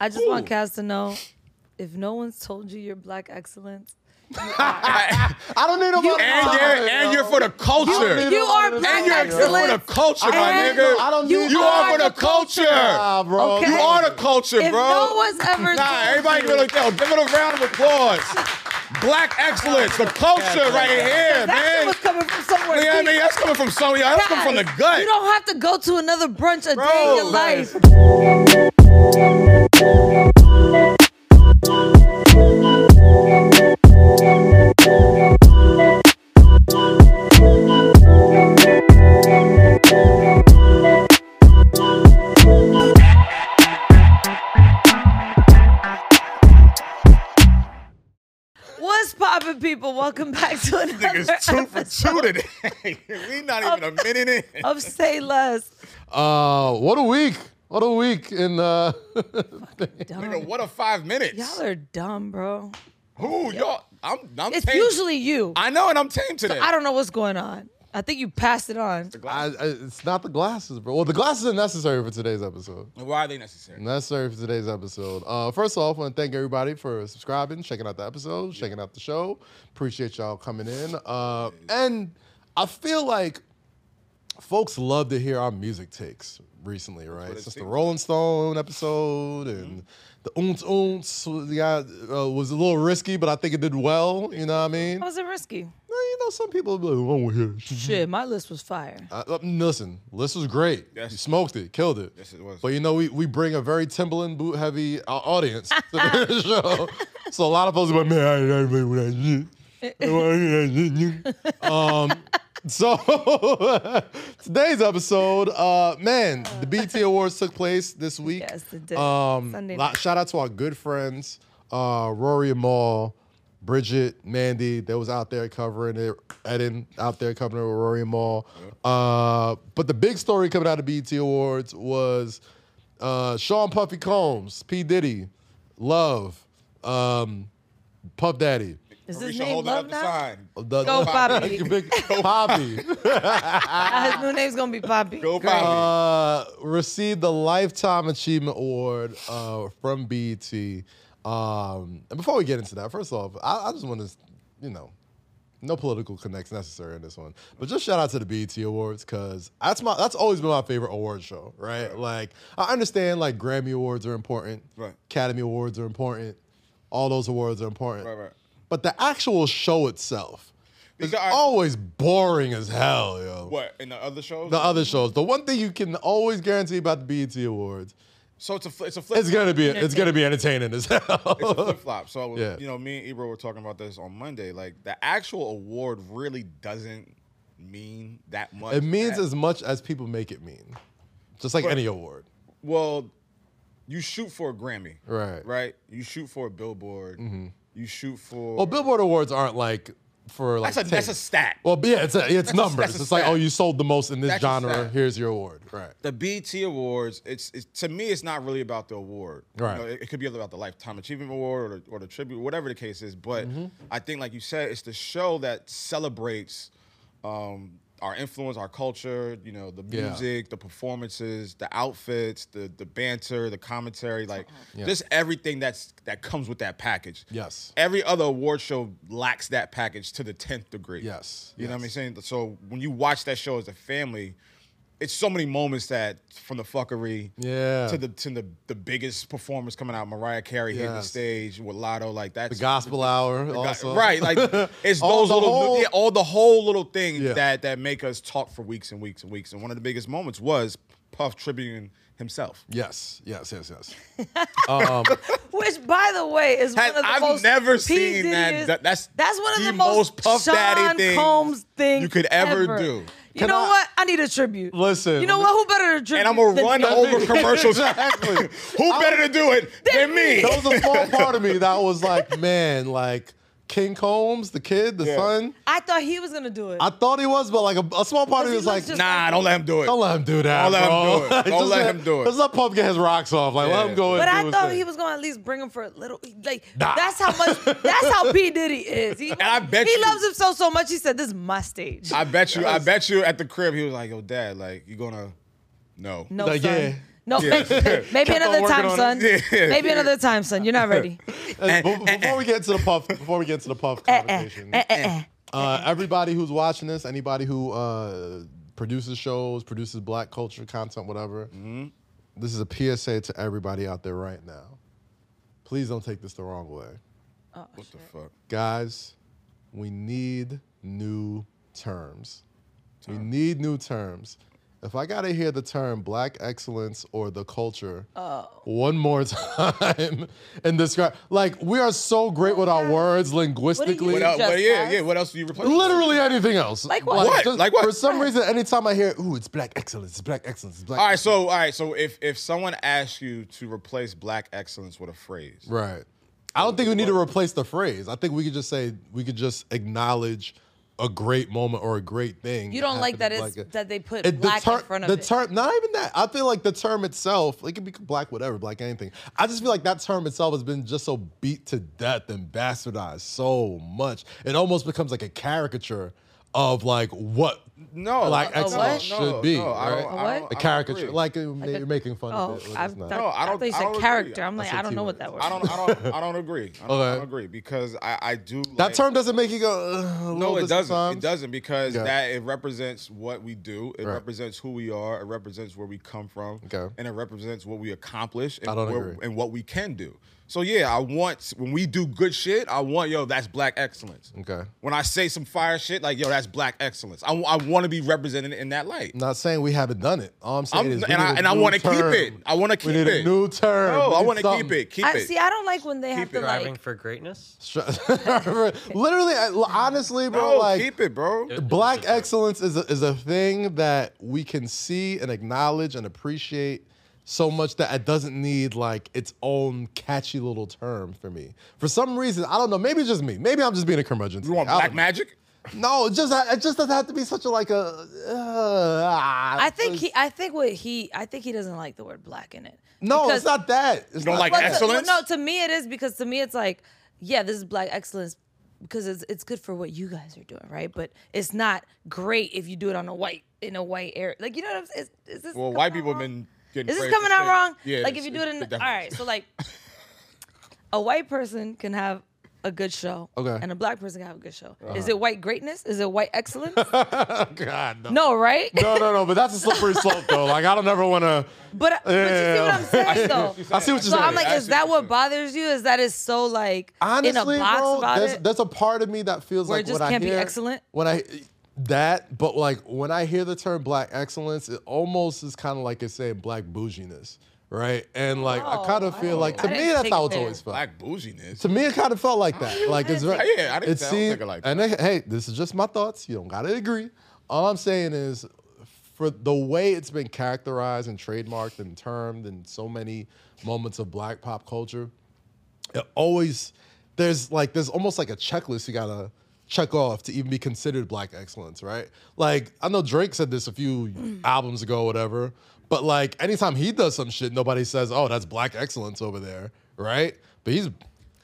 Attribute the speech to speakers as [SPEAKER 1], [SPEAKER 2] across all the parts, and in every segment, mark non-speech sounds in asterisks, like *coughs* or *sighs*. [SPEAKER 1] I just want Cass to know if no one's told you you're black excellence,
[SPEAKER 2] I don't need nobody.
[SPEAKER 3] And
[SPEAKER 2] to tell
[SPEAKER 3] you're
[SPEAKER 2] me,
[SPEAKER 3] and
[SPEAKER 2] yo.
[SPEAKER 3] you're for the culture.
[SPEAKER 2] You-
[SPEAKER 1] you are
[SPEAKER 2] And
[SPEAKER 1] black
[SPEAKER 3] and you're
[SPEAKER 1] excellence.
[SPEAKER 3] for the culture, my
[SPEAKER 1] And
[SPEAKER 3] nigga.
[SPEAKER 2] I don't need
[SPEAKER 3] you are
[SPEAKER 1] are
[SPEAKER 3] for the
[SPEAKER 1] the
[SPEAKER 3] culture.
[SPEAKER 2] Nah, bro.
[SPEAKER 1] Okay.
[SPEAKER 3] You are the culture,
[SPEAKER 1] if
[SPEAKER 3] bro.
[SPEAKER 1] no one's ever
[SPEAKER 3] Nah,
[SPEAKER 1] told
[SPEAKER 3] everybody
[SPEAKER 1] you,
[SPEAKER 3] give it a yo, give it a round of applause. Black excellence, the culture right here,
[SPEAKER 1] that shit
[SPEAKER 3] man.
[SPEAKER 1] was coming from somewhere.
[SPEAKER 3] Yeah, I
[SPEAKER 1] deep.
[SPEAKER 3] mean, that's coming from somewhere. That's coming from the
[SPEAKER 1] Guys,
[SPEAKER 3] gut.
[SPEAKER 1] You don't have to go to another brunch a day
[SPEAKER 3] Bro,
[SPEAKER 1] in your
[SPEAKER 3] man.
[SPEAKER 1] life. What's poppin', people? Welcome back to another
[SPEAKER 3] It's
[SPEAKER 1] *laughs*
[SPEAKER 3] two for
[SPEAKER 1] episode
[SPEAKER 3] two today. *laughs* we not even a minute in.
[SPEAKER 1] of Say Less.
[SPEAKER 2] Uh, what a week! What a week! In uh, *laughs*
[SPEAKER 3] Nigga,
[SPEAKER 1] Dumb.
[SPEAKER 3] what a five minutes.
[SPEAKER 1] Y'all are dumb, bro.
[SPEAKER 3] Who y'all? I'm I'm
[SPEAKER 1] It's
[SPEAKER 3] tame.
[SPEAKER 1] usually you.
[SPEAKER 3] I know, and I'm tame today.
[SPEAKER 1] I don't know what's going on. I think you passed it on.
[SPEAKER 2] I, I, it's not the glasses, bro. Well, the glasses are necessary for today's episode.
[SPEAKER 3] Why are they necessary?
[SPEAKER 2] Necessary for today's episode. Uh, first off, I want to thank everybody for subscribing, checking out the episode, checking out the show. Appreciate y'all coming in. Uh, and I feel like folks love to hear our music takes recently, right? Since the
[SPEAKER 3] seems.
[SPEAKER 2] Rolling Stone episode and the ounce ounce was- yeah, uh, was a little risky, but I think it did well. You know what I mean?
[SPEAKER 1] That was it risky.
[SPEAKER 2] Well, You know, some people be like, "Oh, I don't want to hear that shit."
[SPEAKER 1] Mm-hmm. Shit, my list was fire.
[SPEAKER 2] Uh, uh, listen, this was great.
[SPEAKER 3] Yes.
[SPEAKER 2] You smoked it, killed it.
[SPEAKER 3] Yes, it was.
[SPEAKER 2] But you know, we, we bring a very Timberland boot heavy uh, audience to the show. So a lot of folks are like, man, I didn't play with that shit. I don't wanna hear that shit, you." um, so *laughs* today's episode, uh, man, the BT Awards took place this week.
[SPEAKER 1] Yes, it did.
[SPEAKER 2] Um,
[SPEAKER 1] Sunday
[SPEAKER 2] lot-
[SPEAKER 1] night.
[SPEAKER 2] shout out to our good friends, uh, Rory and Maul, Bridget, Mandy, that was out there covering it, Eden out there covering it with Rory and Maul. Uh, but the big story coming out of BET Awards was uh, Sean Puffy Combs, P. Diddy, Love, um, Puff Daddy.
[SPEAKER 1] Is
[SPEAKER 3] We
[SPEAKER 1] his
[SPEAKER 3] should
[SPEAKER 1] name
[SPEAKER 3] hold
[SPEAKER 1] Love
[SPEAKER 3] out the
[SPEAKER 1] now?
[SPEAKER 3] sign.
[SPEAKER 2] The- *laughs*
[SPEAKER 1] Go Poppy.
[SPEAKER 2] Big Poppy.
[SPEAKER 1] Uh, his new name's gonna be Poppy.
[SPEAKER 3] Go
[SPEAKER 1] Great.
[SPEAKER 3] Poppy.
[SPEAKER 2] uh, received the Lifetime Achievement Award uh, from BET. Um, and before we get into that, first off, I, I just want to, you know, no political connects necessary in this one, but just shout out to the BET Awards because that's my that's always been my favorite award show, right? Like I understand like Grammy Awards are important,
[SPEAKER 3] Right.
[SPEAKER 2] Academy Awards are important, all those awards are important,
[SPEAKER 3] Right, right.
[SPEAKER 2] But the actual show itself is
[SPEAKER 3] Because I-
[SPEAKER 2] always boring as hell, yo.
[SPEAKER 3] What in the other shows?
[SPEAKER 2] The other shows. The one thing you can always guarantee about the BET Awards,
[SPEAKER 3] So it's a fl- it's a flip.
[SPEAKER 2] it's gonna be it's gonna be entertaining as
[SPEAKER 3] it's
[SPEAKER 2] *laughs*
[SPEAKER 3] a
[SPEAKER 2] hell.
[SPEAKER 3] flip flop. So
[SPEAKER 2] Yeah.
[SPEAKER 3] you know, me and Ebro were talking about this on Monday. Like the actual award really doesn't mean that much.
[SPEAKER 2] It means
[SPEAKER 3] That-
[SPEAKER 2] as much as people make it mean, just like
[SPEAKER 3] Right.
[SPEAKER 2] any award.
[SPEAKER 3] well, you shoot for a Grammy,
[SPEAKER 2] Right. Mm-hmm.
[SPEAKER 3] Right. You shoot for a Billboard. You shoot for.
[SPEAKER 2] Well, Billboard awards aren't like for like
[SPEAKER 3] That's a that's a
[SPEAKER 2] taste.
[SPEAKER 3] stat.
[SPEAKER 2] Well, yeah, it's a, it's
[SPEAKER 3] a-
[SPEAKER 2] numbers.
[SPEAKER 3] that's a
[SPEAKER 2] it's like
[SPEAKER 3] stat.
[SPEAKER 2] oh, you sold the most in this
[SPEAKER 3] That's a
[SPEAKER 2] genre.
[SPEAKER 3] stat.
[SPEAKER 2] Here's your award. Right.
[SPEAKER 3] the BT Awards, it's, it's to me, it's not really about the award. You
[SPEAKER 2] Right.
[SPEAKER 3] know, it, it could be about the Lifetime Achievement Award or the, or the tribute, whatever the case is. But
[SPEAKER 2] Mm-hmm.
[SPEAKER 3] I think, like you said, it's the show that celebrates um, our influence, our culture. You know, the
[SPEAKER 2] Yeah.
[SPEAKER 3] music, the performances, the outfits, the the banter, the commentary, like
[SPEAKER 2] Yeah.
[SPEAKER 3] just everything that's that comes with that package.
[SPEAKER 2] Yes.
[SPEAKER 3] Every other award show lacks that package to the tenth degree.
[SPEAKER 2] Yes,
[SPEAKER 3] You know what I'm
[SPEAKER 2] yes.
[SPEAKER 3] saying? So when you watch that show as a family, it's so many moments that from the fuckery
[SPEAKER 2] Yeah.
[SPEAKER 3] to the to the, the biggest performers coming out, Mariah Carey hitting the
[SPEAKER 2] Yes.
[SPEAKER 3] stage with Lotto, like that's
[SPEAKER 2] The gospel hour.
[SPEAKER 3] God-
[SPEAKER 2] also.
[SPEAKER 3] right.
[SPEAKER 2] *laughs*
[SPEAKER 3] Like it's
[SPEAKER 2] All
[SPEAKER 3] those
[SPEAKER 2] the
[SPEAKER 3] little
[SPEAKER 2] whole-
[SPEAKER 3] yeah, all the whole little things
[SPEAKER 2] Yeah.
[SPEAKER 3] that that make us talk for weeks and weeks and weeks. And one of the biggest moments was Puff tributing himself.
[SPEAKER 2] Yes. Yes. Yes. Yes.
[SPEAKER 1] Which, by the way, is one
[SPEAKER 3] Has-
[SPEAKER 1] of the
[SPEAKER 3] I've
[SPEAKER 1] most
[SPEAKER 3] never
[SPEAKER 1] P.
[SPEAKER 3] seen that-
[SPEAKER 1] Diddy's-
[SPEAKER 3] that- that's
[SPEAKER 1] that's one of
[SPEAKER 3] the
[SPEAKER 1] the, most,
[SPEAKER 3] most Puff
[SPEAKER 1] Sean
[SPEAKER 3] Daddy thing
[SPEAKER 1] Combs thing
[SPEAKER 3] you could ever do.
[SPEAKER 1] You
[SPEAKER 2] Can
[SPEAKER 1] know
[SPEAKER 2] I-
[SPEAKER 1] what? I need a tribute.
[SPEAKER 2] Listen.
[SPEAKER 1] You know what? Who better to tribute?
[SPEAKER 3] And I'm gonna
[SPEAKER 1] than
[SPEAKER 3] run
[SPEAKER 1] me? *laughs*
[SPEAKER 3] over commercials.
[SPEAKER 2] Exactly.
[SPEAKER 3] *laughs* Who better to do it than me?
[SPEAKER 2] That was a small part of me that was like, man, like King Combs, the kid, the
[SPEAKER 3] Yeah.
[SPEAKER 2] son.
[SPEAKER 1] I thought he was gonna do it.
[SPEAKER 2] I thought he was, but like a, a small part of me
[SPEAKER 1] Because
[SPEAKER 2] was
[SPEAKER 1] he
[SPEAKER 2] like,
[SPEAKER 1] looks just-
[SPEAKER 3] Nah, don't let him do it.
[SPEAKER 2] don't let him do that.
[SPEAKER 3] Don't let him
[SPEAKER 2] bro. *laughs*
[SPEAKER 3] do it. Don't
[SPEAKER 2] Just
[SPEAKER 3] let him do it.
[SPEAKER 2] Let's let Puff get his rocks off. Like, let
[SPEAKER 3] Yeah.
[SPEAKER 2] him go.
[SPEAKER 1] but
[SPEAKER 2] and do
[SPEAKER 1] I
[SPEAKER 2] his
[SPEAKER 1] thought
[SPEAKER 2] thing.
[SPEAKER 1] he was gonna at least bring him for a little. Like
[SPEAKER 2] Nah.
[SPEAKER 1] that's how much. That's how P Diddy is.
[SPEAKER 3] *laughs*
[SPEAKER 1] He,
[SPEAKER 3] I bet
[SPEAKER 1] he
[SPEAKER 3] you-
[SPEAKER 1] loves him so so much. He said, "This is my stage."
[SPEAKER 3] I bet you. I bet you at the crib he was like, "Yo, dad, like you gonna no."
[SPEAKER 1] no,
[SPEAKER 2] Like,
[SPEAKER 1] son.
[SPEAKER 2] yeah.
[SPEAKER 1] No, *laughs* maybe, maybe
[SPEAKER 3] on
[SPEAKER 1] another
[SPEAKER 3] working
[SPEAKER 1] time,
[SPEAKER 3] on
[SPEAKER 1] son.
[SPEAKER 3] it. Yeah.
[SPEAKER 1] Maybe another time, son. You're not
[SPEAKER 3] *laughs*
[SPEAKER 1] ready. Eh,
[SPEAKER 3] Eh,
[SPEAKER 2] And be- before we get to the puff, before we get to the
[SPEAKER 1] *laughs*
[SPEAKER 2] puff
[SPEAKER 1] eh,
[SPEAKER 2] conversation, uh, everybody who's watching this, anybody who uh, produces shows, produces black culture content, whatever,
[SPEAKER 3] Mm-hmm.
[SPEAKER 2] this is a PSA to everybody out there right now. Please don't take this the wrong way,
[SPEAKER 3] What the fuck?
[SPEAKER 2] guys. We need new terms. We need new terms. If I gotta hear the term black excellence or the culture
[SPEAKER 3] Oh.
[SPEAKER 2] one more *laughs* time and describe, like, we are so great with our words linguistically.
[SPEAKER 3] What else?
[SPEAKER 1] Just
[SPEAKER 3] But yeah,
[SPEAKER 1] us?
[SPEAKER 3] yeah. What else do you replace? it with?
[SPEAKER 2] Literally anything else.
[SPEAKER 1] Like what?
[SPEAKER 3] What? Like what?
[SPEAKER 2] For some reason, anytime I hear, ooh, it's black excellence, it's black excellence, it's black.
[SPEAKER 3] All right. So all right. So if if someone asks you to replace black excellence with a phrase,
[SPEAKER 2] Right. I don't think we need to replace the phrase. I think we could just say we could just acknowledge a great moment or a great thing.
[SPEAKER 1] You don't like that
[SPEAKER 2] happened,
[SPEAKER 1] it's
[SPEAKER 2] like a-
[SPEAKER 1] that they put
[SPEAKER 2] It-
[SPEAKER 1] black
[SPEAKER 2] the term,
[SPEAKER 1] in front of
[SPEAKER 2] the
[SPEAKER 1] it.
[SPEAKER 2] term, not even that. I feel like the term itself, it could be black, whatever, black anything. I just feel like that term itself has been just so beat to death and bastardized so much. It almost becomes like a caricature of like what
[SPEAKER 3] no,
[SPEAKER 2] black
[SPEAKER 3] no,
[SPEAKER 2] excellence
[SPEAKER 3] no,
[SPEAKER 2] should
[SPEAKER 3] no,
[SPEAKER 2] be.
[SPEAKER 3] no, I
[SPEAKER 2] right?
[SPEAKER 3] don't- I
[SPEAKER 1] A what?
[SPEAKER 3] don't- I
[SPEAKER 2] a
[SPEAKER 3] don't
[SPEAKER 2] caricature,
[SPEAKER 3] agree.
[SPEAKER 2] like, uh, you're making fun
[SPEAKER 1] Oh,
[SPEAKER 2] of it. like
[SPEAKER 1] I
[SPEAKER 2] it's not.
[SPEAKER 1] thought,
[SPEAKER 3] No, I
[SPEAKER 1] I
[SPEAKER 3] don't-
[SPEAKER 1] thought you
[SPEAKER 3] I
[SPEAKER 1] said
[SPEAKER 3] don't
[SPEAKER 1] character.
[SPEAKER 3] agree.
[SPEAKER 1] I'm like,
[SPEAKER 2] That's a
[SPEAKER 1] I don't know
[SPEAKER 2] T
[SPEAKER 1] what
[SPEAKER 2] word.
[SPEAKER 1] that word
[SPEAKER 3] I don't. I don't. I
[SPEAKER 2] *laughs*
[SPEAKER 3] don't agree. I don't, I
[SPEAKER 2] Okay.
[SPEAKER 3] don't agree because I I do.
[SPEAKER 2] That
[SPEAKER 3] like-
[SPEAKER 2] term doesn't make you go. Uh, a little
[SPEAKER 3] No,
[SPEAKER 2] bit
[SPEAKER 3] it doesn't.
[SPEAKER 2] sometimes?
[SPEAKER 3] It doesn't because
[SPEAKER 2] Yeah.
[SPEAKER 3] that it represents what we do. It
[SPEAKER 2] Right.
[SPEAKER 3] represents who we are. It represents where we come from.
[SPEAKER 2] Okay.
[SPEAKER 3] And it represents what we accomplish and,
[SPEAKER 2] I don't
[SPEAKER 3] where-
[SPEAKER 2] agree.
[SPEAKER 3] and what we can do. So yeah, I want when we do good shit, I want yo, that's black excellence.
[SPEAKER 2] Okay.
[SPEAKER 3] When I say some fire shit, like yo, that's black excellence. I, want to be represented in that light.
[SPEAKER 2] I'm not saying we haven't done it. All I'm saying
[SPEAKER 3] I'm-
[SPEAKER 2] is, we
[SPEAKER 3] and I-
[SPEAKER 2] need a
[SPEAKER 3] and I
[SPEAKER 2] new
[SPEAKER 3] wanna keep
[SPEAKER 2] term.
[SPEAKER 3] it. I wanna keep
[SPEAKER 2] We need a
[SPEAKER 3] it.
[SPEAKER 2] new term.
[SPEAKER 3] No,
[SPEAKER 2] We
[SPEAKER 3] I
[SPEAKER 2] need
[SPEAKER 3] want to keep
[SPEAKER 2] something.
[SPEAKER 3] it. Keep
[SPEAKER 1] I,
[SPEAKER 3] it.
[SPEAKER 1] see, I don't like when they have
[SPEAKER 3] Keep
[SPEAKER 1] to
[SPEAKER 3] it.
[SPEAKER 1] like.
[SPEAKER 4] Striving for greatness.
[SPEAKER 2] *laughs* Literally, I- honestly, bro,
[SPEAKER 3] no,
[SPEAKER 2] like
[SPEAKER 3] keep it, bro.
[SPEAKER 2] black excellence is a, is a thing that we can see and acknowledge and appreciate so much that it doesn't need like its own catchy little term for me. For some reason, I don't know. Maybe it's just me. Maybe I'm just being a curmudgeon.
[SPEAKER 3] You want black magic?
[SPEAKER 2] No, it just it just doesn't have to be such a like a. Uh,
[SPEAKER 1] I think he. I think what he. I think he doesn't like the word black in it.
[SPEAKER 2] No,
[SPEAKER 1] Because-
[SPEAKER 2] it's not that. It's
[SPEAKER 3] don't
[SPEAKER 2] not
[SPEAKER 3] like
[SPEAKER 2] that.
[SPEAKER 1] But to-
[SPEAKER 3] excellence?
[SPEAKER 1] well, no, to me it is because to me it's like, yeah, this is black excellence because it's it's good for what you guys are doing, right? But it's not great if you do it on a white in a white area. Like you know what I'm saying? Is, is this
[SPEAKER 3] Well,
[SPEAKER 1] coming
[SPEAKER 3] white
[SPEAKER 1] out
[SPEAKER 3] people
[SPEAKER 1] wrong?
[SPEAKER 3] been getting.
[SPEAKER 1] Is this
[SPEAKER 3] praised for
[SPEAKER 1] coming out
[SPEAKER 3] shit.
[SPEAKER 1] wrong?
[SPEAKER 3] Yeah.
[SPEAKER 1] like if you do it in all
[SPEAKER 3] definitely-
[SPEAKER 1] right, so like a white person can have a good show,
[SPEAKER 2] Okay.
[SPEAKER 1] and a black person can have a good show. Is it white greatness? Is it white excellence? *laughs*
[SPEAKER 2] God, no.
[SPEAKER 1] no, right?
[SPEAKER 2] No, no, no, but that's a slippery slope though. Like I don't ever want to.
[SPEAKER 1] But, but you see what I'm saying though.
[SPEAKER 2] *laughs* I see what you're
[SPEAKER 1] So I'm
[SPEAKER 2] saying.
[SPEAKER 1] like,
[SPEAKER 3] I
[SPEAKER 1] is
[SPEAKER 3] see
[SPEAKER 1] that
[SPEAKER 3] what
[SPEAKER 1] what bothers you? Is that it's so like in a
[SPEAKER 2] Honestly,
[SPEAKER 1] box
[SPEAKER 2] bro,
[SPEAKER 1] about
[SPEAKER 2] there's,
[SPEAKER 1] it?
[SPEAKER 2] there's a part of me that feels
[SPEAKER 1] Where it
[SPEAKER 2] like
[SPEAKER 1] just
[SPEAKER 2] when
[SPEAKER 1] can't
[SPEAKER 2] I
[SPEAKER 1] be
[SPEAKER 2] hear,
[SPEAKER 1] excellent?
[SPEAKER 2] When I that, but like when I hear the term black excellence, it almost is kind of like it's saying black bouginess, right? And like I kind
[SPEAKER 1] Oh,
[SPEAKER 2] of feel
[SPEAKER 1] I
[SPEAKER 2] like to
[SPEAKER 1] didn't
[SPEAKER 2] me that's
[SPEAKER 1] take
[SPEAKER 2] how
[SPEAKER 1] it
[SPEAKER 2] it's
[SPEAKER 1] there.
[SPEAKER 2] always felt.
[SPEAKER 3] Black bouginess.
[SPEAKER 2] To me, it kind of felt like that. Like it's
[SPEAKER 1] didn't
[SPEAKER 2] very,
[SPEAKER 3] think- Yeah, I didn't- I don't
[SPEAKER 2] seemed-
[SPEAKER 3] think I like
[SPEAKER 2] and it- hey, this is just my thoughts. You don't gotta agree. All I'm saying is, for the way it's been characterized and trademarked and termed in so many moments of Black pop culture, it always there's like there's almost like a checklist you gotta check off to even be considered black excellence, right? Like I know Drake said this a
[SPEAKER 1] Mm.
[SPEAKER 2] few albums ago, or whatever. But like anytime he does some shit, nobody says, "Oh, that's black excellence over there," right? But he's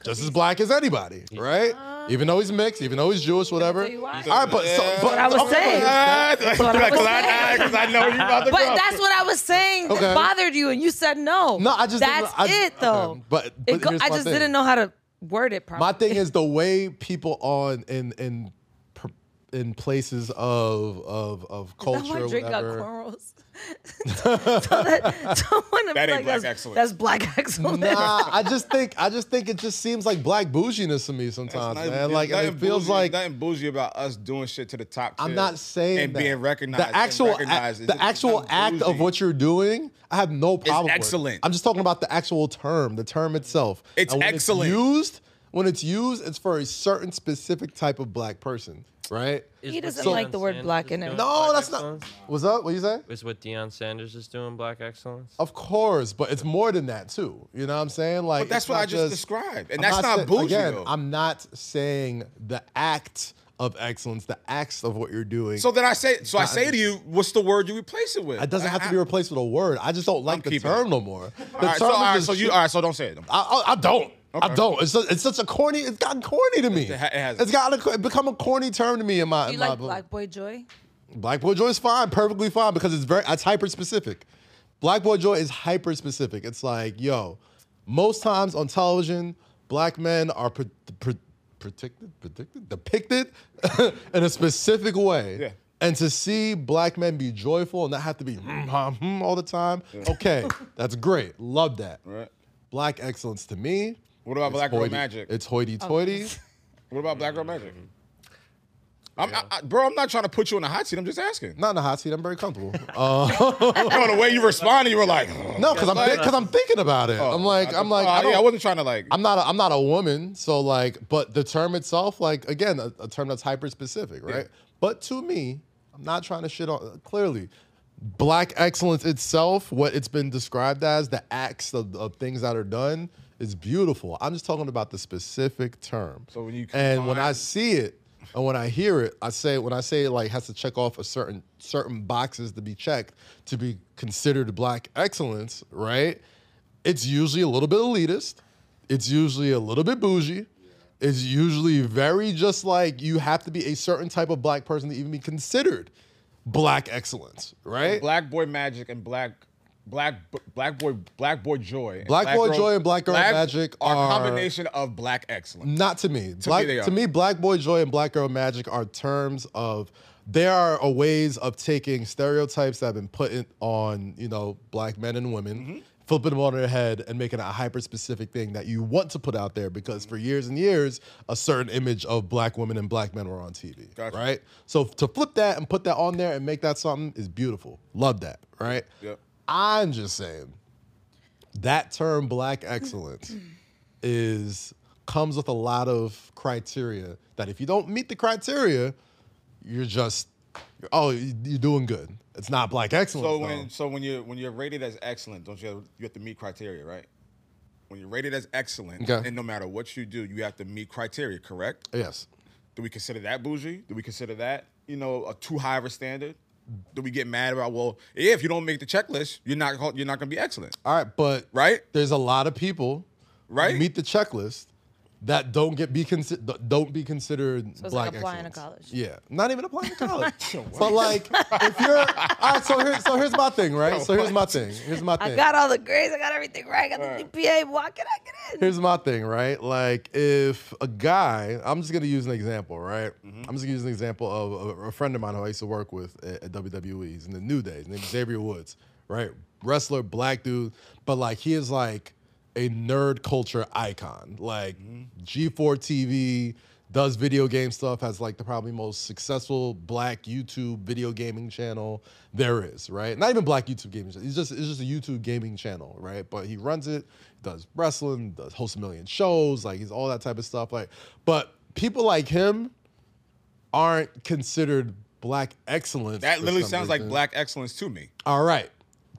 [SPEAKER 2] just as black as anybody, right? even though he's mixed, even though he's Jewish, whatever.
[SPEAKER 1] tell you why.
[SPEAKER 2] All right, but so, but
[SPEAKER 1] I was
[SPEAKER 3] *laughs*
[SPEAKER 2] okay,
[SPEAKER 1] saying.
[SPEAKER 2] but-
[SPEAKER 3] Because
[SPEAKER 1] what I was
[SPEAKER 3] I,
[SPEAKER 1] saying.
[SPEAKER 3] 'cause I know you about to
[SPEAKER 1] But
[SPEAKER 3] go.
[SPEAKER 1] that's what I was saying that
[SPEAKER 2] Okay.
[SPEAKER 1] bothered you, and you said no.
[SPEAKER 2] No, I just didn't-
[SPEAKER 1] that's
[SPEAKER 2] I-
[SPEAKER 1] it though.
[SPEAKER 2] okay, but-
[SPEAKER 1] It
[SPEAKER 2] but
[SPEAKER 1] go-
[SPEAKER 2] here's
[SPEAKER 1] I
[SPEAKER 2] my
[SPEAKER 1] just
[SPEAKER 2] thing.
[SPEAKER 1] didn't know how to word it properly. *laughs*
[SPEAKER 2] My thing is the way people on in in per- in places of of of
[SPEAKER 1] That's why
[SPEAKER 2] culture,
[SPEAKER 1] Drake got
[SPEAKER 2] whatever.
[SPEAKER 1] *laughs*
[SPEAKER 2] *laughs*
[SPEAKER 1] cornrows. so that someone to be like,
[SPEAKER 3] That ain't black
[SPEAKER 1] that's,
[SPEAKER 3] excellence.
[SPEAKER 1] That's black excellence. *laughs*
[SPEAKER 2] Nah, I just think I just think it just seems like black bouginess to me sometimes,
[SPEAKER 3] Nothing-
[SPEAKER 2] man. Like and
[SPEAKER 3] nothing
[SPEAKER 2] it feels
[SPEAKER 3] bougie,
[SPEAKER 2] like
[SPEAKER 3] nothing bougie about us doing shit to the top.
[SPEAKER 2] I'm
[SPEAKER 3] tier
[SPEAKER 2] not saying
[SPEAKER 3] and
[SPEAKER 2] that.
[SPEAKER 3] being recognized.
[SPEAKER 2] The actual
[SPEAKER 3] and recognized
[SPEAKER 2] act,
[SPEAKER 3] is
[SPEAKER 2] the
[SPEAKER 3] just- it's
[SPEAKER 2] actual
[SPEAKER 3] nothing
[SPEAKER 2] act of
[SPEAKER 3] bougie.
[SPEAKER 2] what you're doing, I have no problem. with.
[SPEAKER 3] excellent.
[SPEAKER 2] I'm just talking about the actual term, the term itself.
[SPEAKER 3] It's
[SPEAKER 2] And when
[SPEAKER 3] excellent.
[SPEAKER 2] used when it's used, it's for a certain specific type of black person, right?
[SPEAKER 4] Is
[SPEAKER 1] He
[SPEAKER 4] what
[SPEAKER 1] doesn't
[SPEAKER 4] Deion
[SPEAKER 1] like the word
[SPEAKER 4] Sanders
[SPEAKER 1] black
[SPEAKER 4] is
[SPEAKER 1] in it.
[SPEAKER 4] doing
[SPEAKER 2] No,
[SPEAKER 4] black
[SPEAKER 2] that's not.
[SPEAKER 4] excellence?
[SPEAKER 2] What's up? What you say?
[SPEAKER 4] Is what Deion Sanders is doing black excellence?
[SPEAKER 2] Of course, but it's more than that too. You know what I'm saying? Like
[SPEAKER 3] But that's
[SPEAKER 2] it's
[SPEAKER 3] what
[SPEAKER 2] not
[SPEAKER 3] I just described, and that's not,
[SPEAKER 2] sa-
[SPEAKER 3] bougie
[SPEAKER 2] Again,
[SPEAKER 3] though.
[SPEAKER 2] I'm not saying the act of excellence, the acts of what you're doing.
[SPEAKER 3] so then I say, so I say to you, what's the word you replace it with?
[SPEAKER 2] it doesn't have to
[SPEAKER 3] I-
[SPEAKER 2] be replaced with a word. I just don't like the
[SPEAKER 3] keeping
[SPEAKER 2] term
[SPEAKER 3] it.
[SPEAKER 2] no more. The
[SPEAKER 3] All right, so,
[SPEAKER 2] term is
[SPEAKER 3] all right,
[SPEAKER 2] just
[SPEAKER 3] so you,
[SPEAKER 2] shit.
[SPEAKER 3] all right, so don't say it.
[SPEAKER 2] I, I, I don't. I don't. It's, just, it's such a corny. It's gotten corny to me.
[SPEAKER 3] It ha- it has.
[SPEAKER 2] it's gotten it become a corny term to me in my.
[SPEAKER 1] Do you
[SPEAKER 2] in
[SPEAKER 1] like
[SPEAKER 2] my
[SPEAKER 1] Black Boy Joy?
[SPEAKER 2] Black Boy Joy is fine, perfectly fine because it's very. It's hyper specific. Black Boy Joy is hyper specific. It's like, yo, most times on television, black men are pre- pre- predicted, predicted, depicted *laughs* in a specific way.
[SPEAKER 3] Yeah.
[SPEAKER 2] And to see black men be joyful and not have to be "Hmm, ha, hmm," all the time, okay, that's great. Love that.
[SPEAKER 3] Right.
[SPEAKER 2] Black excellence to me.
[SPEAKER 3] What about
[SPEAKER 2] is
[SPEAKER 3] Black Girl
[SPEAKER 2] hoity-
[SPEAKER 3] Magic?
[SPEAKER 2] It's hoity-toity.
[SPEAKER 3] What about Black Girl Magic?
[SPEAKER 2] Mm-hmm.
[SPEAKER 3] I'm, I, I- bro, I'm not trying to put you in a hot seat. I'm just asking.
[SPEAKER 2] Not in a hot seat. I'm very comfortable. Uh,
[SPEAKER 3] No, the way you responded, you were like,
[SPEAKER 2] no, because I'm
[SPEAKER 4] Yeah,
[SPEAKER 2] because I'm thinking about it. I'm like I'm like
[SPEAKER 3] oh,
[SPEAKER 2] I
[SPEAKER 3] yeah, I
[SPEAKER 2] don't-
[SPEAKER 3] wasn't trying to like.
[SPEAKER 2] I'm not a, I'm not a woman, so like, but the term itself, like again, a, a term that's hyper specific, right? But to me, I'm not trying to shit on. Clearly, black excellence itself, what it's been described as, the acts of, of things that are done, is beautiful. I'm just talking about the specific term.
[SPEAKER 3] So when you
[SPEAKER 2] and when
[SPEAKER 3] combine-
[SPEAKER 2] I see it and when I hear it, I say when I say it like has to check off a certain certain boxes to be checked to be considered black excellence, right? It's usually a little bit elitist. It's usually a little bit bougie. It's usually very just like you have to be a certain type of black person to even be considered black excellence, right? Black,
[SPEAKER 3] Black Boy Magic and Black Black Black Boy Black Boy Joy. and
[SPEAKER 2] Black Boy Joy and Black Girl
[SPEAKER 3] Black
[SPEAKER 2] Magic
[SPEAKER 3] a
[SPEAKER 2] are-
[SPEAKER 3] combination of black excellence.
[SPEAKER 2] Not to me. Black-
[SPEAKER 3] they are.
[SPEAKER 2] to me, Black Boy Joy and Black Girl Magic are terms of they are a ways of taking stereotypes that have been put in, on, you know, black men and women,
[SPEAKER 3] Mm-hmm.
[SPEAKER 2] flipping them on their head and making it a hyper specific thing that you want to put out there because for years and years, a certain image of black women and black men were on TV.
[SPEAKER 3] Gotcha.
[SPEAKER 2] Right? So to flip that and put that on there and make that something is beautiful. Love that, right?
[SPEAKER 3] Yep.
[SPEAKER 2] I'm just saying that term black excellence is comes with a lot of criteria that if you don't meet the criteria, you're just you're- oh you- you're doing good. It's not black excellence.
[SPEAKER 3] So
[SPEAKER 2] though.
[SPEAKER 3] when so when you when you're rated as excellent, don't you have, you have to meet criteria, right? When you're rated as excellent,
[SPEAKER 2] Okay.
[SPEAKER 3] and no matter what you do, you have to meet criteria, correct?
[SPEAKER 2] yes,
[SPEAKER 3] Do we consider that bougie? Do we consider that, you know, a too high of a standard? Do we get mad about, well, yeah, if you don't make the checklist, you're not called- you're not gonna be excellent.
[SPEAKER 2] all right, but
[SPEAKER 3] Right?
[SPEAKER 2] there's a lot of people who
[SPEAKER 3] Right?
[SPEAKER 2] meet the checklist that don't get be consi- th- don't be considered
[SPEAKER 1] it's
[SPEAKER 2] black
[SPEAKER 1] like applying to
[SPEAKER 2] excellence.
[SPEAKER 1] college.
[SPEAKER 2] Yeah, not even applying to
[SPEAKER 3] *laughs*
[SPEAKER 2] college. but like if you're all right, so here, so here's my
[SPEAKER 3] *laughs*
[SPEAKER 2] thing, right? So here's my thing. Here's my thing.
[SPEAKER 1] I got all the grades. I got everything right. I got the GPA. Why can't I get in?
[SPEAKER 2] Here's my thing, right? Like, if a guy, I'm just gonna use an example, right? I'm just gonna use an example of a, a friend of mine who I used to work with at, at WWE. He's in the New Day. His name is Xavier Woods, right? Wrestler, black dude, but like he is like a nerd culture icon. Like G4 TV does video game stuff, has like the probably most successful black YouTube video gaming channel there is, right? Not even black YouTube gaming. channel. It's just it's just a YouTube gaming channel, right? But he runs it, does wrestling, does hosts a million shows, like he's all that type of stuff. Like, but people like him aren't considered black excellence.
[SPEAKER 3] That
[SPEAKER 2] for
[SPEAKER 3] literally
[SPEAKER 2] some
[SPEAKER 3] sounds like
[SPEAKER 2] reason.
[SPEAKER 3] black excellence to me.
[SPEAKER 2] All right,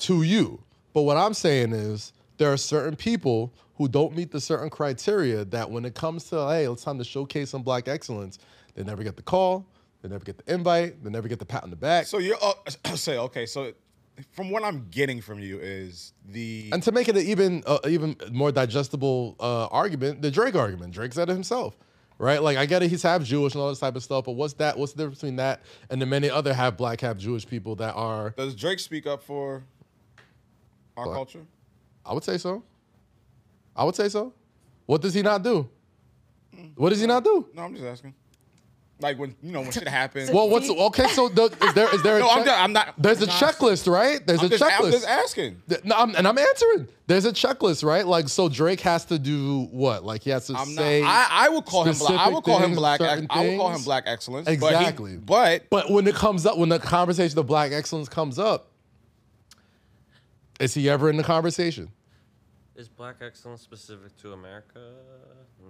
[SPEAKER 2] to you. But what I'm saying is there are certain people who don't meet the certain criteria that when it comes to, hey, it's time to showcase some black excellence, they never get the call, they never get the invite, they never get the pat on the back.
[SPEAKER 3] So you're uh, *clears throat* say okay. So from what I'm getting from you is the
[SPEAKER 2] and to make it an even uh, even more digestible uh, argument, the Drake argument. Drake said it himself, right? Like I get it, he's half Jewish and all this type of stuff, but what's that? What's the difference between that and the many other half black, half Jewish people that are?
[SPEAKER 3] does Drake speak up for our culture?
[SPEAKER 2] I would say so. I would say so. What does he not do? What does he not do?
[SPEAKER 3] No, I'm just asking. Like when you know when shit happens.
[SPEAKER 2] Well, what's okay? So the, is there is there?
[SPEAKER 3] *laughs*
[SPEAKER 2] A
[SPEAKER 3] no, I'm,
[SPEAKER 2] check-
[SPEAKER 3] not, I'm not.
[SPEAKER 2] There's a
[SPEAKER 3] I'm not-
[SPEAKER 2] checklist, right? There's
[SPEAKER 3] I'm
[SPEAKER 2] a
[SPEAKER 3] just,
[SPEAKER 2] checklist.
[SPEAKER 3] I'm just asking.
[SPEAKER 2] Th- No, I'm, and I'm answering. There's a checklist, right? Like, so Drake has to do what? Like, he has to
[SPEAKER 3] I'm not.
[SPEAKER 2] say.
[SPEAKER 3] I, I would call him. Black, I
[SPEAKER 2] specific
[SPEAKER 3] would call him
[SPEAKER 2] things,
[SPEAKER 3] black. ex-
[SPEAKER 2] certain
[SPEAKER 3] I would call him
[SPEAKER 2] things.
[SPEAKER 3] black excellence.
[SPEAKER 2] Exactly.
[SPEAKER 3] But, he, but
[SPEAKER 2] But when it comes up, when the conversation of black excellence comes up, is he ever in the conversation?
[SPEAKER 4] Is black excellence specific to America?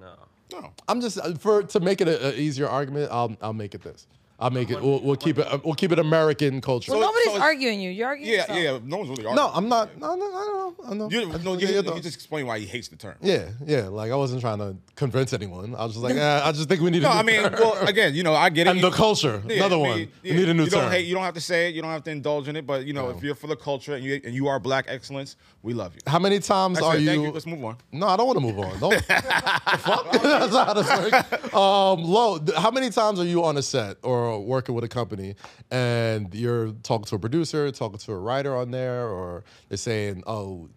[SPEAKER 4] No.
[SPEAKER 3] no.
[SPEAKER 2] I'm just uh, for to make it an easier argument. I'll I'll make it this. I'll make it. We'll, we'll keep it. uh, We'll keep it American culture.
[SPEAKER 1] Well,
[SPEAKER 3] So-
[SPEAKER 1] nobody's
[SPEAKER 3] so it's-
[SPEAKER 1] arguing you. You're arguing
[SPEAKER 3] Yeah,
[SPEAKER 1] yourself.
[SPEAKER 3] yeah. No one's really.
[SPEAKER 2] no,
[SPEAKER 3] arguing.
[SPEAKER 2] I'm not. No, no, I don't know. I know.
[SPEAKER 3] Oh, You,
[SPEAKER 2] I just
[SPEAKER 3] no,
[SPEAKER 2] wanna
[SPEAKER 3] you,
[SPEAKER 2] get your
[SPEAKER 3] you
[SPEAKER 2] thoughts.
[SPEAKER 3] just explain why he hates the term.
[SPEAKER 2] *laughs* Yeah, yeah. Like I wasn't trying to convince anyone. I was just like, eh, I just think we need.
[SPEAKER 3] No,
[SPEAKER 2] a new
[SPEAKER 3] I
[SPEAKER 2] *laughs*
[SPEAKER 3] mean,
[SPEAKER 2] term.
[SPEAKER 3] well, again, you know, I get it.
[SPEAKER 2] and the culture.
[SPEAKER 3] Yeah,
[SPEAKER 2] Another
[SPEAKER 3] I mean,
[SPEAKER 2] one.
[SPEAKER 3] yeah,
[SPEAKER 2] we need a new
[SPEAKER 3] you
[SPEAKER 2] term.
[SPEAKER 3] Don't hate, you don't have to say it. You don't have to indulge in it. But you know, if you're for the culture and you and you are black excellence, we love you.
[SPEAKER 2] How many times
[SPEAKER 3] That's
[SPEAKER 2] are
[SPEAKER 3] it.
[SPEAKER 2] you?
[SPEAKER 3] Thank you. Let's move on.
[SPEAKER 2] No, I don't want to move
[SPEAKER 3] *laughs*
[SPEAKER 2] on. Don't. *laughs* Fuck. That's not how this works. Um, low. th- How many times are you on a set or or working with a company and you're talking to a producer, talking to a writer on there, or they're saying, oh,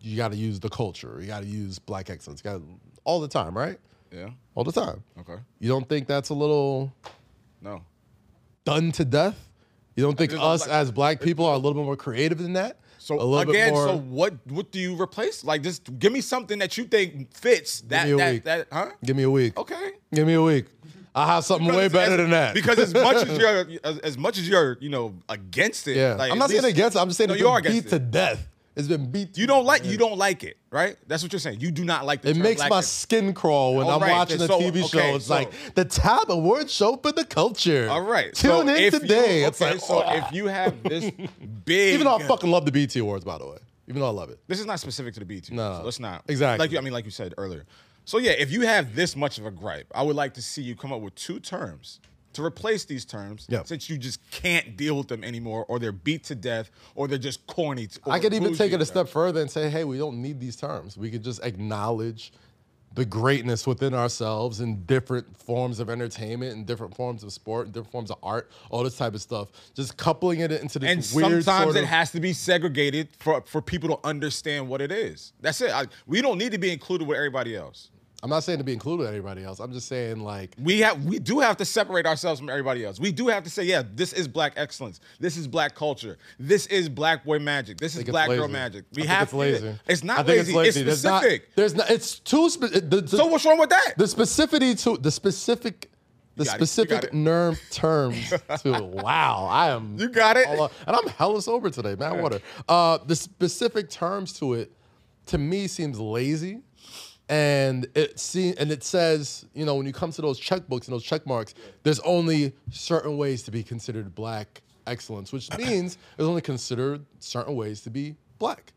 [SPEAKER 2] you got to use the culture, you got to use black excellence, you got all the time, right?
[SPEAKER 3] Yeah.
[SPEAKER 2] All the time.
[SPEAKER 3] Okay.
[SPEAKER 2] You don't think that's a little
[SPEAKER 3] No.
[SPEAKER 2] done to death? You don't think
[SPEAKER 3] There's a
[SPEAKER 2] us
[SPEAKER 3] lot-
[SPEAKER 2] as black people are a little bit more creative than that?
[SPEAKER 3] So
[SPEAKER 2] a little
[SPEAKER 3] again,
[SPEAKER 2] bit more,
[SPEAKER 3] so what what do you replace? Like just give me something that you think fits that
[SPEAKER 2] me a
[SPEAKER 3] that
[SPEAKER 2] week.
[SPEAKER 3] that huh?
[SPEAKER 2] give me a week.
[SPEAKER 3] Okay.
[SPEAKER 2] Give me a week. I have something way
[SPEAKER 3] Because
[SPEAKER 2] better
[SPEAKER 3] as-
[SPEAKER 2] than that.
[SPEAKER 3] Because as much
[SPEAKER 2] *laughs*
[SPEAKER 3] as you're as, as much as you're, you know, against it.
[SPEAKER 2] yeah,
[SPEAKER 3] like,
[SPEAKER 2] I'm
[SPEAKER 3] at
[SPEAKER 2] not saying
[SPEAKER 3] least-
[SPEAKER 2] against. it, I'm just saying
[SPEAKER 3] No,
[SPEAKER 2] it's
[SPEAKER 3] you are
[SPEAKER 2] been
[SPEAKER 3] against
[SPEAKER 2] beat
[SPEAKER 3] it.
[SPEAKER 2] to death. It's been beat.
[SPEAKER 3] You don't like you don't like it, right? That's what you're saying. You do not like the
[SPEAKER 2] It
[SPEAKER 3] term
[SPEAKER 2] makes
[SPEAKER 3] black
[SPEAKER 2] my
[SPEAKER 3] and-
[SPEAKER 2] skin crawl when
[SPEAKER 3] All
[SPEAKER 2] I'm
[SPEAKER 3] right,
[SPEAKER 2] watching
[SPEAKER 3] then,
[SPEAKER 2] a
[SPEAKER 3] so-
[SPEAKER 2] TV show.
[SPEAKER 3] okay,
[SPEAKER 2] it's
[SPEAKER 3] so-
[SPEAKER 2] like the Tab Award Show for the culture.
[SPEAKER 3] All right.
[SPEAKER 2] *laughs* tune
[SPEAKER 3] so
[SPEAKER 2] in
[SPEAKER 3] if you-
[SPEAKER 2] today. it's
[SPEAKER 3] okay,
[SPEAKER 2] like
[SPEAKER 3] so
[SPEAKER 2] oh.
[SPEAKER 3] if you
[SPEAKER 2] *laughs*
[SPEAKER 3] have this big
[SPEAKER 2] even though I fucking love the BT Awards, by the way, even though I love it,
[SPEAKER 3] This is not specific to the BT.
[SPEAKER 2] No,
[SPEAKER 3] so let's not
[SPEAKER 2] exactly.
[SPEAKER 3] Like you, I mean, like you said earlier. So yeah, if you have this much of a gripe, I would like to see you come up with two terms to replace these terms,
[SPEAKER 2] Yeah.
[SPEAKER 3] since you just can't deal with them anymore, or they're beat to death, or they're just corny. t- or
[SPEAKER 2] I could even
[SPEAKER 3] bougie,
[SPEAKER 2] take it
[SPEAKER 3] bro.
[SPEAKER 2] a step further and say, hey, we don't need these terms. We could just acknowledge the greatness within ourselves in different forms of entertainment and different forms of sport and different forms of art, all this type of stuff. Just coupling it into this
[SPEAKER 3] And
[SPEAKER 2] weird
[SPEAKER 3] sometimes
[SPEAKER 2] sort
[SPEAKER 3] it
[SPEAKER 2] of-
[SPEAKER 3] has to be segregated for for people to understand what it is. That's it. I, we don't need to be included with everybody else.
[SPEAKER 2] I'm not saying to be included with anybody else. I'm just saying like
[SPEAKER 3] We have we do have to separate ourselves from everybody else. We do have to say, yeah, this is black excellence. This is black culture. This is black boy magic. This is
[SPEAKER 2] think it's
[SPEAKER 3] black girl
[SPEAKER 2] lazy.
[SPEAKER 3] magic.
[SPEAKER 2] I
[SPEAKER 3] We
[SPEAKER 2] think
[SPEAKER 3] have
[SPEAKER 2] it's lazy.
[SPEAKER 3] It's not
[SPEAKER 2] I think
[SPEAKER 3] lazy. It's,
[SPEAKER 2] lazy. There's not-
[SPEAKER 3] specific.
[SPEAKER 2] There's not. It's too. Spe- the, the-
[SPEAKER 3] so what's wrong with that?
[SPEAKER 2] the specificity to the specific the
[SPEAKER 3] got it. You got
[SPEAKER 2] specific
[SPEAKER 3] it. *laughs*
[SPEAKER 2] nerm terms to wow i am
[SPEAKER 3] You got it.
[SPEAKER 2] all up- and i'm hella sober today man water uh the specific terms to it to me seems lazy and it see, and it says you know when you come to those checkbooks and those check marks there's only certain ways to be considered black excellence
[SPEAKER 3] *coughs*
[SPEAKER 2] which means there's only considered certain ways to be black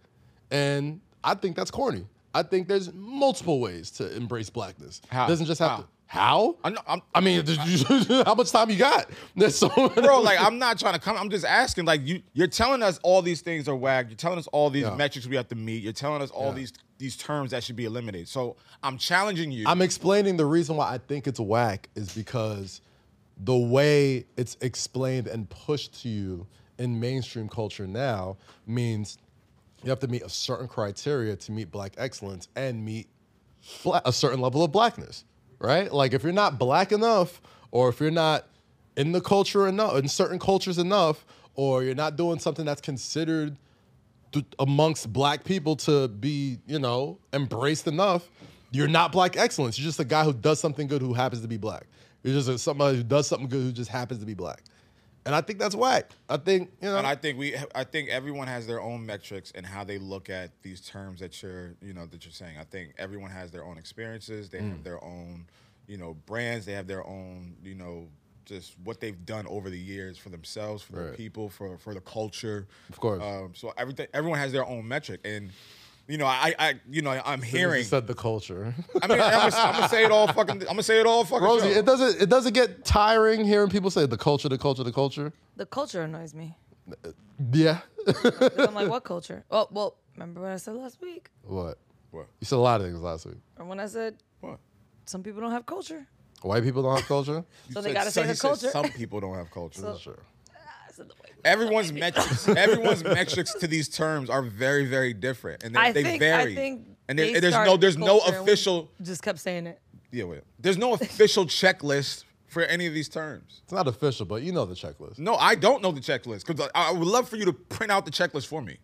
[SPEAKER 2] and i think that's corny i think there's multiple ways to embrace blackness
[SPEAKER 3] How?
[SPEAKER 2] it doesn't just have
[SPEAKER 3] How?
[SPEAKER 2] to how
[SPEAKER 3] I know- I'm-
[SPEAKER 2] I mean *laughs* did you- how much time you got there's so
[SPEAKER 3] Bro, like I'm not trying to come. I'm just asking. Like you, you're telling us all these things are whack. You're telling us all these
[SPEAKER 2] Yeah.
[SPEAKER 3] metrics we have to meet. You're telling us all
[SPEAKER 2] Yeah.
[SPEAKER 3] these these terms that should be eliminated. So I'm challenging you.
[SPEAKER 2] I'm explaining the reason why I think it's whack is because the way it's explained and pushed to you in mainstream culture now means you have to meet a certain criteria to meet black excellence and meet bla- a certain level of blackness, right? Like if you're not black enough, or if you're not in the culture enough, in certain cultures enough, or you're not doing something that's considered th- amongst black people to be, you know, embraced enough, you're not black excellence. You're just a guy who does something good who happens to be black. You're just a, somebody who does something good who just happens to be black. And I think that's whack. I think, you know,
[SPEAKER 3] And I think we, I think everyone has their own metrics and how they look at these terms that you're, you know, that you're saying. I think everyone has their own experiences. They have their own, you know, brands. They have their own, you know, just what they've done over the years for themselves, for their
[SPEAKER 2] Right.
[SPEAKER 3] people, for for the culture.
[SPEAKER 2] Of course.
[SPEAKER 3] Um, so everything, everyone has their own metric, and you know, I, I, you know, I'm
[SPEAKER 2] You
[SPEAKER 3] hearing.
[SPEAKER 2] just said
[SPEAKER 3] *laughs*
[SPEAKER 2] the culture.
[SPEAKER 3] I mean, I'm gonna, I'm gonna say it all fucking. I'm gonna say it all fucking.
[SPEAKER 2] Rosie,
[SPEAKER 3] show.
[SPEAKER 2] it doesn't it doesn't get tiring hearing people say the culture, the culture, the culture.
[SPEAKER 1] The culture annoys me.
[SPEAKER 2] Yeah.
[SPEAKER 1] 'Cause I'm like, what culture? Oh, well, remember what I said last week?
[SPEAKER 2] what?
[SPEAKER 3] What?
[SPEAKER 2] You said a lot of things last week.
[SPEAKER 1] Or when I said
[SPEAKER 3] What?
[SPEAKER 1] some people don't have culture.
[SPEAKER 2] White people don't have
[SPEAKER 3] *laughs*
[SPEAKER 2] culture.
[SPEAKER 1] So they
[SPEAKER 3] Said
[SPEAKER 1] gotta
[SPEAKER 3] some-
[SPEAKER 1] say the
[SPEAKER 3] he said
[SPEAKER 1] culture.
[SPEAKER 3] Some people don't have culture.
[SPEAKER 2] sure.
[SPEAKER 1] *laughs* I said the white people. *laughs*
[SPEAKER 3] everyone's metrics everyone's metrics to these terms are very very different and they,
[SPEAKER 1] I
[SPEAKER 3] they
[SPEAKER 1] think,
[SPEAKER 3] vary
[SPEAKER 1] I think
[SPEAKER 3] and there-
[SPEAKER 1] they
[SPEAKER 3] and there's no
[SPEAKER 1] started
[SPEAKER 3] there's no
[SPEAKER 1] culture and we
[SPEAKER 3] official
[SPEAKER 1] Just kept saying it.
[SPEAKER 3] yeah wait there's no official checklist for any of these terms
[SPEAKER 2] It's not official, but you know the checklist.
[SPEAKER 3] no i don't know the checklist because I, I would love for you to print out the checklist for me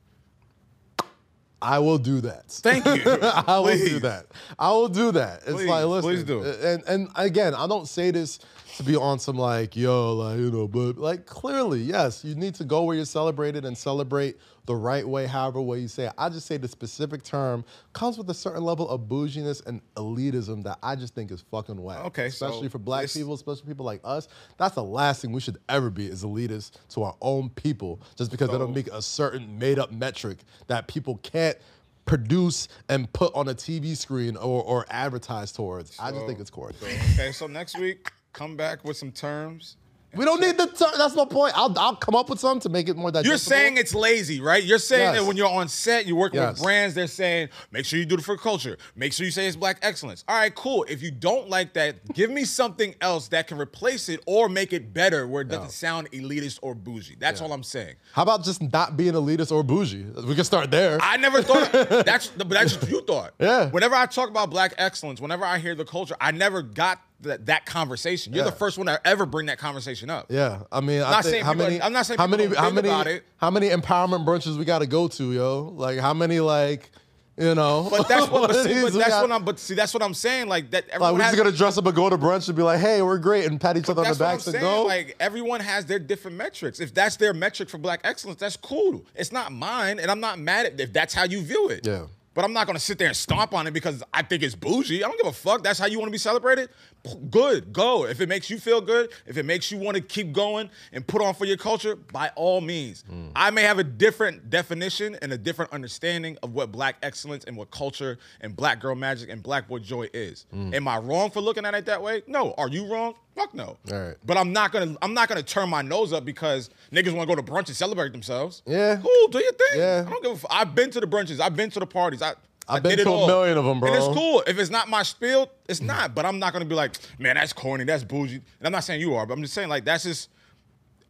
[SPEAKER 2] I will do that.
[SPEAKER 3] thank you
[SPEAKER 2] *laughs* I will do
[SPEAKER 3] Please.
[SPEAKER 2] that. I will do that. It's
[SPEAKER 3] Please,
[SPEAKER 2] like listen,
[SPEAKER 3] please do.
[SPEAKER 2] And and again, I don't say this to be on some like yo, like you know, but like clearly, yes, you need to go where you're celebrated and celebrate the right way, however way you say it. I just say the specific term comes with a certain level of bouginess and elitism that I just think is fucking whack.
[SPEAKER 3] Okay, so
[SPEAKER 2] especially for black
[SPEAKER 3] this-
[SPEAKER 2] people, especially people like us. That's the last thing we should ever be is elitist to our own people, just because they don't
[SPEAKER 3] So-
[SPEAKER 2] make a certain made up metric that people can't produce and put on a TV screen or, or advertise towards. I just think it's corny.
[SPEAKER 3] okay so next week come back with some terms and
[SPEAKER 2] We don't need the. Ter- that's my point. I'll, I'll come up with some to make it more digestible.
[SPEAKER 3] You're saying it's lazy, right? You're saying
[SPEAKER 2] Yes.
[SPEAKER 3] that when you're on set, you're working
[SPEAKER 2] Yes.
[SPEAKER 3] with brands, they're saying, make sure you do it for culture. Make sure you say it's black excellence. All right, cool. If you don't like that, give me something else that can replace it or make it better where it doesn't sound elitist or bougie. That's all I'm saying.
[SPEAKER 2] How about just not being elitist or bougie? We can start there.
[SPEAKER 3] I never
[SPEAKER 2] *laughs*
[SPEAKER 3] thought that's but that's what you thought.
[SPEAKER 2] Yeah.
[SPEAKER 3] Whenever I talk about black excellence, whenever I hear the culture, I never got that, that conversation. You're
[SPEAKER 2] Yeah.
[SPEAKER 3] the first one to ever bring that conversation up.
[SPEAKER 2] yeah, I mean, I
[SPEAKER 3] not
[SPEAKER 2] think
[SPEAKER 3] saying
[SPEAKER 2] how
[SPEAKER 3] people-
[SPEAKER 2] many?
[SPEAKER 3] I'm not saying
[SPEAKER 2] how
[SPEAKER 3] people
[SPEAKER 2] many?
[SPEAKER 3] don't
[SPEAKER 2] how
[SPEAKER 3] think
[SPEAKER 2] many?
[SPEAKER 3] about it.
[SPEAKER 2] How many empowerment brunches we got to go to, yo? Like how many? Like you know?
[SPEAKER 3] But that's
[SPEAKER 2] *laughs*
[SPEAKER 3] what, but see,
[SPEAKER 2] these
[SPEAKER 3] but
[SPEAKER 2] we
[SPEAKER 3] that's
[SPEAKER 2] got-
[SPEAKER 3] what I'm but see that's what I'm saying. Like that everyone
[SPEAKER 2] Like we're
[SPEAKER 3] has,
[SPEAKER 2] just gonna dress up and go to brunch and be like, hey, we're great, and pat each other on the
[SPEAKER 3] That's
[SPEAKER 2] backs
[SPEAKER 3] what
[SPEAKER 2] and
[SPEAKER 3] I'm saying.
[SPEAKER 2] go.
[SPEAKER 3] Like everyone has their different metrics. If that's their metric for black excellence, that's cool. It's not mine, and I'm not mad at if that's how you view it.
[SPEAKER 2] Yeah.
[SPEAKER 3] But I'm not gonna sit there and stomp on it because I think it's bougie. I don't give a fuck. That's how you want to be celebrated. P- Good, go. If it makes you feel good, if it makes you want to keep going and put on for your culture, by all means.
[SPEAKER 2] Mm.
[SPEAKER 3] I may have a different definition and a different understanding of what black excellence and what culture and black girl magic and black boy joy is.
[SPEAKER 2] Mm.
[SPEAKER 3] Am I wrong for looking at it that way? No. Are you wrong? Fuck no.
[SPEAKER 2] All right.
[SPEAKER 3] But I'm not gonna I'm not gonna turn my nose up because niggas want to go to brunch and celebrate themselves.
[SPEAKER 2] Yeah.
[SPEAKER 3] Cool, do your thing.
[SPEAKER 2] Yeah.
[SPEAKER 3] I don't give a. F- I've been to the brunches. I've been to the parties. I. I
[SPEAKER 2] been
[SPEAKER 3] did it
[SPEAKER 2] to a
[SPEAKER 3] all.
[SPEAKER 2] million of 'em,
[SPEAKER 3] And
[SPEAKER 2] bro.
[SPEAKER 3] it's cool. If it's not my spiel, it's not. But I'm not gonna be like, man, that's corny, that's bougie. And I'm not saying you are, but I'm just saying like that's just.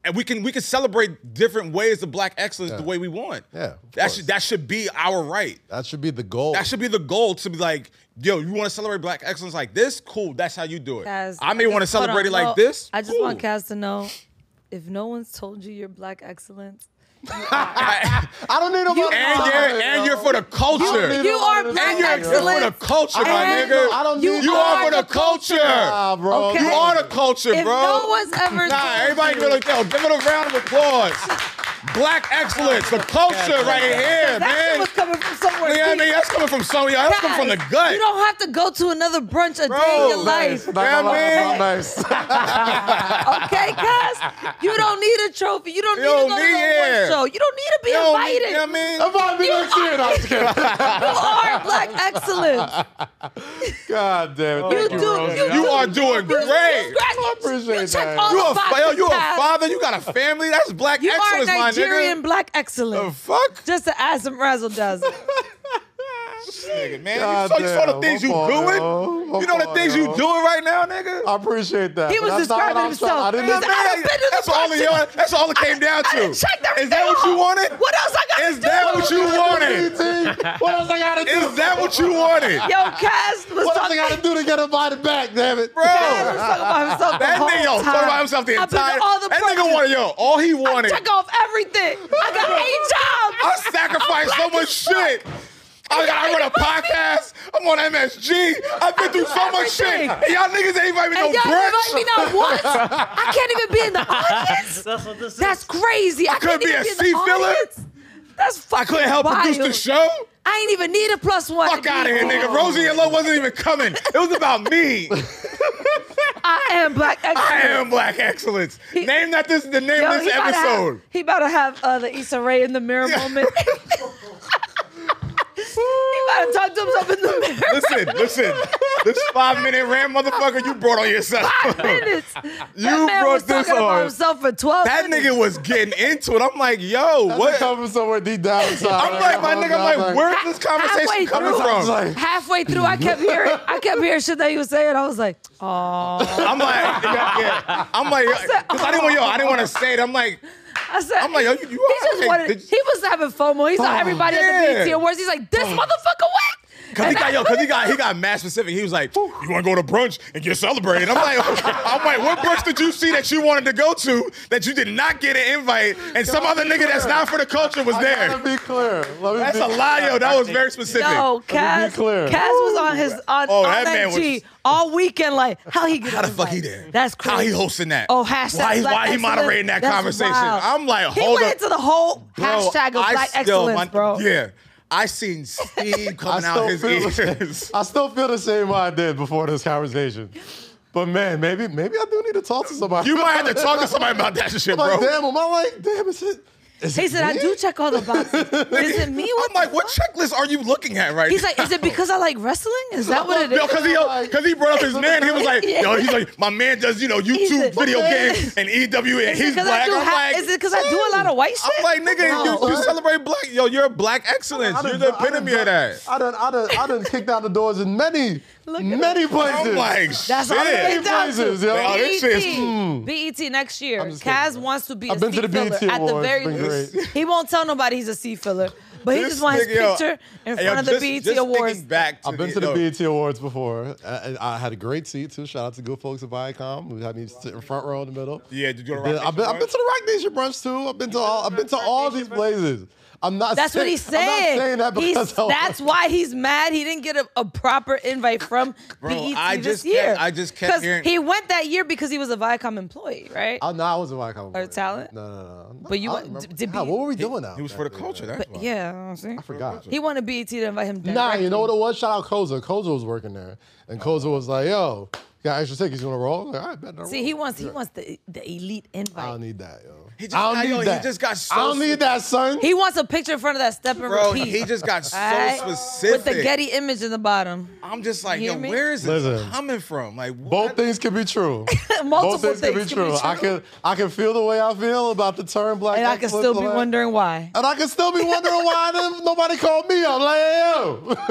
[SPEAKER 3] And we can we can celebrate different ways of black excellence the way we want.
[SPEAKER 2] Yeah, of
[SPEAKER 3] That
[SPEAKER 2] course.
[SPEAKER 3] should that should be our right.
[SPEAKER 2] that should be the goal.
[SPEAKER 3] That should be the goal to be like, yo, you want to celebrate black excellence like this? Cool, that's how you do it.
[SPEAKER 1] Kaz,
[SPEAKER 3] I may
[SPEAKER 1] just-
[SPEAKER 3] want to
[SPEAKER 1] hold
[SPEAKER 3] celebrate
[SPEAKER 1] on,
[SPEAKER 3] it like
[SPEAKER 1] no,
[SPEAKER 3] this.
[SPEAKER 1] I just
[SPEAKER 3] Cool.
[SPEAKER 1] want Kaz to know if no one's told you you're black excellence,
[SPEAKER 2] I don't need no more
[SPEAKER 3] and
[SPEAKER 2] time,
[SPEAKER 3] you're
[SPEAKER 2] yo.
[SPEAKER 3] and you're for the culture.
[SPEAKER 2] need
[SPEAKER 1] you
[SPEAKER 2] no
[SPEAKER 1] are
[SPEAKER 2] more
[SPEAKER 1] black
[SPEAKER 2] time, yo.
[SPEAKER 3] You're for the
[SPEAKER 1] excellence.
[SPEAKER 3] culture, my
[SPEAKER 1] And
[SPEAKER 3] nigga.
[SPEAKER 2] I don't need
[SPEAKER 3] You
[SPEAKER 2] no-
[SPEAKER 3] are for the culture.
[SPEAKER 2] Nah, bro.
[SPEAKER 1] Okay.
[SPEAKER 3] You are the culture,
[SPEAKER 1] If
[SPEAKER 3] bro.
[SPEAKER 1] no one's ever
[SPEAKER 3] nah,
[SPEAKER 1] told
[SPEAKER 3] everybody
[SPEAKER 1] you-
[SPEAKER 3] give it a yo, give it a round of applause. Black excellence, the culture right here,
[SPEAKER 1] that shit
[SPEAKER 3] man.
[SPEAKER 1] was coming from somewhere.
[SPEAKER 3] You know what I
[SPEAKER 1] deep.
[SPEAKER 3] mean? That's coming from somewhere. That's coming from the
[SPEAKER 1] Guys,
[SPEAKER 3] gut.
[SPEAKER 1] You don't have to go to another brunch a day in
[SPEAKER 3] Bro,
[SPEAKER 1] your
[SPEAKER 3] *laughs*
[SPEAKER 1] life.
[SPEAKER 2] Not gonna lie,
[SPEAKER 3] Yeah,
[SPEAKER 2] I'm nice.
[SPEAKER 1] Okay, cuz? You don't need a trophy. You don't need
[SPEAKER 3] You
[SPEAKER 1] to
[SPEAKER 3] don't
[SPEAKER 1] go to
[SPEAKER 3] need-
[SPEAKER 1] no
[SPEAKER 3] yeah.
[SPEAKER 1] award show. You don't need to be
[SPEAKER 3] Yo,
[SPEAKER 1] invited.
[SPEAKER 3] You know what I mean?
[SPEAKER 2] *laughs* I'm about to be next year. No, I'm just kidding.
[SPEAKER 1] You are black
[SPEAKER 3] *laughs*
[SPEAKER 1] excellence.
[SPEAKER 2] God damn it.
[SPEAKER 1] You
[SPEAKER 2] Thank
[SPEAKER 1] do.
[SPEAKER 2] you,
[SPEAKER 1] You,
[SPEAKER 2] Rosie.
[SPEAKER 3] You
[SPEAKER 1] do-
[SPEAKER 3] are doing
[SPEAKER 1] you- you
[SPEAKER 3] great.
[SPEAKER 1] scratch-
[SPEAKER 2] I appreciate
[SPEAKER 1] you check
[SPEAKER 2] that.
[SPEAKER 1] all
[SPEAKER 3] You
[SPEAKER 1] the
[SPEAKER 3] a fa- yo,
[SPEAKER 1] boxes,
[SPEAKER 3] you a
[SPEAKER 1] Kaz.
[SPEAKER 3] father, you got a family. That's black
[SPEAKER 1] You are
[SPEAKER 3] excellence, my
[SPEAKER 1] Nigerian
[SPEAKER 3] nigga.
[SPEAKER 1] black
[SPEAKER 3] The
[SPEAKER 1] excellence.
[SPEAKER 3] fuck?
[SPEAKER 1] Just to add some razzle
[SPEAKER 3] *laughs*
[SPEAKER 1] dazzle.
[SPEAKER 3] Nigga, man, you,
[SPEAKER 2] God
[SPEAKER 3] saw, you saw
[SPEAKER 2] damn,
[SPEAKER 3] the things
[SPEAKER 2] my
[SPEAKER 3] you
[SPEAKER 2] fault,
[SPEAKER 3] doing.
[SPEAKER 2] yo. My
[SPEAKER 3] You know the
[SPEAKER 2] fault,
[SPEAKER 3] things
[SPEAKER 2] yo.
[SPEAKER 3] you doing right now, nigga.
[SPEAKER 2] I appreciate that.
[SPEAKER 1] He
[SPEAKER 2] but
[SPEAKER 1] was
[SPEAKER 2] that's not what
[SPEAKER 1] describing
[SPEAKER 2] I'm trying- I
[SPEAKER 1] himself.
[SPEAKER 2] didn't
[SPEAKER 1] He's
[SPEAKER 2] even-
[SPEAKER 1] I haven't been to the
[SPEAKER 3] that's all
[SPEAKER 1] brunch
[SPEAKER 3] it- y'all- That's all it came down
[SPEAKER 1] I
[SPEAKER 3] to.
[SPEAKER 1] didn't check that.
[SPEAKER 3] Is that what you wanted?
[SPEAKER 1] What else I got?
[SPEAKER 3] Is that what you wanted?
[SPEAKER 2] DT, *laughs* What else I gotta do?
[SPEAKER 3] Is that what you wanted,
[SPEAKER 1] Yo, Kaz was
[SPEAKER 2] What else I
[SPEAKER 1] talking.
[SPEAKER 2] gotta do to get invited back? Damn it,
[SPEAKER 1] Kaz was
[SPEAKER 3] bro?
[SPEAKER 1] talking about himself the
[SPEAKER 3] That
[SPEAKER 1] whole
[SPEAKER 3] nigga, yo,
[SPEAKER 1] time.
[SPEAKER 3] talking about himself the
[SPEAKER 1] I've been to
[SPEAKER 3] entire.
[SPEAKER 1] all the
[SPEAKER 3] That nigga
[SPEAKER 1] brunches.
[SPEAKER 3] wanted, yo, all he wanted.
[SPEAKER 1] Check off everything. I got eight
[SPEAKER 3] I
[SPEAKER 1] jobs.
[SPEAKER 3] sacrificed so
[SPEAKER 1] I'm black *laughs*
[SPEAKER 3] much
[SPEAKER 1] as fuck.
[SPEAKER 3] shit. I, I run a podcast. I'm on MSG. I've been through so much shit.
[SPEAKER 1] Everything.
[SPEAKER 3] And y'all niggas ain't invite me
[SPEAKER 1] And
[SPEAKER 3] no
[SPEAKER 1] y'all invite me
[SPEAKER 3] brunch.
[SPEAKER 1] not once. I can't even be in the audience.
[SPEAKER 4] *laughs* That's what this
[SPEAKER 1] That's
[SPEAKER 4] is.
[SPEAKER 1] crazy. I,
[SPEAKER 3] couldn't
[SPEAKER 1] can't
[SPEAKER 3] be
[SPEAKER 1] even
[SPEAKER 3] a
[SPEAKER 1] be in the
[SPEAKER 3] seat filler?
[SPEAKER 1] audience. That's fucking
[SPEAKER 3] I couldn't help
[SPEAKER 1] wild.
[SPEAKER 3] produce the show.
[SPEAKER 1] I ain't even need a plus one.
[SPEAKER 3] Fuck out of here, nigga. Rosie and Lowe wasn't even coming. It was about me.
[SPEAKER 1] I am black. Excellence.
[SPEAKER 3] I am Black Excellence. name that this is the name of
[SPEAKER 1] he
[SPEAKER 3] this
[SPEAKER 1] about to have-
[SPEAKER 3] episode.
[SPEAKER 1] he about to have uh, the Issa Rae in the mirror
[SPEAKER 3] *laughs*
[SPEAKER 1] moment. he about to talk to himself in the mirror.
[SPEAKER 3] Listen, listen. This five minute rant, motherfucker, you brought on yourself.
[SPEAKER 1] Five minutes.
[SPEAKER 3] *laughs* You
[SPEAKER 1] that man
[SPEAKER 3] brought
[SPEAKER 1] was
[SPEAKER 3] this
[SPEAKER 1] talking
[SPEAKER 3] on.
[SPEAKER 1] about himself for twelve.
[SPEAKER 3] That
[SPEAKER 1] minutes.
[SPEAKER 3] nigga was getting into it. I'm like, yo,
[SPEAKER 2] What?
[SPEAKER 3] what?
[SPEAKER 2] Coming somewhere deep down inside.
[SPEAKER 3] I'm like, my nigga, I'm like, where's this
[SPEAKER 1] halfway
[SPEAKER 3] conversation coming
[SPEAKER 1] through.
[SPEAKER 2] I was
[SPEAKER 3] from?
[SPEAKER 2] like,
[SPEAKER 1] Halfway through, I kept hearing, I kept hearing shit that he was saying. I was like, oh.
[SPEAKER 3] I'm like, yeah, yeah. I'm like, because I didn't want yo, I didn't want to say it. I'm like,
[SPEAKER 1] I said,
[SPEAKER 3] I'm like, yo, you,
[SPEAKER 1] he
[SPEAKER 3] you all
[SPEAKER 1] just
[SPEAKER 3] right?
[SPEAKER 1] wanted.
[SPEAKER 3] Did you-
[SPEAKER 1] He was having FOMO. He saw everybody at the
[SPEAKER 3] yeah. Oh.
[SPEAKER 1] BT Awards. He's like, this motherfucker went.
[SPEAKER 3] Cause he got yo, cause he got he got mad specific. He was like, "You want to go to brunch and get celebrated?" I'm like, "I'm like, what brunch did you see that you wanted to go to that you did not get an invite, and some other nigga that's not for the culture was
[SPEAKER 2] I
[SPEAKER 3] there?"
[SPEAKER 2] gotta be clear. Let me
[SPEAKER 3] That's
[SPEAKER 2] be
[SPEAKER 3] a lie, yo. That was very
[SPEAKER 1] *laughs*
[SPEAKER 3] specific.
[SPEAKER 1] No, Kaz.
[SPEAKER 2] clear.
[SPEAKER 1] Kaz was on his on,
[SPEAKER 3] Oh,
[SPEAKER 1] on
[SPEAKER 3] that man
[SPEAKER 1] IG
[SPEAKER 3] was-
[SPEAKER 1] all weekend. Like, how he get
[SPEAKER 3] How the
[SPEAKER 1] on
[SPEAKER 3] fuck
[SPEAKER 1] that?
[SPEAKER 3] he there?
[SPEAKER 1] That's crazy.
[SPEAKER 3] How he hosting that?
[SPEAKER 1] Oh, hashtag
[SPEAKER 3] Why, he-
[SPEAKER 1] black
[SPEAKER 3] why he
[SPEAKER 1] excellence.
[SPEAKER 3] moderating that
[SPEAKER 1] That's
[SPEAKER 3] conversation?
[SPEAKER 1] wild.
[SPEAKER 3] I'm like,
[SPEAKER 1] he
[SPEAKER 3] hold
[SPEAKER 1] went
[SPEAKER 3] up.
[SPEAKER 1] into the whole
[SPEAKER 3] Bro,
[SPEAKER 1] hashtag of
[SPEAKER 3] I
[SPEAKER 1] black
[SPEAKER 3] still-
[SPEAKER 1] excellence,
[SPEAKER 3] my-
[SPEAKER 1] bro.
[SPEAKER 3] Yeah, I seen steam
[SPEAKER 2] *laughs* I
[SPEAKER 3] coming
[SPEAKER 2] still,
[SPEAKER 3] out his
[SPEAKER 2] feel,
[SPEAKER 3] ears. *laughs*
[SPEAKER 2] I still feel the same way I did before this conversation. But man, maybe maybe I do need to talk to somebody.
[SPEAKER 3] You might have to talk to somebody about that shit,
[SPEAKER 2] I'm *laughs* like,
[SPEAKER 3] bro.
[SPEAKER 2] damn, am I like, damn, is it?
[SPEAKER 1] He said, I do check all the
[SPEAKER 3] *laughs*
[SPEAKER 1] boxes. Is it me? What
[SPEAKER 3] I'm like, what checklist are you looking at right
[SPEAKER 1] He's
[SPEAKER 3] now?
[SPEAKER 1] like,
[SPEAKER 3] *laughs*
[SPEAKER 1] is it because I like wrestling? Is that what it
[SPEAKER 3] Yo,
[SPEAKER 1] is?
[SPEAKER 3] cause he,
[SPEAKER 2] Oh
[SPEAKER 3] yo, cause he brought up his man. He was
[SPEAKER 1] *laughs*
[SPEAKER 3] like,
[SPEAKER 1] Yeah.
[SPEAKER 3] yo, he's like, my man does, you know, YouTube
[SPEAKER 1] it-
[SPEAKER 3] video
[SPEAKER 1] Yeah.
[SPEAKER 3] games and EW, and
[SPEAKER 1] Is it
[SPEAKER 3] he's
[SPEAKER 1] 'cause I
[SPEAKER 3] black.
[SPEAKER 1] do
[SPEAKER 3] I'm
[SPEAKER 1] ha-
[SPEAKER 3] like,
[SPEAKER 1] is it 'cause I do a lot of white
[SPEAKER 3] I'm
[SPEAKER 1] shit?
[SPEAKER 3] like, nigga,
[SPEAKER 2] No.
[SPEAKER 3] you, you celebrate black. Yo, you're a black excellence. You're the epitome of that.
[SPEAKER 2] I done, I done, I done kicked out the doors in many,
[SPEAKER 1] Look at
[SPEAKER 2] many places.
[SPEAKER 3] I'm like,
[SPEAKER 1] That's all
[SPEAKER 3] shit.
[SPEAKER 1] it is. down
[SPEAKER 2] Places,
[SPEAKER 1] to.
[SPEAKER 2] yo. hmm.
[SPEAKER 3] Wow, this shit is-
[SPEAKER 1] BET. BET E next year.
[SPEAKER 2] I'm just kidding,
[SPEAKER 1] Kaz
[SPEAKER 2] bro.
[SPEAKER 1] wants to be
[SPEAKER 2] I've
[SPEAKER 1] a
[SPEAKER 2] been to
[SPEAKER 1] C
[SPEAKER 2] the BET
[SPEAKER 1] filler at the
[SPEAKER 2] Awards.
[SPEAKER 1] very
[SPEAKER 2] It's been
[SPEAKER 1] least. He won't tell nobody he's a C filler, but he just wants his
[SPEAKER 3] nigga, yo,
[SPEAKER 1] picture in
[SPEAKER 3] yo,
[SPEAKER 1] front of the
[SPEAKER 3] just-
[SPEAKER 1] BET
[SPEAKER 3] just thinking
[SPEAKER 1] Awards.
[SPEAKER 3] Back to
[SPEAKER 2] I've been to the E
[SPEAKER 3] yo,
[SPEAKER 2] BET Awards before. I, I I had a great seat too. Shout out to good folks at Viacom. We had me sit in front row in the middle.
[SPEAKER 3] Yeah, did you go to
[SPEAKER 2] Been-
[SPEAKER 3] Rock
[SPEAKER 2] I've been,
[SPEAKER 3] Nation
[SPEAKER 2] I've been
[SPEAKER 3] brunch?
[SPEAKER 2] to the Rock Nation brunch too. I've been to all. I've been to all these places. *laughs* I'm not.
[SPEAKER 1] That's
[SPEAKER 2] saying,
[SPEAKER 1] what he said.
[SPEAKER 2] I'm not saying that
[SPEAKER 1] He's-
[SPEAKER 2] because I was-
[SPEAKER 1] that's why he's mad. He didn't get a, a proper invite
[SPEAKER 2] *laughs*
[SPEAKER 1] from
[SPEAKER 3] Bro,
[SPEAKER 1] BET
[SPEAKER 3] I
[SPEAKER 1] this
[SPEAKER 3] just kept-
[SPEAKER 1] year.
[SPEAKER 3] I just kept
[SPEAKER 1] 'Cause
[SPEAKER 3] hearing-
[SPEAKER 1] he went that year because he was a Viacom employee, right?
[SPEAKER 2] Oh, no, I wasn't Viacom.
[SPEAKER 1] Or talent?
[SPEAKER 2] No, no, no. No,
[SPEAKER 1] But you
[SPEAKER 2] I
[SPEAKER 1] want-
[SPEAKER 2] remember-
[SPEAKER 1] to be-
[SPEAKER 2] God, what were we doing now?
[SPEAKER 3] He was for the culture. That's why.
[SPEAKER 1] yeah, I'm saying.
[SPEAKER 2] I forgot.
[SPEAKER 1] He wanted BET to invite him.
[SPEAKER 2] Nah,
[SPEAKER 1] directly.
[SPEAKER 2] you know what it was? Shout out Koza. Koza was working there,
[SPEAKER 3] Oh,
[SPEAKER 2] and Koza was like, "Yo, got extra tickets? You want to roll?" I was like, "All right, bet no
[SPEAKER 1] See,
[SPEAKER 2] roll."
[SPEAKER 1] he wants he wants the the elite invite.
[SPEAKER 2] I don't need that, yo.
[SPEAKER 3] He just
[SPEAKER 2] I
[SPEAKER 3] got-
[SPEAKER 2] don't need
[SPEAKER 3] yo, he
[SPEAKER 2] that.
[SPEAKER 3] just got so
[SPEAKER 2] I don't need that, son.
[SPEAKER 1] He wants a picture in front of that step and
[SPEAKER 3] Bro,
[SPEAKER 1] repeat.
[SPEAKER 3] he just got so
[SPEAKER 1] Alright? With
[SPEAKER 3] specific.
[SPEAKER 1] the Getty image in the bottom.
[SPEAKER 3] I'm just like,
[SPEAKER 1] You
[SPEAKER 3] yo,
[SPEAKER 1] hear me?
[SPEAKER 3] where is this
[SPEAKER 2] Listen.
[SPEAKER 3] coming from? Like, what?
[SPEAKER 2] Both things can
[SPEAKER 1] *laughs*
[SPEAKER 2] be true.
[SPEAKER 1] Multiple
[SPEAKER 2] Both things, can be
[SPEAKER 1] things can
[SPEAKER 2] true.
[SPEAKER 1] be
[SPEAKER 2] I
[SPEAKER 1] true.
[SPEAKER 2] can I can feel the way I feel about the term black.
[SPEAKER 1] And I can
[SPEAKER 2] excellence,
[SPEAKER 1] still be
[SPEAKER 2] like-
[SPEAKER 1] wondering why.
[SPEAKER 2] And I can still be wondering why
[SPEAKER 1] *laughs*
[SPEAKER 2] them- nobody called me. I'm like,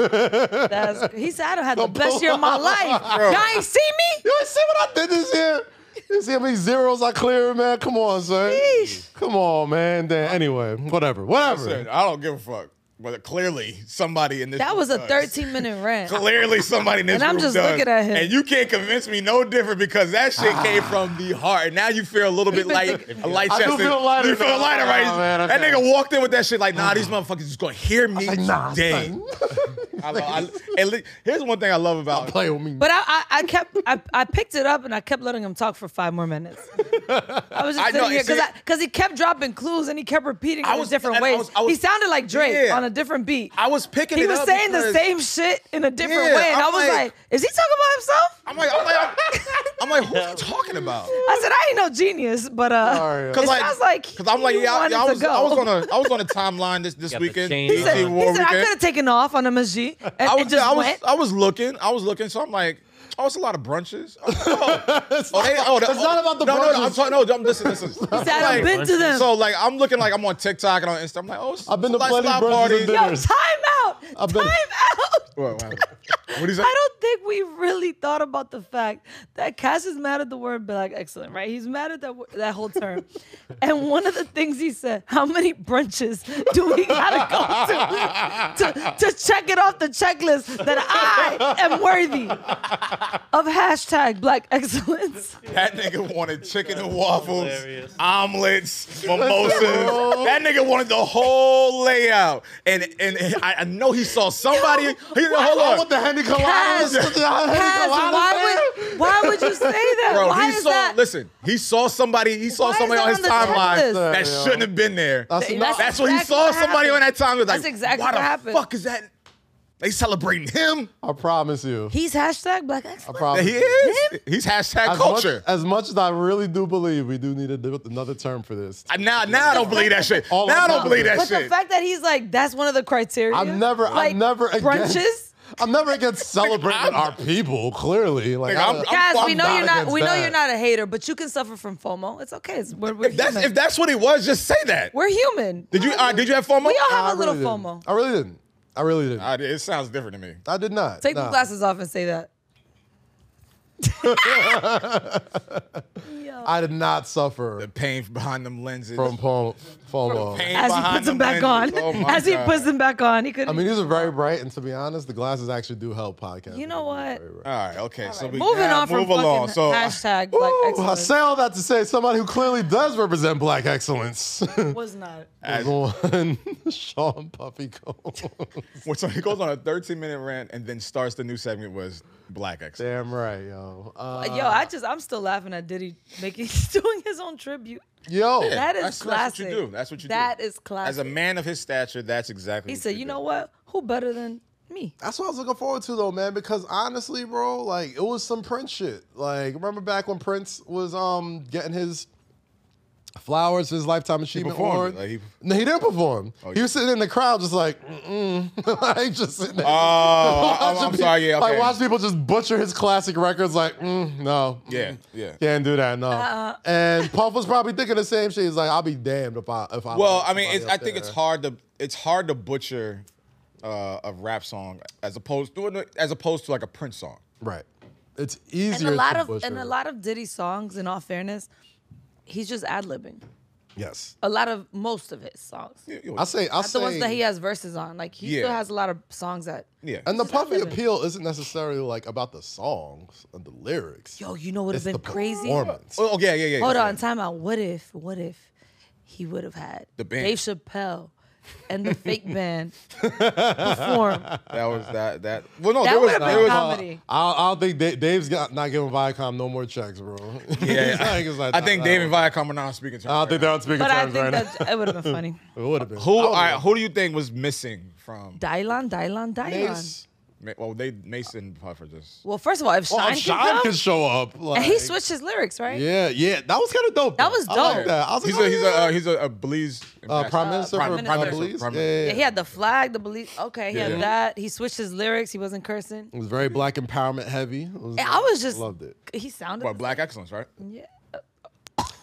[SPEAKER 2] yo,
[SPEAKER 1] That's, he said, I don't have the best year of my life.
[SPEAKER 3] *laughs* Bro.
[SPEAKER 1] Y'all ain't see me?
[SPEAKER 2] you ain't see what I did this year. You see how many zeros I cleared, man? Come on, son.
[SPEAKER 1] Sheesh.
[SPEAKER 2] Come on, man. Damn, anyway, whatever, whatever.
[SPEAKER 3] Listen, I don't give a fuck. But clearly, somebody in this
[SPEAKER 1] That
[SPEAKER 3] room
[SPEAKER 1] was a
[SPEAKER 3] does.
[SPEAKER 1] 13 minute rant.
[SPEAKER 3] Clearly, somebody in this
[SPEAKER 1] And I'm
[SPEAKER 3] room
[SPEAKER 1] just
[SPEAKER 3] does.
[SPEAKER 1] looking at him.
[SPEAKER 3] And you can't convince me no different because that shit came from the heart. And now you feel a little bit
[SPEAKER 1] been
[SPEAKER 3] light,
[SPEAKER 1] thinking-
[SPEAKER 3] a light
[SPEAKER 2] I do
[SPEAKER 3] chested.
[SPEAKER 2] feel lighter
[SPEAKER 3] You feel
[SPEAKER 2] now.
[SPEAKER 3] lighter, right?
[SPEAKER 2] Oh, man,
[SPEAKER 3] That
[SPEAKER 2] okay.
[SPEAKER 3] nigga walked in with that shit like, nah, these motherfuckers just gonna hear me
[SPEAKER 2] Like, nah,
[SPEAKER 3] today.
[SPEAKER 2] son.
[SPEAKER 3] I lo- I- and li- here's one thing I love about
[SPEAKER 2] *laughs* Play with me.
[SPEAKER 1] But I, I, I kept, I, I picked it up and I kept letting him talk for five more minutes. I
[SPEAKER 3] *laughs*
[SPEAKER 1] was just
[SPEAKER 3] I
[SPEAKER 1] sitting
[SPEAKER 3] know,
[SPEAKER 1] here
[SPEAKER 3] see-
[SPEAKER 1] because he kept dropping clues and he kept repeating it
[SPEAKER 3] I
[SPEAKER 1] in
[SPEAKER 3] was-
[SPEAKER 1] different
[SPEAKER 3] and I
[SPEAKER 1] ways.
[SPEAKER 3] was- I was-
[SPEAKER 1] he sounded like Drake
[SPEAKER 3] Yeah.
[SPEAKER 1] on a different beat.
[SPEAKER 3] I was picking
[SPEAKER 1] he
[SPEAKER 3] it
[SPEAKER 1] was
[SPEAKER 3] up
[SPEAKER 1] saying the
[SPEAKER 3] because-
[SPEAKER 1] same shit in a different
[SPEAKER 3] Yeah,
[SPEAKER 1] way, and i
[SPEAKER 3] I'm
[SPEAKER 1] was like,
[SPEAKER 3] like-
[SPEAKER 1] is he talking about himself?
[SPEAKER 3] I'm like, I'm like, I'm, I'm like, who are you talking about?
[SPEAKER 1] I said I ain't no genius, but uh,
[SPEAKER 2] Sorry.
[SPEAKER 1] it sounds like
[SPEAKER 3] cause I'm like,
[SPEAKER 1] he
[SPEAKER 3] yeah, I-
[SPEAKER 1] wanted
[SPEAKER 3] yeah, I
[SPEAKER 1] to
[SPEAKER 3] was, I
[SPEAKER 1] go.
[SPEAKER 3] was on a, I was on a timeline this this
[SPEAKER 4] Got the
[SPEAKER 3] weekend.
[SPEAKER 4] chain
[SPEAKER 1] He said,
[SPEAKER 3] DC
[SPEAKER 1] he
[SPEAKER 4] on.
[SPEAKER 3] War
[SPEAKER 1] said I
[SPEAKER 3] weekend.
[SPEAKER 1] could have taken off on a Magie and,
[SPEAKER 3] I
[SPEAKER 1] and
[SPEAKER 3] was,
[SPEAKER 1] just
[SPEAKER 3] I was,
[SPEAKER 1] went.
[SPEAKER 3] I was looking, I was looking. So I'm like, oh, it's a lot of brunches. Oh, oh, they- oh, they-
[SPEAKER 2] It's not
[SPEAKER 3] oh,
[SPEAKER 2] about the
[SPEAKER 3] no, No,
[SPEAKER 2] brunches.
[SPEAKER 3] no, I'm sorry, no, I'm, listen,
[SPEAKER 1] *laughs*
[SPEAKER 3] listen.
[SPEAKER 1] He said, I've been to them.
[SPEAKER 3] So like, I'm looking like I'm on TikTok and on Insta. I'm like, oh, it's-
[SPEAKER 2] I've been to
[SPEAKER 3] it's a
[SPEAKER 2] plenty
[SPEAKER 3] lot
[SPEAKER 2] brunches
[SPEAKER 3] parties.
[SPEAKER 2] and
[SPEAKER 1] Yo, time
[SPEAKER 2] dinners.
[SPEAKER 1] out,
[SPEAKER 2] I've
[SPEAKER 1] time
[SPEAKER 2] been-
[SPEAKER 1] out.
[SPEAKER 3] What, what, what do you say?
[SPEAKER 1] I don't think we really thought about the fact that Cass is mad at the word black excellent, right? He's mad at that wo- that whole
[SPEAKER 3] *laughs*
[SPEAKER 1] term. and one of the things he said, how many brunches do we gotta go to, to to check it off the checklist that I am worthy of hashtag black excellence?
[SPEAKER 3] *laughs* That nigga wanted chicken and waffles,
[SPEAKER 4] hilarious.
[SPEAKER 3] omelets, mimosas. that nigga wanted the whole layout, and and, and I, I know he saw somebody. He said,
[SPEAKER 2] I
[SPEAKER 3] hold
[SPEAKER 2] want
[SPEAKER 3] on.
[SPEAKER 2] the Henny Coladas.
[SPEAKER 1] Kaz,
[SPEAKER 2] The *laughs* Henny
[SPEAKER 1] Kaz,
[SPEAKER 2] Coladas, man.
[SPEAKER 1] why would why would you say that?
[SPEAKER 3] Bro,
[SPEAKER 1] why
[SPEAKER 3] he
[SPEAKER 1] is
[SPEAKER 3] saw.
[SPEAKER 1] that?
[SPEAKER 3] Listen, he saw somebody. He saw
[SPEAKER 1] Why is
[SPEAKER 3] somebody
[SPEAKER 1] that
[SPEAKER 3] on his
[SPEAKER 1] on the
[SPEAKER 3] timeline
[SPEAKER 1] checklist?
[SPEAKER 3] that
[SPEAKER 2] Yeah.
[SPEAKER 3] shouldn't have been there.
[SPEAKER 2] That's
[SPEAKER 1] Th-
[SPEAKER 2] enough.
[SPEAKER 3] That's what he
[SPEAKER 1] exactly
[SPEAKER 3] saw
[SPEAKER 1] what
[SPEAKER 3] somebody on that
[SPEAKER 1] happened.
[SPEAKER 3] timeline. Like,
[SPEAKER 1] That's exactly
[SPEAKER 3] why the
[SPEAKER 1] what happened.
[SPEAKER 3] fuck is that? They celebrating him.
[SPEAKER 2] I promise you.
[SPEAKER 1] He's hashtag black
[SPEAKER 2] I
[SPEAKER 1] excellence.
[SPEAKER 2] promise.
[SPEAKER 3] He
[SPEAKER 2] you.
[SPEAKER 3] is. He's hashtag
[SPEAKER 2] As much,
[SPEAKER 3] culture.
[SPEAKER 2] as much as I really do believe we do need a, another term for this.
[SPEAKER 3] I- now, now I don't believe that shit.
[SPEAKER 2] All
[SPEAKER 3] now I
[SPEAKER 2] I'm
[SPEAKER 3] don't
[SPEAKER 2] not-
[SPEAKER 3] believe that
[SPEAKER 1] but
[SPEAKER 3] shit.
[SPEAKER 1] the fact that he's like, that's one of the criteria.
[SPEAKER 2] I'm never,
[SPEAKER 1] like,
[SPEAKER 2] I'm never against,
[SPEAKER 1] brunches.
[SPEAKER 2] I'm never against
[SPEAKER 3] *laughs*
[SPEAKER 2] celebrating
[SPEAKER 3] I'm-
[SPEAKER 2] our people. Clearly, like
[SPEAKER 3] Nigga, I'm-
[SPEAKER 2] I-
[SPEAKER 3] I'm
[SPEAKER 1] Guys, we
[SPEAKER 3] I'm
[SPEAKER 1] know
[SPEAKER 3] not
[SPEAKER 1] you're not.
[SPEAKER 2] against
[SPEAKER 1] We know
[SPEAKER 2] that.
[SPEAKER 1] you're not a hater, but you can suffer from FOMO. It's okay. It's, we're, we're
[SPEAKER 3] if that's
[SPEAKER 1] human.
[SPEAKER 3] if that's what it was, just say that.
[SPEAKER 1] we're human.
[SPEAKER 3] Did you uh, did you have FOMO?
[SPEAKER 1] We all have
[SPEAKER 2] I
[SPEAKER 1] a little
[SPEAKER 2] really didn't.
[SPEAKER 1] FOMO.
[SPEAKER 2] I really didn't. I really didn't. I,
[SPEAKER 3] I, it sounds different to me.
[SPEAKER 2] did not.
[SPEAKER 1] Take the
[SPEAKER 2] nah.
[SPEAKER 1] glasses off and say
[SPEAKER 3] *laughs*
[SPEAKER 1] that.
[SPEAKER 2] I did not suffer
[SPEAKER 3] The pain behind them lenses. *laughs*
[SPEAKER 2] from pom- FOMO.
[SPEAKER 3] pain
[SPEAKER 1] As he
[SPEAKER 3] behind
[SPEAKER 1] puts them
[SPEAKER 3] them
[SPEAKER 1] back on.
[SPEAKER 3] lenses. Oh my
[SPEAKER 1] As he
[SPEAKER 3] God.
[SPEAKER 1] puts them back on, he could.
[SPEAKER 2] I mean, these are very bright, and to be honest, the glasses actually do help podcast.
[SPEAKER 1] You know what?
[SPEAKER 3] All right, okay. So we
[SPEAKER 1] Moving
[SPEAKER 3] now
[SPEAKER 1] on from
[SPEAKER 3] move along.
[SPEAKER 1] fucking
[SPEAKER 3] So
[SPEAKER 1] hashtag black
[SPEAKER 2] Ooh, I
[SPEAKER 1] excellence
[SPEAKER 2] say all that to say somebody who clearly does represent black excellence. *laughs*
[SPEAKER 1] was not.
[SPEAKER 3] as-
[SPEAKER 2] One, *laughs* Sean Puffy Cole. *laughs*
[SPEAKER 3] Well, So he goes on a 13 minute rant and then starts the new segment was Black X.
[SPEAKER 2] Damn right, yo. Uh,
[SPEAKER 1] Yo, I just I'm still laughing at Diddy making *laughs* doing his own tribute.
[SPEAKER 2] yo,
[SPEAKER 1] That is
[SPEAKER 3] That's- that's
[SPEAKER 1] classic.
[SPEAKER 3] what you do. That's what you
[SPEAKER 1] That
[SPEAKER 3] do.
[SPEAKER 1] is classic.
[SPEAKER 3] As a man of his stature, that's exactly
[SPEAKER 1] he
[SPEAKER 3] what
[SPEAKER 1] said, you know what? Who better than me?
[SPEAKER 2] that's what I was looking forward to though, man. Because honestly, bro, like it was some Prince shit. Like remember back when Prince was um getting his Flowers his lifetime achievement
[SPEAKER 3] performed,
[SPEAKER 2] award.
[SPEAKER 3] like, *laughs* he- Oh,
[SPEAKER 2] no, he didn't perform. he
[SPEAKER 3] yeah.
[SPEAKER 2] was sitting in the crowd, just like, mm-mm. *laughs* like just sitting there.
[SPEAKER 3] Oh, I'm,
[SPEAKER 2] watching
[SPEAKER 3] I'm
[SPEAKER 2] pe-
[SPEAKER 3] sorry. Yeah, okay.
[SPEAKER 2] Like watch people just butcher his classic records. Like, mm, no,
[SPEAKER 3] Yeah, yeah.
[SPEAKER 2] can't do that. No.
[SPEAKER 1] Uh-uh.
[SPEAKER 2] And Puff was probably thinking the same shit. He's like, I'll be damned if I if I.
[SPEAKER 3] Well,
[SPEAKER 2] let
[SPEAKER 3] I mean,
[SPEAKER 2] somebody
[SPEAKER 3] it's,
[SPEAKER 2] up
[SPEAKER 3] I think it's
[SPEAKER 2] there."
[SPEAKER 3] hard to it's hard to butcher uh, a rap song as opposed to as opposed to like a Prince song.
[SPEAKER 2] Right. It's
[SPEAKER 1] And
[SPEAKER 2] easier.
[SPEAKER 1] a lot
[SPEAKER 2] to
[SPEAKER 1] of and
[SPEAKER 2] butcher.
[SPEAKER 1] a lot of Diddy songs, in all fairness, he's just ad libbing.
[SPEAKER 2] Yes.
[SPEAKER 1] A lot of most of his songs.
[SPEAKER 3] You know,
[SPEAKER 2] I say. I
[SPEAKER 1] Not the
[SPEAKER 2] say.
[SPEAKER 1] ones that he has verses on. Like he still
[SPEAKER 3] Yeah.
[SPEAKER 1] has a lot of songs that
[SPEAKER 3] yeah.
[SPEAKER 2] and the
[SPEAKER 1] It's not
[SPEAKER 2] puffy
[SPEAKER 1] living.
[SPEAKER 2] appeal isn't necessarily like about the songs and the lyrics.
[SPEAKER 1] yo, you know what would
[SPEAKER 2] it's
[SPEAKER 1] have been
[SPEAKER 2] the
[SPEAKER 1] crazy?
[SPEAKER 2] performance.
[SPEAKER 3] oh, oh, yeah, yeah, yeah.
[SPEAKER 1] Hold
[SPEAKER 3] yeah.
[SPEAKER 1] on, time out. What if, what if he would have had
[SPEAKER 3] The band.
[SPEAKER 1] Dave Chappelle and the fake band perform?
[SPEAKER 3] That was that that. Well, no,
[SPEAKER 1] That
[SPEAKER 3] there was
[SPEAKER 1] would've been
[SPEAKER 3] there was
[SPEAKER 1] comedy.
[SPEAKER 2] I, I don't think Da- Dave's got not giving Viacom no more checks, bro.
[SPEAKER 3] Yeah,
[SPEAKER 2] *laughs* It's like- it's like,
[SPEAKER 3] I think
[SPEAKER 2] nah,
[SPEAKER 3] Dave
[SPEAKER 2] nah.
[SPEAKER 3] and Viacom are not speaking to.
[SPEAKER 2] I don't think they're on speaking
[SPEAKER 1] But I
[SPEAKER 2] terms
[SPEAKER 1] think
[SPEAKER 2] right now. *laughs*
[SPEAKER 1] that it would have been funny.
[SPEAKER 2] It would have been.
[SPEAKER 3] Who
[SPEAKER 2] I
[SPEAKER 3] all
[SPEAKER 2] would've
[SPEAKER 3] right,
[SPEAKER 2] been.
[SPEAKER 3] who do you think was missing from?
[SPEAKER 1] Dylan, Dylan, Dylan.
[SPEAKER 2] Mace.
[SPEAKER 3] Ma- Well, they Mason Puffer just.
[SPEAKER 1] Well, first of all, if
[SPEAKER 2] Oh,
[SPEAKER 1] Shine,
[SPEAKER 2] Sean
[SPEAKER 1] can come,
[SPEAKER 2] could show up. Like,
[SPEAKER 1] and he switched his lyrics, right?
[SPEAKER 2] Yeah, yeah, that was kind of dope.
[SPEAKER 1] That
[SPEAKER 2] though.
[SPEAKER 1] was
[SPEAKER 2] I like
[SPEAKER 1] dope.
[SPEAKER 2] that. I was like,
[SPEAKER 3] He's
[SPEAKER 2] oh,
[SPEAKER 3] a he's a
[SPEAKER 2] yeah.
[SPEAKER 3] uh, he's a, a Belize
[SPEAKER 2] uh, prime minister,
[SPEAKER 3] Prime,
[SPEAKER 2] for
[SPEAKER 3] prime
[SPEAKER 1] Minister.
[SPEAKER 2] Belize.
[SPEAKER 3] Prime Minister.
[SPEAKER 2] yeah, yeah,
[SPEAKER 1] Yeah,
[SPEAKER 2] yeah.
[SPEAKER 1] he had the flag, the belief. Okay, he
[SPEAKER 3] Yeah.
[SPEAKER 1] had that. He switched his lyrics. He wasn't cursing.
[SPEAKER 2] It was very black empowerment heavy. It was,
[SPEAKER 1] And I was just
[SPEAKER 2] loved it.
[SPEAKER 1] He sounded.
[SPEAKER 3] What black excellence, right?
[SPEAKER 2] Oh,
[SPEAKER 1] Yeah.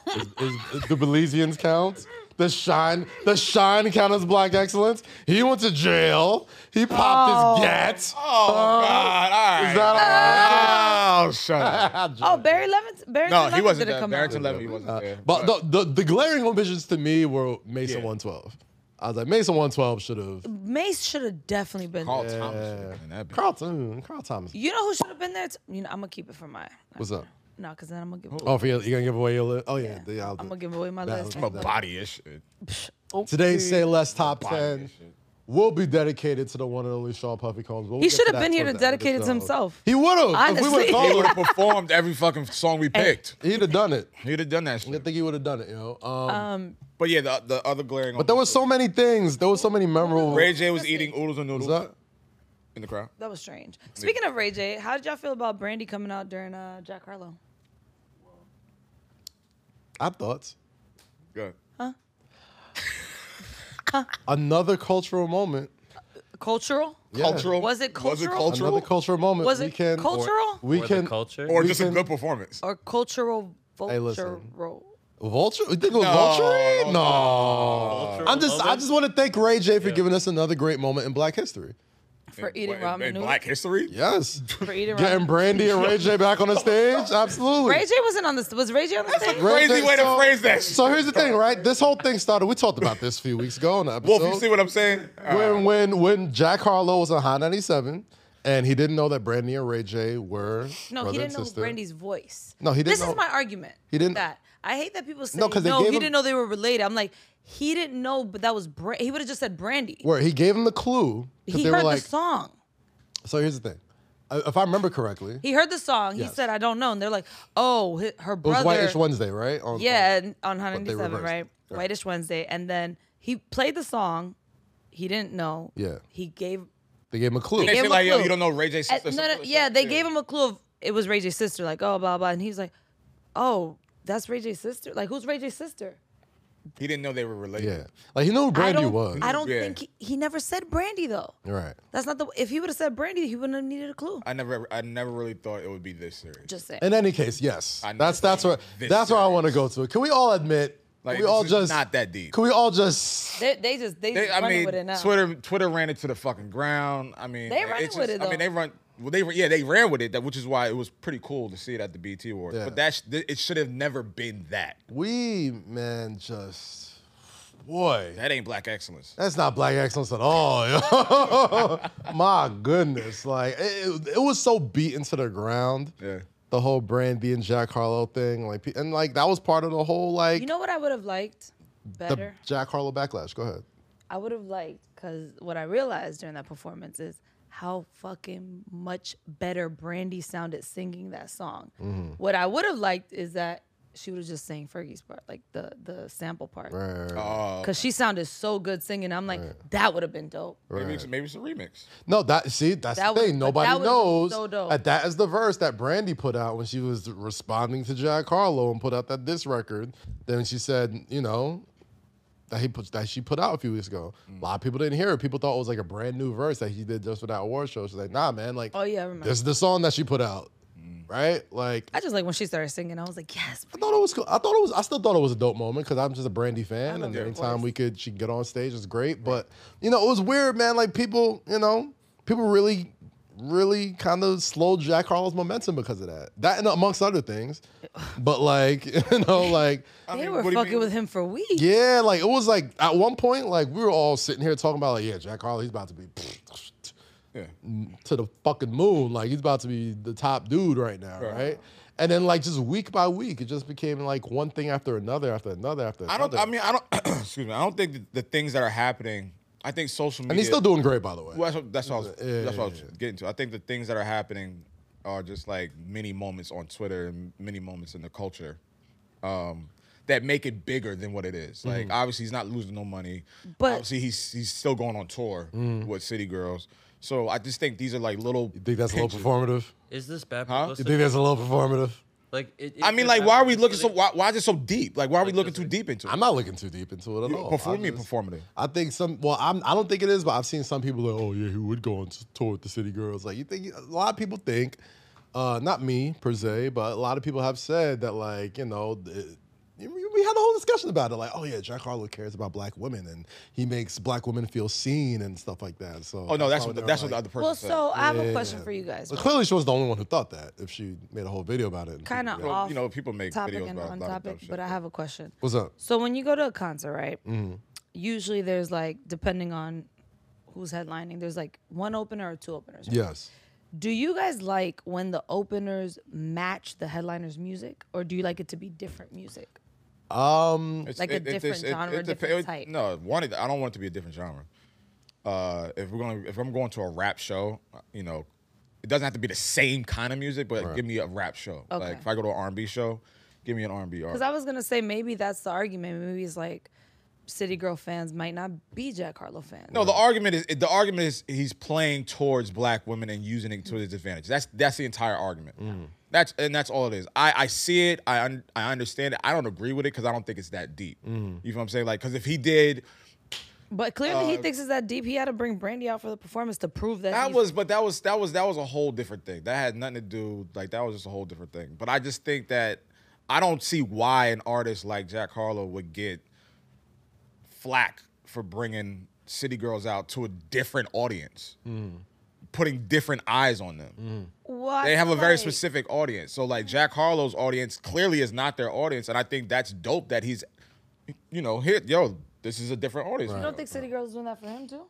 [SPEAKER 2] Is, is- is the Belizeans count? The shine, the shine count as black excellence. He went to jail. He popped his gat.
[SPEAKER 3] Oh God! All right.
[SPEAKER 1] *laughs*
[SPEAKER 2] Is that *laughs*
[SPEAKER 3] oh, shut up.
[SPEAKER 2] all right?
[SPEAKER 1] Oh, Barry Levinson. Barry
[SPEAKER 3] No, he
[SPEAKER 1] Levinson
[SPEAKER 3] wasn't
[SPEAKER 1] didn't
[SPEAKER 3] there.
[SPEAKER 1] come
[SPEAKER 3] Barrington
[SPEAKER 1] out.
[SPEAKER 3] Levin, he wasn't there.
[SPEAKER 2] Uh, But the, the the glaring omissions to me were Mason
[SPEAKER 3] Yeah.
[SPEAKER 2] 112. I was like Mason 112 should have
[SPEAKER 1] Mace should have definitely been.
[SPEAKER 3] Carl
[SPEAKER 1] there.
[SPEAKER 3] Thomas should have been in that. bitch.
[SPEAKER 2] Carlton Carl Thomas.
[SPEAKER 1] You know who should have been there? It's- you know, I'm gonna keep it for my.
[SPEAKER 2] What's up?
[SPEAKER 1] No, because then I'm gonna give.
[SPEAKER 2] Oh, for you, you gonna give away your list? Oh yeah, the- I'll do
[SPEAKER 1] I'm
[SPEAKER 2] it.
[SPEAKER 1] gonna give away my
[SPEAKER 2] That
[SPEAKER 1] list.
[SPEAKER 2] was
[SPEAKER 3] But body is shit.
[SPEAKER 2] Today's Say Less Top
[SPEAKER 3] Body is
[SPEAKER 2] 10
[SPEAKER 3] shit.
[SPEAKER 2] will be dedicated to the one and only Sean Puffy Combs. But we'll
[SPEAKER 1] He
[SPEAKER 2] get
[SPEAKER 1] should
[SPEAKER 2] to
[SPEAKER 1] have
[SPEAKER 2] that
[SPEAKER 1] been here to
[SPEAKER 2] towards the end of the
[SPEAKER 1] dedicate it to
[SPEAKER 2] show.
[SPEAKER 1] himself.
[SPEAKER 2] He would have. If we would
[SPEAKER 1] Honestly.
[SPEAKER 2] have
[SPEAKER 3] He
[SPEAKER 2] called
[SPEAKER 3] would
[SPEAKER 1] *laughs*
[SPEAKER 2] him,
[SPEAKER 3] have performed every fucking song we picked.
[SPEAKER 2] he'd have done it.
[SPEAKER 3] He'd have done that
[SPEAKER 2] I
[SPEAKER 3] shit.
[SPEAKER 2] think he would have done it, you know. Um,
[SPEAKER 3] But yeah, the, the other glaring.
[SPEAKER 2] but there was so many things. There was so many memorable.
[SPEAKER 3] Ray J was eating oodles and noodles
[SPEAKER 2] What's that?
[SPEAKER 3] in the crowd.
[SPEAKER 1] That was strange. Speaking of Ray J, how did y'all feel about Brandy coming out during uh, Jack Harlow?
[SPEAKER 2] I thought
[SPEAKER 3] Good.
[SPEAKER 1] Uh-huh.
[SPEAKER 2] another cultural moment.
[SPEAKER 1] Cultural?
[SPEAKER 2] Yeah.
[SPEAKER 3] Cultural.
[SPEAKER 1] Was it cultural?
[SPEAKER 2] Another cultural moment.
[SPEAKER 1] Was
[SPEAKER 2] we
[SPEAKER 1] it
[SPEAKER 2] can,
[SPEAKER 1] cultural?
[SPEAKER 2] We
[SPEAKER 4] Or
[SPEAKER 2] can
[SPEAKER 4] the culture.
[SPEAKER 3] Or
[SPEAKER 2] We
[SPEAKER 3] just a
[SPEAKER 2] can-
[SPEAKER 3] good performance.
[SPEAKER 1] Or cultural
[SPEAKER 2] Hey, listen.
[SPEAKER 1] vulture?
[SPEAKER 2] vulture. You think it was
[SPEAKER 3] No.
[SPEAKER 2] vulture? No.
[SPEAKER 4] Cultural
[SPEAKER 2] I'm just. I
[SPEAKER 4] moment?
[SPEAKER 2] just want to thank Ray J for giving us another great moment in Black history.
[SPEAKER 1] for eating
[SPEAKER 3] In-
[SPEAKER 1] ramen
[SPEAKER 3] In
[SPEAKER 1] noodles?
[SPEAKER 3] Black history?
[SPEAKER 2] Yes.
[SPEAKER 1] For eating
[SPEAKER 2] Getting
[SPEAKER 1] ramen.
[SPEAKER 2] Brandy and Ray J back on the stage. Absolutely.
[SPEAKER 1] Ray J wasn't on this. Was Ray J on the stage?
[SPEAKER 2] Ray
[SPEAKER 3] Crazy
[SPEAKER 2] J-
[SPEAKER 3] way to
[SPEAKER 2] so-
[SPEAKER 3] phrase that.
[SPEAKER 2] So here's the thing, right? This whole thing started. We talked about this a few weeks ago on the episode.
[SPEAKER 3] Wolf, you see what I'm saying? Uh, All right.
[SPEAKER 2] when when when Jack Harlow was on High 97 and he didn't know that Brandy and Ray J were
[SPEAKER 1] No,
[SPEAKER 2] brother
[SPEAKER 1] he
[SPEAKER 2] and
[SPEAKER 1] didn't know
[SPEAKER 2] sister.
[SPEAKER 1] Brandy's voice.
[SPEAKER 2] No, he didn't
[SPEAKER 1] This
[SPEAKER 2] know-
[SPEAKER 1] is my argument.
[SPEAKER 2] He didn't-
[SPEAKER 1] That I hate that people say
[SPEAKER 2] No,
[SPEAKER 1] no.
[SPEAKER 2] 'cause they gave
[SPEAKER 1] he
[SPEAKER 2] him-
[SPEAKER 1] didn't know they were related. I'm like, he didn't know, but that was Bra- he would have just said Brandy.
[SPEAKER 2] Where he gave him the clue because
[SPEAKER 1] He
[SPEAKER 2] they
[SPEAKER 1] heard
[SPEAKER 2] were like.
[SPEAKER 1] the song.
[SPEAKER 2] So here's the thing, I- if I remember correctly,
[SPEAKER 1] He heard the song.
[SPEAKER 2] Yes.
[SPEAKER 1] He said, "I don't know," and they're like, "Oh, hi- her
[SPEAKER 2] it was
[SPEAKER 1] brother."
[SPEAKER 2] Whitish Wednesday, right? On-
[SPEAKER 1] Yeah, and on
[SPEAKER 2] they
[SPEAKER 1] 197,
[SPEAKER 2] reversed
[SPEAKER 1] right?
[SPEAKER 2] it. Yeah.
[SPEAKER 1] Whitish Wednesday, and then he played the song. He didn't know.
[SPEAKER 2] Yeah.
[SPEAKER 1] He gave.
[SPEAKER 2] they gave him a clue.
[SPEAKER 3] They
[SPEAKER 1] gave
[SPEAKER 3] say
[SPEAKER 1] him
[SPEAKER 3] like,
[SPEAKER 1] a
[SPEAKER 3] yo,
[SPEAKER 1] clue.
[SPEAKER 3] you don't know Ray J's
[SPEAKER 1] at-
[SPEAKER 3] sister.
[SPEAKER 1] no, no,
[SPEAKER 3] something like
[SPEAKER 1] yeah,
[SPEAKER 3] that.
[SPEAKER 1] they gave him a clue of it was Ray J's sister. Like, oh, blah blah, and he's like, "Oh, that's Ray J's sister. Like, who's Ray J's sister?"
[SPEAKER 3] He didn't know they were related.
[SPEAKER 2] Yeah, like he knew who
[SPEAKER 1] I
[SPEAKER 2] Brandy
[SPEAKER 1] don't.
[SPEAKER 2] was.
[SPEAKER 1] I don't
[SPEAKER 3] Yeah.
[SPEAKER 1] think he, he never said Brandy though.
[SPEAKER 2] right.
[SPEAKER 1] That's not the. If he would have said Brandy, he wouldn't have needed a clue.
[SPEAKER 3] I never, I never really thought it would be this serious.
[SPEAKER 1] Just saying.
[SPEAKER 2] In any case, yes,
[SPEAKER 3] I know
[SPEAKER 2] that's that's where
[SPEAKER 3] this
[SPEAKER 2] that's where I
[SPEAKER 3] serious.
[SPEAKER 2] want to go to. Can we all admit?
[SPEAKER 3] Like,
[SPEAKER 2] can we all
[SPEAKER 3] this is
[SPEAKER 2] just
[SPEAKER 3] not that deep.
[SPEAKER 2] Can we all just?
[SPEAKER 1] they, they just they,
[SPEAKER 3] They,
[SPEAKER 1] just
[SPEAKER 3] I
[SPEAKER 1] running
[SPEAKER 3] mean,
[SPEAKER 1] with it now.
[SPEAKER 3] Twitter, Twitter ran it to the fucking ground. I mean,
[SPEAKER 1] They
[SPEAKER 3] it-
[SPEAKER 1] running
[SPEAKER 3] it's
[SPEAKER 1] with
[SPEAKER 3] just-
[SPEAKER 1] it,
[SPEAKER 3] I
[SPEAKER 1] though.
[SPEAKER 3] mean, they run. Well, they yeah, they ran with it, that, which is why it was pretty cool to see it at the BT Awards.
[SPEAKER 2] Yeah.
[SPEAKER 3] But that's th- it should have never been that.
[SPEAKER 2] We man, just boy.
[SPEAKER 3] That ain't black excellence.
[SPEAKER 2] That's not black excellence at all. yo. *laughs* My goodness, like it, it was so beaten to the ground.
[SPEAKER 3] Yeah.
[SPEAKER 2] The whole Brandy and Jack Harlow thing, like, and like that was part of the whole like
[SPEAKER 1] You know what I would have liked
[SPEAKER 2] the
[SPEAKER 1] better?
[SPEAKER 2] Jack Harlow backlash. Go ahead.
[SPEAKER 1] I would have liked because what I realized during that performance is how fucking
[SPEAKER 2] Mm-hmm.
[SPEAKER 1] much better Brandy sounded singing that song. What I would have liked is that she would have just sang Fergie's part, like the the sample part,
[SPEAKER 2] Right, right.
[SPEAKER 3] Oh,
[SPEAKER 1] because she sounded so good singing. I'm like, that would have been dope.
[SPEAKER 3] maybe it's, maybe it's a remix.
[SPEAKER 2] No, that see, that's
[SPEAKER 1] That
[SPEAKER 2] the
[SPEAKER 1] was-
[SPEAKER 2] thing.
[SPEAKER 1] but
[SPEAKER 2] Nobody
[SPEAKER 1] that was
[SPEAKER 2] knows
[SPEAKER 1] so dope.
[SPEAKER 2] that that is the verse that Brandy put out when she was responding to Jack Harlow and put out that this record. Then she said, you know, that he put that she put out a few weeks ago. A lot of people didn't hear it. People thought it was like a brand new verse that he did just for that award show. She's like, nah, man, like
[SPEAKER 1] Oh yeah, I remember.
[SPEAKER 2] this is the song that she put out, right? Like.
[SPEAKER 1] I just like when she started singing, I was like, yes.
[SPEAKER 2] I thought it was cool. I thought it was. I still thought it was a dope moment because I'm just a Brandy fan,
[SPEAKER 1] love
[SPEAKER 2] and
[SPEAKER 1] her
[SPEAKER 2] anytime
[SPEAKER 1] voice.
[SPEAKER 2] we could, she could get on stage is great. But you know, it was weird, man. Like people, you know, people really, really kind of slowed Jack Harlow's momentum because of that. That and amongst other things. But like, *laughs* you know, like.
[SPEAKER 3] I
[SPEAKER 1] They
[SPEAKER 3] mean,
[SPEAKER 1] were
[SPEAKER 3] what do you
[SPEAKER 1] fucking
[SPEAKER 3] mean?
[SPEAKER 1] with him for weeks.
[SPEAKER 2] Yeah, like it was like at one point, like we were all sitting here talking about like, yeah, Jack Harlow, he's about to be *laughs*
[SPEAKER 3] Yeah.
[SPEAKER 2] to the fucking moon. Like he's about to be the top dude right now, right?
[SPEAKER 3] Right.
[SPEAKER 2] And then like just week by week, it just became like one thing after another, after another, after
[SPEAKER 3] I don't.
[SPEAKER 2] another.
[SPEAKER 3] I mean, I don't. *clears throat* excuse me. I don't think the, the things that are happening. I think social media.
[SPEAKER 2] and he's still doing great, by the way.
[SPEAKER 3] Well, that's what, that's what I was.
[SPEAKER 2] Yeah,
[SPEAKER 3] that's what I was
[SPEAKER 2] yeah, yeah.
[SPEAKER 3] getting to. I think the things that are happening are just like mini moments on Twitter and mini moments in the culture um, that make it bigger than what it is.
[SPEAKER 2] Mm-hmm.
[SPEAKER 3] Like obviously he's not losing no money,
[SPEAKER 1] But-
[SPEAKER 3] obviously he's he's still going on tour with City Girls. So I just think these are like little.
[SPEAKER 2] Mm. You think that's a little
[SPEAKER 3] pinches.
[SPEAKER 2] performative?
[SPEAKER 4] Is this bad
[SPEAKER 3] Huh?
[SPEAKER 2] You
[SPEAKER 4] publicity?
[SPEAKER 2] think that's a little performative?
[SPEAKER 4] Like, it,
[SPEAKER 3] I
[SPEAKER 4] it-
[SPEAKER 3] mean,
[SPEAKER 4] it
[SPEAKER 3] like, why are we
[SPEAKER 4] happens
[SPEAKER 3] looking so?
[SPEAKER 4] really-
[SPEAKER 3] Why, why is it so deep? Like, why are we looking
[SPEAKER 4] does
[SPEAKER 3] too
[SPEAKER 4] it-
[SPEAKER 3] deep into it?
[SPEAKER 2] I'm not looking too deep into it at all.
[SPEAKER 3] Perform me
[SPEAKER 2] I just-
[SPEAKER 3] performative.
[SPEAKER 2] I think some. Well, I'm. I don't think it is, but I've seen some people like, oh yeah, he would go on tour with the City Girls. Like you think a lot of people think, uh, not me per se, but a lot of people have said that like you know. th- we we had a whole discussion about it, like, oh yeah, Jack Harlow cares about black women, and he makes black women feel seen and stuff like that. So,
[SPEAKER 3] Oh no, that's
[SPEAKER 2] why
[SPEAKER 3] what
[SPEAKER 2] they were
[SPEAKER 3] that's what the
[SPEAKER 2] like-
[SPEAKER 3] other person
[SPEAKER 1] Well,
[SPEAKER 3] said.
[SPEAKER 1] so I have a question for you guys.
[SPEAKER 2] Well, clearly, she was the only one who thought that. If she made a whole video about it, and
[SPEAKER 1] Kinda
[SPEAKER 2] figured it out.
[SPEAKER 1] off
[SPEAKER 3] Well, you know, people make
[SPEAKER 1] topic
[SPEAKER 3] videos
[SPEAKER 1] and
[SPEAKER 3] about
[SPEAKER 1] on
[SPEAKER 3] a lot of dumb
[SPEAKER 1] topic,
[SPEAKER 3] shit. Mm-hmm.
[SPEAKER 1] but I have a question.
[SPEAKER 2] What's up?
[SPEAKER 1] So when you go to a concert, right? Usually there's like depending on who's headlining, there's like one opener or two openers. right?
[SPEAKER 2] Yes.
[SPEAKER 1] Do you guys like when the openers match the headliner's music, or do you like it to be different music?
[SPEAKER 3] It's-
[SPEAKER 1] Like a different genre,
[SPEAKER 3] dep-
[SPEAKER 1] different type.
[SPEAKER 3] No, one. it- I don't want it to be a different genre. Uh, if we're going, to if I'm going to a rap show, uh, you know, it doesn't have to be the same kind of music, but give me a rap show. Like
[SPEAKER 1] Okay.
[SPEAKER 3] if I go to an R&B show, give me an R&B
[SPEAKER 1] Because
[SPEAKER 3] artist.
[SPEAKER 1] I was gonna say maybe that's the argument. Maybe it's like City Girl fans might not be Jack Harlow fans.
[SPEAKER 3] No, the argument is the argument is he's playing towards black women and using it to his advantage. That's that's the entire argument. That's and that's all it is. I, I see it. I un, I understand it. I don't agree with it because I don't think it's that deep. You know what I'm saying? Like because if he did
[SPEAKER 1] but clearly he thinks it's that deep. He had to bring Brandy out for the performance to prove that.
[SPEAKER 3] Um, That
[SPEAKER 1] he's-
[SPEAKER 3] was, but that was that was that was a whole different thing. That had nothing to do. Like that was just a whole different thing. But I just think that I don't see why an artist like Jack Harlow would get flack for bringing City Girls out to a different audience, putting different eyes on them.
[SPEAKER 1] Well, I
[SPEAKER 3] They have a
[SPEAKER 1] feel
[SPEAKER 3] very
[SPEAKER 1] like-
[SPEAKER 3] specific audience. So like Jack Harlow's audience clearly is not their audience, and I think that's dope that he's, you know, here, yo, this is a different audience.
[SPEAKER 1] You don't think City Girls doing that for him too?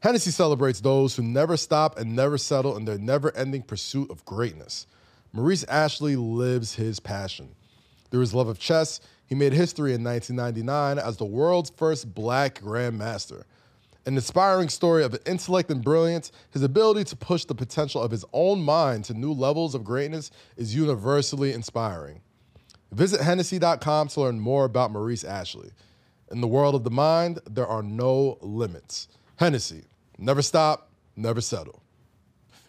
[SPEAKER 2] Hennessy celebrates those who never stop and never settle in their never ending pursuit of greatness. Maurice Ashley lives his passion. Through his love of chess, he made history in 1999 as the world's first black grandmaster. An inspiring story of intellect and brilliance, his ability to push the potential of his own mind to new levels of greatness is universally inspiring. Visit Hennessy.com to learn more about Maurice Ashley. In the world of the mind, there are no limits. Hennessy, never stop, never settle.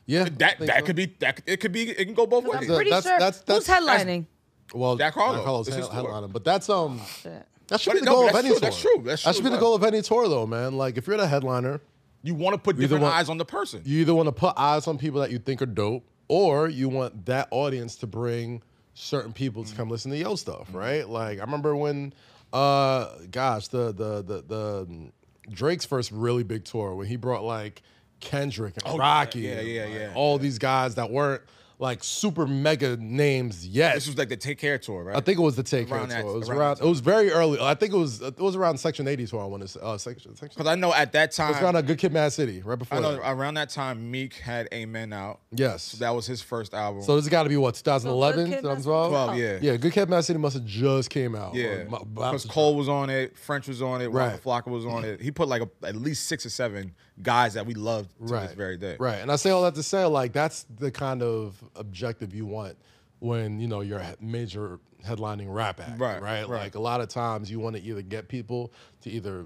[SPEAKER 2] Yeah,
[SPEAKER 3] That that could be that could- it could be it can go both ways.
[SPEAKER 1] I'm pretty
[SPEAKER 2] that's-
[SPEAKER 1] sure.
[SPEAKER 2] that's- that's-
[SPEAKER 1] Who's headlining?
[SPEAKER 2] well,
[SPEAKER 3] Jack Harlow.
[SPEAKER 2] Harlow's
[SPEAKER 3] It's his
[SPEAKER 2] head-
[SPEAKER 3] tour.
[SPEAKER 2] headlining, but that's um,
[SPEAKER 1] Shit.
[SPEAKER 2] that should
[SPEAKER 3] But
[SPEAKER 2] be the
[SPEAKER 3] no,
[SPEAKER 2] goal
[SPEAKER 3] but
[SPEAKER 2] of
[SPEAKER 3] that's
[SPEAKER 2] any
[SPEAKER 3] true,
[SPEAKER 2] tour.
[SPEAKER 3] that's true, that's
[SPEAKER 2] that should be
[SPEAKER 3] true,
[SPEAKER 2] the goal of any tour, though, man. Like if you're the headliner,
[SPEAKER 3] You want to put different
[SPEAKER 2] want-
[SPEAKER 3] eyes on the person.
[SPEAKER 2] you either want to put eyes on people that you think are dope, or you want that audience to bring certain people to come listen to your stuff,
[SPEAKER 3] Mm-hmm.
[SPEAKER 2] right? Like I remember when, uh, gosh, the the the the mm, Drake's first really big tour when he brought like Kendrick and Rocky,
[SPEAKER 3] Oh, yeah,
[SPEAKER 2] and,
[SPEAKER 3] yeah,
[SPEAKER 2] like,
[SPEAKER 3] yeah,
[SPEAKER 2] all these guys that weren't like super mega names yet.
[SPEAKER 3] This was like the Take Care tour, right?
[SPEAKER 2] I think it was the Take Care
[SPEAKER 3] Around that-
[SPEAKER 2] tour. It was
[SPEAKER 3] around
[SPEAKER 2] around.
[SPEAKER 3] that
[SPEAKER 2] it was very early. I think it was. It was around Section 80 tour. I want to say. Uh, section. Section.
[SPEAKER 3] because I know at that
[SPEAKER 2] It was around
[SPEAKER 3] time,
[SPEAKER 2] a Good Kid, Mad City, right before.
[SPEAKER 3] I know
[SPEAKER 2] that.
[SPEAKER 3] around that time, Meek had Amen out.
[SPEAKER 2] Yes.
[SPEAKER 3] So that was his first album.
[SPEAKER 2] So this got to be what 2011,
[SPEAKER 1] Kid,
[SPEAKER 2] 2012.
[SPEAKER 3] 12, yeah,
[SPEAKER 2] Yeah, Good Kid, Mad City must have just came out.
[SPEAKER 3] yeah.
[SPEAKER 2] Or m-
[SPEAKER 3] Because Cole was on it, French was on it,
[SPEAKER 2] Right.
[SPEAKER 3] Waka Flocka was on it. He put like a, at least six or seven guys that we loved to
[SPEAKER 2] right,
[SPEAKER 3] this very day.
[SPEAKER 2] Right, and I say all that to say, like that's the kind of objective you want when you know you're a major headlining rap act,
[SPEAKER 3] Right,
[SPEAKER 2] right?
[SPEAKER 3] right.
[SPEAKER 2] Like a lot of times you want to either get people to either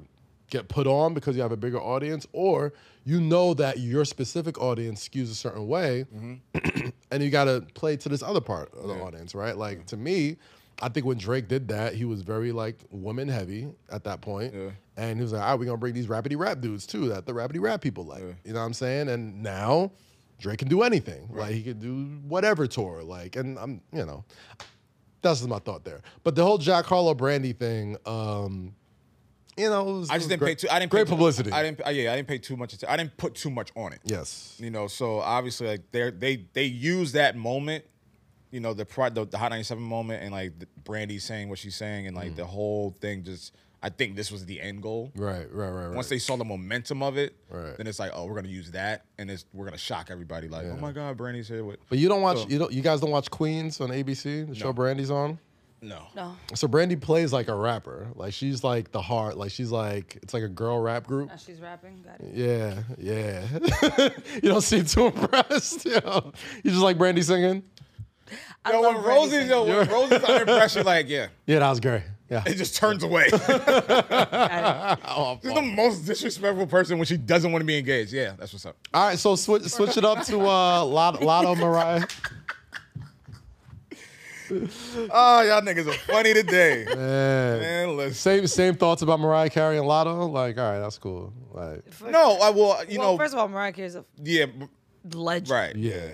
[SPEAKER 2] get put on because you have a bigger audience, or you know that your specific audience skews a certain way,
[SPEAKER 3] Mm-hmm.
[SPEAKER 2] and you got to play to this other part of the audience, right? Like to me, I think when Drake did that, he was very like woman heavy at that point. And he was like, all right, we're gonna bring these rapidy rap dudes too that the rapidy rap people like. You know what I'm saying? And now Drake can do anything. Like he could do whatever tour. Like, and I'm, you know, that's just my thought there. But the whole Jack Harlow Brandy thing, um, you know, it was,
[SPEAKER 3] I just
[SPEAKER 2] it was
[SPEAKER 3] didn't
[SPEAKER 2] great,
[SPEAKER 3] pay too. I didn't
[SPEAKER 2] great
[SPEAKER 3] pay too-
[SPEAKER 2] publicity.
[SPEAKER 3] I didn't. Yeah, I didn't pay too much. atten- I didn't put too much on it.
[SPEAKER 2] yes.
[SPEAKER 3] You know, so obviously, like they they they use that moment, you know, the pride, the, the Hot 97 moment, and like Brandy saying what she's saying, and like the whole thing. Just, I think this was the end goal.
[SPEAKER 2] Right, right, right, right.
[SPEAKER 3] Once they saw the momentum of it,
[SPEAKER 2] Right.
[SPEAKER 3] then it's like, oh, we're gonna use that, and it's we're gonna shock everybody. Like, oh my God, Brandy's here. With,
[SPEAKER 2] but you don't watch
[SPEAKER 3] So-
[SPEAKER 2] you don't you guys don't watch Queens on ABC, the show Brandy's on?
[SPEAKER 3] no,
[SPEAKER 1] No,
[SPEAKER 2] So Brandy plays like a rapper. Like she's like the heart. Like she's like it's like a girl rap group.
[SPEAKER 1] now she's rapping. Got it.
[SPEAKER 2] Yeah, yeah. *laughs* you don't seem too impressed. *laughs* Yo. You just like Brandy singing?
[SPEAKER 1] I
[SPEAKER 3] Yo,
[SPEAKER 1] love
[SPEAKER 3] when
[SPEAKER 1] Brandy
[SPEAKER 3] Rosie's
[SPEAKER 1] singing.
[SPEAKER 3] yo, when Rosie's *laughs* under pressure, like, yeah,
[SPEAKER 2] Yeah, that was great.
[SPEAKER 3] *laughs*
[SPEAKER 2] Yeah. Oh,
[SPEAKER 3] it just turns away. She's *laughs*
[SPEAKER 1] Got it.
[SPEAKER 3] the most disrespectful person when she doesn't want to be engaged. Yeah, that's what's up.
[SPEAKER 2] All right, so switch switch it up to uh Lot- Lotto Mariah.
[SPEAKER 3] Oh, y'all niggas are funny today. *laughs*
[SPEAKER 2] Yeah.
[SPEAKER 3] Man, listen.
[SPEAKER 2] Same same thoughts about Mariah Carey and Lotto. Like, all right, that's cool. Like,
[SPEAKER 3] No, I well, you
[SPEAKER 1] well,
[SPEAKER 3] know,
[SPEAKER 1] first of all, Mariah Carey's a
[SPEAKER 3] yeah, b-
[SPEAKER 1] legend,
[SPEAKER 3] right.
[SPEAKER 2] yeah.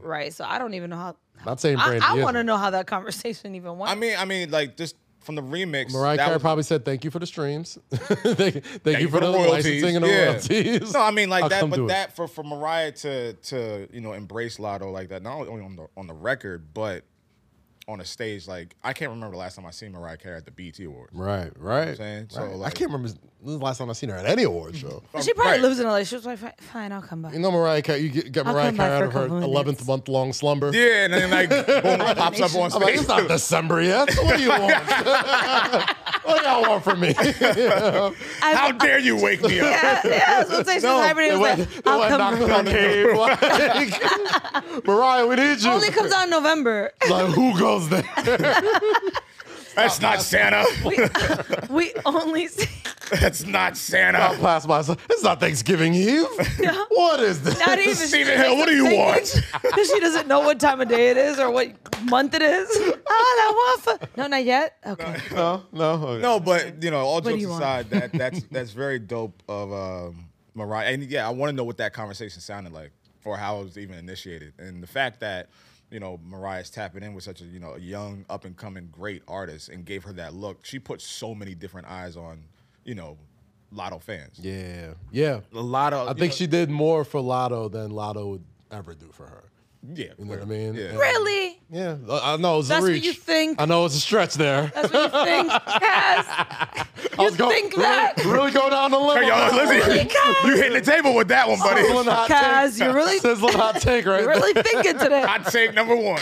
[SPEAKER 1] Right. So I don't even know how.
[SPEAKER 2] Not saying
[SPEAKER 1] I,
[SPEAKER 2] Brandy.
[SPEAKER 1] I
[SPEAKER 2] either.
[SPEAKER 1] want to know how that conversation even went.
[SPEAKER 3] I mean, I mean, like just from the remix,
[SPEAKER 2] Mariah
[SPEAKER 3] that
[SPEAKER 2] Carey
[SPEAKER 3] was-
[SPEAKER 2] probably said, "Thank you for the streams. *laughs* thank, thank you for, the, licensing and the
[SPEAKER 3] yeah.
[SPEAKER 2] royalties."
[SPEAKER 3] No, I mean like
[SPEAKER 2] I'll
[SPEAKER 3] that,
[SPEAKER 2] come
[SPEAKER 3] but
[SPEAKER 2] do it.
[SPEAKER 3] that for for Mariah to to you know embrace Lotto like that, not only on the on the record, but on a stage. Like I can't remember the last time I seen Mariah Carey at the BT Awards.
[SPEAKER 2] Right, right.
[SPEAKER 3] saying? So,
[SPEAKER 2] right.
[SPEAKER 3] like-
[SPEAKER 2] I can't remember this is the last time I seen her at any
[SPEAKER 3] *laughs*
[SPEAKER 2] award show.
[SPEAKER 1] But she probably
[SPEAKER 3] right.
[SPEAKER 1] lives in LA. She was like, "Fi- fine, I'll come by.
[SPEAKER 2] You know, Mariah Carey, you get, get
[SPEAKER 1] I'll
[SPEAKER 2] Mariah
[SPEAKER 1] come back for
[SPEAKER 2] Carey out
[SPEAKER 1] a
[SPEAKER 2] of her
[SPEAKER 1] couple minutes.
[SPEAKER 2] eleventh month long slumber.
[SPEAKER 3] Yeah, and then like boom, pops up on
[SPEAKER 2] *laughs* I'm like,
[SPEAKER 3] stage.
[SPEAKER 2] it's not
[SPEAKER 3] *laughs*
[SPEAKER 2] December yet. What do you want? *laughs* what y'all want from me? *laughs*
[SPEAKER 1] I-
[SPEAKER 3] How dare you wake me up? *laughs*
[SPEAKER 1] yeah, yeah. So say she's hybrid. It was like, I'll come.
[SPEAKER 2] knocked on the cave. *laughs*
[SPEAKER 1] *laughs*
[SPEAKER 2] Like, Mariah, we need you.
[SPEAKER 1] Only comes out in November.
[SPEAKER 2] *laughs* like, who
[SPEAKER 1] *laughs*
[SPEAKER 2] goes there?
[SPEAKER 3] That's not
[SPEAKER 2] *laughs*
[SPEAKER 3] Santa.
[SPEAKER 1] We, we only see.
[SPEAKER 3] That's not
[SPEAKER 2] I'll
[SPEAKER 3] Santa.
[SPEAKER 2] pass myself. It's not
[SPEAKER 1] *laughs*
[SPEAKER 2] Thanksgiving Eve. What is this? *laughs*
[SPEAKER 1] Not even.
[SPEAKER 3] Stephen Hill, what do you want?
[SPEAKER 1] Because *laughs* she doesn't know what time of day it is or what month it is. I don't want. fu- no, not yet. Okay.
[SPEAKER 2] No, no, okay.
[SPEAKER 3] No, but you know, all
[SPEAKER 1] do
[SPEAKER 3] jokes
[SPEAKER 1] you want? *laughs*
[SPEAKER 3] aside, that that's that's very dope of um, Mariah. And yeah, I want to know what that conversation sounded like, or how it was even initiated, and the fact that you know Mariah's tapping in with such a you know a young up and coming great artist, and gave her that look. She put so many different eyes on you know Lotto fans.
[SPEAKER 2] Yeah, yeah.
[SPEAKER 3] A lot of
[SPEAKER 2] I think she did more for Lotto than Lotto would ever do for her.
[SPEAKER 3] yeah,
[SPEAKER 2] You know what I mean?
[SPEAKER 3] Yeah.
[SPEAKER 1] Really?
[SPEAKER 2] Yeah, I I know it's
[SPEAKER 1] That's
[SPEAKER 2] a
[SPEAKER 1] what
[SPEAKER 2] reach.
[SPEAKER 1] you think?
[SPEAKER 2] I know it's a stretch there.
[SPEAKER 1] That's what you think, Cass.
[SPEAKER 2] I was going,
[SPEAKER 1] think that?
[SPEAKER 2] *laughs* Really, really go down the limit.
[SPEAKER 3] Hey, y'all, listen,
[SPEAKER 1] Because-
[SPEAKER 3] *laughs* you hitting the table with that one,
[SPEAKER 1] Oh,
[SPEAKER 3] buddy.
[SPEAKER 2] Sizzling hot
[SPEAKER 1] Kaz,
[SPEAKER 2] take.
[SPEAKER 1] you really-
[SPEAKER 2] sizzling hot take right
[SPEAKER 1] You're really thinking today.
[SPEAKER 3] Hot take number
[SPEAKER 1] *laughs*
[SPEAKER 3] one.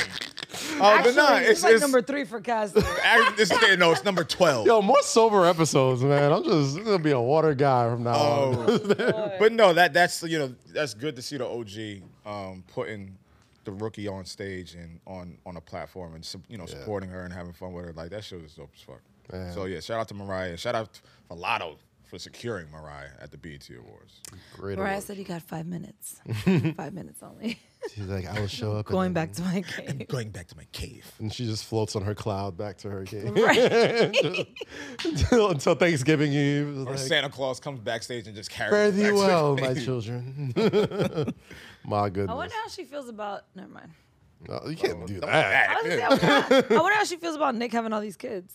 [SPEAKER 3] Oh,
[SPEAKER 1] Actually,
[SPEAKER 3] but nah,
[SPEAKER 1] it's,
[SPEAKER 3] it's,
[SPEAKER 1] like
[SPEAKER 3] it's,
[SPEAKER 1] number three for Cass.
[SPEAKER 3] *laughs* actually, this is- no, it's number twelve.
[SPEAKER 2] there. *laughs* Yo, more sober episodes, man. I'm just gonna be a water guy from now
[SPEAKER 3] Oh.
[SPEAKER 2] on.
[SPEAKER 3] *laughs* but no, that that's you know that's good to see the OG um, putting the rookie on stage and on on a platform and sup- you know supporting her and having fun with her. Like that shit was dope as fuck.
[SPEAKER 2] Yeah.
[SPEAKER 3] So yeah, shout out to Mariah. Shout out to Lotto for securing Mariah at the BET Awards.
[SPEAKER 2] Great
[SPEAKER 1] Mariah
[SPEAKER 2] award.
[SPEAKER 1] said you got five
[SPEAKER 2] *laughs*
[SPEAKER 1] minutes. five minutes only.
[SPEAKER 2] She's like, I will show up. and
[SPEAKER 1] Going
[SPEAKER 2] then-
[SPEAKER 1] back to my cave.
[SPEAKER 3] Going back to my cave.
[SPEAKER 2] And she just floats on her cloud back to her game
[SPEAKER 1] Right.
[SPEAKER 2] *laughs* until, *laughs* until Thanksgiving Eve. It's
[SPEAKER 3] Or
[SPEAKER 2] like,
[SPEAKER 3] Santa Claus comes backstage and just carries.
[SPEAKER 2] Fare
[SPEAKER 3] her
[SPEAKER 2] thee
[SPEAKER 3] back to the
[SPEAKER 2] well,
[SPEAKER 3] *laughs*
[SPEAKER 2] my
[SPEAKER 3] stage.
[SPEAKER 2] children. my
[SPEAKER 1] I
[SPEAKER 2] goodness.
[SPEAKER 1] wonder how she feels about. Never mind.
[SPEAKER 2] No, you can't do
[SPEAKER 3] Don't do
[SPEAKER 2] that.
[SPEAKER 1] I,
[SPEAKER 3] that.
[SPEAKER 1] was gonna say, I wonder- I wonder how she feels about Nick having all these kids.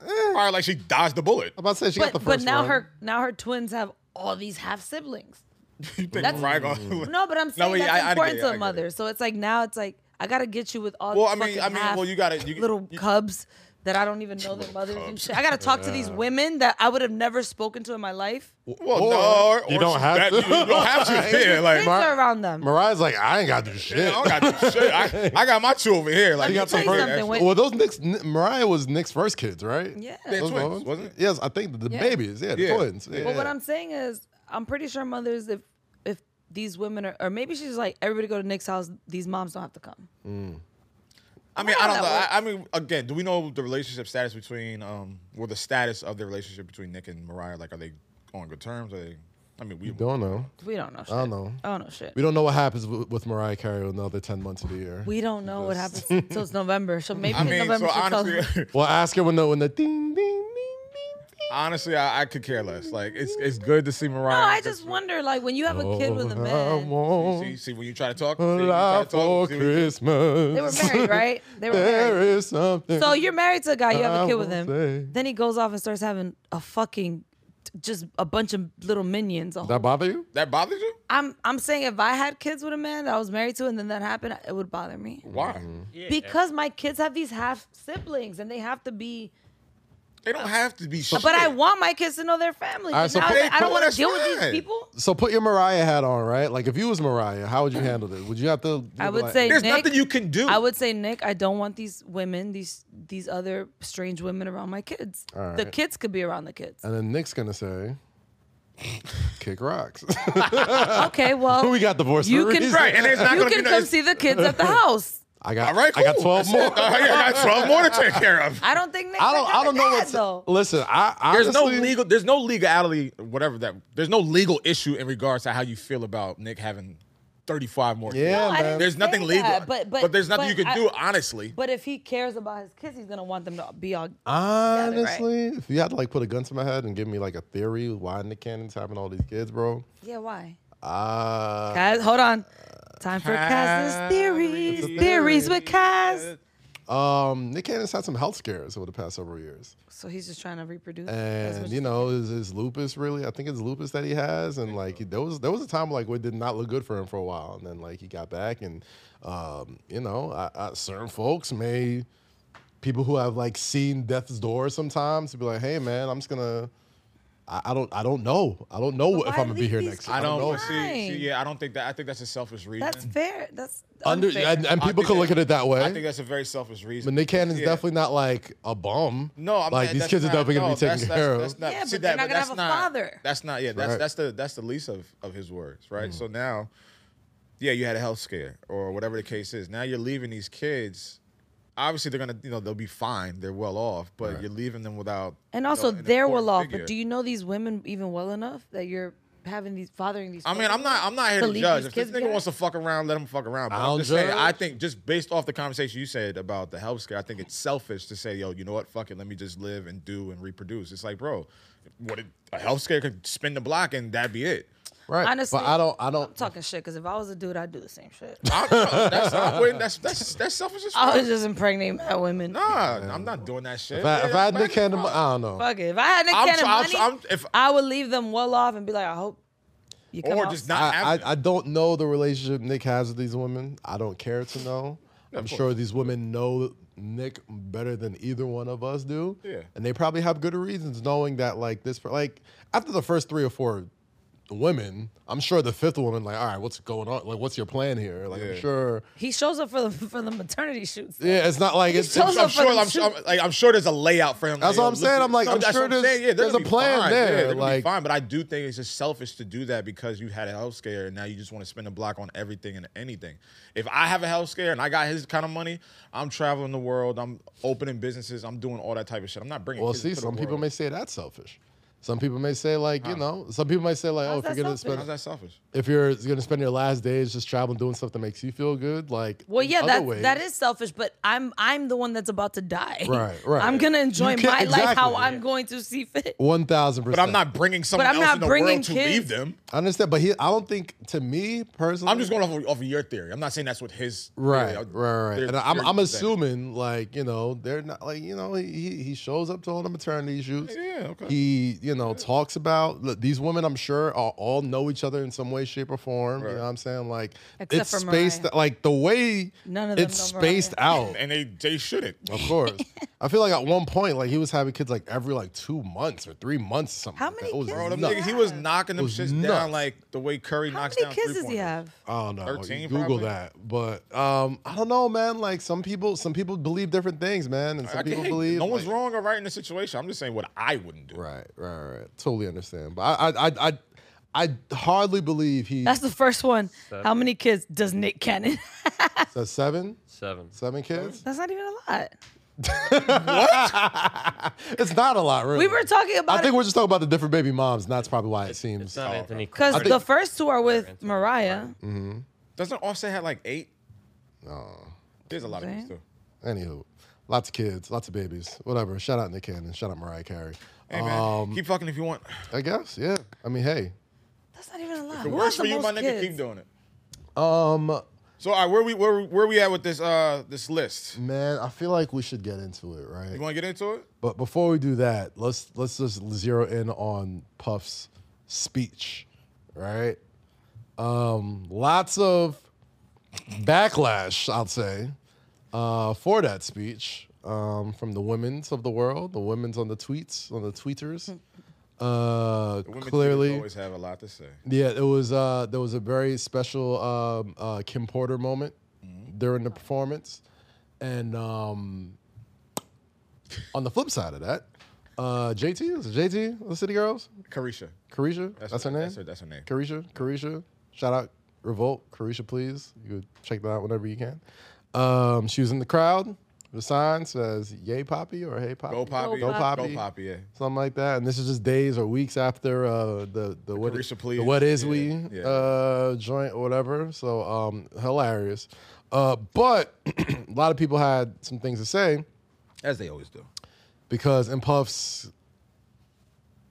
[SPEAKER 3] Probably like she dodged the bullet.
[SPEAKER 2] I'm about to say she got
[SPEAKER 1] But
[SPEAKER 2] the
[SPEAKER 1] but
[SPEAKER 2] first
[SPEAKER 1] now
[SPEAKER 2] one.
[SPEAKER 1] her now her twins have all these half siblings.
[SPEAKER 3] You think
[SPEAKER 1] That's-
[SPEAKER 3] Mariah gonna-
[SPEAKER 2] Mm.
[SPEAKER 1] No, but I'm saying
[SPEAKER 3] wait, I- I
[SPEAKER 1] that's
[SPEAKER 3] get
[SPEAKER 1] important
[SPEAKER 3] it, I
[SPEAKER 1] to
[SPEAKER 3] get
[SPEAKER 1] a
[SPEAKER 3] it.
[SPEAKER 1] mother. So it's like now it's like I gotta get you with all.
[SPEAKER 3] Well,
[SPEAKER 1] these
[SPEAKER 3] I mean,
[SPEAKER 1] fucking
[SPEAKER 3] I mean,
[SPEAKER 1] half
[SPEAKER 3] well, you gotta- you-
[SPEAKER 1] little
[SPEAKER 3] you-
[SPEAKER 1] cubs that I don't even know their mothers and shit. I gotta talk to these women that I would have never spoken to in my life.
[SPEAKER 3] *laughs* Well,
[SPEAKER 2] Or-
[SPEAKER 3] no, or,
[SPEAKER 2] you
[SPEAKER 3] or
[SPEAKER 2] don't
[SPEAKER 3] she-
[SPEAKER 2] have
[SPEAKER 3] that-
[SPEAKER 2] to.
[SPEAKER 3] You don't have
[SPEAKER 2] *laughs*
[SPEAKER 3] to. Yeah, like
[SPEAKER 1] Kids
[SPEAKER 2] Mar-
[SPEAKER 1] are around them.
[SPEAKER 2] Mariah's like, I ain't got to do shit.
[SPEAKER 3] Yeah, I don't got shit. I, I got my two over here. Like
[SPEAKER 1] You got
[SPEAKER 3] you
[SPEAKER 1] the
[SPEAKER 3] take
[SPEAKER 1] first-
[SPEAKER 3] that.
[SPEAKER 1] something, wait.
[SPEAKER 2] Well, those Nick's N- Mariah was Nick's first kids, right?
[SPEAKER 1] Yeah.
[SPEAKER 3] They're
[SPEAKER 2] Those
[SPEAKER 3] twins,
[SPEAKER 2] ones?
[SPEAKER 3] wasn't it?
[SPEAKER 2] Yes, I think the
[SPEAKER 1] Yeah.
[SPEAKER 2] babies. Yeah, the
[SPEAKER 3] Yeah.
[SPEAKER 2] twins. Yeah.
[SPEAKER 1] But what I'm saying is, I'm pretty sure mothers, if if these women are, or maybe she's like, everybody go to Nick's house. These moms don't have to come.
[SPEAKER 3] I mean, I
[SPEAKER 1] Nah,
[SPEAKER 3] don't know. I,
[SPEAKER 1] that
[SPEAKER 3] I mean, again, do we know the relationship status between, um, or the status of the relationship between Nick and Mariah? Like, are they on good terms? Are they? I mean, we
[SPEAKER 2] Don't know.
[SPEAKER 1] We don't know. Shit.
[SPEAKER 2] I don't know.
[SPEAKER 1] I don't know shit.
[SPEAKER 2] We don't know what happens with, with Mariah Carey another ten months of the year.
[SPEAKER 1] We don't know what happens until it's November.
[SPEAKER 2] *laughs*
[SPEAKER 1] So maybe
[SPEAKER 3] I
[SPEAKER 1] in
[SPEAKER 3] mean, so
[SPEAKER 1] November she'll *laughs* tell us.
[SPEAKER 3] honestly,
[SPEAKER 2] Well, ask her when the when the ding ding ding ding.
[SPEAKER 3] *laughs* honestly, I, I could care less. Like, it's it's good to see Mariah.
[SPEAKER 1] No, I just wonder, like, when you have a kid with a
[SPEAKER 2] Oh, I
[SPEAKER 1] man,
[SPEAKER 2] want
[SPEAKER 3] see, see when you try to talk. See,
[SPEAKER 2] a
[SPEAKER 3] when you try
[SPEAKER 2] life
[SPEAKER 3] to
[SPEAKER 2] for
[SPEAKER 3] talk see, when-
[SPEAKER 2] Christmas.
[SPEAKER 1] they were married, right? They were
[SPEAKER 2] *laughs* There
[SPEAKER 1] married.
[SPEAKER 2] is something.
[SPEAKER 1] So you're married to a guy, you have
[SPEAKER 2] I
[SPEAKER 1] a kid with
[SPEAKER 2] won't say.
[SPEAKER 1] him. Then he goes off and starts having a fucking, just a bunch of little minions. A whole-
[SPEAKER 2] that bother you?
[SPEAKER 3] that bothers you?
[SPEAKER 1] I'm I'm saying if I had kids with a man that I was married to and then that happened, it would bother me.
[SPEAKER 3] Why?
[SPEAKER 1] Mm-hmm.
[SPEAKER 4] Yeah.
[SPEAKER 1] Because my kids have these half siblings and they have to be.
[SPEAKER 3] They don't have to be. shit.
[SPEAKER 1] But I want my kids to know their family.
[SPEAKER 2] All right, so
[SPEAKER 1] Now
[SPEAKER 2] pay
[SPEAKER 1] that I don't want
[SPEAKER 3] close
[SPEAKER 1] to deal with these
[SPEAKER 3] friend.
[SPEAKER 1] people.
[SPEAKER 2] So put your Mariah hat on, right? Like if you was Mariah, how would you handle it? Would you have to?
[SPEAKER 1] I would
[SPEAKER 2] like-
[SPEAKER 1] say
[SPEAKER 3] There's
[SPEAKER 1] Nick,
[SPEAKER 3] nothing you can do.
[SPEAKER 1] I would say Nick, I don't want these women, these these other strange women around my kids.
[SPEAKER 2] All
[SPEAKER 1] The
[SPEAKER 2] right.
[SPEAKER 1] kids could be around the kids.
[SPEAKER 2] And then Nick's gonna say, "Kick rocks." *laughs*
[SPEAKER 1] Okay, well
[SPEAKER 2] we got divorced
[SPEAKER 1] you
[SPEAKER 2] for a
[SPEAKER 1] can
[SPEAKER 2] reason.
[SPEAKER 3] Right, and it's not
[SPEAKER 1] you
[SPEAKER 3] gonna be
[SPEAKER 1] can
[SPEAKER 3] no-
[SPEAKER 1] come
[SPEAKER 3] it's-
[SPEAKER 1] see the kids at the house.
[SPEAKER 2] I got.
[SPEAKER 3] All right,
[SPEAKER 2] I got
[SPEAKER 3] cool.
[SPEAKER 2] twelve
[SPEAKER 3] That's
[SPEAKER 2] more.
[SPEAKER 3] it. All right, *laughs* I got twelve more to take care of.
[SPEAKER 1] I don't think Nick.
[SPEAKER 2] I don't. I don't know what's.
[SPEAKER 1] though.
[SPEAKER 2] *laughs* Listen, I honestly,
[SPEAKER 3] There's no legal. There's no legality. Whatever that. There's no legal issue in regards to how you feel about Nick having 35 more. kids.
[SPEAKER 2] Yeah,
[SPEAKER 1] No, I
[SPEAKER 2] man.
[SPEAKER 1] didn't
[SPEAKER 3] There's
[SPEAKER 1] say
[SPEAKER 3] nothing legal.
[SPEAKER 1] that, but, but
[SPEAKER 3] there's nothing
[SPEAKER 1] but
[SPEAKER 3] you can
[SPEAKER 1] I-
[SPEAKER 3] do. Honestly.
[SPEAKER 1] But if he cares about his kids, he's gonna want them to be all.
[SPEAKER 2] Honestly, if you had to like put a gun to my head and give me like a theory why Nick Cannon's having all these kids, bro.
[SPEAKER 1] Yeah, why?
[SPEAKER 2] Uh,
[SPEAKER 1] Guys, hold on. Time for Kaz's theories. Theories with Kaz.
[SPEAKER 2] um, Nick Cannon's had some health scares over the past several years,
[SPEAKER 1] So he's just trying to reproduce. That's
[SPEAKER 2] and
[SPEAKER 1] what
[SPEAKER 2] you know, is, is lupus really? I think it's lupus that he has, and like he- there was there was a time like where it did not look good for him for a while, and then like he got back, and um, you know, I, I, certain folks may people who have like seen death's door sometimes to be like, hey man, I'm just gonna. I, I don't. I don't know. I don't know
[SPEAKER 1] But
[SPEAKER 2] if
[SPEAKER 1] why
[SPEAKER 2] I'm gonna be
[SPEAKER 1] leave
[SPEAKER 2] here
[SPEAKER 1] these
[SPEAKER 2] next. year.
[SPEAKER 3] I don't
[SPEAKER 2] know.
[SPEAKER 3] see, see.
[SPEAKER 1] Fine.
[SPEAKER 3] Yeah, I don't think that. I think that's a selfish reason.
[SPEAKER 1] That's fair. That's
[SPEAKER 2] Under
[SPEAKER 1] unfair.
[SPEAKER 2] and, and
[SPEAKER 3] I
[SPEAKER 2] people
[SPEAKER 3] think
[SPEAKER 2] could
[SPEAKER 3] that-
[SPEAKER 2] look at it that way.
[SPEAKER 3] I think that's a very selfish reason.
[SPEAKER 2] But Nick Cannon's
[SPEAKER 3] Yeah.
[SPEAKER 2] definitely not like a bum.
[SPEAKER 3] No, I'm
[SPEAKER 2] like
[SPEAKER 3] not-
[SPEAKER 2] these
[SPEAKER 3] that's
[SPEAKER 2] kids are
[SPEAKER 3] not-
[SPEAKER 2] definitely gonna
[SPEAKER 3] no,
[SPEAKER 2] be taken
[SPEAKER 3] that's-
[SPEAKER 2] care
[SPEAKER 3] that's- that's
[SPEAKER 2] of.
[SPEAKER 3] not-
[SPEAKER 1] Yeah, but
[SPEAKER 3] see
[SPEAKER 1] they're
[SPEAKER 3] that-
[SPEAKER 1] not gonna
[SPEAKER 3] that's
[SPEAKER 1] have a father.
[SPEAKER 3] That's not. Yeah, that's
[SPEAKER 2] Right. Mm-hmm.
[SPEAKER 3] that's the that's the least of of his words, right? So now, yeah, you had a health scare or whatever the case is. Now you're leaving these kids. Obviously, they're gonna, you know, they'll be fine. They're well off, but you're leaving them without.
[SPEAKER 1] And
[SPEAKER 3] you know,
[SPEAKER 1] also,
[SPEAKER 3] an
[SPEAKER 1] they're
[SPEAKER 3] important
[SPEAKER 1] well off.
[SPEAKER 3] figure.
[SPEAKER 1] But do you know these women even well enough that you're having these fathering these?
[SPEAKER 3] I mean, I'm not. I'm not here
[SPEAKER 1] To
[SPEAKER 3] to
[SPEAKER 1] leave
[SPEAKER 3] judge.
[SPEAKER 1] these
[SPEAKER 3] If this
[SPEAKER 1] kids
[SPEAKER 3] nigga
[SPEAKER 1] behind?
[SPEAKER 3] wants to fuck around, let him fuck around. But
[SPEAKER 2] I
[SPEAKER 3] I'm
[SPEAKER 2] don't
[SPEAKER 3] just saying.
[SPEAKER 2] judge.
[SPEAKER 3] I think just based off the conversation you said about the health scare, I think it's selfish to say, "Yo, you know what? Fuck it. Let me just live and do and reproduce." It's like, bro, what it, a health scare could spin the block and that'd be it.
[SPEAKER 2] Right.
[SPEAKER 1] Honestly,
[SPEAKER 2] but I don't. I don't.
[SPEAKER 1] *laughs* talking shit because if I was a dude, I'd do the same shit.
[SPEAKER 3] I'm, that's, I'm waiting, that's that's that's selfish as
[SPEAKER 1] *laughs* I
[SPEAKER 3] fuck.
[SPEAKER 1] was just impregnating mad women.
[SPEAKER 3] Nah, I'm not doing that shit.
[SPEAKER 2] if I, if I had Nick Cannon,
[SPEAKER 3] I'm,
[SPEAKER 2] I don't know.
[SPEAKER 1] Fuck it. If I had Nick
[SPEAKER 3] I'm
[SPEAKER 1] Cannon
[SPEAKER 3] try- I'm
[SPEAKER 1] money,
[SPEAKER 3] try- I'm- if-
[SPEAKER 1] I would leave them well off and be like, I hope you come
[SPEAKER 3] or
[SPEAKER 1] out
[SPEAKER 3] just not.
[SPEAKER 2] I,
[SPEAKER 3] having
[SPEAKER 2] I, I
[SPEAKER 3] it.
[SPEAKER 2] don't know the relationship Nick has with these women. I don't care to know. I'm sure these women know Nick better than either one of us do.
[SPEAKER 3] Yeah.
[SPEAKER 2] And they probably have good reasons knowing that like this like after the first three or four women, I'm sure the fifth woman like, all right, what's going on? Like what's your plan here? Like I'm
[SPEAKER 3] Yeah.
[SPEAKER 2] sure
[SPEAKER 1] He shows up for the *laughs* for the maternity shoots.
[SPEAKER 2] Yeah, it's not like it's
[SPEAKER 1] so
[SPEAKER 3] I'm sure. I'm,
[SPEAKER 1] fucking
[SPEAKER 3] sure- I'm- like, I'm sure there's a layout for him.
[SPEAKER 2] That's
[SPEAKER 3] Like,
[SPEAKER 2] what I'm
[SPEAKER 3] yo,
[SPEAKER 2] saying. I'm like, I'm
[SPEAKER 3] that's
[SPEAKER 2] sure
[SPEAKER 3] what
[SPEAKER 2] there's-
[SPEAKER 3] saying. Yeah, they're
[SPEAKER 2] there's
[SPEAKER 3] gonna
[SPEAKER 2] a
[SPEAKER 3] be
[SPEAKER 2] plan
[SPEAKER 3] fine.
[SPEAKER 2] there,
[SPEAKER 3] Yeah, they're gonna be
[SPEAKER 2] like-
[SPEAKER 3] fine. But I do think it's just selfish to do that because you had a health scare and now you just want to spend a block on everything and anything. If I have a health scare and I got his kind of money, I'm traveling the world. I'm opening businesses. I'm doing all that type of shit. I'm not bringing.
[SPEAKER 2] Well,
[SPEAKER 3] kids
[SPEAKER 2] see,
[SPEAKER 3] into the
[SPEAKER 2] some people
[SPEAKER 3] world.
[SPEAKER 2] may say that's selfish. Some people may say like you know. Some people might say like,
[SPEAKER 1] How's
[SPEAKER 2] oh, if
[SPEAKER 1] that
[SPEAKER 2] you're gonna
[SPEAKER 1] selfish?
[SPEAKER 2] spend
[SPEAKER 3] How's that selfish?
[SPEAKER 2] if you're gonna spend your last days just traveling, doing stuff that makes you feel good, like
[SPEAKER 1] Well,
[SPEAKER 2] in
[SPEAKER 1] yeah,
[SPEAKER 2] other
[SPEAKER 1] that
[SPEAKER 2] ways-
[SPEAKER 1] that is selfish, but I'm I'm the one that's about to die.
[SPEAKER 2] Right,
[SPEAKER 1] *laughs*
[SPEAKER 2] right.
[SPEAKER 1] I'm gonna enjoy
[SPEAKER 2] You
[SPEAKER 1] my
[SPEAKER 2] can't-
[SPEAKER 1] life how
[SPEAKER 2] exactly.
[SPEAKER 1] I'm going to see fit.
[SPEAKER 2] one thousand
[SPEAKER 3] But
[SPEAKER 2] percent.
[SPEAKER 3] I'm not bringing someone
[SPEAKER 1] I'm
[SPEAKER 3] else
[SPEAKER 1] not
[SPEAKER 3] in the
[SPEAKER 1] bringing
[SPEAKER 3] world to leave
[SPEAKER 1] kids.
[SPEAKER 3] them.
[SPEAKER 2] I understand, but he. I don't think to me personally.
[SPEAKER 3] I'm just going off of, off of your theory. I'm not saying that's what his
[SPEAKER 2] Right,
[SPEAKER 3] theory-
[SPEAKER 2] right, right.
[SPEAKER 3] their
[SPEAKER 2] And I'm,
[SPEAKER 3] theory
[SPEAKER 2] I'm
[SPEAKER 3] was saying.
[SPEAKER 2] assuming, like, you know, they're not, like, you know, he he he shows up to all the maternity shoots.
[SPEAKER 3] Yeah, okay.
[SPEAKER 2] He, you know, talks about look, these women. I'm sure are, all know each other in some way, shape, or form. You know what I'm saying? Like,
[SPEAKER 1] Except
[SPEAKER 2] it's
[SPEAKER 1] for
[SPEAKER 2] spaced
[SPEAKER 1] Mariah.
[SPEAKER 2] like the way
[SPEAKER 1] None of them
[SPEAKER 2] it's
[SPEAKER 1] know Mariah.
[SPEAKER 2] spaced out.
[SPEAKER 3] and they they shouldn't.
[SPEAKER 2] Of course. I feel like at one point, like he was having kids like every like two months or three months, or something.
[SPEAKER 1] How
[SPEAKER 2] like that.
[SPEAKER 1] many
[SPEAKER 2] It was
[SPEAKER 1] kids
[SPEAKER 3] Bro, them
[SPEAKER 2] nuts.
[SPEAKER 3] niggas, he was knocking them
[SPEAKER 2] It was
[SPEAKER 3] shits
[SPEAKER 2] nuts.
[SPEAKER 3] down like the way Curry
[SPEAKER 1] How
[SPEAKER 3] *laughs* knocks
[SPEAKER 1] many
[SPEAKER 3] down.
[SPEAKER 1] kids does he
[SPEAKER 3] three-pointers.
[SPEAKER 1] have?
[SPEAKER 2] I don't know.
[SPEAKER 3] 13
[SPEAKER 2] you Google
[SPEAKER 3] probably?
[SPEAKER 2] that, but um, I don't know, man. Like some people, some people believe different things, man, and some
[SPEAKER 3] I can't-
[SPEAKER 2] people
[SPEAKER 3] hey,
[SPEAKER 2] believe
[SPEAKER 3] no one's
[SPEAKER 2] like-
[SPEAKER 3] wrong or right in the situation. I'm just saying what I wouldn't do.
[SPEAKER 2] Right, right, right. Totally understand, but I, I, I, I, I hardly believe he
[SPEAKER 1] That's the first one. How
[SPEAKER 4] Seven.
[SPEAKER 1] many kids does Nick Cannon? *laughs*
[SPEAKER 2] says seven,
[SPEAKER 4] Seven.
[SPEAKER 2] seven kids.
[SPEAKER 1] That's not even a lot.
[SPEAKER 2] It's not a lot,
[SPEAKER 1] We
[SPEAKER 2] really.
[SPEAKER 1] were talking about
[SPEAKER 2] I think
[SPEAKER 1] it
[SPEAKER 2] we're just talking about the different baby moms. And that's probably why it seems.
[SPEAKER 4] It's not Anthony.
[SPEAKER 1] because
[SPEAKER 4] Quinn.
[SPEAKER 1] the first two are with Mariah.
[SPEAKER 3] Mm. Doesn't Offset have like eight? No. There's a lot of these
[SPEAKER 1] Okay.
[SPEAKER 3] too.
[SPEAKER 2] Anywho, lots of kids, lots of babies, whatever. Shout out Nick Cannon. Shout out Mariah Carey.
[SPEAKER 3] Hey man,
[SPEAKER 2] Um,
[SPEAKER 3] keep fucking if you want.
[SPEAKER 2] I guess, yeah. I mean, hey,
[SPEAKER 1] That's not even a lot. Who
[SPEAKER 3] The worst
[SPEAKER 1] has
[SPEAKER 3] for
[SPEAKER 1] the
[SPEAKER 3] you, my
[SPEAKER 1] most
[SPEAKER 3] nigga. Keep
[SPEAKER 1] kids?
[SPEAKER 3] doing it.
[SPEAKER 2] um,
[SPEAKER 3] So, all right, where we where where we at with this uh this list?
[SPEAKER 2] man, I feel like we should get into it, right?
[SPEAKER 3] You want to get into it?
[SPEAKER 2] But before we do that, let's let's just zero in on Puff's speech, right? Um, lots of backlash, I'll say, uh, for that speech um, from the women's of the world, the women's on the tweets, on
[SPEAKER 3] *laughs*
[SPEAKER 2] the tweeters. Uh,
[SPEAKER 3] The women
[SPEAKER 2] clearly,
[SPEAKER 3] always have a lot to say.
[SPEAKER 2] yeah, it was. Uh, there was a very special um, uh, Kim Porter moment
[SPEAKER 3] Mm-hmm.
[SPEAKER 2] during the performance, and um, on the flip side of that, uh, JT, is it JT, the City Girls,
[SPEAKER 3] Carisha.
[SPEAKER 2] Carisha, that's, her name.
[SPEAKER 3] That's her, that's her name.
[SPEAKER 2] Carisha, Carisha. Shout out Revolt, Carisha, please. You could check that out whenever you can. Um, she was in the crowd. The sign says "Yay Poppy" or "Hey Poppy."
[SPEAKER 3] Go Poppy.
[SPEAKER 1] Go
[SPEAKER 2] Poppy.
[SPEAKER 3] Go Poppy, yeah.
[SPEAKER 2] something like that. And this is just days or weeks after uh, the the what,
[SPEAKER 3] Carisha
[SPEAKER 2] the
[SPEAKER 3] Please.
[SPEAKER 2] what is
[SPEAKER 3] Yeah,
[SPEAKER 2] we
[SPEAKER 3] yeah.
[SPEAKER 2] Uh, joint or whatever. So um, hilarious. Uh, but *clears throat* a lot of people had some things to say
[SPEAKER 3] As they always do.
[SPEAKER 2] because in Puff's,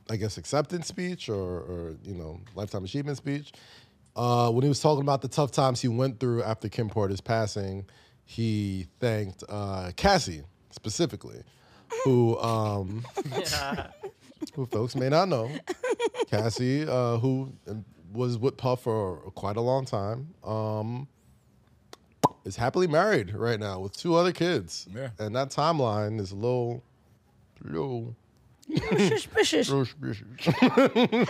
[SPEAKER 2] I guess, acceptance speech or, or you know lifetime achievement speech, uh, when he was talking about the tough times he went through after Kim Porter's passing, he thanked uh, Cassie specifically, who um, who folks may not know, Cassie, uh, who was with Puff for quite a long time. Um, is happily married right now with two other kids.
[SPEAKER 3] Yeah.
[SPEAKER 2] And that timeline is a little little
[SPEAKER 1] Suspicious.
[SPEAKER 3] Mm.
[SPEAKER 1] A
[SPEAKER 2] suspicious.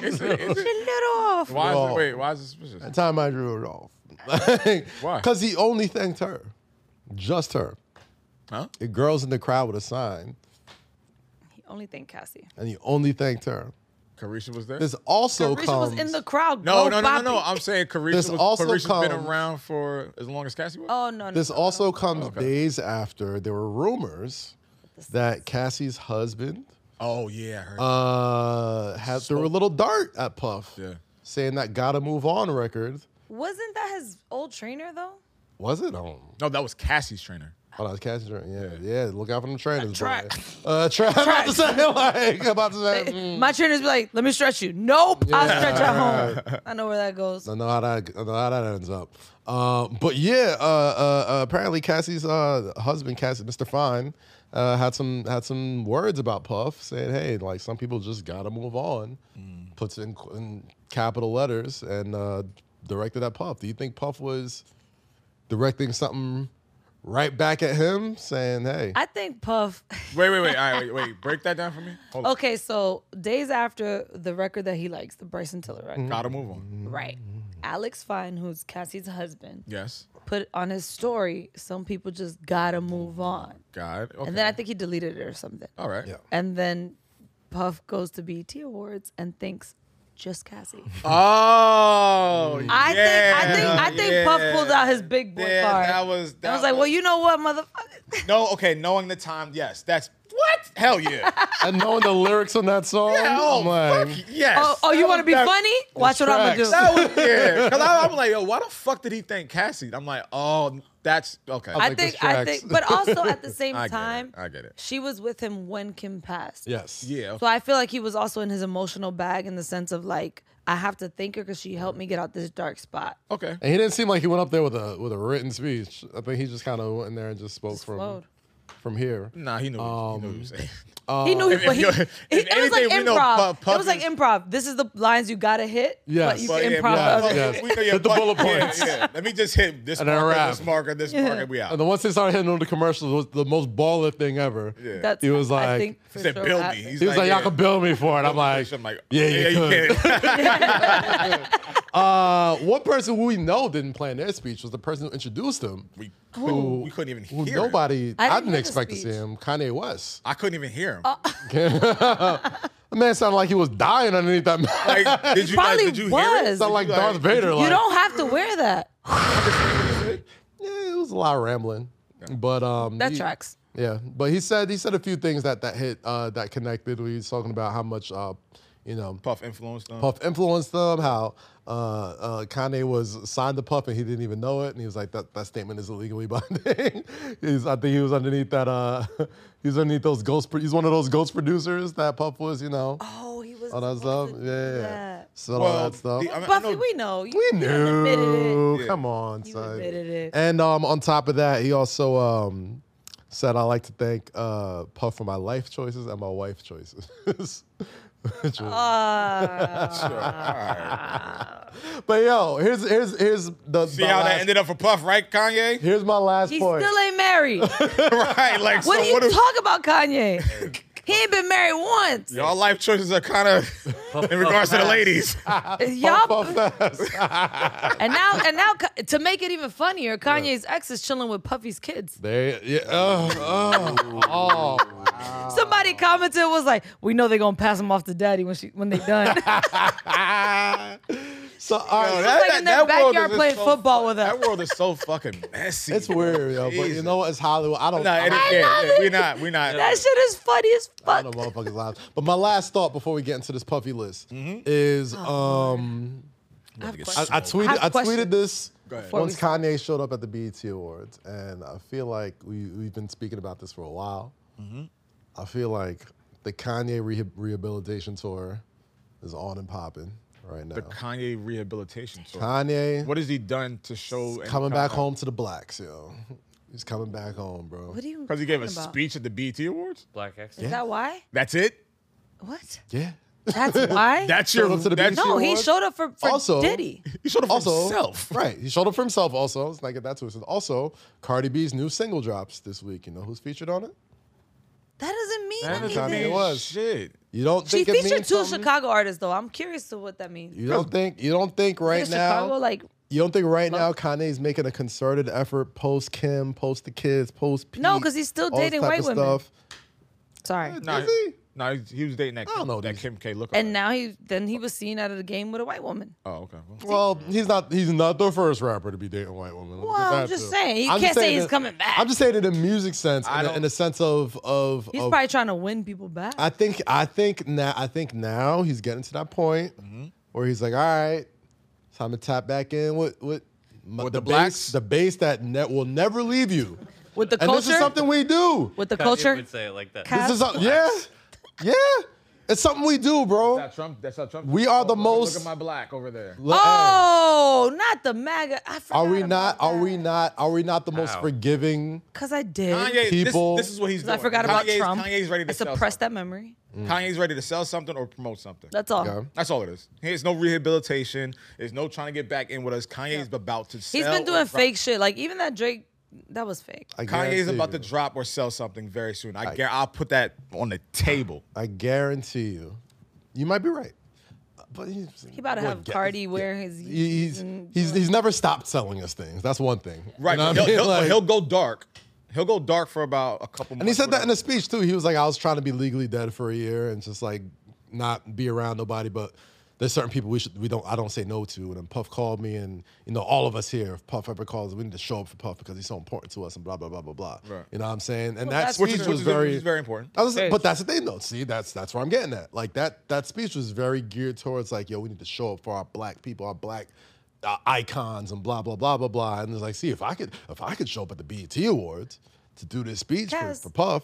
[SPEAKER 3] Is it- is it-
[SPEAKER 1] little off.
[SPEAKER 3] why is
[SPEAKER 2] Well-
[SPEAKER 3] it, wait, why is it suspicious?
[SPEAKER 2] That time I drew it off. *laughs*
[SPEAKER 3] Why?
[SPEAKER 2] Because he only thanked her. Just her.
[SPEAKER 3] Huh?
[SPEAKER 2] The girls in the crowd with a sign,
[SPEAKER 1] Only thing, Cassie.
[SPEAKER 2] and he only thanked her.
[SPEAKER 3] Carisha was there?
[SPEAKER 2] This also
[SPEAKER 1] Carisha
[SPEAKER 2] comes.
[SPEAKER 1] was in the crowd.
[SPEAKER 3] no,
[SPEAKER 1] Go
[SPEAKER 3] no, no, no, no.
[SPEAKER 1] Poppy.
[SPEAKER 3] I'm saying Carisha
[SPEAKER 2] This
[SPEAKER 3] was,
[SPEAKER 2] also
[SPEAKER 3] Carisha's been
[SPEAKER 2] comes-
[SPEAKER 3] around for as long as Cassie was.
[SPEAKER 1] Oh no, no.
[SPEAKER 2] this
[SPEAKER 1] no.
[SPEAKER 2] also comes
[SPEAKER 3] okay.
[SPEAKER 2] days after there were rumors that Cassie's husband
[SPEAKER 3] Oh, yeah, I heard.
[SPEAKER 2] uh, had threw a little dart at Puff,
[SPEAKER 3] Yeah.
[SPEAKER 2] saying that "Gotta Move On" record
[SPEAKER 1] wasn't that his old trainer though.
[SPEAKER 2] was it on.
[SPEAKER 3] no, that was Cassie's trainer.
[SPEAKER 2] Oh, that's Cassie's train. Yeah, yeah. Look out for them trainers. *laughs*
[SPEAKER 1] Track.
[SPEAKER 2] boy. Uh, track. About to say *laughs* like about to say. mm.
[SPEAKER 1] My trainers be like, "Let me stretch you." Nope, I'll stretch
[SPEAKER 2] *laughs*
[SPEAKER 1] at home. I know where that goes.
[SPEAKER 2] I know how that I know how that ends up. Uh, but yeah, uh, uh, uh, apparently Cassie's uh, husband, Cassie, Mr. Fine, uh, had some had some words about Puff, saying, "Hey, like some people just gotta move on." Puts it in, in capital letters and uh, directed at Puff. Do you think Puff was directing something right back at him, saying, "Hey,
[SPEAKER 1] I think Puff. *laughs*
[SPEAKER 3] Wait, wait, wait. All right, wait, wait. Break that down for me. Hold on.
[SPEAKER 1] Okay, so days after the record that he likes, the Bryson Tiller record,
[SPEAKER 3] Gotta move
[SPEAKER 2] Mm-hmm.
[SPEAKER 3] on.
[SPEAKER 1] right? Alex Fine, who's Cassie's husband,
[SPEAKER 3] Yes.
[SPEAKER 1] put on his story, "Some people just gotta move on,"
[SPEAKER 3] God. Okay.
[SPEAKER 1] and then I think he deleted it or something.
[SPEAKER 3] All right.
[SPEAKER 2] Yeah.
[SPEAKER 1] And then Puff goes to BET Awards and thinks, "Just Cassie."
[SPEAKER 3] Oh.
[SPEAKER 1] I think I think
[SPEAKER 3] yeah,
[SPEAKER 1] I think Puff
[SPEAKER 3] yeah.
[SPEAKER 1] pulled out his big boy
[SPEAKER 3] Yeah,
[SPEAKER 1] card.
[SPEAKER 3] that was-
[SPEAKER 1] I
[SPEAKER 3] that
[SPEAKER 1] was like,
[SPEAKER 3] was-
[SPEAKER 1] well, you know what,
[SPEAKER 3] *laughs*
[SPEAKER 1] motherfucker.
[SPEAKER 3] No, okay, knowing the time, yes. That's what?
[SPEAKER 1] *laughs*
[SPEAKER 3] Hell yeah.
[SPEAKER 2] and knowing the lyrics on that song,
[SPEAKER 3] Hell,
[SPEAKER 2] I'm like,
[SPEAKER 3] oh, fuck yes.
[SPEAKER 1] Oh, oh, you
[SPEAKER 3] That
[SPEAKER 1] want to
[SPEAKER 3] was
[SPEAKER 1] be
[SPEAKER 3] that-
[SPEAKER 1] funny? Watch what I'm gonna do.
[SPEAKER 2] tracks.
[SPEAKER 1] *laughs*
[SPEAKER 3] That was, yeah. Because I'm like, yo, why the fuck did he thank Cassie? I'm like, oh, that's okay.
[SPEAKER 1] I
[SPEAKER 2] like
[SPEAKER 1] think
[SPEAKER 2] this
[SPEAKER 1] I
[SPEAKER 2] tracks.
[SPEAKER 1] think, but also at the
[SPEAKER 3] *laughs*
[SPEAKER 1] same
[SPEAKER 3] I get it.
[SPEAKER 1] time,
[SPEAKER 3] I get it.
[SPEAKER 1] She was with him when Kim passed.
[SPEAKER 2] yes,
[SPEAKER 3] yeah.
[SPEAKER 1] So I feel like he was also in his emotional bag in the sense of like, I have to thank her because she helped me get out this dark spot.
[SPEAKER 3] Okay.
[SPEAKER 2] And he didn't seem like he went up there with a with a written speech. I think he just kind of went in there and just spoke from
[SPEAKER 1] flowed.
[SPEAKER 2] from here.
[SPEAKER 3] Nah, he knew, what he knew what he
[SPEAKER 2] Um,
[SPEAKER 3] was saying.
[SPEAKER 1] he knew he,
[SPEAKER 3] if
[SPEAKER 1] but he,
[SPEAKER 3] you're-
[SPEAKER 1] he-
[SPEAKER 3] if
[SPEAKER 1] it was like
[SPEAKER 3] anything, we know
[SPEAKER 1] improv.
[SPEAKER 3] Puff- Puff
[SPEAKER 1] it was like
[SPEAKER 3] is-
[SPEAKER 1] improv. This is the lines you gotta hit.
[SPEAKER 2] Yes.
[SPEAKER 1] But you
[SPEAKER 2] But
[SPEAKER 1] can
[SPEAKER 3] yeah,
[SPEAKER 1] improv
[SPEAKER 2] yeah,
[SPEAKER 1] the
[SPEAKER 3] Puff-
[SPEAKER 1] other.
[SPEAKER 2] yes.
[SPEAKER 3] we know your
[SPEAKER 2] Hit the
[SPEAKER 3] Puff-
[SPEAKER 2] bullet
[SPEAKER 3] yeah,
[SPEAKER 2] points.
[SPEAKER 3] yeah. Let me just hit this
[SPEAKER 2] And then
[SPEAKER 3] marker,
[SPEAKER 2] wrap.
[SPEAKER 3] this marker, this marker, we out.
[SPEAKER 2] And then once they started hitting on the commercials, it was the most baller thing ever.
[SPEAKER 3] Yeah.
[SPEAKER 1] That's,
[SPEAKER 2] He was
[SPEAKER 1] I
[SPEAKER 2] like-
[SPEAKER 1] think for
[SPEAKER 3] He said,
[SPEAKER 1] sure
[SPEAKER 3] build
[SPEAKER 1] that-
[SPEAKER 3] me. He's
[SPEAKER 2] He was like,
[SPEAKER 3] yeah.
[SPEAKER 2] "Y'all can build me for it." I'm like,
[SPEAKER 3] I'm like,
[SPEAKER 2] "Yeah, you could."
[SPEAKER 3] can.
[SPEAKER 2] Uh, one person who we know didn't plan their speech was the person who introduced him,
[SPEAKER 3] *laughs*
[SPEAKER 1] *laughs*
[SPEAKER 3] we,
[SPEAKER 2] who
[SPEAKER 3] we couldn't even
[SPEAKER 2] who
[SPEAKER 3] hear him.
[SPEAKER 2] nobody.
[SPEAKER 1] I
[SPEAKER 2] I
[SPEAKER 1] didn't
[SPEAKER 2] didn't,
[SPEAKER 1] hear the
[SPEAKER 2] expect to see
[SPEAKER 1] speech.
[SPEAKER 2] him. Kanye West.
[SPEAKER 3] I couldn't even hear him.
[SPEAKER 2] The man sounded like he was dying
[SPEAKER 1] *laughs*
[SPEAKER 2] underneath that *laughs* mask.
[SPEAKER 3] Like, did you guys-
[SPEAKER 1] Probably
[SPEAKER 3] did you hear it?
[SPEAKER 1] was.
[SPEAKER 2] sounded like
[SPEAKER 3] Like,
[SPEAKER 2] Darth Vader.
[SPEAKER 1] You
[SPEAKER 2] Like,
[SPEAKER 1] don't have to wear that.
[SPEAKER 2] yeah, it was a lot of rambling, but um,
[SPEAKER 1] That
[SPEAKER 2] he-
[SPEAKER 1] tracks.
[SPEAKER 2] Yeah, but he said he said a few things that that hit uh, that connected. We was talking about how much uh, you know
[SPEAKER 3] Puff influenced them.
[SPEAKER 2] Puff influenced them, how uh, uh, Kanye was signed to Puff and he didn't even know it, and he was like, "That that statement is illegally *laughs* binding." he's, I think he was underneath that. Uh, *laughs* he's underneath those ghost. Pro- he's one of those ghost producers that Puff was, you know,
[SPEAKER 1] Oh, he was.
[SPEAKER 2] all that stuff. Yeah, yeah, yeah. So all
[SPEAKER 3] Well,
[SPEAKER 2] that stuff.
[SPEAKER 3] the- I mean, I
[SPEAKER 1] Buffy,
[SPEAKER 3] know-
[SPEAKER 1] we know. You,
[SPEAKER 2] we
[SPEAKER 1] you admitted it.
[SPEAKER 2] knew.
[SPEAKER 3] Yeah.
[SPEAKER 2] Come on,
[SPEAKER 1] You
[SPEAKER 2] son.
[SPEAKER 1] admitted it.
[SPEAKER 2] And um, on top of that, he also um, said, "I like to thank uh, Puff for my life choices and my wife choices." *laughs* Which was-
[SPEAKER 1] Uh,
[SPEAKER 3] Sure. All
[SPEAKER 1] *laughs*
[SPEAKER 3] right.
[SPEAKER 2] But yo, here's here's here's the
[SPEAKER 3] See
[SPEAKER 2] *laughs* my
[SPEAKER 3] how
[SPEAKER 2] last-
[SPEAKER 3] that ended up for Puff, right,
[SPEAKER 2] *laughs*
[SPEAKER 3] Kanye?
[SPEAKER 2] Here's my last
[SPEAKER 1] he
[SPEAKER 2] point.
[SPEAKER 1] still ain't
[SPEAKER 3] *laughs*
[SPEAKER 1] married. What
[SPEAKER 3] right. Like, so
[SPEAKER 1] do you
[SPEAKER 3] what if
[SPEAKER 1] talk about, Kanye? He ain't been married once.
[SPEAKER 3] *laughs* y'all life choices are kind
[SPEAKER 2] *laughs*
[SPEAKER 3] of in regards to the
[SPEAKER 1] *laughs*
[SPEAKER 4] Puff.
[SPEAKER 3] ladies?
[SPEAKER 1] Y'all,
[SPEAKER 2] Puff
[SPEAKER 1] *laughs*
[SPEAKER 2] Fest.
[SPEAKER 1] and now and now Ka- to make it even funnier, Kanye's ex is chilling with Puffy's kids.
[SPEAKER 2] There, yeah, uh, uh, oh. *laughs*
[SPEAKER 1] Somebody commented was like, "We know they're gonna pass him off to daddy when she when they
[SPEAKER 3] *laughs*
[SPEAKER 1] done."
[SPEAKER 2] So all right,
[SPEAKER 3] Yo,
[SPEAKER 1] like in their
[SPEAKER 3] world
[SPEAKER 1] backyard
[SPEAKER 3] is
[SPEAKER 1] playing
[SPEAKER 3] so
[SPEAKER 1] football
[SPEAKER 3] fu-
[SPEAKER 1] with us.
[SPEAKER 3] That world is so fucking messy.
[SPEAKER 2] it's weird, yo. But you
[SPEAKER 3] Jesus.
[SPEAKER 2] know what? It's Hollywood. I don't.
[SPEAKER 3] No,
[SPEAKER 2] I
[SPEAKER 3] it is,
[SPEAKER 2] don't-
[SPEAKER 3] yeah,
[SPEAKER 1] love
[SPEAKER 3] yeah,
[SPEAKER 1] it.
[SPEAKER 3] we're not. We're not.
[SPEAKER 1] that shit is funny as
[SPEAKER 2] I
[SPEAKER 1] fuck.
[SPEAKER 2] don't know motherfuckers' lives. But my last thought before we get into this puffy list
[SPEAKER 3] Mm-hmm.
[SPEAKER 2] is um
[SPEAKER 1] I have
[SPEAKER 2] I,
[SPEAKER 1] questions.
[SPEAKER 2] I tweeted
[SPEAKER 1] have
[SPEAKER 2] I
[SPEAKER 1] questions.
[SPEAKER 2] tweeted this
[SPEAKER 3] Go ahead.
[SPEAKER 2] once
[SPEAKER 1] Before
[SPEAKER 2] Kanye showed up at the BET Awards, and I feel like we we've been speaking about this for a while.
[SPEAKER 3] Mm-hmm.
[SPEAKER 2] I feel like the Kanye reha- rehabilitation tour is on and popping right now.
[SPEAKER 3] The Kanye rehabilitation tour.
[SPEAKER 2] Kanye
[SPEAKER 3] What has he done to show? and
[SPEAKER 2] coming
[SPEAKER 3] come
[SPEAKER 2] back
[SPEAKER 3] out?
[SPEAKER 2] home to the blacks, yo. *laughs* He's coming back home, bro.
[SPEAKER 1] What are you?
[SPEAKER 3] Because he gave a
[SPEAKER 1] talking about?
[SPEAKER 3] speech at the BT Awards.
[SPEAKER 4] Black Excellence.
[SPEAKER 1] Is that why?
[SPEAKER 3] That's it.
[SPEAKER 1] What?
[SPEAKER 2] Yeah.
[SPEAKER 1] That's
[SPEAKER 3] *laughs*
[SPEAKER 1] why.
[SPEAKER 3] That's
[SPEAKER 2] Showed
[SPEAKER 3] your.
[SPEAKER 2] up to the
[SPEAKER 3] that's
[SPEAKER 2] BET
[SPEAKER 1] no,
[SPEAKER 3] your-
[SPEAKER 1] he
[SPEAKER 2] Awards?
[SPEAKER 1] showed up for, for
[SPEAKER 2] Also-
[SPEAKER 1] Diddy.
[SPEAKER 3] He showed up for
[SPEAKER 2] also,
[SPEAKER 3] himself.
[SPEAKER 2] *laughs* Right. He showed up for himself also. Let's not get that twisted. Also, Cardi B's new single drops this week. You know who's featured on it?
[SPEAKER 1] That doesn't mean
[SPEAKER 4] That doesn't
[SPEAKER 1] anything.
[SPEAKER 2] Kanye
[SPEAKER 3] Mean
[SPEAKER 2] was.
[SPEAKER 3] Shit.
[SPEAKER 2] You don't
[SPEAKER 1] She
[SPEAKER 2] think it
[SPEAKER 1] featured
[SPEAKER 2] means
[SPEAKER 1] two
[SPEAKER 2] something?
[SPEAKER 1] Chicago artists though. I'm curious to what that means.
[SPEAKER 2] You don't think you don't think right
[SPEAKER 1] Is
[SPEAKER 2] now
[SPEAKER 1] Chicago like
[SPEAKER 2] you don't think right now Kanye's making a concerted effort post Kim, post the kids, post Pete,
[SPEAKER 1] No, 'cause he's still
[SPEAKER 2] all this
[SPEAKER 1] dating
[SPEAKER 2] type
[SPEAKER 1] white
[SPEAKER 2] of
[SPEAKER 1] women.
[SPEAKER 2] Stuff.
[SPEAKER 1] sorry.
[SPEAKER 3] No,
[SPEAKER 2] Is he?
[SPEAKER 3] No, he, he was dating that.
[SPEAKER 2] don't
[SPEAKER 3] Kim,
[SPEAKER 2] know
[SPEAKER 3] that
[SPEAKER 2] these-
[SPEAKER 3] Kim K look.
[SPEAKER 1] And now he then he was seen out of the game with a white woman.
[SPEAKER 3] oh, okay. Well,
[SPEAKER 2] Well, he's not he's not the first rapper to be dating white women. Look at
[SPEAKER 1] Well, I'm
[SPEAKER 2] that,
[SPEAKER 1] just
[SPEAKER 2] too.
[SPEAKER 1] saying, he
[SPEAKER 2] I'm just
[SPEAKER 1] can't say
[SPEAKER 2] saying
[SPEAKER 1] he's
[SPEAKER 2] that-
[SPEAKER 1] coming back.
[SPEAKER 2] I'm just saying in a music sense,
[SPEAKER 3] I
[SPEAKER 2] in a,
[SPEAKER 3] don't-
[SPEAKER 2] in a sense of of,
[SPEAKER 1] He's
[SPEAKER 2] of
[SPEAKER 1] probably trying to win people back.
[SPEAKER 2] Oh. I think I think now I think now he's getting to that point
[SPEAKER 3] Mm-hmm.
[SPEAKER 2] where he's like, all right, time to tap back in with with, my-
[SPEAKER 3] With the
[SPEAKER 2] base
[SPEAKER 3] blacks?
[SPEAKER 2] the base that net will never leave you.
[SPEAKER 1] with the
[SPEAKER 2] And
[SPEAKER 1] culture.
[SPEAKER 2] this is something we do.
[SPEAKER 1] with *laughs* the
[SPEAKER 4] Kanye
[SPEAKER 1] culture.
[SPEAKER 4] would say it like that.
[SPEAKER 1] Cap-
[SPEAKER 2] This is something, yeah, yeah. It's something we do, bro.
[SPEAKER 3] that's Trump. That's how Trump. Oh,
[SPEAKER 2] We are the most-
[SPEAKER 3] black over there.
[SPEAKER 2] Look, hey,
[SPEAKER 1] Oh, not the MAGA. I forgot
[SPEAKER 2] are we not? Are we not? Are we not the most
[SPEAKER 4] Ow.
[SPEAKER 2] forgiving?
[SPEAKER 1] Because I did.
[SPEAKER 3] Kanye,
[SPEAKER 2] People-
[SPEAKER 3] This, this is what he's
[SPEAKER 1] 'Cause
[SPEAKER 3] doing.
[SPEAKER 1] I forgot about
[SPEAKER 3] Kanye's,
[SPEAKER 1] Trump.
[SPEAKER 3] Kanye's ready to
[SPEAKER 1] I
[SPEAKER 3] sell
[SPEAKER 1] suppressed that memory.
[SPEAKER 2] Mm.
[SPEAKER 3] something. Kanye's ready to sell something or promote something.
[SPEAKER 1] That's all.
[SPEAKER 2] Okay.
[SPEAKER 3] That's all it is. There's no rehabilitation. There's no trying to get back in with us. Kanye's about to sell.
[SPEAKER 1] He's been
[SPEAKER 3] or
[SPEAKER 1] doing
[SPEAKER 3] drop-
[SPEAKER 1] fake shit. Like even that Drake, that was fake.
[SPEAKER 2] I
[SPEAKER 3] Kanye's
[SPEAKER 2] guarantee
[SPEAKER 3] about
[SPEAKER 2] you.
[SPEAKER 3] to drop or sell something very soon. I, guar- I'll put that on the table.
[SPEAKER 2] I guarantee you. You might be right, but he's,
[SPEAKER 1] He about to
[SPEAKER 2] Well,
[SPEAKER 1] have
[SPEAKER 2] yeah,
[SPEAKER 1] Cardi wear his.
[SPEAKER 2] he's he's he's never stopped selling us things. That's one thing. You
[SPEAKER 3] Right.
[SPEAKER 2] know what I
[SPEAKER 3] he'll,
[SPEAKER 2] mean?
[SPEAKER 3] he'll-
[SPEAKER 2] Like-
[SPEAKER 3] he'll go dark. He'll go dark for about a couple months.
[SPEAKER 2] And he said that in
[SPEAKER 3] whatever.
[SPEAKER 2] a speech too. He was like, I was trying to be legally dead for a year and just like not be around nobody, but there's certain people we should we don't I don't say no to. And then Puff called me and you know, all of us here, if Puff ever calls, we need to show up for Puff because he's so important to us and blah blah blah blah blah.
[SPEAKER 3] Right.
[SPEAKER 2] You know what I'm saying? And that
[SPEAKER 1] that's
[SPEAKER 2] speech
[SPEAKER 1] Which
[SPEAKER 3] is-
[SPEAKER 2] was
[SPEAKER 3] which is-
[SPEAKER 2] very Uh,
[SPEAKER 3] which is very important.
[SPEAKER 2] I was- but that's the thing though. See, that's that's where I'm getting at. Like that that speech was very geared towards like, yo, we need to show up for our black people, our black uh, icons and blah blah blah blah blah. And it's like, see, if I could if I could show up at the BET Awards to do this speech for,
[SPEAKER 1] Yes.
[SPEAKER 2] for Puff,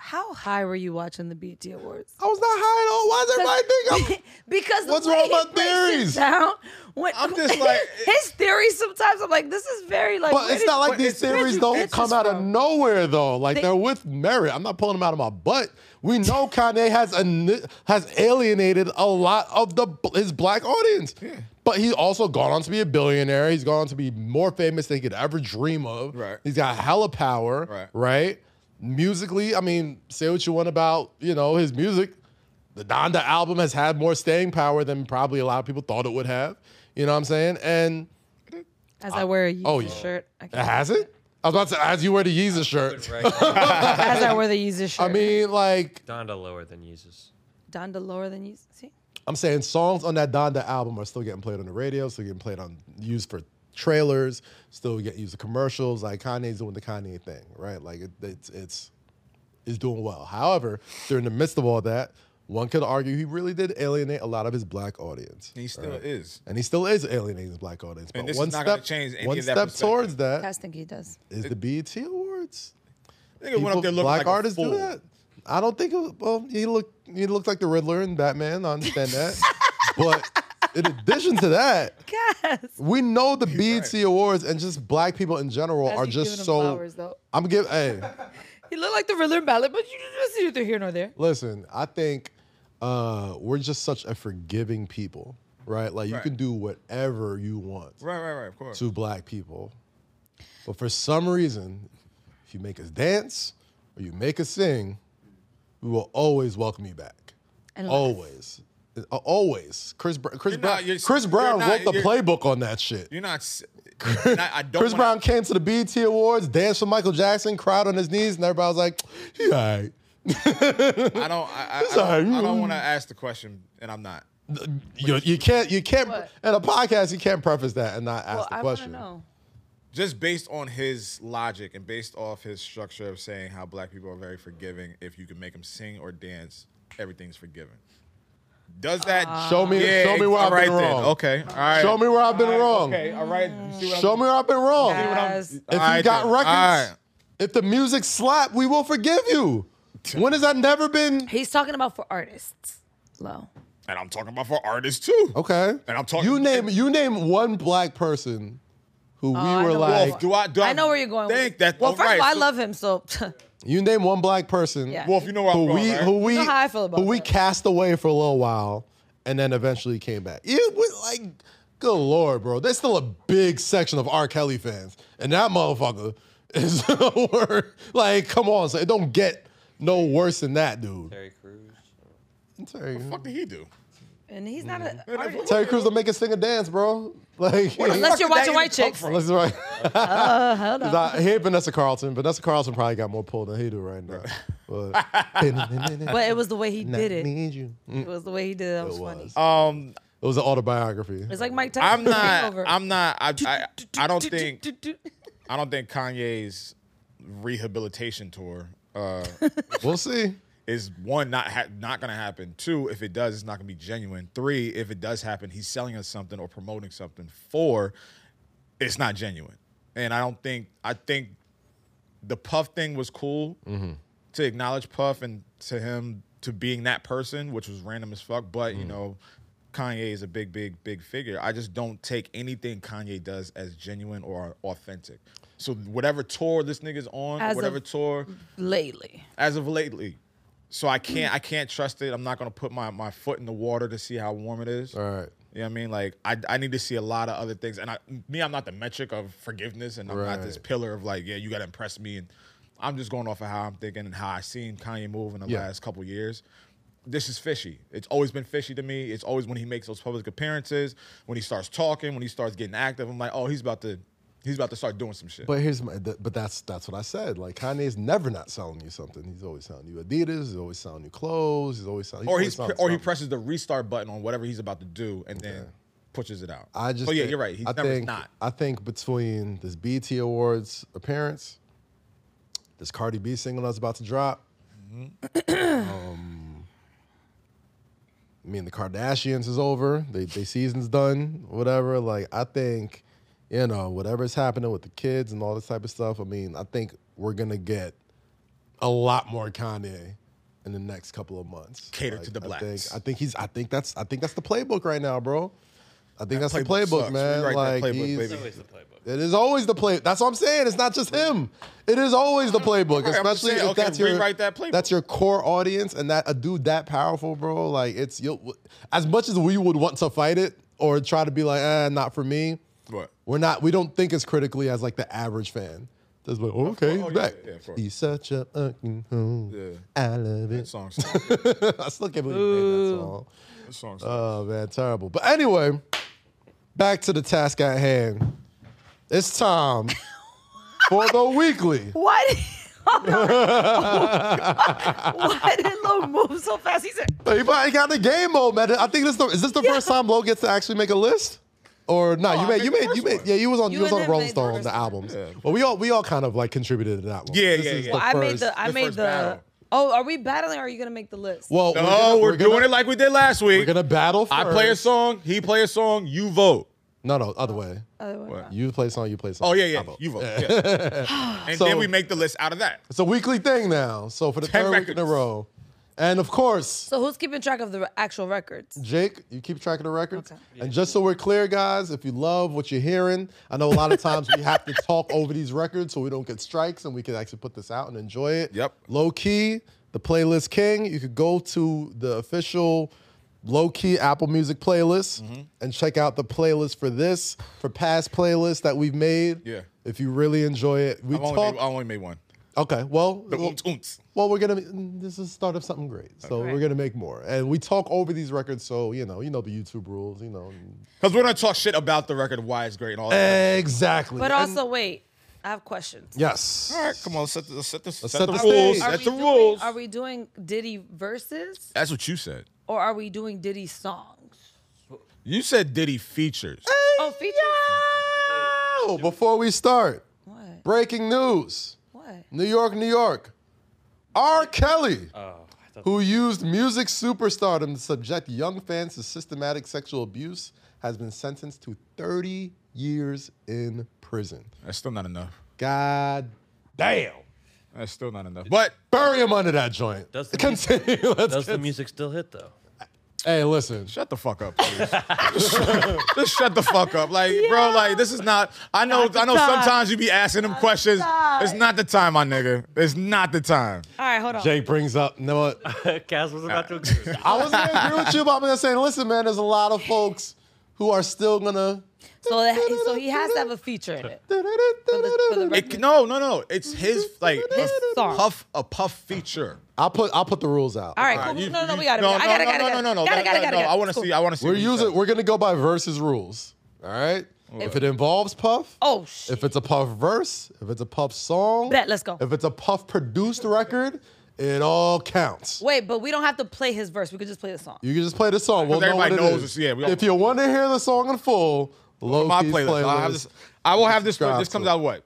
[SPEAKER 1] How high were you watching the BT Awards? *laughs*
[SPEAKER 2] I was not high at all. Why does everybody think
[SPEAKER 1] because the
[SPEAKER 2] What's
[SPEAKER 1] way
[SPEAKER 2] wrong
[SPEAKER 1] he
[SPEAKER 2] with my
[SPEAKER 1] breaks it
[SPEAKER 2] theories?
[SPEAKER 1] Down, when- *laughs*
[SPEAKER 3] I'm just like-
[SPEAKER 1] his theories. Sometimes I'm like, this is very like.
[SPEAKER 2] I'm? But
[SPEAKER 1] where
[SPEAKER 2] it's
[SPEAKER 1] did-
[SPEAKER 2] not like
[SPEAKER 1] where-
[SPEAKER 2] these
[SPEAKER 1] where'd
[SPEAKER 2] theories
[SPEAKER 1] you
[SPEAKER 2] don't
[SPEAKER 1] get
[SPEAKER 2] come
[SPEAKER 1] this
[SPEAKER 2] out of
[SPEAKER 1] from?
[SPEAKER 2] nowhere though. Like
[SPEAKER 1] They-
[SPEAKER 2] they, are with merit. I'm not pulling them out of my butt.
[SPEAKER 1] *laughs*
[SPEAKER 2] We know Kanye has a, has alienated a lot of the his black audience. But he's also gone on to be a billionaire. He's gone on to be more famous than he could ever dream of.
[SPEAKER 3] Right.
[SPEAKER 2] He's got hella power.
[SPEAKER 3] Right.
[SPEAKER 2] Right. Musically, I mean, say what you want about you know his music. The Donda album has had more staying power than probably a lot of people thought it would have. You know what I'm saying? And
[SPEAKER 1] As I wear a Yeezus
[SPEAKER 2] oh, yeah.
[SPEAKER 1] shirt. I
[SPEAKER 2] *laughs* it
[SPEAKER 1] can't-
[SPEAKER 2] hasn't. I was about to say, as you wear the Yeezus shirt.
[SPEAKER 4] *laughs* Right.
[SPEAKER 1] As I wear the Yeezus shirt.
[SPEAKER 2] I mean, like,
[SPEAKER 4] Donda lower than Jesus.
[SPEAKER 1] Donda lower than you see.
[SPEAKER 2] I'm saying songs on that Donda album are still getting played on the radio, still getting played on used for trailers, still get used for commercials. Like Kanye's doing the Kanye thing, right? Like it, it's it's is doing well. However, during the midst of all that, one could argue he really did alienate a lot of his black audience.
[SPEAKER 3] He still is.
[SPEAKER 2] And he still is alienating his black audience.
[SPEAKER 3] And
[SPEAKER 2] but
[SPEAKER 3] this is
[SPEAKER 2] one
[SPEAKER 3] not
[SPEAKER 2] step,
[SPEAKER 3] gonna change any
[SPEAKER 2] one
[SPEAKER 3] of that
[SPEAKER 2] step
[SPEAKER 3] perspective.
[SPEAKER 2] towards that
[SPEAKER 1] Guys think he
[SPEAKER 2] *laughs*
[SPEAKER 1] does.
[SPEAKER 2] is the BET Awards.
[SPEAKER 3] Nigga went up
[SPEAKER 2] People-
[SPEAKER 3] there looking
[SPEAKER 2] black
[SPEAKER 3] like
[SPEAKER 2] artists
[SPEAKER 3] a fool.
[SPEAKER 2] do that. I don't think. It was, well, he looked he looked like the Riddler in Batman. I understand
[SPEAKER 3] *laughs*
[SPEAKER 2] that, but in addition to that,
[SPEAKER 1] Guys.
[SPEAKER 2] we know the BET Awards and just black people in general
[SPEAKER 1] Guys,
[SPEAKER 2] are
[SPEAKER 1] you giving
[SPEAKER 2] just
[SPEAKER 1] him
[SPEAKER 2] so.
[SPEAKER 1] flowers, though.
[SPEAKER 2] I'm giving. Hey,
[SPEAKER 1] He looked like the Riddler in Ballad, but you just see neither here nor there.
[SPEAKER 2] listen. I think uh, we're just such a forgiving people, right? Like you
[SPEAKER 3] Right.
[SPEAKER 2] can do whatever you want
[SPEAKER 3] Right, right, right. Of course.
[SPEAKER 2] to black people, but for some reason, if you make us dance or you make us sing, we will always welcome you back.
[SPEAKER 1] And laugh.
[SPEAKER 2] always. Uh, Always, Chris Br- Chris
[SPEAKER 3] You're
[SPEAKER 2] Brown.
[SPEAKER 3] not- you're-
[SPEAKER 2] Chris
[SPEAKER 3] you're
[SPEAKER 2] Brown
[SPEAKER 3] not-
[SPEAKER 2] wrote the
[SPEAKER 3] you're-
[SPEAKER 2] playbook on that shit.
[SPEAKER 3] You're not. s- I, I don't.
[SPEAKER 2] Chris
[SPEAKER 3] wanna-
[SPEAKER 2] Brown came to the BET Awards, danced for Michael Jackson, cried on his knees, and everybody was like, "He alright."
[SPEAKER 3] I don't. I, I, I
[SPEAKER 2] Sorry.
[SPEAKER 3] don't, want to ask the question, and I'm not.
[SPEAKER 2] You, you can't you can't
[SPEAKER 1] What?
[SPEAKER 2] in a podcast you can't preface that and not ask
[SPEAKER 1] Well,
[SPEAKER 2] the
[SPEAKER 1] I want to
[SPEAKER 2] question.
[SPEAKER 1] know.
[SPEAKER 3] Just based on his logic and based off his structure of saying how black people are very forgiving. If you can make them sing or dance, everything's forgiven. Does that
[SPEAKER 1] Ah.
[SPEAKER 2] Show me- show me where I've
[SPEAKER 3] alright
[SPEAKER 2] been
[SPEAKER 3] then.
[SPEAKER 2] wrong.
[SPEAKER 3] Okay, all right.
[SPEAKER 2] Show me where I've been
[SPEAKER 3] All right,
[SPEAKER 2] wrong.
[SPEAKER 3] Okay, all right. You see what
[SPEAKER 2] Show
[SPEAKER 3] I'm,
[SPEAKER 2] me where I've been wrong.
[SPEAKER 1] Guys.
[SPEAKER 2] If
[SPEAKER 3] All
[SPEAKER 2] you
[SPEAKER 3] right,
[SPEAKER 2] got
[SPEAKER 3] then.
[SPEAKER 2] records,
[SPEAKER 3] All right.
[SPEAKER 2] if the music slap, we will forgive you. When has that never been?
[SPEAKER 1] He's talking about for artists. Low.
[SPEAKER 3] and I'm talking about for artists too.
[SPEAKER 2] Okay.
[SPEAKER 3] And I'm talking-
[SPEAKER 2] You name you name one black person who
[SPEAKER 1] Oh, I
[SPEAKER 2] we were
[SPEAKER 1] know.
[SPEAKER 2] like.
[SPEAKER 3] Wolf, do I? Do
[SPEAKER 1] I know where you're going.
[SPEAKER 3] Think
[SPEAKER 1] with
[SPEAKER 3] that.
[SPEAKER 1] Well,
[SPEAKER 3] all
[SPEAKER 1] first
[SPEAKER 3] right,
[SPEAKER 1] of all, I
[SPEAKER 3] so-
[SPEAKER 1] love him, so *laughs*
[SPEAKER 2] You name one black person.
[SPEAKER 1] Yeah.
[SPEAKER 3] Wolf. You know where I'm
[SPEAKER 2] who
[SPEAKER 3] going.
[SPEAKER 2] we
[SPEAKER 3] right?
[SPEAKER 2] who we
[SPEAKER 1] know how I feel about
[SPEAKER 2] who we
[SPEAKER 1] that.
[SPEAKER 2] cast away for a little while and then eventually came back. It was like good lord, bro. There's still a big section of R. Kelly fans. And that motherfucker *laughs* is word. like, come on, so it don't get no worse than that, dude.
[SPEAKER 4] Terry Crews.
[SPEAKER 2] Terry,
[SPEAKER 3] What the fuck did he do?
[SPEAKER 1] and he's not an
[SPEAKER 3] Mm.
[SPEAKER 1] artist.
[SPEAKER 2] Terry Crews don't make us sing a dance, bro. Like
[SPEAKER 1] Unless
[SPEAKER 3] Fuck
[SPEAKER 2] *laughs*
[SPEAKER 1] you're
[SPEAKER 3] did that
[SPEAKER 1] watching
[SPEAKER 3] even
[SPEAKER 1] White
[SPEAKER 3] come
[SPEAKER 1] Chicks.
[SPEAKER 3] from?
[SPEAKER 2] That's right.
[SPEAKER 1] Uh,
[SPEAKER 2] Nah, he ain't Vanessa Carlton. Vanessa Carlton probably got more pull than he do right
[SPEAKER 1] *laughs*
[SPEAKER 2] now. But,
[SPEAKER 1] But it was the way he
[SPEAKER 2] Not
[SPEAKER 1] did it.
[SPEAKER 2] need you. Mm,
[SPEAKER 1] It was the way he did it. That was,
[SPEAKER 2] It
[SPEAKER 1] funny.
[SPEAKER 2] was.
[SPEAKER 3] Um,
[SPEAKER 2] It was an autobiography.
[SPEAKER 1] *laughs* It's like Mike Tyson.
[SPEAKER 3] I'm not.
[SPEAKER 1] Over.
[SPEAKER 3] I'm not. I, I, I
[SPEAKER 1] *laughs*
[SPEAKER 3] don't think. I don't think Kanye's rehabilitation tour uh,
[SPEAKER 2] We'll see.
[SPEAKER 3] is one not ha- not gonna happen. Two, if it does, it's not gonna be genuine. Three, if it does happen, he's selling us something or promoting something. Four, it's not genuine. And I don't think. I think the Puff thing was cool to acknowledge Puff and to him to being that person, which was random as fuck. But you know, Kanye is a big, big, big figure. I just don't take anything Kanye does as genuine or authentic. So whatever tour this nigga's on,
[SPEAKER 1] As
[SPEAKER 3] whatever
[SPEAKER 1] of-
[SPEAKER 3] tour
[SPEAKER 1] Lately.
[SPEAKER 3] as of lately. So I can't I can't trust it. I'm not gonna put my, my foot in the water to see how warm it is.
[SPEAKER 2] All right.
[SPEAKER 3] You know what I mean? Like I, I need to see a lot of other things. And I me, I'm not the metric of forgiveness and I'm not this
[SPEAKER 2] Right.
[SPEAKER 3] pillar of like, yeah, you gotta impress me. And I'm just going off of how I'm thinking and how I seen Kanye move in the
[SPEAKER 2] Yeah.
[SPEAKER 3] last couple years. This is fishy. It's always been fishy to me. It's always when he makes those public appearances, when he starts talking, when he starts getting active, I'm like, oh, he's about to he's about to start doing some shit.
[SPEAKER 2] But here's my, th- but that's that's what I said. Like Kanye's never not selling you something. He's always selling you Adidas. He's always selling you clothes. He's always selling.
[SPEAKER 3] or
[SPEAKER 2] always
[SPEAKER 3] he's
[SPEAKER 2] selling
[SPEAKER 3] or he
[SPEAKER 2] something.
[SPEAKER 3] presses the restart button on whatever he's about to do and then pushes it out.
[SPEAKER 2] I just.
[SPEAKER 3] But Oh, yeah,
[SPEAKER 2] think-
[SPEAKER 3] you're right. He's
[SPEAKER 2] I
[SPEAKER 3] never
[SPEAKER 2] think,
[SPEAKER 3] not.
[SPEAKER 2] I think between this BT Awards appearance, this Cardi B single that's about to drop,
[SPEAKER 3] Mm-hmm.
[SPEAKER 2] um, I mean the Kardashians is over. They they season's done. Whatever. Like I think, you know, whatever's happening with the kids and all this type of stuff. I mean, I think we're gonna get a lot more Kanye in the next couple of months.
[SPEAKER 3] Cater to the
[SPEAKER 2] I think,
[SPEAKER 3] blacks.
[SPEAKER 2] I think he's. I think that's. I think that's the playbook right now, bro. I think that's
[SPEAKER 3] playbook
[SPEAKER 2] the playbook,
[SPEAKER 3] sucks.
[SPEAKER 2] man.
[SPEAKER 3] Rewrite that
[SPEAKER 2] like
[SPEAKER 3] playbook, baby.
[SPEAKER 2] he's-
[SPEAKER 4] It's always the playbook.
[SPEAKER 2] it is always the play. That's what I'm saying. It's not just him. It is always the playbook,
[SPEAKER 3] Right, I'm just
[SPEAKER 2] especially
[SPEAKER 3] saying,
[SPEAKER 2] if
[SPEAKER 3] okay,
[SPEAKER 2] that's your
[SPEAKER 3] rewrite that playbook.
[SPEAKER 2] that's your core audience and that a dude that powerful, bro. Like it's you'll, as much as we would want to fight it or try to be like, eh, not for me.
[SPEAKER 3] What?
[SPEAKER 2] We're not. We don't think as critically as like the average fan. That's like, okay,
[SPEAKER 3] course. Oh,
[SPEAKER 2] he's
[SPEAKER 3] yeah,
[SPEAKER 2] back.
[SPEAKER 3] yeah, of course.
[SPEAKER 2] he's such a fucking hoe.
[SPEAKER 3] Yeah.
[SPEAKER 2] I love it. *laughs*
[SPEAKER 3] Song,
[SPEAKER 2] Uh, I still can't believe he made that song.
[SPEAKER 3] song,
[SPEAKER 2] Oh man, terrible. But anyway, back to the task
[SPEAKER 3] *laughs*
[SPEAKER 2] at hand. It's time for the weekly.
[SPEAKER 1] *laughs* Why? did-
[SPEAKER 3] *laughs*
[SPEAKER 1] Why did Lo move so fast? He said,
[SPEAKER 2] He probably got the game mode, man. I think this the, is this the first time Lo gets to actually make a list, or no?
[SPEAKER 3] No,
[SPEAKER 2] you
[SPEAKER 3] I
[SPEAKER 2] made
[SPEAKER 3] made
[SPEAKER 2] you
[SPEAKER 3] the
[SPEAKER 2] made
[SPEAKER 3] first
[SPEAKER 2] you made
[SPEAKER 3] one.
[SPEAKER 2] yeah. You was on you,
[SPEAKER 1] You
[SPEAKER 2] was
[SPEAKER 1] and
[SPEAKER 2] on
[SPEAKER 1] him
[SPEAKER 2] Rolling
[SPEAKER 1] made the
[SPEAKER 2] Stone
[SPEAKER 1] first
[SPEAKER 2] the
[SPEAKER 1] one.
[SPEAKER 2] albums. Well, we all we all kind of like contributed to that one.
[SPEAKER 3] Yeah,
[SPEAKER 2] This
[SPEAKER 3] yeah,
[SPEAKER 2] is
[SPEAKER 3] yeah.
[SPEAKER 2] the
[SPEAKER 1] "Well, I made
[SPEAKER 2] first-
[SPEAKER 1] the. I
[SPEAKER 3] the
[SPEAKER 1] made
[SPEAKER 3] first
[SPEAKER 1] the.
[SPEAKER 3] battle.
[SPEAKER 1] Oh, are we battling? or Are you gonna make the list?
[SPEAKER 2] Well,
[SPEAKER 3] No,
[SPEAKER 2] gonna-
[SPEAKER 3] we're, doing
[SPEAKER 2] gonna-
[SPEAKER 3] it like we did last week.
[SPEAKER 2] We're gonna battle. First.
[SPEAKER 3] I play a song, he play a song, you vote.
[SPEAKER 2] No, no, other way.
[SPEAKER 1] Other way.
[SPEAKER 3] What?
[SPEAKER 2] You play song. You play song.
[SPEAKER 3] Oh yeah,
[SPEAKER 2] I
[SPEAKER 3] yeah,
[SPEAKER 2] vote.
[SPEAKER 3] you vote.
[SPEAKER 2] *laughs*
[SPEAKER 3] yeah. and then
[SPEAKER 2] So-
[SPEAKER 3] we make the list out of that.
[SPEAKER 2] It's a weekly thing now. So for the
[SPEAKER 3] Ten
[SPEAKER 2] third week in a
[SPEAKER 3] records.
[SPEAKER 2] row, and of course,
[SPEAKER 1] So who's keeping track of the re- actual records?
[SPEAKER 2] Jake, you keep track of the records.
[SPEAKER 1] Okay.
[SPEAKER 2] And just so we're clear, guys, if you love what you're hearing, I know a lot of times we have to talk over these records so we don't get strikes and we can actually put this out and enjoy it.
[SPEAKER 3] Yep.
[SPEAKER 2] Low key, the playlist king. You could go to the official low key Apple Music playlist
[SPEAKER 3] Mm-hmm.
[SPEAKER 2] and check out the playlist for this, for past playlists that we've made.
[SPEAKER 3] Yeah.
[SPEAKER 2] If you really enjoy it, we
[SPEAKER 3] I've only, made,
[SPEAKER 2] talk.
[SPEAKER 3] I only made one.
[SPEAKER 2] okay, well,
[SPEAKER 3] The
[SPEAKER 2] well-
[SPEAKER 3] oomps oomps.
[SPEAKER 2] well, we're gonna. mm, This is the start of something great, so we're
[SPEAKER 1] Right.
[SPEAKER 2] gonna make more, and we talk over these records. So you know, you know the YouTube rules. You know, and-
[SPEAKER 3] Because we're gonna talk shit about the record, why it's great and all
[SPEAKER 2] Eh.
[SPEAKER 3] that.
[SPEAKER 2] exactly.
[SPEAKER 1] But
[SPEAKER 2] And-
[SPEAKER 1] also, wait, I have questions.
[SPEAKER 2] yes.
[SPEAKER 3] all right, come on, set the set the, set
[SPEAKER 2] set
[SPEAKER 3] the,
[SPEAKER 2] the
[SPEAKER 3] rules.
[SPEAKER 2] stage.
[SPEAKER 1] Are
[SPEAKER 3] Set
[SPEAKER 1] we
[SPEAKER 3] the
[SPEAKER 1] doing-
[SPEAKER 3] rules.
[SPEAKER 1] Are we doing Diddy verses
[SPEAKER 3] That's what you said.
[SPEAKER 1] or are we doing Diddy songs?
[SPEAKER 3] You said Diddy features.
[SPEAKER 2] Eh.
[SPEAKER 1] Oh, features.
[SPEAKER 2] Oh, before we start,
[SPEAKER 1] What?
[SPEAKER 2] breaking news:
[SPEAKER 1] What?
[SPEAKER 2] New York, New York. R. Kelly,
[SPEAKER 4] Oh, I thought
[SPEAKER 2] who used music superstardom to subject young fans to systematic sexual abuse, has been sentenced to 30 years in prison.
[SPEAKER 3] That's still not enough.
[SPEAKER 2] God damn.
[SPEAKER 3] That's still not enough. But
[SPEAKER 2] Bury him under that joint. *laughs*
[SPEAKER 4] Does the
[SPEAKER 2] Continue. Let's
[SPEAKER 4] does the
[SPEAKER 2] get-
[SPEAKER 4] music still hit though?
[SPEAKER 2] Hey, listen.
[SPEAKER 3] shut the fuck up, please. Just shut the fuck up. Like, bro, like this is not I know
[SPEAKER 1] Not the
[SPEAKER 3] I know
[SPEAKER 1] time.
[SPEAKER 3] sometimes you be asking them questions.
[SPEAKER 1] time.
[SPEAKER 3] It's not the time, my nigga. It's not the time.
[SPEAKER 1] All right, hold on.
[SPEAKER 2] Jake brings up. You know what?
[SPEAKER 4] Kaz was about to agree.
[SPEAKER 2] I was gonna agree with you, but I'm gonna say, listen, man, there's a lot of folks who are
[SPEAKER 1] *laughs*
[SPEAKER 2] still gonna.
[SPEAKER 1] So, that, so he has to have a feature in it.
[SPEAKER 3] It, c- no, no, no. It's his like
[SPEAKER 1] *laughs* His
[SPEAKER 3] a
[SPEAKER 1] song.
[SPEAKER 3] puff a puff feature.
[SPEAKER 2] I'll put I'll put the rules out.
[SPEAKER 1] All right,
[SPEAKER 3] All
[SPEAKER 1] cool.
[SPEAKER 3] right, you-
[SPEAKER 1] no, no,
[SPEAKER 3] you-
[SPEAKER 1] we got it.
[SPEAKER 3] No,
[SPEAKER 1] I
[SPEAKER 3] no,
[SPEAKER 1] got it.
[SPEAKER 3] no,
[SPEAKER 1] Got it.
[SPEAKER 3] no,
[SPEAKER 1] got it.
[SPEAKER 3] no, no,
[SPEAKER 1] Got
[SPEAKER 3] no,
[SPEAKER 1] it. Got it.
[SPEAKER 3] no,
[SPEAKER 1] Got it.
[SPEAKER 3] no.
[SPEAKER 1] got it.
[SPEAKER 3] I want
[SPEAKER 1] It's
[SPEAKER 3] to see.
[SPEAKER 1] cool.
[SPEAKER 3] I want to see.
[SPEAKER 2] We're
[SPEAKER 3] what you
[SPEAKER 2] using
[SPEAKER 3] said.
[SPEAKER 2] we're gonna go by versus rules. All right. If it involves Puff,
[SPEAKER 1] Oh shit.
[SPEAKER 2] if it's a Puff verse, if it's a Puff song,
[SPEAKER 1] Bet, let's go.
[SPEAKER 2] If it's a Puff produced record, it all counts.
[SPEAKER 1] Wait, but we don't have to play his verse. We could just play the song.
[SPEAKER 2] You can just play the song. We'll know what
[SPEAKER 3] everybody
[SPEAKER 2] it
[SPEAKER 3] knows it's-
[SPEAKER 2] is.
[SPEAKER 3] yeah, we all-
[SPEAKER 2] if you want to hear the song in full, low
[SPEAKER 3] my playlist. I'll have this, I will have this.
[SPEAKER 2] Subscribe
[SPEAKER 3] This comes
[SPEAKER 2] to it.
[SPEAKER 3] out what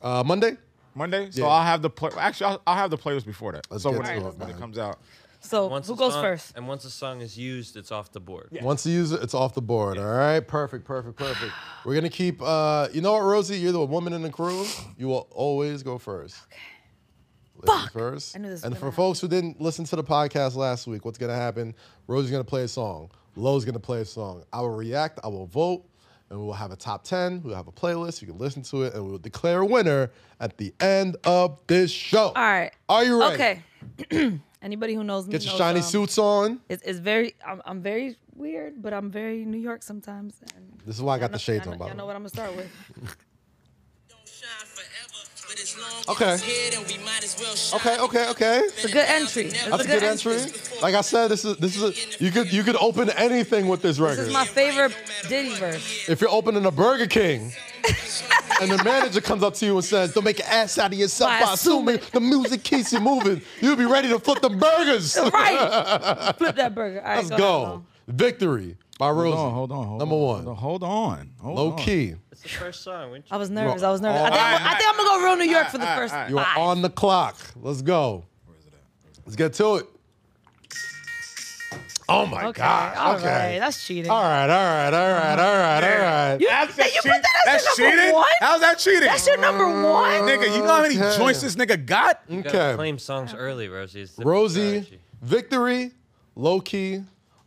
[SPEAKER 2] uh, Monday.
[SPEAKER 3] Monday. So
[SPEAKER 2] Yeah.
[SPEAKER 3] I'll have the play. Actually, I'll, I'll have the playlist before that.
[SPEAKER 2] Let's
[SPEAKER 3] so
[SPEAKER 2] get
[SPEAKER 3] when,
[SPEAKER 2] to
[SPEAKER 3] it,
[SPEAKER 2] it,
[SPEAKER 3] when it
[SPEAKER 2] man.
[SPEAKER 3] comes out,
[SPEAKER 1] So
[SPEAKER 4] Once
[SPEAKER 1] who
[SPEAKER 4] a
[SPEAKER 1] goes
[SPEAKER 4] song-
[SPEAKER 1] first?
[SPEAKER 4] And once a song is used, it's off the board.
[SPEAKER 2] Once you use it, it's off the board. All right, perfect, perfect, perfect. We're gonna keep. Uh, you know what, Rosie? You're the woman in the crew. You will always go first. Okay.
[SPEAKER 1] Fuck!
[SPEAKER 2] First.
[SPEAKER 1] I knew this was
[SPEAKER 2] and
[SPEAKER 1] gonna
[SPEAKER 2] for
[SPEAKER 1] happen.
[SPEAKER 2] folks who didn't listen to the podcast last week, what's gonna happen? Rosie's gonna play a song. Lowe's gonna play a song. I will react. I will vote, and we will have a top ten. We'll have a playlist. You can listen to it, and we will declare a winner at the end of this show.
[SPEAKER 1] All right.
[SPEAKER 2] Are you ready?
[SPEAKER 1] Okay. *clears throat* Anybody who knows me
[SPEAKER 2] Get your
[SPEAKER 1] knows,
[SPEAKER 2] shiny
[SPEAKER 1] um,
[SPEAKER 2] suits on.
[SPEAKER 1] It's, it's very. I'm, I'm very weird, but I'm very New York sometimes. And
[SPEAKER 2] This is why I got the shades
[SPEAKER 1] y'all
[SPEAKER 2] on.
[SPEAKER 1] know,
[SPEAKER 2] By
[SPEAKER 1] y'all
[SPEAKER 2] the
[SPEAKER 1] know
[SPEAKER 2] way.
[SPEAKER 1] what I'm gonna start with.
[SPEAKER 2] Okay. Okay, okay, okay.
[SPEAKER 1] It's a good entry. It's
[SPEAKER 2] That's a good entry. Like I said, this is this is a, you could you could open anything with this record.
[SPEAKER 1] This is my favorite Diddy verse.
[SPEAKER 5] *laughs*
[SPEAKER 2] if you're opening a Burger King, and the manager comes up to you and says, "Don't make an ass out of yourself
[SPEAKER 1] By
[SPEAKER 2] by, assuming the music keeps you moving," you'll be ready to flip them
[SPEAKER 1] *laughs*
[SPEAKER 2] burgers. *laughs*
[SPEAKER 1] Right. Flip that burger. All right,
[SPEAKER 2] Let's
[SPEAKER 1] go.
[SPEAKER 2] go. Victory by Rosie. Number one.
[SPEAKER 3] Hold on. Hold
[SPEAKER 2] Low key.
[SPEAKER 4] It's the first song. weren't you?
[SPEAKER 1] I was nervous. I was nervous. I
[SPEAKER 2] All
[SPEAKER 1] think, I'm,
[SPEAKER 3] right,
[SPEAKER 1] I think I'm gonna go real New York for the
[SPEAKER 3] all right,
[SPEAKER 1] first
[SPEAKER 3] all right.
[SPEAKER 2] You are
[SPEAKER 1] five.
[SPEAKER 2] on the clock. Let's go. Let's get to it. Oh my
[SPEAKER 1] okay.
[SPEAKER 2] God.
[SPEAKER 1] All
[SPEAKER 2] okay.
[SPEAKER 1] right. That's cheating.
[SPEAKER 2] all right. All right. All right. All right. All right.
[SPEAKER 1] You, you put that as
[SPEAKER 3] That's
[SPEAKER 1] your number
[SPEAKER 3] cheating.
[SPEAKER 1] one.
[SPEAKER 3] How's that cheating?
[SPEAKER 1] That's your number one.
[SPEAKER 3] nigga. You know how many
[SPEAKER 2] Okay.
[SPEAKER 3] joints this nigga got?
[SPEAKER 4] You gotta
[SPEAKER 2] Okay.
[SPEAKER 4] Claim songs early, Rosie. It's the
[SPEAKER 2] Rosie,
[SPEAKER 4] strategy.
[SPEAKER 2] victory, low key,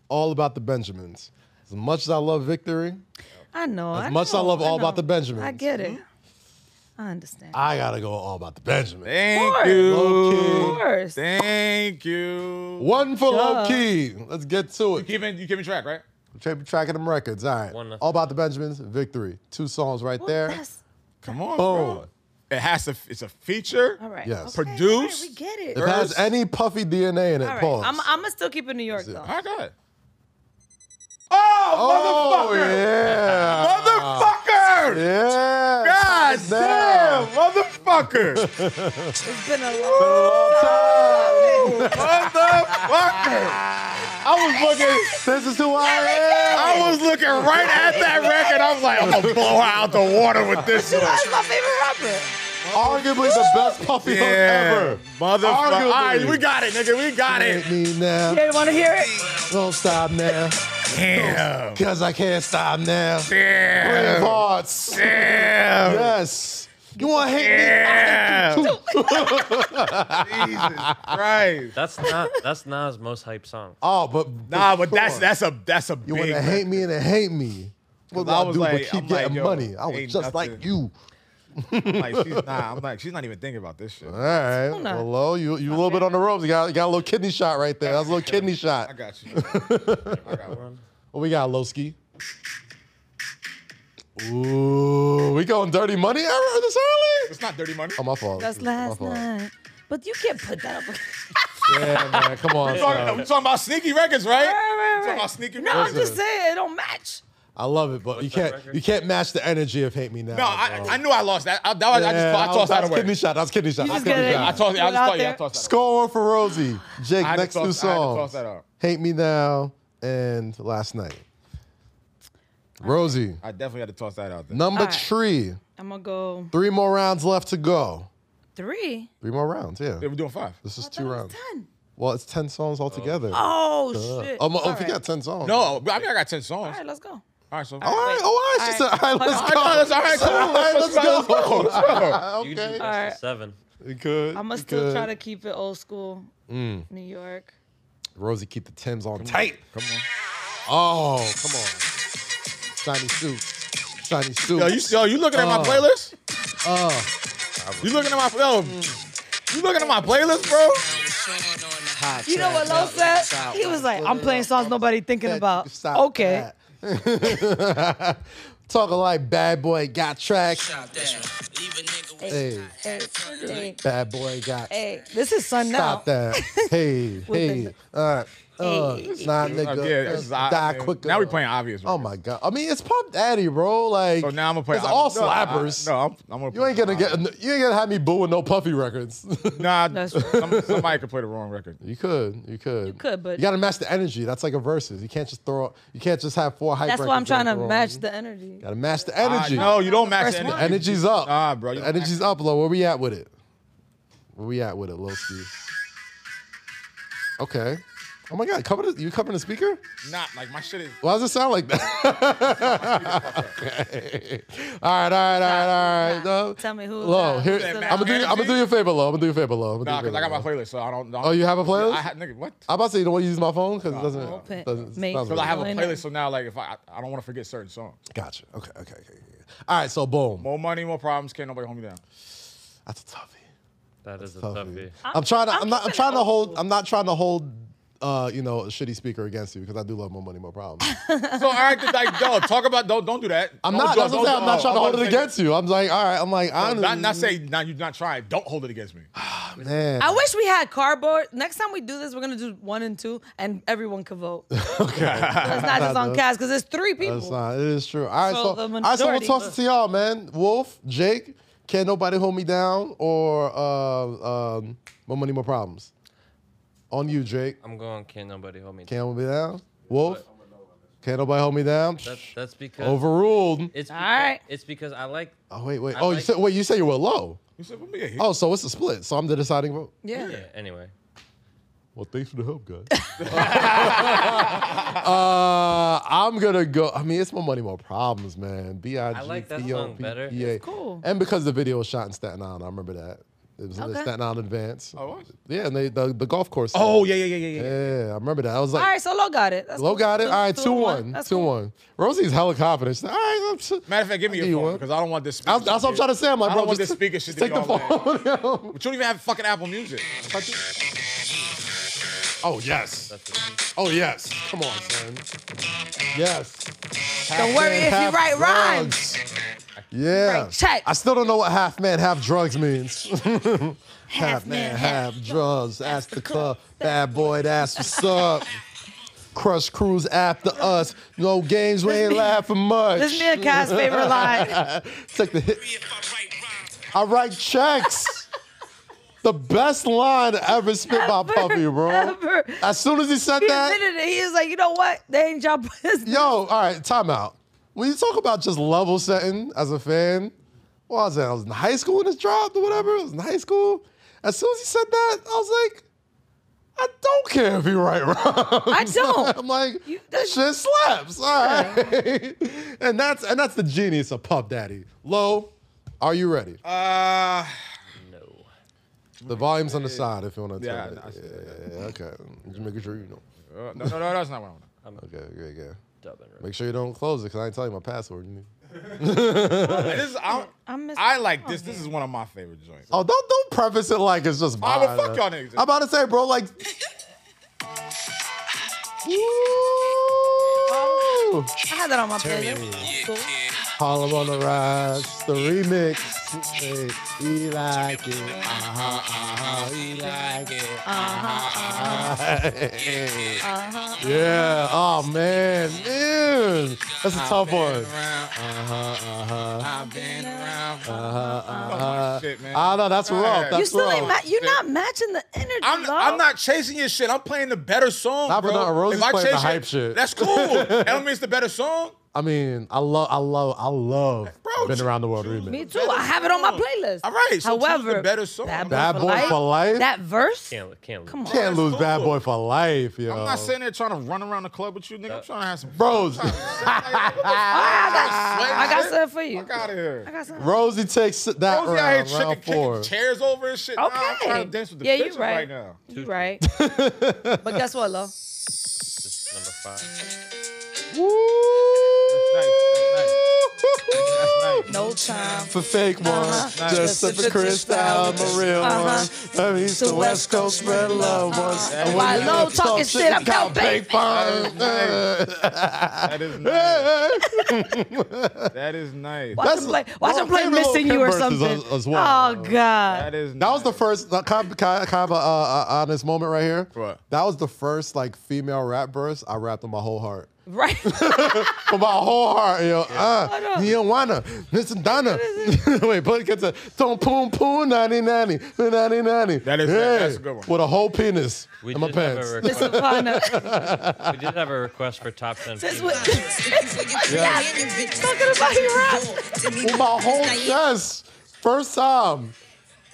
[SPEAKER 2] all about the Benjamins. As much as I love victory,
[SPEAKER 1] I know.
[SPEAKER 2] As
[SPEAKER 1] I
[SPEAKER 2] much as I
[SPEAKER 1] know,
[SPEAKER 2] love All About
[SPEAKER 1] know.
[SPEAKER 2] the Benjamins.
[SPEAKER 1] I get it. I understand.
[SPEAKER 2] I gotta go all about the Benjamins.
[SPEAKER 3] Thank
[SPEAKER 1] course. of
[SPEAKER 3] you.
[SPEAKER 1] course.
[SPEAKER 3] Thank you.
[SPEAKER 2] One for low
[SPEAKER 1] Duh.
[SPEAKER 2] key. Let's get to it.
[SPEAKER 3] Keeping you keeping track, right?
[SPEAKER 2] Tra- tracking them records. All right.
[SPEAKER 4] One nothing.
[SPEAKER 2] All about the Benjamins, victory. Two songs right
[SPEAKER 1] Well,
[SPEAKER 2] there.
[SPEAKER 1] that's-
[SPEAKER 3] Come on,
[SPEAKER 2] Boom.
[SPEAKER 3] bro. It has to. It's a feature.
[SPEAKER 1] all right.
[SPEAKER 2] Yes.
[SPEAKER 1] Okay, all right,
[SPEAKER 3] Produced.
[SPEAKER 1] we get it.
[SPEAKER 2] If
[SPEAKER 1] All
[SPEAKER 2] it
[SPEAKER 1] right.
[SPEAKER 2] has any puffy DNA in it, pause.
[SPEAKER 1] I'm, I'm gonna still keep it New York though.
[SPEAKER 3] I got it. Oh,
[SPEAKER 2] oh,
[SPEAKER 3] motherfucker! Oh, Motherfucker!
[SPEAKER 2] yeah. Oh. Yeah.
[SPEAKER 3] God
[SPEAKER 2] right now.
[SPEAKER 3] Damn, motherfucker!
[SPEAKER 1] It's been a long *laughs*
[SPEAKER 3] motherfucker!
[SPEAKER 2] I was looking. This is who I am.
[SPEAKER 3] I was looking right at that record. I'm like, I'm gonna blow her out the water with this one.
[SPEAKER 1] That's my favorite rapper.
[SPEAKER 2] Arguably the
[SPEAKER 3] *laughs*
[SPEAKER 2] best puppy hook
[SPEAKER 3] Yeah,
[SPEAKER 2] ever.
[SPEAKER 3] motherfucker!
[SPEAKER 2] Arguably.
[SPEAKER 3] All right, we got it, nigga. We got
[SPEAKER 2] Hit
[SPEAKER 3] it.
[SPEAKER 2] *laughs* me now.
[SPEAKER 1] Yeah, you want to hear
[SPEAKER 2] *laughs*
[SPEAKER 1] it?
[SPEAKER 2] Don't stop now.
[SPEAKER 3] Damn.
[SPEAKER 2] Cause I can't stop now. Brave
[SPEAKER 3] Damn.
[SPEAKER 2] hearts.
[SPEAKER 3] Damn.
[SPEAKER 2] Yes. You wanna hit me?
[SPEAKER 3] Damn. *laughs* Jesus Christ.
[SPEAKER 4] That's
[SPEAKER 1] *laughs*
[SPEAKER 4] not that's Nas' most hype song.
[SPEAKER 2] Oh, but
[SPEAKER 3] Nah,
[SPEAKER 2] before,
[SPEAKER 3] but that's that's a that's a
[SPEAKER 2] you
[SPEAKER 3] big.
[SPEAKER 2] wanna hate me and then hate me. What do
[SPEAKER 3] I
[SPEAKER 2] I,
[SPEAKER 3] was
[SPEAKER 2] do
[SPEAKER 3] like-
[SPEAKER 2] but keep
[SPEAKER 3] I'm like,
[SPEAKER 2] getting
[SPEAKER 3] yo,
[SPEAKER 2] money? I was
[SPEAKER 3] ain't
[SPEAKER 2] just
[SPEAKER 3] nothing.
[SPEAKER 2] like you.
[SPEAKER 3] I'm like, she's not. I'm like, she's not even thinking about this shit.
[SPEAKER 2] All right,
[SPEAKER 1] not.
[SPEAKER 2] well, Lo, you you a little bit on the ropes. You got you got a little kidney shot right there. That was a little kidney
[SPEAKER 3] I
[SPEAKER 2] shot.
[SPEAKER 3] got you.
[SPEAKER 2] *laughs*
[SPEAKER 3] I got one.
[SPEAKER 2] What we got, Lowski? Ooh, we going dirty money ever this early?
[SPEAKER 3] It's not dirty money.
[SPEAKER 2] Oh, my fault.
[SPEAKER 1] That's
[SPEAKER 2] My
[SPEAKER 1] last
[SPEAKER 2] fault.
[SPEAKER 1] night. But you can't put that up. *laughs*
[SPEAKER 2] Yeah, man, come on.
[SPEAKER 3] I'm talking,
[SPEAKER 2] son.
[SPEAKER 3] I'm talking about sneaky records,
[SPEAKER 1] Right,
[SPEAKER 3] right?
[SPEAKER 1] right,
[SPEAKER 3] I'm talking
[SPEAKER 1] right.
[SPEAKER 3] about sneaky
[SPEAKER 1] No, I'm
[SPEAKER 3] records.
[SPEAKER 1] just saying it don't match.
[SPEAKER 2] I love it, but you
[SPEAKER 4] that
[SPEAKER 2] can't
[SPEAKER 4] record?
[SPEAKER 2] you can't match the energy of hate me now.
[SPEAKER 3] No, I,
[SPEAKER 2] bro.
[SPEAKER 3] I knew I lost that. I, that was, I just
[SPEAKER 2] Yeah,
[SPEAKER 3] thought, I tossed that
[SPEAKER 2] that's
[SPEAKER 3] away.
[SPEAKER 2] Kidney shot. That's kidney shot.
[SPEAKER 1] You
[SPEAKER 2] That's
[SPEAKER 1] just gotta-
[SPEAKER 2] kidney
[SPEAKER 3] I
[SPEAKER 2] shot.
[SPEAKER 3] tossed, I
[SPEAKER 1] Put it
[SPEAKER 3] just
[SPEAKER 1] out
[SPEAKER 3] thought, yeah, I
[SPEAKER 1] there.
[SPEAKER 3] tossed that away.
[SPEAKER 2] Score for Rosie. Jake,
[SPEAKER 3] I had to
[SPEAKER 2] next
[SPEAKER 3] toss- I
[SPEAKER 2] two
[SPEAKER 3] had to toss
[SPEAKER 2] songs.
[SPEAKER 3] that out.
[SPEAKER 2] Hate me now and last night. Rosie,
[SPEAKER 3] I definitely had to toss that out there.
[SPEAKER 2] number
[SPEAKER 1] All right.
[SPEAKER 2] three.
[SPEAKER 1] I'm gonna go
[SPEAKER 2] Three more rounds left to go.
[SPEAKER 1] three.
[SPEAKER 2] Three more rounds. Yeah,
[SPEAKER 3] They were doing five.
[SPEAKER 2] this is
[SPEAKER 1] I thought it
[SPEAKER 2] two
[SPEAKER 1] was
[SPEAKER 2] rounds.
[SPEAKER 1] 10.
[SPEAKER 2] Well, it's ten songs altogether.
[SPEAKER 1] Oh
[SPEAKER 2] Uh,
[SPEAKER 1] shit.
[SPEAKER 2] oh, my- oh,
[SPEAKER 1] All
[SPEAKER 2] if you
[SPEAKER 1] right.
[SPEAKER 2] got ten songs. All
[SPEAKER 3] No, but I mean, I got 10 songs.
[SPEAKER 1] All right, let's go.
[SPEAKER 3] right, so.
[SPEAKER 2] right. Oh, all right. She said,
[SPEAKER 1] All
[SPEAKER 2] all right. Let's
[SPEAKER 1] All
[SPEAKER 2] go.
[SPEAKER 3] right, that's all right, cool.
[SPEAKER 2] All right,
[SPEAKER 3] Let's
[SPEAKER 2] let's go.
[SPEAKER 3] go.
[SPEAKER 4] You can do
[SPEAKER 2] okay.
[SPEAKER 4] best
[SPEAKER 1] Alright.
[SPEAKER 4] of seven.
[SPEAKER 2] You
[SPEAKER 1] I'm
[SPEAKER 2] could. you Mm.
[SPEAKER 1] gonna still try
[SPEAKER 2] could.
[SPEAKER 1] to keep it old school. New York.
[SPEAKER 2] Rosie, keep the Timbs on tight.
[SPEAKER 3] Come on.
[SPEAKER 2] Oh, come on. Shiny suit. Shiny suit.
[SPEAKER 3] Yo, you, yo, you looking at my
[SPEAKER 2] Uh.
[SPEAKER 3] playlist? You looking at my yo? You looking at my playlist, bro?
[SPEAKER 1] You know what Lo said? He was like, I'm playing songs nobody thinking about.
[SPEAKER 2] Stop
[SPEAKER 1] Okay.
[SPEAKER 2] that. *laughs* Talking like bad boy got track. Hey,
[SPEAKER 1] Hey, hey,
[SPEAKER 2] bad boy got.
[SPEAKER 1] hey. This is Sun now. *laughs*
[SPEAKER 2] Stop that. Hey,
[SPEAKER 1] Within
[SPEAKER 2] hey. Uh, uh, nah, nigga.
[SPEAKER 3] Uh, yeah, this is,
[SPEAKER 2] uh,
[SPEAKER 3] I,
[SPEAKER 2] die
[SPEAKER 3] man,
[SPEAKER 2] quicker.
[SPEAKER 3] Now we playing obvious.
[SPEAKER 2] Oh my god. I mean, it's Pump Daddy, bro. Like,
[SPEAKER 3] So now I'm gonna play.
[SPEAKER 2] It's all
[SPEAKER 3] no, I-
[SPEAKER 2] slappers.
[SPEAKER 3] no, I'm, I'm gonna.
[SPEAKER 2] You ain't gonna
[SPEAKER 3] play-
[SPEAKER 2] get. You ain't gonna have me booing no Puffy records. *laughs*
[SPEAKER 3] Nah,
[SPEAKER 1] That's true.
[SPEAKER 3] some, *laughs* somebody could play the wrong record.
[SPEAKER 2] You could, you could, you
[SPEAKER 1] could, but-
[SPEAKER 2] you gotta match the energy. That's like a versus. You can't just throw. You can't just have four hype.
[SPEAKER 1] That's why
[SPEAKER 2] records
[SPEAKER 1] I'm trying
[SPEAKER 2] and
[SPEAKER 1] to
[SPEAKER 2] throw
[SPEAKER 1] match
[SPEAKER 2] them.
[SPEAKER 1] the energy.
[SPEAKER 2] Gotta match the
[SPEAKER 3] Ah,
[SPEAKER 2] energy.
[SPEAKER 3] no, you don't match
[SPEAKER 1] First
[SPEAKER 3] the
[SPEAKER 1] one.
[SPEAKER 3] energy.
[SPEAKER 2] energy's up.
[SPEAKER 3] Nah, bro, you
[SPEAKER 2] The
[SPEAKER 3] don't
[SPEAKER 2] energy's up, low. Where we at with it? Where we at with it, Lowski? Okay. Oh my God, cover the, you covering the speaker?
[SPEAKER 3] Not like my shit is.
[SPEAKER 2] Why does it sound like that? *laughs* okay. All right, all right, all right, all right. No.
[SPEAKER 1] Tell me who. uh,
[SPEAKER 2] Low, here,
[SPEAKER 3] That
[SPEAKER 2] I'm gonna do. I'm gonna do your favor, Low. I'm gonna do your favor, Low. I'm gonna
[SPEAKER 3] Nah,
[SPEAKER 2] do
[SPEAKER 3] cause
[SPEAKER 2] your
[SPEAKER 3] I
[SPEAKER 2] favor,
[SPEAKER 3] got my
[SPEAKER 2] Lo.
[SPEAKER 3] playlist, so I don't. I don't
[SPEAKER 2] Oh, you have a playlist?
[SPEAKER 3] I ha- nigga, what?
[SPEAKER 2] I'm about to say, you don't want to use my phone because it doesn't.
[SPEAKER 1] open.
[SPEAKER 2] doesn't
[SPEAKER 1] Mate.
[SPEAKER 2] sounds
[SPEAKER 1] So
[SPEAKER 3] Cause I have a
[SPEAKER 1] Why not?
[SPEAKER 3] playlist, so now like if I, I don't want to forget certain songs.
[SPEAKER 2] Gotcha. Okay. Okay. Okay. okay. All right. So boom.
[SPEAKER 3] More money, more problems. Can't nobody hold me down.
[SPEAKER 2] That's a toughie.
[SPEAKER 4] That is a
[SPEAKER 2] Toughie.
[SPEAKER 4] toughie.
[SPEAKER 2] I'm, trying to. I'm,
[SPEAKER 1] I'm
[SPEAKER 2] not. I'm
[SPEAKER 1] keeping
[SPEAKER 2] trying to
[SPEAKER 1] it old
[SPEAKER 2] hold. I'm not trying to hold. Uh, you know, a shitty speaker against you because I do love more money,
[SPEAKER 1] *laughs*
[SPEAKER 2] more problems.
[SPEAKER 3] So all right, then, like, yo, talk about don't don't do that.
[SPEAKER 2] I'm
[SPEAKER 3] Don't
[SPEAKER 2] not.
[SPEAKER 3] do-
[SPEAKER 2] That's what
[SPEAKER 3] don't
[SPEAKER 2] I'm saying.
[SPEAKER 3] do-
[SPEAKER 2] I'm not
[SPEAKER 3] oh,
[SPEAKER 2] trying to
[SPEAKER 3] I'm
[SPEAKER 2] hold
[SPEAKER 3] about
[SPEAKER 2] it
[SPEAKER 3] say-
[SPEAKER 2] against you. I'm like, all right. I'm like, I'm
[SPEAKER 3] Not not say now you're not trying. Don't hold it against me.
[SPEAKER 2] man.
[SPEAKER 1] I wish we had cardboard. Next time we do this, we're gonna do one and two, and everyone can
[SPEAKER 2] *laughs*
[SPEAKER 1] vote. It's not just on Cass because it's three
[SPEAKER 2] That's
[SPEAKER 1] people.
[SPEAKER 2] not. It is true. All right.
[SPEAKER 1] So
[SPEAKER 2] So,
[SPEAKER 1] the
[SPEAKER 2] all right. So we'll
[SPEAKER 1] majority-
[SPEAKER 2] toss it to y'all, man. Wolf, Jake, can't nobody hold me down or uh, um, more money, more problems. On you, Jake.
[SPEAKER 4] I'm going. Can't nobody hold me. down.
[SPEAKER 2] Can't hold me down. Wolf. Can't nobody hold me down.
[SPEAKER 4] That's that's because
[SPEAKER 2] Overruled.
[SPEAKER 4] It's
[SPEAKER 1] All
[SPEAKER 4] because,
[SPEAKER 1] right.
[SPEAKER 4] It's because I like.
[SPEAKER 2] Oh wait, wait.
[SPEAKER 4] I
[SPEAKER 2] Oh, you
[SPEAKER 4] like-
[SPEAKER 2] said wait. You said you were low.
[SPEAKER 3] You said, well, yeah, he-
[SPEAKER 2] Oh, so it's a split. So I'm the deciding vote.
[SPEAKER 1] Yeah.
[SPEAKER 4] Yeah. Anyway.
[SPEAKER 2] Well, thanks for the help, guys. *laughs* uh, I'm gonna go. I mean, it's more money, more problems, man. Big
[SPEAKER 4] I like that song better.
[SPEAKER 1] It's cool.
[SPEAKER 2] And because the video was shot in Staten Island, I remember that. It was in
[SPEAKER 1] Okay.
[SPEAKER 2] Staten Island Advance.
[SPEAKER 3] Oh, it was?
[SPEAKER 2] Yeah, and they the, the golf course.
[SPEAKER 3] Oh yeah, yeah, yeah, yeah, yeah.
[SPEAKER 2] Yeah, I remember that. I was
[SPEAKER 1] All
[SPEAKER 2] like,
[SPEAKER 1] right, so Lo got it. That's
[SPEAKER 2] Low
[SPEAKER 1] cool.
[SPEAKER 2] got it.
[SPEAKER 1] Two-
[SPEAKER 2] All right,
[SPEAKER 1] two
[SPEAKER 2] two
[SPEAKER 1] and
[SPEAKER 2] one,
[SPEAKER 1] That's
[SPEAKER 2] two
[SPEAKER 1] cool.
[SPEAKER 2] one. Rosie's hella confident. She's like, all right, I'm so,
[SPEAKER 3] Matter of fact, give me your
[SPEAKER 2] I'll give you
[SPEAKER 3] phone
[SPEAKER 2] one.
[SPEAKER 3] because I don't want this. Speaker
[SPEAKER 2] I, that's what I'm trying to say. I'm like,
[SPEAKER 3] I
[SPEAKER 2] bro,
[SPEAKER 3] don't want
[SPEAKER 2] just
[SPEAKER 3] this speaker shit to
[SPEAKER 2] take
[SPEAKER 3] be
[SPEAKER 2] the
[SPEAKER 3] all that.
[SPEAKER 2] phone. *laughs* yo.
[SPEAKER 3] But you don't even have fucking Apple Music.
[SPEAKER 2] oh yes.
[SPEAKER 4] That's it.
[SPEAKER 2] Oh yes. Come on, son. Yes.
[SPEAKER 1] Don't worry if you write rhymes.
[SPEAKER 2] Yeah.
[SPEAKER 1] Right, check.
[SPEAKER 2] I still don't know what half man, half drugs means. *laughs* half man,
[SPEAKER 1] man,
[SPEAKER 2] half drugs. Ask the club. Bad boy, that's what's up. Crush crews after us. No games, we ain't laughing much.
[SPEAKER 1] This is me and Cass' favorite line.
[SPEAKER 2] Take the hit.
[SPEAKER 5] If I write
[SPEAKER 2] I write checks. the best line ever spit by Puffy,
[SPEAKER 1] *laughs*
[SPEAKER 2] bro.
[SPEAKER 1] Ever.
[SPEAKER 2] As soon as he said
[SPEAKER 1] He
[SPEAKER 2] that,
[SPEAKER 1] admitted it. He was like, you know what? They ain't y'all *laughs* business.
[SPEAKER 2] Yo, all right, time out. When you talk about just level setting as a fan, what was that? I was in high school when this dropped or whatever. I was in high school. As soon as he said that, I was like, I don't care if you're right or wrong. *laughs*
[SPEAKER 1] I don't.
[SPEAKER 2] I'm like,
[SPEAKER 1] You-
[SPEAKER 2] that shit slaps. All right. *laughs* and that's and that's the genius of Puff Daddy. Low, are you ready?
[SPEAKER 3] Uh,
[SPEAKER 4] No.
[SPEAKER 2] the volume's on the side if you want to
[SPEAKER 3] Yeah,
[SPEAKER 2] turn it.
[SPEAKER 3] I see
[SPEAKER 2] Yeah, yeah, okay. Just making sure you know.
[SPEAKER 3] no, no, no, that's not what I want.
[SPEAKER 2] Okay, okay, okay.
[SPEAKER 4] Dubbing right.
[SPEAKER 2] Make sure you don't close it because I ain't telling you my password.
[SPEAKER 3] This is, I,
[SPEAKER 1] I'm missing
[SPEAKER 3] I like
[SPEAKER 1] out
[SPEAKER 3] this. This
[SPEAKER 1] here.
[SPEAKER 3] is one of my favorite joints.
[SPEAKER 2] Oh, don't don't preface it like it's just.
[SPEAKER 3] Ah, well,
[SPEAKER 2] mine,
[SPEAKER 3] fuck
[SPEAKER 2] uh,
[SPEAKER 3] y'all niggas.
[SPEAKER 2] I'm about to say,
[SPEAKER 3] *laughs*
[SPEAKER 2] bro, like. Woo!
[SPEAKER 1] I had that on my playlist. Cool.
[SPEAKER 2] Harlem on the rise, the remix. Hey, we like it, uh huh, uh huh, we like it, uh
[SPEAKER 3] Uh-huh,
[SPEAKER 2] huh, *laughs* yeah. Oh man, man, that's a tough one. Uh huh, uh huh,
[SPEAKER 3] Um,
[SPEAKER 2] uh
[SPEAKER 3] Shit, man.
[SPEAKER 2] I know that's rough.
[SPEAKER 3] Alright.
[SPEAKER 2] That's
[SPEAKER 1] You still
[SPEAKER 2] rough.
[SPEAKER 1] ain't ma- you're not matching the energy.
[SPEAKER 3] I'm,
[SPEAKER 1] dog.
[SPEAKER 3] I'm not chasing your shit. I'm playing the better song,
[SPEAKER 2] Not for
[SPEAKER 3] bro.
[SPEAKER 2] nothing, Rose
[SPEAKER 3] If
[SPEAKER 2] is
[SPEAKER 3] I
[SPEAKER 2] playing the
[SPEAKER 3] chase your-
[SPEAKER 2] hype shit.
[SPEAKER 3] That's
[SPEAKER 2] *laughs*
[SPEAKER 3] cool. I don't mean it's the better song.
[SPEAKER 2] I mean, I love, I love, I love.
[SPEAKER 3] Bro,
[SPEAKER 2] been around the world
[SPEAKER 3] choose
[SPEAKER 2] remix.
[SPEAKER 1] Me too. I have it on my playlist.
[SPEAKER 3] All right, so choose the
[SPEAKER 1] However,
[SPEAKER 3] better song.
[SPEAKER 2] Bad Boy for Life?
[SPEAKER 1] That verse.
[SPEAKER 4] Can't, can't
[SPEAKER 1] Come
[SPEAKER 4] Come
[SPEAKER 1] on.
[SPEAKER 4] on.
[SPEAKER 2] Can't
[SPEAKER 3] That's
[SPEAKER 2] lose bad
[SPEAKER 3] cool.
[SPEAKER 2] boy for life, yo.
[SPEAKER 3] I'm not sitting there trying to run around the club with you, nigga. I'm trying to have some.
[SPEAKER 2] Bros,
[SPEAKER 1] I got, I got something for you.
[SPEAKER 3] Fuck out of here.
[SPEAKER 1] I got something.
[SPEAKER 2] Rosie takes that
[SPEAKER 3] Rosie out
[SPEAKER 2] round,
[SPEAKER 3] here
[SPEAKER 2] round
[SPEAKER 3] chicken
[SPEAKER 2] four.
[SPEAKER 3] kicking chairs over and shit. Nah, I'm
[SPEAKER 1] Okay.
[SPEAKER 3] trying to dance with the
[SPEAKER 1] Yeah, you
[SPEAKER 3] bitches
[SPEAKER 1] right.
[SPEAKER 3] right. now.
[SPEAKER 1] You right.
[SPEAKER 2] *laughs*
[SPEAKER 1] but guess what, love?
[SPEAKER 4] This is number five.
[SPEAKER 2] Woo!
[SPEAKER 3] That's nice. That's nice.
[SPEAKER 1] No time.
[SPEAKER 2] For fake one,
[SPEAKER 1] Uh-huh.
[SPEAKER 2] just
[SPEAKER 1] Just
[SPEAKER 2] sipping
[SPEAKER 1] a
[SPEAKER 2] crystal,
[SPEAKER 1] crystal.
[SPEAKER 2] I'm a real
[SPEAKER 1] Uh-huh.
[SPEAKER 2] one. I'm East to West Coast, spread love once.
[SPEAKER 3] Uh-huh.
[SPEAKER 2] And when
[SPEAKER 1] Why
[SPEAKER 2] you
[SPEAKER 1] low
[SPEAKER 2] talk
[SPEAKER 1] talking
[SPEAKER 2] shit,
[SPEAKER 1] shit,
[SPEAKER 2] you
[SPEAKER 1] I'm
[SPEAKER 2] count
[SPEAKER 1] down,
[SPEAKER 2] big
[SPEAKER 1] baby.
[SPEAKER 2] fun.
[SPEAKER 3] *laughs* That is nice. That is nice.
[SPEAKER 1] Watch
[SPEAKER 2] That's-
[SPEAKER 1] him play. Watch
[SPEAKER 2] my
[SPEAKER 1] him play
[SPEAKER 2] favorite little
[SPEAKER 1] missing
[SPEAKER 2] Kim
[SPEAKER 1] you or
[SPEAKER 2] verses
[SPEAKER 1] something.
[SPEAKER 2] as- as well.
[SPEAKER 1] Oh God.
[SPEAKER 3] That is nice.
[SPEAKER 2] That was the first uh, kind of, kind of, kind of uh, uh, honest moment right here.
[SPEAKER 3] What?
[SPEAKER 2] That was the first like female rap verse I rapped on my whole heart. *laughs*
[SPEAKER 1] Right.
[SPEAKER 2] For my whole heart, yo.
[SPEAKER 1] Hold
[SPEAKER 2] Uh,
[SPEAKER 1] up.
[SPEAKER 2] you don't wanna. Listen, Donna. *laughs* Wait, but it gets a tom poom poom ninety ninety ninety ninety.
[SPEAKER 3] That is- that's a good one.
[SPEAKER 2] With a whole penis
[SPEAKER 4] We
[SPEAKER 2] in my
[SPEAKER 4] did have a
[SPEAKER 2] pants.
[SPEAKER 4] request-
[SPEAKER 1] Listen, partner.
[SPEAKER 4] we
[SPEAKER 2] *laughs*
[SPEAKER 4] did have a request for top ten.
[SPEAKER 1] This
[SPEAKER 4] female.
[SPEAKER 1] what. yeah. Talking about he rap.
[SPEAKER 2] With my whole chest. First time.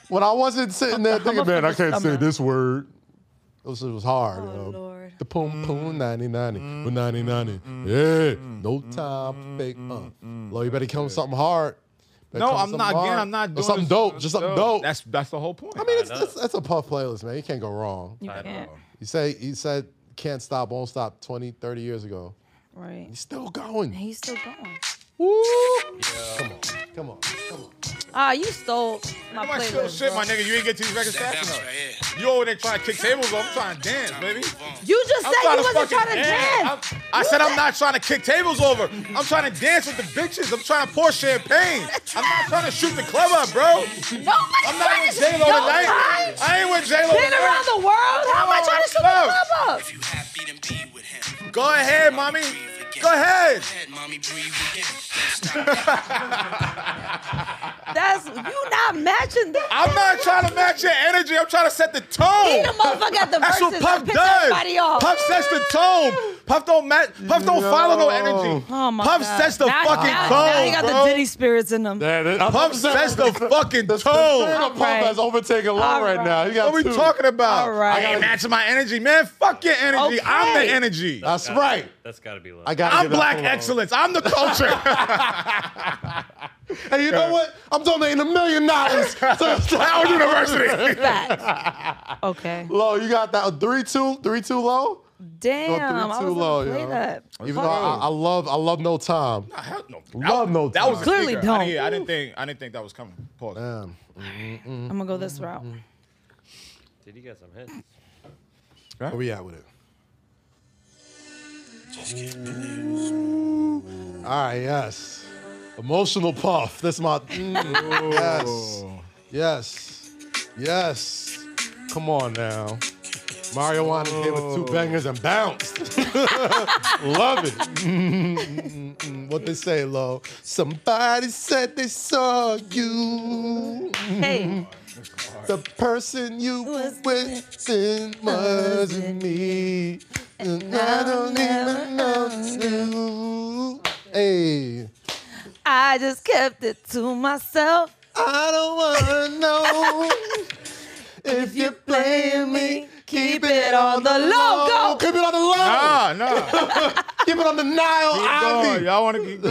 [SPEAKER 2] When I wasn't sitting there thinking, man, I can't say this word. It was, it was hard, you
[SPEAKER 1] Oh,
[SPEAKER 2] know.
[SPEAKER 1] Lord.
[SPEAKER 2] The poom poom ninety ninety
[SPEAKER 3] Mm-hmm.
[SPEAKER 2] with ninety ninety. Yeah. No time fake. Uh. Lord, you better come with something hard. Better
[SPEAKER 3] Mm-hmm. No,
[SPEAKER 2] come
[SPEAKER 3] I'm
[SPEAKER 2] with something
[SPEAKER 3] not. Again,
[SPEAKER 2] hard.
[SPEAKER 3] I'm not
[SPEAKER 2] Or
[SPEAKER 3] doing
[SPEAKER 2] something
[SPEAKER 3] this-
[SPEAKER 2] dope. Just something dope.
[SPEAKER 3] That's that's the whole point.
[SPEAKER 2] I mean, it's,
[SPEAKER 4] I know.
[SPEAKER 2] it's, it's a puff playlist, man. You can't go wrong.
[SPEAKER 1] You can't.
[SPEAKER 2] You say you said can't stop, won't stop 20, 30 years ago.
[SPEAKER 1] Right.
[SPEAKER 2] He's still going.
[SPEAKER 1] He's still going.
[SPEAKER 2] Woo! Come on, come on, come on.
[SPEAKER 1] Ah, you stole my
[SPEAKER 3] my shit,
[SPEAKER 1] playlist.
[SPEAKER 3] shit,
[SPEAKER 1] bro.
[SPEAKER 3] my nigga. You ain't get to these records fast enough. You over there trying to kick tables off. I'm trying to dance, baby.
[SPEAKER 1] You just
[SPEAKER 3] I'm
[SPEAKER 1] said you
[SPEAKER 3] trying to
[SPEAKER 1] wasn't
[SPEAKER 3] fucking
[SPEAKER 1] trying to
[SPEAKER 3] dance.
[SPEAKER 1] dance.
[SPEAKER 3] I'm- I said I'm not trying to kick tables over. I'm trying to dance with the bitches. I'm trying to pour champagne. I'm not trying to shoot the club up, bro.
[SPEAKER 1] Nobody
[SPEAKER 3] I'm not
[SPEAKER 1] trying
[SPEAKER 3] with
[SPEAKER 1] to
[SPEAKER 3] J Lo
[SPEAKER 1] Your
[SPEAKER 3] tonight.
[SPEAKER 1] time?
[SPEAKER 3] I ain't with J Lo.
[SPEAKER 1] Been around the world. How am I trying to shoot the
[SPEAKER 3] Love.
[SPEAKER 1] club up?
[SPEAKER 5] If you happy, then be with him.
[SPEAKER 3] Go ahead, mommy. Go ahead.
[SPEAKER 5] Head, mommy, breathe again. Don't stop.
[SPEAKER 1] That's you not matching the.
[SPEAKER 3] I'm not trying to match your energy. I'm trying to set the
[SPEAKER 1] He the
[SPEAKER 3] tone.
[SPEAKER 1] motherfucker at the
[SPEAKER 3] That's
[SPEAKER 1] verses.
[SPEAKER 3] what Puff
[SPEAKER 1] that piss everybody
[SPEAKER 3] does.
[SPEAKER 1] off.
[SPEAKER 3] Puff sets the tone. Puff don't match. Puff don't follow no energy.
[SPEAKER 1] Oh my
[SPEAKER 3] Puff
[SPEAKER 1] God.
[SPEAKER 3] sets the
[SPEAKER 1] Now-
[SPEAKER 3] fucking
[SPEAKER 1] now,
[SPEAKER 3] tone,
[SPEAKER 1] Now you got
[SPEAKER 3] bro.
[SPEAKER 1] the Diddy spirits in them.
[SPEAKER 2] That is,
[SPEAKER 3] Puff sets
[SPEAKER 2] *laughs*
[SPEAKER 3] the fucking
[SPEAKER 2] The
[SPEAKER 3] tone.
[SPEAKER 2] pump
[SPEAKER 1] Alright.
[SPEAKER 2] has overtaken low right.
[SPEAKER 1] Alright.
[SPEAKER 2] now. You got
[SPEAKER 3] What we
[SPEAKER 2] two.
[SPEAKER 3] talking about?
[SPEAKER 1] All right.
[SPEAKER 3] I ain't matching my energy, man. Fuck your energy. I'm
[SPEAKER 1] Okay.
[SPEAKER 3] the energy.
[SPEAKER 2] That's right.
[SPEAKER 4] That's got to be low.
[SPEAKER 2] I got.
[SPEAKER 3] I'm black excellence. I'm the culture.
[SPEAKER 2] *laughs* Hey, you know what? I'm donating a million
[SPEAKER 3] *laughs*
[SPEAKER 2] dollars to Howard *laughs* University.
[SPEAKER 1] Facts. okay.
[SPEAKER 2] Low, you got that three two, three two low.
[SPEAKER 1] Damn,
[SPEAKER 2] Go three
[SPEAKER 1] I was
[SPEAKER 2] two
[SPEAKER 1] gonna
[SPEAKER 2] low,
[SPEAKER 1] play
[SPEAKER 2] yo.
[SPEAKER 1] that.
[SPEAKER 2] Even though I, I love, I love no time.
[SPEAKER 3] Hell no.
[SPEAKER 2] Love no
[SPEAKER 3] That was a
[SPEAKER 2] time.
[SPEAKER 1] Clearly
[SPEAKER 3] sneaker.
[SPEAKER 1] don't.
[SPEAKER 3] I didn't, I didn't think. I didn't think that was coming. Pause.
[SPEAKER 2] Damn.
[SPEAKER 1] I'm gonna go this route.
[SPEAKER 3] Mm-hmm.
[SPEAKER 4] Did you get some hits?
[SPEAKER 2] Where we at with it? All right, Ah, yes. Emotional puff. That's my mm, yes, yes, yes. Come on now. Mario Wanda came with two bangers and bounced. *laughs* Love it. Mm, mm, mm. what they say, Lo? Somebody said they saw you.
[SPEAKER 1] Hey,
[SPEAKER 2] The person you was
[SPEAKER 1] Was
[SPEAKER 2] with it wasn't me. And I don't even know you. Hey,
[SPEAKER 1] I just kept it to myself.
[SPEAKER 2] I don't wanna know *laughs* if you're playing me. Keep it on the logo. Keep it on the logo.
[SPEAKER 3] Nah, nah.
[SPEAKER 2] *laughs* Keep it on the Nile
[SPEAKER 3] Keep going.
[SPEAKER 2] Ivy.
[SPEAKER 3] Y'all want to keep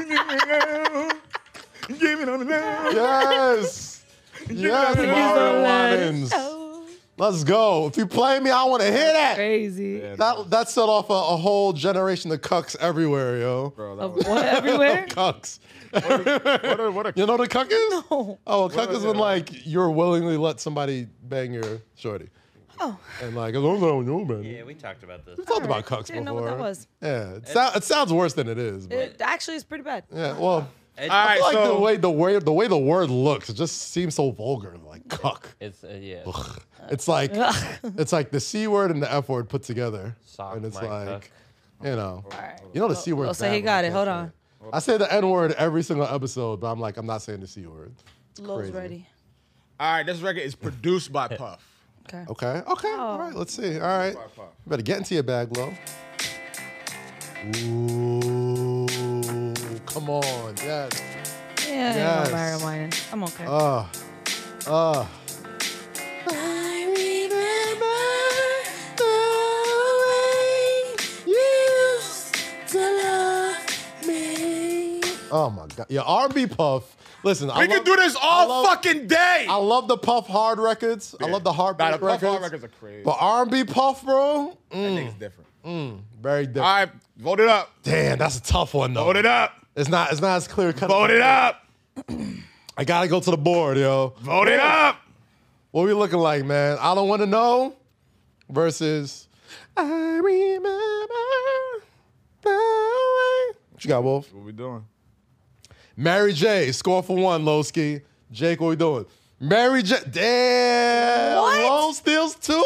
[SPEAKER 2] *laughs*
[SPEAKER 3] going. Give me the love.
[SPEAKER 2] *laughs* Yes. yes,
[SPEAKER 3] gotta
[SPEAKER 2] Mario
[SPEAKER 1] Don't let it
[SPEAKER 2] Winans.
[SPEAKER 1] go.
[SPEAKER 2] Let's go. If you play me, I want to hear that.
[SPEAKER 1] Crazy.
[SPEAKER 2] That that set off a, a whole generation of cucks everywhere, yo.
[SPEAKER 3] Bro, that
[SPEAKER 1] Of
[SPEAKER 3] was-
[SPEAKER 1] what
[SPEAKER 2] *laughs*
[SPEAKER 1] everywhere?
[SPEAKER 2] Cucks.
[SPEAKER 3] what a, what a
[SPEAKER 1] *laughs*
[SPEAKER 2] You know what a cuck is?
[SPEAKER 1] No.
[SPEAKER 2] Oh, a cuck is when like you're willingly let somebody bang your shorty.
[SPEAKER 1] Oh.
[SPEAKER 2] And like, as long as I don't know, man.
[SPEAKER 4] Yeah, we talked about this.
[SPEAKER 2] We talked about
[SPEAKER 1] Alright,
[SPEAKER 2] cucks
[SPEAKER 1] didn't know
[SPEAKER 2] before.
[SPEAKER 1] what that was.
[SPEAKER 2] Yeah, it, sou- it sounds worse than it is. But,
[SPEAKER 1] It actually is pretty bad.
[SPEAKER 2] yeah, well,
[SPEAKER 3] All
[SPEAKER 4] It-
[SPEAKER 2] I
[SPEAKER 3] right,
[SPEAKER 2] feel like
[SPEAKER 3] so
[SPEAKER 2] the way the way the way the word looks, it just seems so vulgar, like cuck.
[SPEAKER 4] It's uh, yeah.
[SPEAKER 2] It's like it's like the c word and the f word put together,
[SPEAKER 4] Sock
[SPEAKER 2] and it's
[SPEAKER 4] my
[SPEAKER 2] like you know,
[SPEAKER 1] right.
[SPEAKER 2] you know the c word.
[SPEAKER 1] Oh, so he got it. Hold on.
[SPEAKER 2] I say the n word every single episode, but I'm like I'm not saying the c word.
[SPEAKER 1] Low's
[SPEAKER 2] crazy.
[SPEAKER 1] ready.
[SPEAKER 3] all right, this record is produced by Puff.
[SPEAKER 1] Okay.
[SPEAKER 2] Okay, okay, all right. Let's see. All right, you better get into your bag, Lo. Ooh, come on, yes.
[SPEAKER 1] Yeah, I
[SPEAKER 2] Yes.
[SPEAKER 1] ain't gonna marry mine. I'm okay.
[SPEAKER 2] Uh, uh. Oh my god, yeah, R&B Puff. Listen, I
[SPEAKER 3] We
[SPEAKER 2] love,
[SPEAKER 3] can do this all
[SPEAKER 2] I love-
[SPEAKER 3] fucking day.
[SPEAKER 2] I love the Puff Hard records. I love the Heartbreak
[SPEAKER 3] Nah, the Puff
[SPEAKER 2] records.
[SPEAKER 3] Hard records are crazy.
[SPEAKER 2] But R&B Puff, bro, mm,
[SPEAKER 3] I think it's different. All
[SPEAKER 2] very different.
[SPEAKER 3] right, vote it up.
[SPEAKER 2] Damn, that's a tough one though.
[SPEAKER 3] Vote it up.
[SPEAKER 2] It's not. It's not as clear cut.
[SPEAKER 3] Vote it up.
[SPEAKER 2] I gotta go to the board, yo.
[SPEAKER 3] Vote it up.
[SPEAKER 2] What we looking like, man? I don't want to know. Versus, I remember the way. What you got, Wolf?
[SPEAKER 3] What we doing?
[SPEAKER 2] Mary J. Score for one, Lowski. Jake, what we doing? Mary J. Damn.
[SPEAKER 1] What?
[SPEAKER 2] Low steals two.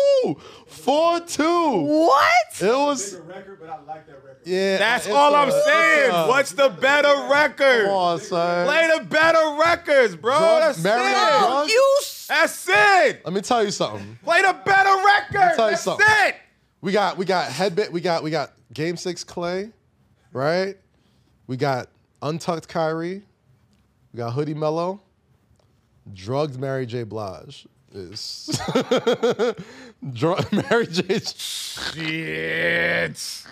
[SPEAKER 2] Four two.
[SPEAKER 1] What?
[SPEAKER 2] It was.
[SPEAKER 6] record, but I like that record.
[SPEAKER 2] Yeah.
[SPEAKER 3] That's
[SPEAKER 2] it's
[SPEAKER 3] all
[SPEAKER 2] a-
[SPEAKER 3] I'm
[SPEAKER 2] it's
[SPEAKER 3] saying.
[SPEAKER 2] a-
[SPEAKER 3] What's the better record?
[SPEAKER 2] Come on, son.
[SPEAKER 3] Play the better records, bro.
[SPEAKER 2] Drug-
[SPEAKER 3] That's
[SPEAKER 2] Mary
[SPEAKER 3] it.
[SPEAKER 2] Drug-
[SPEAKER 1] Oh, you. s-
[SPEAKER 3] That's it.
[SPEAKER 2] Let me tell you something.
[SPEAKER 3] Play the better records.
[SPEAKER 2] tell you
[SPEAKER 3] That's
[SPEAKER 2] something.
[SPEAKER 3] it.
[SPEAKER 2] We got we got headbit. We got we got game six Clay, right? We got untucked Kyrie. We got hoodie Mello. Drugged Mary J. Blige is *laughs* drug *laughs* Mary J.
[SPEAKER 3] Shit.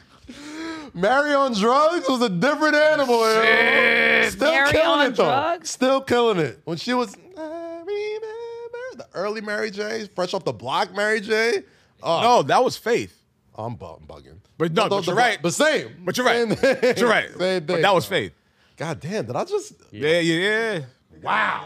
[SPEAKER 2] Mary on drugs was a different animal. yo. Still
[SPEAKER 1] Mary
[SPEAKER 2] killing
[SPEAKER 1] on
[SPEAKER 2] it though.
[SPEAKER 1] drugs?
[SPEAKER 2] Still killing it. When she was I remember the early Mary J. Fresh off the block, Mary J. Oh,
[SPEAKER 3] No, that was Faith.
[SPEAKER 2] I'm bu- I'm bugging.
[SPEAKER 3] But no, but
[SPEAKER 2] though the
[SPEAKER 3] you're
[SPEAKER 2] bu-
[SPEAKER 3] right.
[SPEAKER 2] But same.
[SPEAKER 3] But you're right.
[SPEAKER 2] Same thing.
[SPEAKER 3] But you're right.
[SPEAKER 2] Same
[SPEAKER 3] But
[SPEAKER 2] thing,
[SPEAKER 3] that was
[SPEAKER 2] bro.
[SPEAKER 3] Faith.
[SPEAKER 2] God damn, did I just?
[SPEAKER 3] Yeah, yeah, yeah. Wow.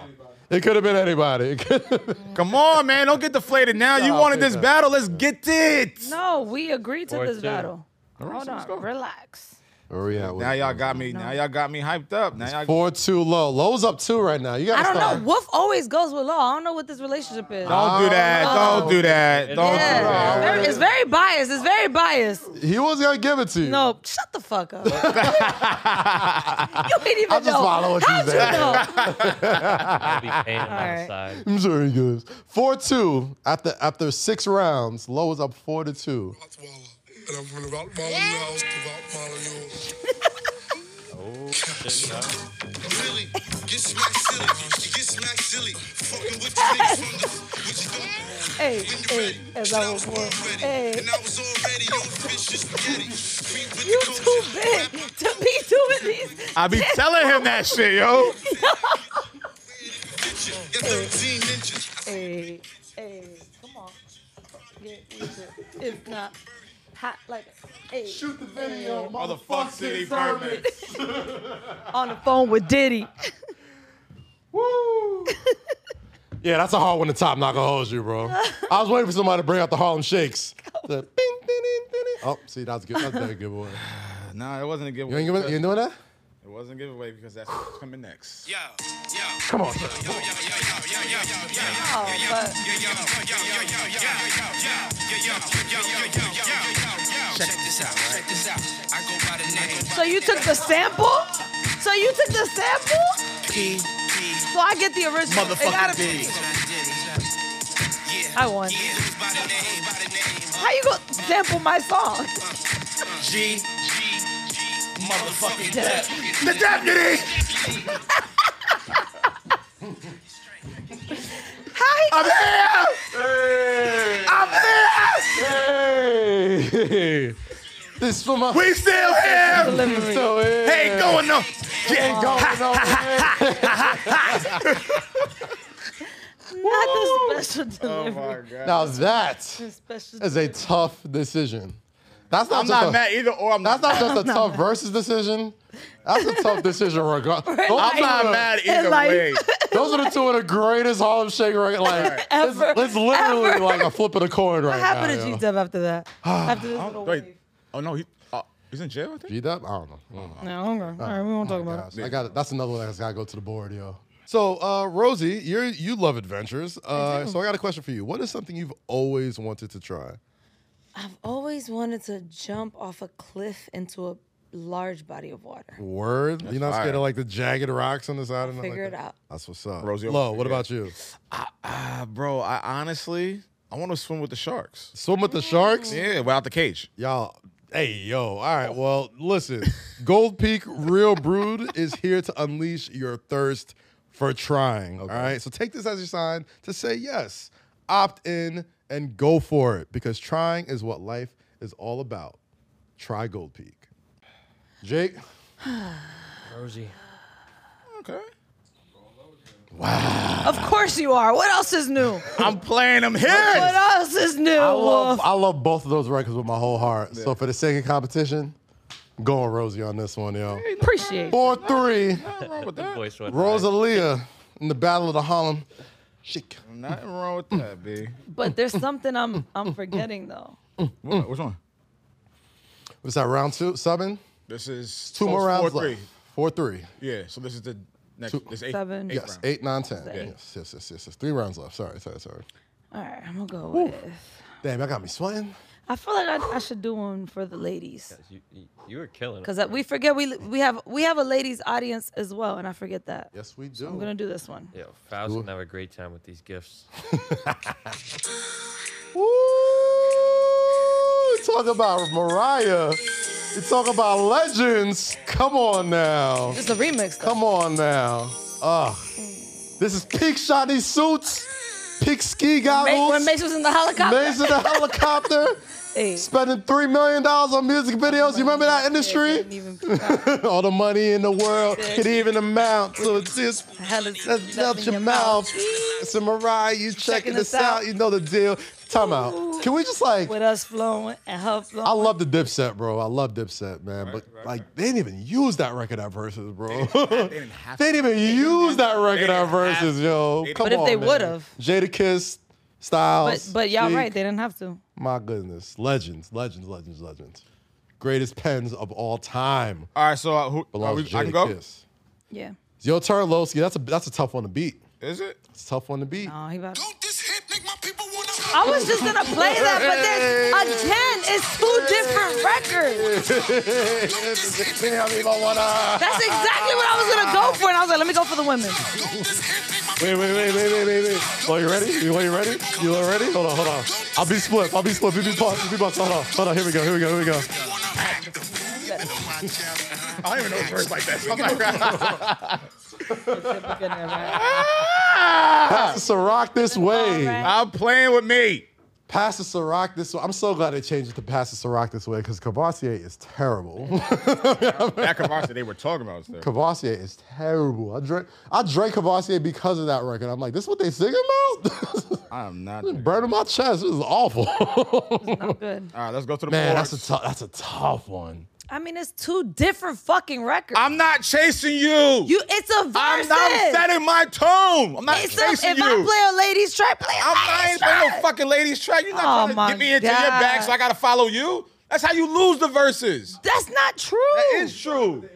[SPEAKER 2] It could have been anybody. *laughs* It could have been-
[SPEAKER 3] Come on, man. Don't get deflated now. You
[SPEAKER 2] Nah,
[SPEAKER 3] wanted
[SPEAKER 2] Faith,
[SPEAKER 3] this
[SPEAKER 2] uh,
[SPEAKER 3] battle. Let's get it.
[SPEAKER 1] No, we agreed to
[SPEAKER 4] Four,
[SPEAKER 1] this
[SPEAKER 4] two.
[SPEAKER 1] battle. Hold
[SPEAKER 3] let's go.
[SPEAKER 1] on. Relax.
[SPEAKER 2] Where we at?
[SPEAKER 3] Now y'all got me. Now y'all got me hyped up. Now y'all.
[SPEAKER 2] four too low. Low's up two right now. You
[SPEAKER 1] I
[SPEAKER 2] gotta
[SPEAKER 1] don't know.
[SPEAKER 2] start.
[SPEAKER 1] Wolf always goes with Law. I don't know what this relationship is.
[SPEAKER 3] Don't do that. Don't do that. Don't do
[SPEAKER 1] Yeah.
[SPEAKER 3] that.
[SPEAKER 1] Very- it's very biased. It's very biased.
[SPEAKER 2] He was gonna give it to you.
[SPEAKER 1] No, shut the fuck up. you ain't even
[SPEAKER 2] I'll just
[SPEAKER 1] know.
[SPEAKER 2] follow what you
[SPEAKER 1] How'd
[SPEAKER 2] said.
[SPEAKER 1] know?
[SPEAKER 4] I'll
[SPEAKER 1] *laughs*
[SPEAKER 4] be paying him
[SPEAKER 1] Alright.
[SPEAKER 4] outside.
[SPEAKER 2] I'm sorry, guys. Four two after after six rounds. Low is up four to two.
[SPEAKER 7] And I'm from the Rottweiler house to Rottweiler
[SPEAKER 2] *laughs*
[SPEAKER 7] yours.
[SPEAKER 2] Oh,
[SPEAKER 7] Really? Get smacked silly. You get smacked silly. Fucking with the niggas from the. What you doing?
[SPEAKER 1] Hey,
[SPEAKER 7] When you
[SPEAKER 1] hey,
[SPEAKER 7] ready?
[SPEAKER 1] as
[SPEAKER 7] And
[SPEAKER 1] I was born.
[SPEAKER 7] already.
[SPEAKER 1] Hey,
[SPEAKER 7] And I was already your fish and spaghetti. Beat with
[SPEAKER 1] you
[SPEAKER 7] the culture.
[SPEAKER 1] too big to be doing these.
[SPEAKER 3] I be telling him that shit, yo.
[SPEAKER 7] Bitch, You're 13 inches.
[SPEAKER 1] Hey, hey, come on. Get with it. If not, hot like hey.
[SPEAKER 2] Shoot the video, *laughs*
[SPEAKER 3] Motherfuck City Vermin.
[SPEAKER 1] on the phone with Diddy.
[SPEAKER 2] Yeah, that's a hard one to top. Not gonna hold you, bro. I was waiting for somebody to bring out the Harlem
[SPEAKER 1] *laughs*
[SPEAKER 2] Shakes. The bing, ding, ding, ding, ding. Oh, see, that's good. That's a very good one.
[SPEAKER 3] Nah, it wasn't a
[SPEAKER 2] You
[SPEAKER 3] giveaway.
[SPEAKER 2] ain't, giving, you ain't doing that?
[SPEAKER 3] It wasn't a giveaway because that's what's coming next.
[SPEAKER 7] Yo, yo. Come on. Yo, yo, yo, yo, yo, yo.
[SPEAKER 1] Oh, but
[SPEAKER 5] Check this out, check this out. I go by the name
[SPEAKER 1] so you took the sample? So you took the sample?
[SPEAKER 5] P P
[SPEAKER 1] So I get the original. It gotta be-
[SPEAKER 5] That's what I did. Yeah.
[SPEAKER 1] I won.
[SPEAKER 5] Yeah, it was by the name, by the name.
[SPEAKER 1] How you gonna sample my song? *laughs*
[SPEAKER 5] G G motherfucking death.
[SPEAKER 7] The deputy.
[SPEAKER 1] How he,
[SPEAKER 7] I'm here.
[SPEAKER 2] Hey, this for my.
[SPEAKER 7] We still here.
[SPEAKER 1] delivery.
[SPEAKER 2] So, eh, hey,
[SPEAKER 7] Ain't going no. Yeah,
[SPEAKER 2] Going nowhere.
[SPEAKER 1] not the special delivery.
[SPEAKER 2] now that
[SPEAKER 1] The special
[SPEAKER 2] is a tough decision. That's not
[SPEAKER 3] I'm
[SPEAKER 2] just
[SPEAKER 3] not
[SPEAKER 2] a,
[SPEAKER 3] mad either, or I'm
[SPEAKER 2] That's
[SPEAKER 3] not.
[SPEAKER 2] not just a tough versus decision. That's a tough decision regardless.
[SPEAKER 1] I'm
[SPEAKER 3] I'm not mad either
[SPEAKER 1] like-
[SPEAKER 3] way.
[SPEAKER 2] Those are the two of the greatest Harlem Shake records. Like it's,
[SPEAKER 1] Ever.
[SPEAKER 2] it's literally
[SPEAKER 1] Ever.
[SPEAKER 2] like a flip of the coin right
[SPEAKER 1] What happened
[SPEAKER 2] now.
[SPEAKER 1] to
[SPEAKER 2] yo.
[SPEAKER 1] G Dub after
[SPEAKER 2] *sighs*
[SPEAKER 1] that? after this little wave.
[SPEAKER 3] Wait. Oh no, he uh, he's in jail. I think.
[SPEAKER 2] G-Dub? I don't know. I don't know.
[SPEAKER 1] No, I'm gonna- All right, we won't talk about
[SPEAKER 2] Gosh, I got that's another one that's gotta go to the board, yo. So uh, Rosie, you you love adventures. Uh, so I got a question for you. What is something you've always wanted to try?
[SPEAKER 6] I've always wanted to jump off a cliff into a large body of water.
[SPEAKER 2] Word? You're not scared
[SPEAKER 3] fire.
[SPEAKER 2] of like the jagged rocks on the side and
[SPEAKER 6] Figure
[SPEAKER 2] like
[SPEAKER 6] it
[SPEAKER 2] that?
[SPEAKER 6] out.
[SPEAKER 2] That's what's up.
[SPEAKER 3] Rosie,
[SPEAKER 2] Lo,
[SPEAKER 3] I'm-
[SPEAKER 2] what about you?
[SPEAKER 3] Uh, bro, I honestly, I want to swim with the sharks.
[SPEAKER 2] Swim with the sharks?
[SPEAKER 3] Yeah, without the cage.
[SPEAKER 2] Y'all, hey, yo, all right. Well, listen, Gold Peak Real Brood is here to unleash your thirst for trying. All right. So take this as your sign to say yes, opt in, and go for it because trying is what life is all about. Try Gold Peak. Jake,
[SPEAKER 4] Rosie.
[SPEAKER 3] Okay.
[SPEAKER 1] that. Of course you are. What else is
[SPEAKER 2] *laughs*
[SPEAKER 1] new?
[SPEAKER 3] I'm playing him
[SPEAKER 1] What
[SPEAKER 3] here.
[SPEAKER 1] else is new?
[SPEAKER 2] I love,
[SPEAKER 1] Wolf?
[SPEAKER 2] I love both of those records with my whole heart. So for the sake of competition, go on Rosie on this one, yo.
[SPEAKER 1] Appreciate. it.
[SPEAKER 2] Four three,
[SPEAKER 3] Nothing wrong with that.
[SPEAKER 4] Voice went high.
[SPEAKER 2] Rosalia in the Battle of the Harlem. Shake.
[SPEAKER 3] Nothing wrong with that, B.
[SPEAKER 1] But there's something I'm I'm forgetting though.
[SPEAKER 3] What, which one?
[SPEAKER 2] What's that round two? Subbing?
[SPEAKER 3] This is
[SPEAKER 2] Two
[SPEAKER 3] so
[SPEAKER 2] more
[SPEAKER 3] it's
[SPEAKER 2] rounds
[SPEAKER 3] Four,
[SPEAKER 2] left.
[SPEAKER 3] three.
[SPEAKER 2] Four three.
[SPEAKER 3] Yeah. So this is the next. This eight,
[SPEAKER 1] Seven.
[SPEAKER 3] Eight
[SPEAKER 2] yes,
[SPEAKER 3] round.
[SPEAKER 2] eight, nine, ten.
[SPEAKER 1] Eight.
[SPEAKER 2] Yes, yes, yes, yes, yes. Three rounds left. Sorry, sorry, sorry.
[SPEAKER 1] *laughs* All right, I'm gonna go with.
[SPEAKER 2] Damn, I got me sweating.
[SPEAKER 1] I feel like I, I should do one for the ladies
[SPEAKER 4] You, you, you were killing it.
[SPEAKER 1] because we forget we we have we have a ladies audience as well, and I forget that.
[SPEAKER 2] Yes, we do.
[SPEAKER 1] I'm gonna do this one.
[SPEAKER 4] Yo, Fowl's gonna have a great time with these gifts.
[SPEAKER 2] Ooh, talk about Mariah. You talk about legends. Come on now.
[SPEAKER 1] It's a remix. Though.
[SPEAKER 2] Come on now. Ugh. This is peak shiny suits, peak ski
[SPEAKER 1] Ma-
[SPEAKER 2] goggles,
[SPEAKER 1] when Mace was in the helicopter.
[SPEAKER 2] Mason the helicopter.
[SPEAKER 1] Hey.
[SPEAKER 2] spending three million dollars on music videos. You remember that industry?
[SPEAKER 1] Didn't even
[SPEAKER 2] *laughs*
[SPEAKER 1] pick up.
[SPEAKER 2] All the money in the world could even amount to this.
[SPEAKER 1] Hell is
[SPEAKER 2] That's
[SPEAKER 1] nothing
[SPEAKER 2] melt your mouth. So Mariah, you checking this out? You know the deal. Time out. Can we just like?
[SPEAKER 1] With us flowing and her flowing.
[SPEAKER 2] I love the Dipset, bro. I love Dipset, man. But like, they didn't even use that record at verses, *laughs* bro.
[SPEAKER 3] They didn't have
[SPEAKER 2] They
[SPEAKER 3] to.
[SPEAKER 2] didn't even use that record at
[SPEAKER 3] didn't have-
[SPEAKER 2] verses, yo.
[SPEAKER 3] didn't-
[SPEAKER 2] Come
[SPEAKER 1] But if
[SPEAKER 2] on,
[SPEAKER 1] they
[SPEAKER 2] man.
[SPEAKER 1] would've.
[SPEAKER 2] Jada Kiss, Styles.
[SPEAKER 1] but but y'all
[SPEAKER 2] Chic.
[SPEAKER 1] right, they didn't have to.
[SPEAKER 2] My goodness, legends, legends, legends, legends. Greatest pens of all time.
[SPEAKER 3] All right. So uh, who? Are
[SPEAKER 2] Belongs
[SPEAKER 3] we,
[SPEAKER 2] to
[SPEAKER 3] I
[SPEAKER 2] Jada
[SPEAKER 3] can go.
[SPEAKER 2] Kiss.
[SPEAKER 1] Yeah.
[SPEAKER 2] It's your turn, Lowski. That's a that's a tough one to beat.
[SPEAKER 3] Is it?
[SPEAKER 2] It's a tough one to beat.
[SPEAKER 1] Oh, he about.
[SPEAKER 7] Don't this hit make my people wanna?
[SPEAKER 1] I was just gonna play that, but then again, it's two different records. That's exactly what I was gonna go for, and I was like, let me go for the women.
[SPEAKER 7] Don't this hit make my
[SPEAKER 2] Wait, wait, wait, wait, wait, wait, wait. Lo, you ready? You, Lo, you ready? You Lo, ready? Hold on, hold on. I'll be split. I'll be split. Be boss. Be boss. Hold on. Hold on. Here we go. Here we go. Here we go.
[SPEAKER 7] people wanna act the fool? You know my challenge.
[SPEAKER 3] I don't even know words like *laughs* that. So I'm like, Ah.
[SPEAKER 2] Pass the Ciroc this way.
[SPEAKER 1] right.
[SPEAKER 3] I'm playing with me.
[SPEAKER 2] Pass the Ciroc this way. I'm so glad they changed it to pass the Ciroc this way because Cavassier is terrible.
[SPEAKER 3] That Kavasa they were talking about. Is
[SPEAKER 2] Cavassier is terrible. I drank I drank Cavassier because of that record. I'm like, this is what they sing about? *laughs*
[SPEAKER 3] I am not.
[SPEAKER 2] Burning my chest. This is awful.
[SPEAKER 1] Not good.
[SPEAKER 3] All right, let's go to the
[SPEAKER 2] Man,
[SPEAKER 3] boards.
[SPEAKER 2] that's a tough that's a tough one.
[SPEAKER 1] I mean, it's two different fucking records.
[SPEAKER 3] I'm not chasing you.
[SPEAKER 1] you, it's a verse.
[SPEAKER 3] I'm not I'm setting my tone. I'm not
[SPEAKER 1] It's a, if
[SPEAKER 3] chasing
[SPEAKER 1] I
[SPEAKER 3] you.
[SPEAKER 1] play a ladies track, play a
[SPEAKER 3] I'm not
[SPEAKER 1] ladies
[SPEAKER 3] ain't playing no
[SPEAKER 1] track.
[SPEAKER 3] fucking ladies track. You're
[SPEAKER 1] Oh
[SPEAKER 3] not trying
[SPEAKER 1] my
[SPEAKER 3] to get me into your back,
[SPEAKER 1] God.
[SPEAKER 3] so I gotta follow you. That's how you lose the verses.
[SPEAKER 1] That's not true.
[SPEAKER 3] That is true.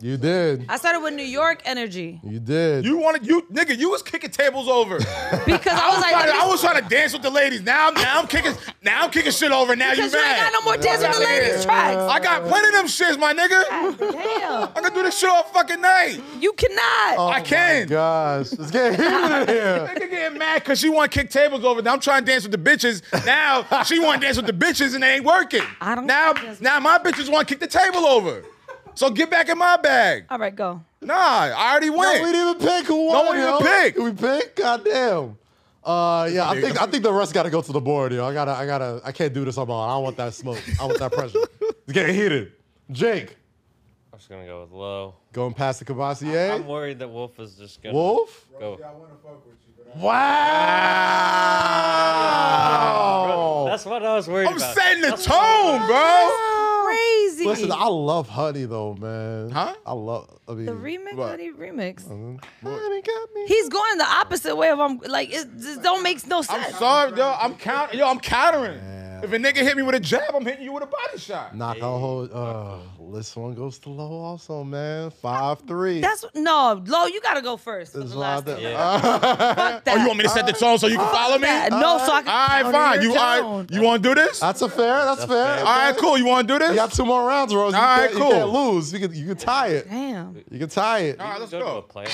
[SPEAKER 2] You did.
[SPEAKER 1] I started with New York energy
[SPEAKER 2] You did.
[SPEAKER 3] You wanted you nigga, you was kicking tables
[SPEAKER 2] *laughs*
[SPEAKER 3] over. I
[SPEAKER 1] because I was like,
[SPEAKER 3] trying
[SPEAKER 1] let
[SPEAKER 3] to-
[SPEAKER 1] me-
[SPEAKER 3] I was trying to dance with the ladies. Now, now I'm kicking, now I'm kicking shit over. Now you
[SPEAKER 1] because you ain't got
[SPEAKER 3] mad?
[SPEAKER 1] no more dance with the
[SPEAKER 3] Yeah.
[SPEAKER 1] ladies tracks.
[SPEAKER 3] I got plenty of them shits, my nigga. I
[SPEAKER 1] Damn,
[SPEAKER 3] can do this shit all fucking night.
[SPEAKER 1] you cannot.
[SPEAKER 2] Oh
[SPEAKER 3] I can.
[SPEAKER 2] Gosh, it's getting heated in here.
[SPEAKER 3] Nigga getting mad because she want to kick tables over. Now I'm trying to dance with the bitches. Now she want to dance with the bitches and they ain't working.
[SPEAKER 1] I don't
[SPEAKER 3] now,
[SPEAKER 1] dance with-
[SPEAKER 3] now my bitches want to kick the table over. So get back in my bag.
[SPEAKER 1] All right, go.
[SPEAKER 3] Nah, I already went.
[SPEAKER 2] No, *laughs* we didn't even pick who won.
[SPEAKER 3] one even
[SPEAKER 2] yo.
[SPEAKER 3] picked.
[SPEAKER 2] Did We pick. Goddamn. Uh, yeah, I think I think the rest got to go to the board. Yo, I gotta, I gotta, I can't do this on my own. I want that smoke. I want that pressure. It's getting heated. Jake
[SPEAKER 4] I'm just gonna go with low.
[SPEAKER 2] going past the
[SPEAKER 4] I'm
[SPEAKER 2] Kabasier.
[SPEAKER 4] worried that Wolf is just gonna
[SPEAKER 2] Wolf.
[SPEAKER 4] go.
[SPEAKER 2] Wow.
[SPEAKER 4] That's what I was worried
[SPEAKER 3] I'm
[SPEAKER 4] about.
[SPEAKER 3] setting the tone, bro.
[SPEAKER 1] Crazy.
[SPEAKER 2] Listen, I love Honey though, man.
[SPEAKER 3] Huh?
[SPEAKER 2] I love. I mean,
[SPEAKER 1] the remix,
[SPEAKER 3] What?
[SPEAKER 1] what? he
[SPEAKER 3] Uh-huh.
[SPEAKER 1] remix.
[SPEAKER 2] Honey got me.
[SPEAKER 1] He's going the opposite way of I'm like it just don't make no sense.
[SPEAKER 3] I'm sorry, yo. I'm count, yo. I'm countering. If a nigga hit me with a jab, I'm hitting you with a body shot.
[SPEAKER 2] Knock out whole. Uh, this one goes to low also, man. Five three.
[SPEAKER 1] That's no, Lo, you gotta go first. For
[SPEAKER 2] It's
[SPEAKER 1] the last
[SPEAKER 2] wild.
[SPEAKER 1] thing.
[SPEAKER 4] Yeah.
[SPEAKER 1] Fuck that.
[SPEAKER 3] *laughs* Oh, you want me to set the tone so you can follow me?
[SPEAKER 1] That.
[SPEAKER 3] All
[SPEAKER 1] No, so I can
[SPEAKER 3] right,
[SPEAKER 1] down
[SPEAKER 3] fine.
[SPEAKER 1] your
[SPEAKER 3] You all
[SPEAKER 1] town.
[SPEAKER 3] right, you want to do this? All
[SPEAKER 2] That's a fair. That's, fair.
[SPEAKER 4] fair.
[SPEAKER 2] that's fair.
[SPEAKER 3] right, cool. You want to do
[SPEAKER 2] You got
[SPEAKER 3] this?
[SPEAKER 2] two more rounds, Rose. You,
[SPEAKER 3] All right,
[SPEAKER 2] can't, you can't
[SPEAKER 3] cool.
[SPEAKER 2] lose. You can you can tie
[SPEAKER 3] *laughs*
[SPEAKER 2] it.
[SPEAKER 1] Damn.
[SPEAKER 2] You can tie it.
[SPEAKER 3] All right, let's
[SPEAKER 4] Go to a
[SPEAKER 3] go.
[SPEAKER 4] player.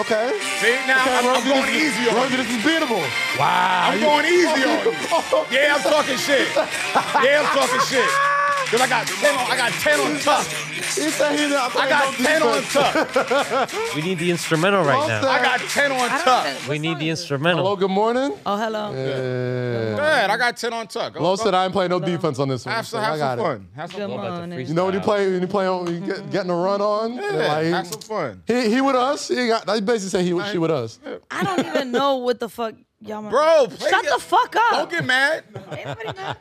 [SPEAKER 2] Okay.
[SPEAKER 3] See, now
[SPEAKER 2] Okay,
[SPEAKER 3] I'm,
[SPEAKER 2] Rose,
[SPEAKER 3] I'm
[SPEAKER 2] this
[SPEAKER 3] going
[SPEAKER 2] is-
[SPEAKER 3] easy on
[SPEAKER 2] Rose,
[SPEAKER 3] you.
[SPEAKER 2] this is beatable.
[SPEAKER 3] I'm going easy on you. Yeah, I'm talking shit. Yeah, I'm talking shit. Cause I got ten on, I got ten on tuck.
[SPEAKER 2] He said he not
[SPEAKER 3] I got ten on tuck.
[SPEAKER 4] We need the instrumental right now.
[SPEAKER 3] I got ten on
[SPEAKER 1] I don't
[SPEAKER 3] tuck.
[SPEAKER 1] even-
[SPEAKER 4] We
[SPEAKER 1] what
[SPEAKER 4] need
[SPEAKER 1] song
[SPEAKER 4] the
[SPEAKER 1] is this?
[SPEAKER 2] Hello,
[SPEAKER 4] instrumental.
[SPEAKER 2] good morning.
[SPEAKER 1] Oh, hello.
[SPEAKER 2] Yeah.
[SPEAKER 3] Man, I got ten on tuck. Go-
[SPEAKER 2] Low
[SPEAKER 3] go-
[SPEAKER 2] said I ain't playing no defense on this one.
[SPEAKER 3] Have
[SPEAKER 2] so
[SPEAKER 3] some, have
[SPEAKER 2] I got
[SPEAKER 3] some
[SPEAKER 2] it.
[SPEAKER 3] fun. Have
[SPEAKER 1] Good
[SPEAKER 3] some fun.
[SPEAKER 1] morning.
[SPEAKER 2] You know when you play when you play on you get, getting a run on. and
[SPEAKER 3] Yeah,
[SPEAKER 2] like,
[SPEAKER 3] have some fun.
[SPEAKER 2] he, he with us. He got. They basically say he she with us.
[SPEAKER 1] I don't even know what the fuck y'all. want-
[SPEAKER 3] Bro, play
[SPEAKER 1] shut
[SPEAKER 3] your-
[SPEAKER 1] the fuck up.
[SPEAKER 3] Don't get mad.
[SPEAKER 1] Anybody know?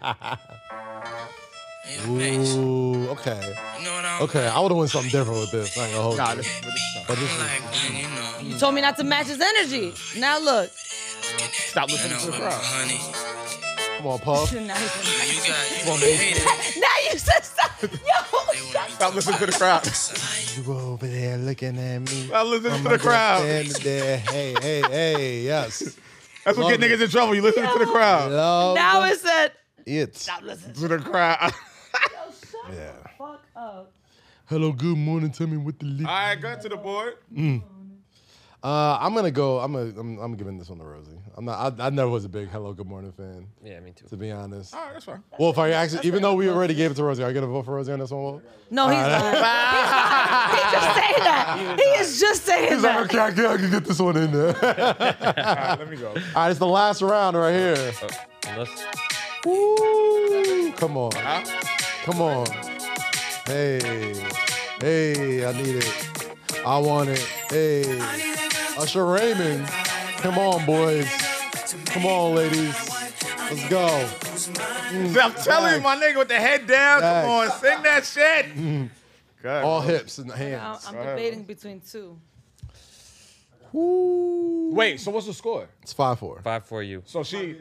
[SPEAKER 5] Bitch,
[SPEAKER 2] Ooh. Okay.
[SPEAKER 5] you know what I'm
[SPEAKER 2] Okay. I would have went something different with this. I ain't gonna hold
[SPEAKER 3] Nah,
[SPEAKER 2] you.
[SPEAKER 3] this-
[SPEAKER 2] But this is-
[SPEAKER 5] like, man, you know.
[SPEAKER 1] You told me not to match his energy. Now look.
[SPEAKER 3] stop listening to the
[SPEAKER 5] I'm a
[SPEAKER 3] crowd.
[SPEAKER 5] honey.
[SPEAKER 2] come on, Puff.
[SPEAKER 1] Now you-
[SPEAKER 5] You got, you hate it.
[SPEAKER 1] *laughs* now you said something. Yo,
[SPEAKER 3] *laughs*
[SPEAKER 1] *laughs* shut
[SPEAKER 3] Stop listening to the crowd.
[SPEAKER 2] *laughs* You over there looking at me.
[SPEAKER 3] Stop listening to the crowd.
[SPEAKER 2] Standing there. Hey, hey, hey. Yes.
[SPEAKER 3] That's what get
[SPEAKER 2] Love
[SPEAKER 3] niggas in trouble. You listen to the crowd.
[SPEAKER 2] Love
[SPEAKER 1] now it said.
[SPEAKER 2] it.
[SPEAKER 3] To the crowd.
[SPEAKER 2] *laughs* Yeah.
[SPEAKER 1] Fuck up.
[SPEAKER 2] Hello, good morning. Tell me what the leak.
[SPEAKER 3] All right, go to the board.
[SPEAKER 2] Uh, I'm gonna go. I'm gonna. I'm, I'm giving this one to Rosie. I'm not. I, I never was a big Hello, Good Morning fan,
[SPEAKER 4] Yeah, me too.
[SPEAKER 2] to be honest.
[SPEAKER 3] All right, that's fine.
[SPEAKER 2] Wolf, are you actually? Even though we already gave it to Rosie, are you gonna vote for Rosie on this one? Wolf?
[SPEAKER 1] No, he's lying. he's *laughs* lying. He's just saying that. He is just saying
[SPEAKER 2] He's
[SPEAKER 1] that.
[SPEAKER 2] like, okay, *laughs* I can, I can get this one in there. *laughs* All
[SPEAKER 3] All right, let me go.
[SPEAKER 2] right, it's the last round right here.
[SPEAKER 4] Oh, unless-
[SPEAKER 2] Ooh, come on,
[SPEAKER 3] Huh?
[SPEAKER 2] come on. Hey, hey, I need it. I want it. Hey, Usher Raymond, come on, boys. Come on, ladies. Let's go.
[SPEAKER 3] *laughs* I'm telling you, my nigga with the head down.
[SPEAKER 2] Facts.
[SPEAKER 3] Come on, sing that shit. God,
[SPEAKER 2] All hips and hands.
[SPEAKER 1] I'm debating between two.
[SPEAKER 2] Ooh.
[SPEAKER 3] Wait, so what's the score?
[SPEAKER 2] It's five four.
[SPEAKER 4] Five for you.
[SPEAKER 3] So she.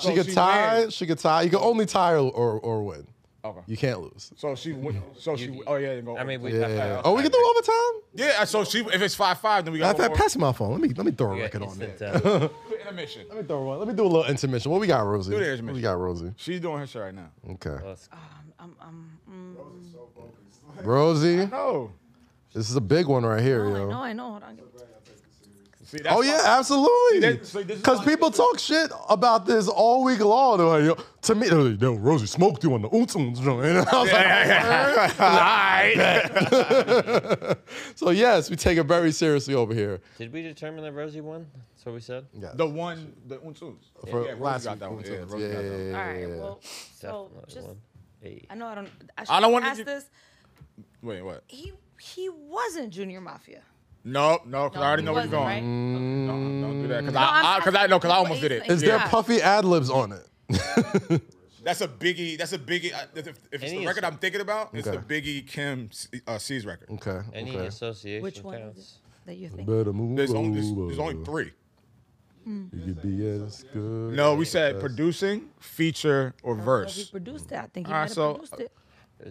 [SPEAKER 2] She could tie. She could tie. You can only tie or or, or win.
[SPEAKER 3] Okay.
[SPEAKER 2] You can't lose.
[SPEAKER 3] So she win. So she. Oh yeah. Go.
[SPEAKER 4] I mean, we.
[SPEAKER 2] Yeah. Oh, we can do overtime.
[SPEAKER 3] Yeah. So she. If it's five five, then we
[SPEAKER 2] I
[SPEAKER 3] got.
[SPEAKER 2] fact,
[SPEAKER 3] one more-
[SPEAKER 2] pass me my phone. Let me let me throw a
[SPEAKER 4] Yeah,
[SPEAKER 2] record on there. *laughs*
[SPEAKER 4] instant, uh,
[SPEAKER 3] Intermission.
[SPEAKER 2] Let me throw one. Let me do a little intermission. What we got, Rosie?
[SPEAKER 3] Do the Uh,
[SPEAKER 2] what we
[SPEAKER 3] intermission.
[SPEAKER 2] got, Rosie?
[SPEAKER 3] She's doing her shit right now.
[SPEAKER 2] Okay.
[SPEAKER 4] let's-
[SPEAKER 1] I'm, I'm, mm,
[SPEAKER 2] Rosie,
[SPEAKER 3] Oh.
[SPEAKER 2] this is a big one right here,
[SPEAKER 1] no, Oh, I
[SPEAKER 2] yo.
[SPEAKER 1] know, I know. Hold on. give me-
[SPEAKER 3] See, that's
[SPEAKER 2] Oh
[SPEAKER 3] why-
[SPEAKER 2] yeah,
[SPEAKER 3] See,
[SPEAKER 2] absolutely.
[SPEAKER 3] that- see, this is
[SPEAKER 2] Because
[SPEAKER 3] why-
[SPEAKER 2] people talk shit about this all week long. They're like, yo, to me, they're like, yo, Rosie smoked you on the oons oons. joint. *laughs* And I
[SPEAKER 3] *laughs*
[SPEAKER 2] was like, so yes, we take it very seriously over here.
[SPEAKER 4] Did we determine that Rosie won? That's what we said.
[SPEAKER 2] Yeah.
[SPEAKER 3] The one, the Untus.
[SPEAKER 2] For
[SPEAKER 3] Rosie
[SPEAKER 2] last
[SPEAKER 3] got
[SPEAKER 2] week,
[SPEAKER 3] that one.
[SPEAKER 2] Oons
[SPEAKER 3] Yeah,
[SPEAKER 2] Oons.
[SPEAKER 3] Rosie got that one.
[SPEAKER 1] All right. Well, so
[SPEAKER 4] Definitely
[SPEAKER 1] just,
[SPEAKER 4] won. Hey.
[SPEAKER 1] I know I don't. I,
[SPEAKER 3] I don't
[SPEAKER 1] shouldn't
[SPEAKER 3] want to
[SPEAKER 1] ask
[SPEAKER 3] get-
[SPEAKER 1] this.
[SPEAKER 3] Wait, what?
[SPEAKER 1] He he wasn't Junior Mafia.
[SPEAKER 3] No, no, because I already
[SPEAKER 1] he
[SPEAKER 3] know where you're
[SPEAKER 1] wasn't,
[SPEAKER 3] going. No, don't do that. Because
[SPEAKER 1] I'm
[SPEAKER 3] I, because I, know, because I
[SPEAKER 1] asking
[SPEAKER 3] almost did
[SPEAKER 1] what
[SPEAKER 3] it.
[SPEAKER 1] he's
[SPEAKER 2] Is
[SPEAKER 1] Yeah.
[SPEAKER 2] there puffy ad libs on it?
[SPEAKER 3] That's a biggie. That's a biggie. I- If, if it's
[SPEAKER 4] Any
[SPEAKER 3] the
[SPEAKER 4] is-
[SPEAKER 3] record I'm thinking about, it's
[SPEAKER 2] Okay.
[SPEAKER 3] the Biggie Kim uh, C's record.
[SPEAKER 2] Okay.
[SPEAKER 4] Any
[SPEAKER 2] okay.
[SPEAKER 4] association
[SPEAKER 1] Which
[SPEAKER 2] Mm.
[SPEAKER 1] one
[SPEAKER 4] counts.
[SPEAKER 1] is it that you think?
[SPEAKER 2] Better move
[SPEAKER 3] There's only there's, there's
[SPEAKER 2] over.
[SPEAKER 3] only three.
[SPEAKER 2] You could be as good.
[SPEAKER 3] No, we said producing, feature, or
[SPEAKER 1] He
[SPEAKER 3] verse.
[SPEAKER 1] produced it. I think he might
[SPEAKER 3] All right,
[SPEAKER 1] have
[SPEAKER 3] so
[SPEAKER 1] produced it.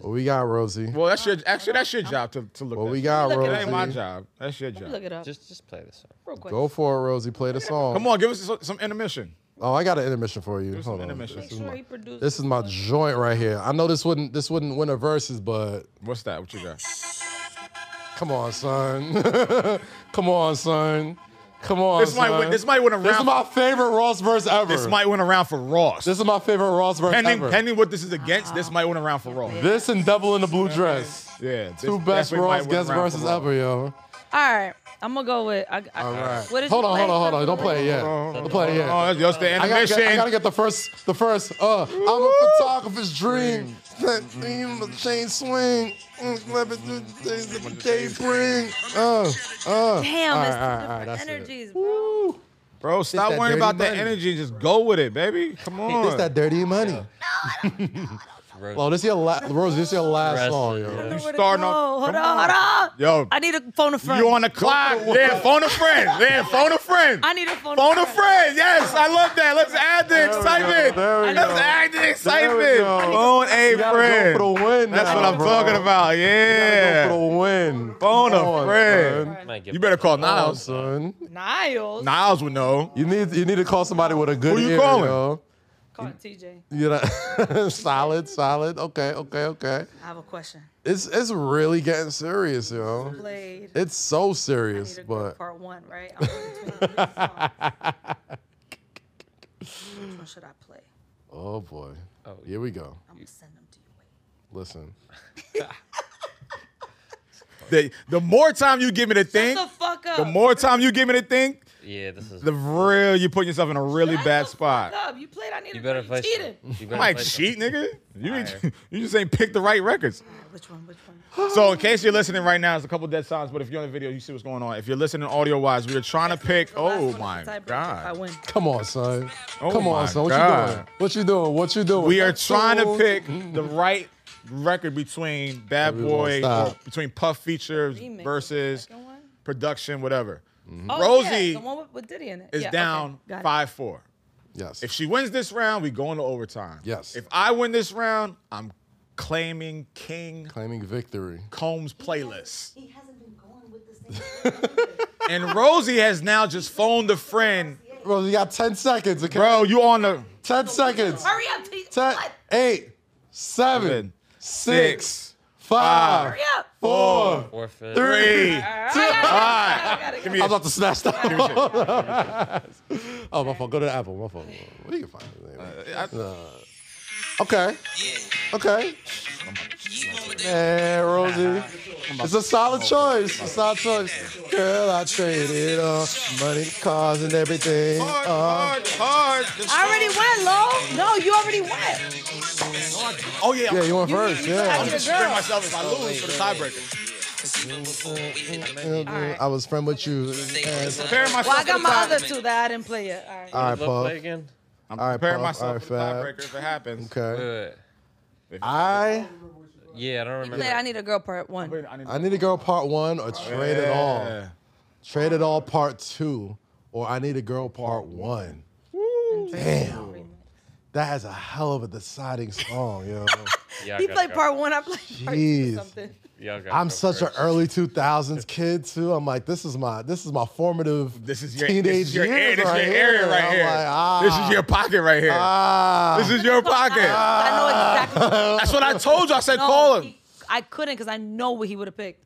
[SPEAKER 2] What we got, Rosie?
[SPEAKER 3] Well, that's your actually that's your job to, to look.
[SPEAKER 2] What
[SPEAKER 3] that
[SPEAKER 2] we
[SPEAKER 3] shit
[SPEAKER 2] got,
[SPEAKER 3] up.
[SPEAKER 1] Look at
[SPEAKER 3] That ain't my
[SPEAKER 2] Rosie?
[SPEAKER 3] job. That's your
[SPEAKER 1] Look
[SPEAKER 3] job.
[SPEAKER 1] it up
[SPEAKER 4] Just just play the song.
[SPEAKER 1] real quick.
[SPEAKER 2] Go for it, Rosie. Play the song.
[SPEAKER 3] Come on, give us some, some intermission.
[SPEAKER 2] Oh, I got an intermission for you. Hold
[SPEAKER 3] some
[SPEAKER 2] on.
[SPEAKER 3] intermission.
[SPEAKER 1] Make
[SPEAKER 2] This is
[SPEAKER 1] sure
[SPEAKER 2] my,
[SPEAKER 1] he produces.
[SPEAKER 2] this is my joint right here. I know this wouldn't this wouldn't win a versus, but
[SPEAKER 3] What's that? What you got?
[SPEAKER 2] come on, son. *laughs* come on, son. Come on,
[SPEAKER 3] This might
[SPEAKER 2] son.
[SPEAKER 3] win- this might win a
[SPEAKER 2] This is
[SPEAKER 3] round.
[SPEAKER 2] my favorite Ross verse ever.
[SPEAKER 3] This might win around for Ross.
[SPEAKER 2] This is my favorite Ross verse
[SPEAKER 3] pending,
[SPEAKER 2] ever.
[SPEAKER 3] pending what this is against, this might win around for Raw.
[SPEAKER 2] This and Devil in the Blue Dress.
[SPEAKER 3] Yeah, this
[SPEAKER 2] Two best
[SPEAKER 3] definitely might
[SPEAKER 2] Ross
[SPEAKER 3] win
[SPEAKER 2] guest
[SPEAKER 3] around for
[SPEAKER 2] verses
[SPEAKER 3] Raw.
[SPEAKER 2] ever, yo.
[SPEAKER 1] All right, I'm gonna go with. I, I,
[SPEAKER 2] All right.
[SPEAKER 1] What did
[SPEAKER 2] Hold
[SPEAKER 1] you
[SPEAKER 2] on,
[SPEAKER 1] play?
[SPEAKER 2] hold on, hold on. Don't play it yet. Don't play it
[SPEAKER 3] Oh,
[SPEAKER 2] yet.
[SPEAKER 3] that's just the
[SPEAKER 2] I gotta,
[SPEAKER 3] intermission.
[SPEAKER 2] get, I gotta get the first, the first. Uh, I'm a photographer's dream. That dream of chain swing. Mm, let me do things that the day bring. Uh,
[SPEAKER 6] Damn,
[SPEAKER 2] uh. All right,
[SPEAKER 6] it's
[SPEAKER 3] *laughs*
[SPEAKER 2] all right,
[SPEAKER 6] two
[SPEAKER 2] all right,
[SPEAKER 6] different
[SPEAKER 2] that's it.
[SPEAKER 6] energies, bro.
[SPEAKER 3] Bro, stop
[SPEAKER 2] that
[SPEAKER 3] worrying
[SPEAKER 2] dirty
[SPEAKER 3] about that
[SPEAKER 2] money.
[SPEAKER 3] energy. and Just go with it, baby. Come on.
[SPEAKER 2] It's that dirty money.
[SPEAKER 4] Rosie.
[SPEAKER 2] Well, this your la- Rose. This your last
[SPEAKER 4] Rest-
[SPEAKER 2] song,
[SPEAKER 4] yeah.
[SPEAKER 2] yo.
[SPEAKER 3] you
[SPEAKER 1] Where to
[SPEAKER 3] starting
[SPEAKER 1] go?
[SPEAKER 3] off.
[SPEAKER 1] Hold on,
[SPEAKER 3] Come
[SPEAKER 1] hold on.
[SPEAKER 3] Yo,
[SPEAKER 1] I need a phone a friend.
[SPEAKER 3] you on the clock. Yeah, phone a friend. Yeah, phone a friend.
[SPEAKER 1] I need a phone.
[SPEAKER 3] Phone a friend. Yes, I love that. Let's add the excitement.
[SPEAKER 2] There we
[SPEAKER 3] Let's
[SPEAKER 2] go.
[SPEAKER 3] add the excitement.
[SPEAKER 2] go.
[SPEAKER 3] Phone a
[SPEAKER 2] You gotta
[SPEAKER 3] friend.
[SPEAKER 2] go for the win.
[SPEAKER 3] That's
[SPEAKER 2] now,
[SPEAKER 3] what I'm
[SPEAKER 2] bro.
[SPEAKER 3] talking about. Yeah.
[SPEAKER 2] Gotta Go for the win.
[SPEAKER 3] Phone a
[SPEAKER 2] Come on,
[SPEAKER 3] friend.
[SPEAKER 4] Might give
[SPEAKER 3] You better
[SPEAKER 4] it-
[SPEAKER 3] call
[SPEAKER 2] Come on,
[SPEAKER 3] Niles.
[SPEAKER 2] son.
[SPEAKER 1] Niles.
[SPEAKER 3] Niles would know.
[SPEAKER 2] You need you need to call somebody with a good
[SPEAKER 3] Who you
[SPEAKER 2] ear,
[SPEAKER 3] calling?
[SPEAKER 2] yo.
[SPEAKER 1] Call it TJ.
[SPEAKER 2] You know, *laughs* solid, solid. Okay, okay, okay.
[SPEAKER 1] I have a question.
[SPEAKER 2] It's it's really getting serious, yo.
[SPEAKER 1] Played.
[SPEAKER 2] It's so
[SPEAKER 1] I
[SPEAKER 2] serious,
[SPEAKER 1] need a girl
[SPEAKER 2] but
[SPEAKER 1] part one,
[SPEAKER 3] *laughs*
[SPEAKER 1] right? I'm in between these songs. Which one should I play?
[SPEAKER 2] oh boy, here we go.
[SPEAKER 1] I'm gonna send them to you. Wait.
[SPEAKER 2] Listen,
[SPEAKER 3] The, the more time you give me to think,
[SPEAKER 1] Shut the fuck up.
[SPEAKER 3] the more time you give me to think,
[SPEAKER 4] Yeah, this is.
[SPEAKER 3] the real you put yourself in a really
[SPEAKER 1] Shut
[SPEAKER 3] bad
[SPEAKER 1] the
[SPEAKER 3] spot.
[SPEAKER 1] Fuck up. You played. I need
[SPEAKER 4] you
[SPEAKER 1] a
[SPEAKER 4] better
[SPEAKER 1] girl.
[SPEAKER 4] play.
[SPEAKER 1] You cheated.
[SPEAKER 4] some- You better
[SPEAKER 3] I'm like,
[SPEAKER 4] play some-
[SPEAKER 3] cheat, nigga. You ain't, *laughs* you just ain't pick the right records.
[SPEAKER 1] Which one? Which
[SPEAKER 3] *laughs*
[SPEAKER 1] one?
[SPEAKER 3] So in case you're listening right now, it's a couple dead silence. But if you're on the video, you see what's going on. If you're listening audio wise, we are trying to pick.
[SPEAKER 1] The last
[SPEAKER 3] Oh
[SPEAKER 1] one is
[SPEAKER 3] my
[SPEAKER 1] the tiebreaker. I
[SPEAKER 3] god.
[SPEAKER 1] win.
[SPEAKER 2] come on, son.
[SPEAKER 3] Oh
[SPEAKER 2] come
[SPEAKER 3] my
[SPEAKER 2] on, son. What
[SPEAKER 3] God.
[SPEAKER 2] you doing? What you doing? What you doing?
[SPEAKER 3] We are
[SPEAKER 2] That's
[SPEAKER 3] trying to
[SPEAKER 2] all.
[SPEAKER 3] pick the right record between Bad
[SPEAKER 2] Maybe we won't
[SPEAKER 3] Boy or
[SPEAKER 2] stop.
[SPEAKER 3] between Puff features
[SPEAKER 1] Remix is the
[SPEAKER 3] versus
[SPEAKER 1] second one?
[SPEAKER 3] production, whatever.
[SPEAKER 1] Oh, yeah,
[SPEAKER 3] Rosie
[SPEAKER 1] the one with, with Diddy in it.
[SPEAKER 3] is
[SPEAKER 1] Yeah, okay.
[SPEAKER 3] down
[SPEAKER 1] Got it.
[SPEAKER 3] five four.
[SPEAKER 2] Yes.
[SPEAKER 3] If she wins this round, we go into overtime.
[SPEAKER 2] Yes.
[SPEAKER 3] If I win this round, I'm claiming King
[SPEAKER 2] Claiming victory.
[SPEAKER 3] Combs playlist.
[SPEAKER 2] *laughs*
[SPEAKER 3] and Rosie has now just phoned a friend.
[SPEAKER 2] Bro, you got 10 seconds, okay?
[SPEAKER 3] Bro, you on the
[SPEAKER 2] 10 seconds.
[SPEAKER 1] Hurry up, T.
[SPEAKER 2] 10,
[SPEAKER 1] What?
[SPEAKER 2] 8, 7,
[SPEAKER 3] Seven,
[SPEAKER 2] 6,
[SPEAKER 3] six,
[SPEAKER 2] 5,
[SPEAKER 1] Hurry up. Oh
[SPEAKER 2] 4,
[SPEAKER 4] Forfeit.
[SPEAKER 2] 3.
[SPEAKER 3] three.
[SPEAKER 1] I gotta go.
[SPEAKER 2] I'm about to snatch that. *laughs* oh, my fault. Go to the Apple. My fault. Where you can find it? Uh, okay. Okay. Hey, Rosie. It's a solid choice. A solid choice. Girl, I traded all money, cars, and everything.
[SPEAKER 3] Hard,
[SPEAKER 2] Uh,
[SPEAKER 3] hard, hard.
[SPEAKER 1] I already went, low. No, you already went.
[SPEAKER 3] Oh yeah,
[SPEAKER 2] yeah,
[SPEAKER 3] I'm
[SPEAKER 2] you went
[SPEAKER 1] You-
[SPEAKER 2] first.
[SPEAKER 1] you-
[SPEAKER 2] Yeah.
[SPEAKER 1] I
[SPEAKER 3] gonna spin myself if I lose for the tiebreaker.
[SPEAKER 2] I was friend with you. And-
[SPEAKER 3] Preparing myself.
[SPEAKER 1] Well, I got
[SPEAKER 3] for the
[SPEAKER 1] my
[SPEAKER 3] tie-
[SPEAKER 1] other two that I didn't play yet. All right.
[SPEAKER 2] All right,
[SPEAKER 4] Love play
[SPEAKER 2] Puff.
[SPEAKER 4] again.
[SPEAKER 3] I'm
[SPEAKER 2] All right,
[SPEAKER 3] preparing
[SPEAKER 2] Puff. All
[SPEAKER 3] myself
[SPEAKER 2] right,
[SPEAKER 3] for the
[SPEAKER 2] Fab.
[SPEAKER 3] tiebreaker if it happens.
[SPEAKER 4] Wait,
[SPEAKER 2] Okay.
[SPEAKER 4] wait, wait.
[SPEAKER 2] I
[SPEAKER 4] Yeah, I don't
[SPEAKER 1] You
[SPEAKER 4] remember.
[SPEAKER 1] played I Need a Girl Part 1.
[SPEAKER 3] Wait, I need
[SPEAKER 2] I need to go part one or trade it all.
[SPEAKER 3] Yeah.
[SPEAKER 2] Trade it all part two, or I need a girl part one. Damn. That has a hell of a deciding song, yo.
[SPEAKER 4] Yeah, I
[SPEAKER 1] He
[SPEAKER 4] gotta
[SPEAKER 1] played
[SPEAKER 4] go.
[SPEAKER 1] part 1. I played part 2
[SPEAKER 2] Jeez.
[SPEAKER 1] or something.
[SPEAKER 4] Yeah, I gotta
[SPEAKER 2] I'm
[SPEAKER 4] go
[SPEAKER 2] such an
[SPEAKER 4] first.
[SPEAKER 2] early 2000s kid too. I'm like, this is my this is my formative
[SPEAKER 3] This is your
[SPEAKER 2] teenage
[SPEAKER 3] this is your,
[SPEAKER 2] years
[SPEAKER 3] area- this is
[SPEAKER 2] right
[SPEAKER 3] your area
[SPEAKER 2] here.
[SPEAKER 3] right
[SPEAKER 2] I'm
[SPEAKER 3] here.
[SPEAKER 2] like, ah,
[SPEAKER 3] this is your pocket right here.
[SPEAKER 2] ah.
[SPEAKER 3] this
[SPEAKER 1] *laughs*
[SPEAKER 3] is your pocket.
[SPEAKER 1] I know exactly.
[SPEAKER 3] That's what I told you. I said
[SPEAKER 1] No,
[SPEAKER 3] call him.
[SPEAKER 1] he- I couldn't because I know what he would have picked.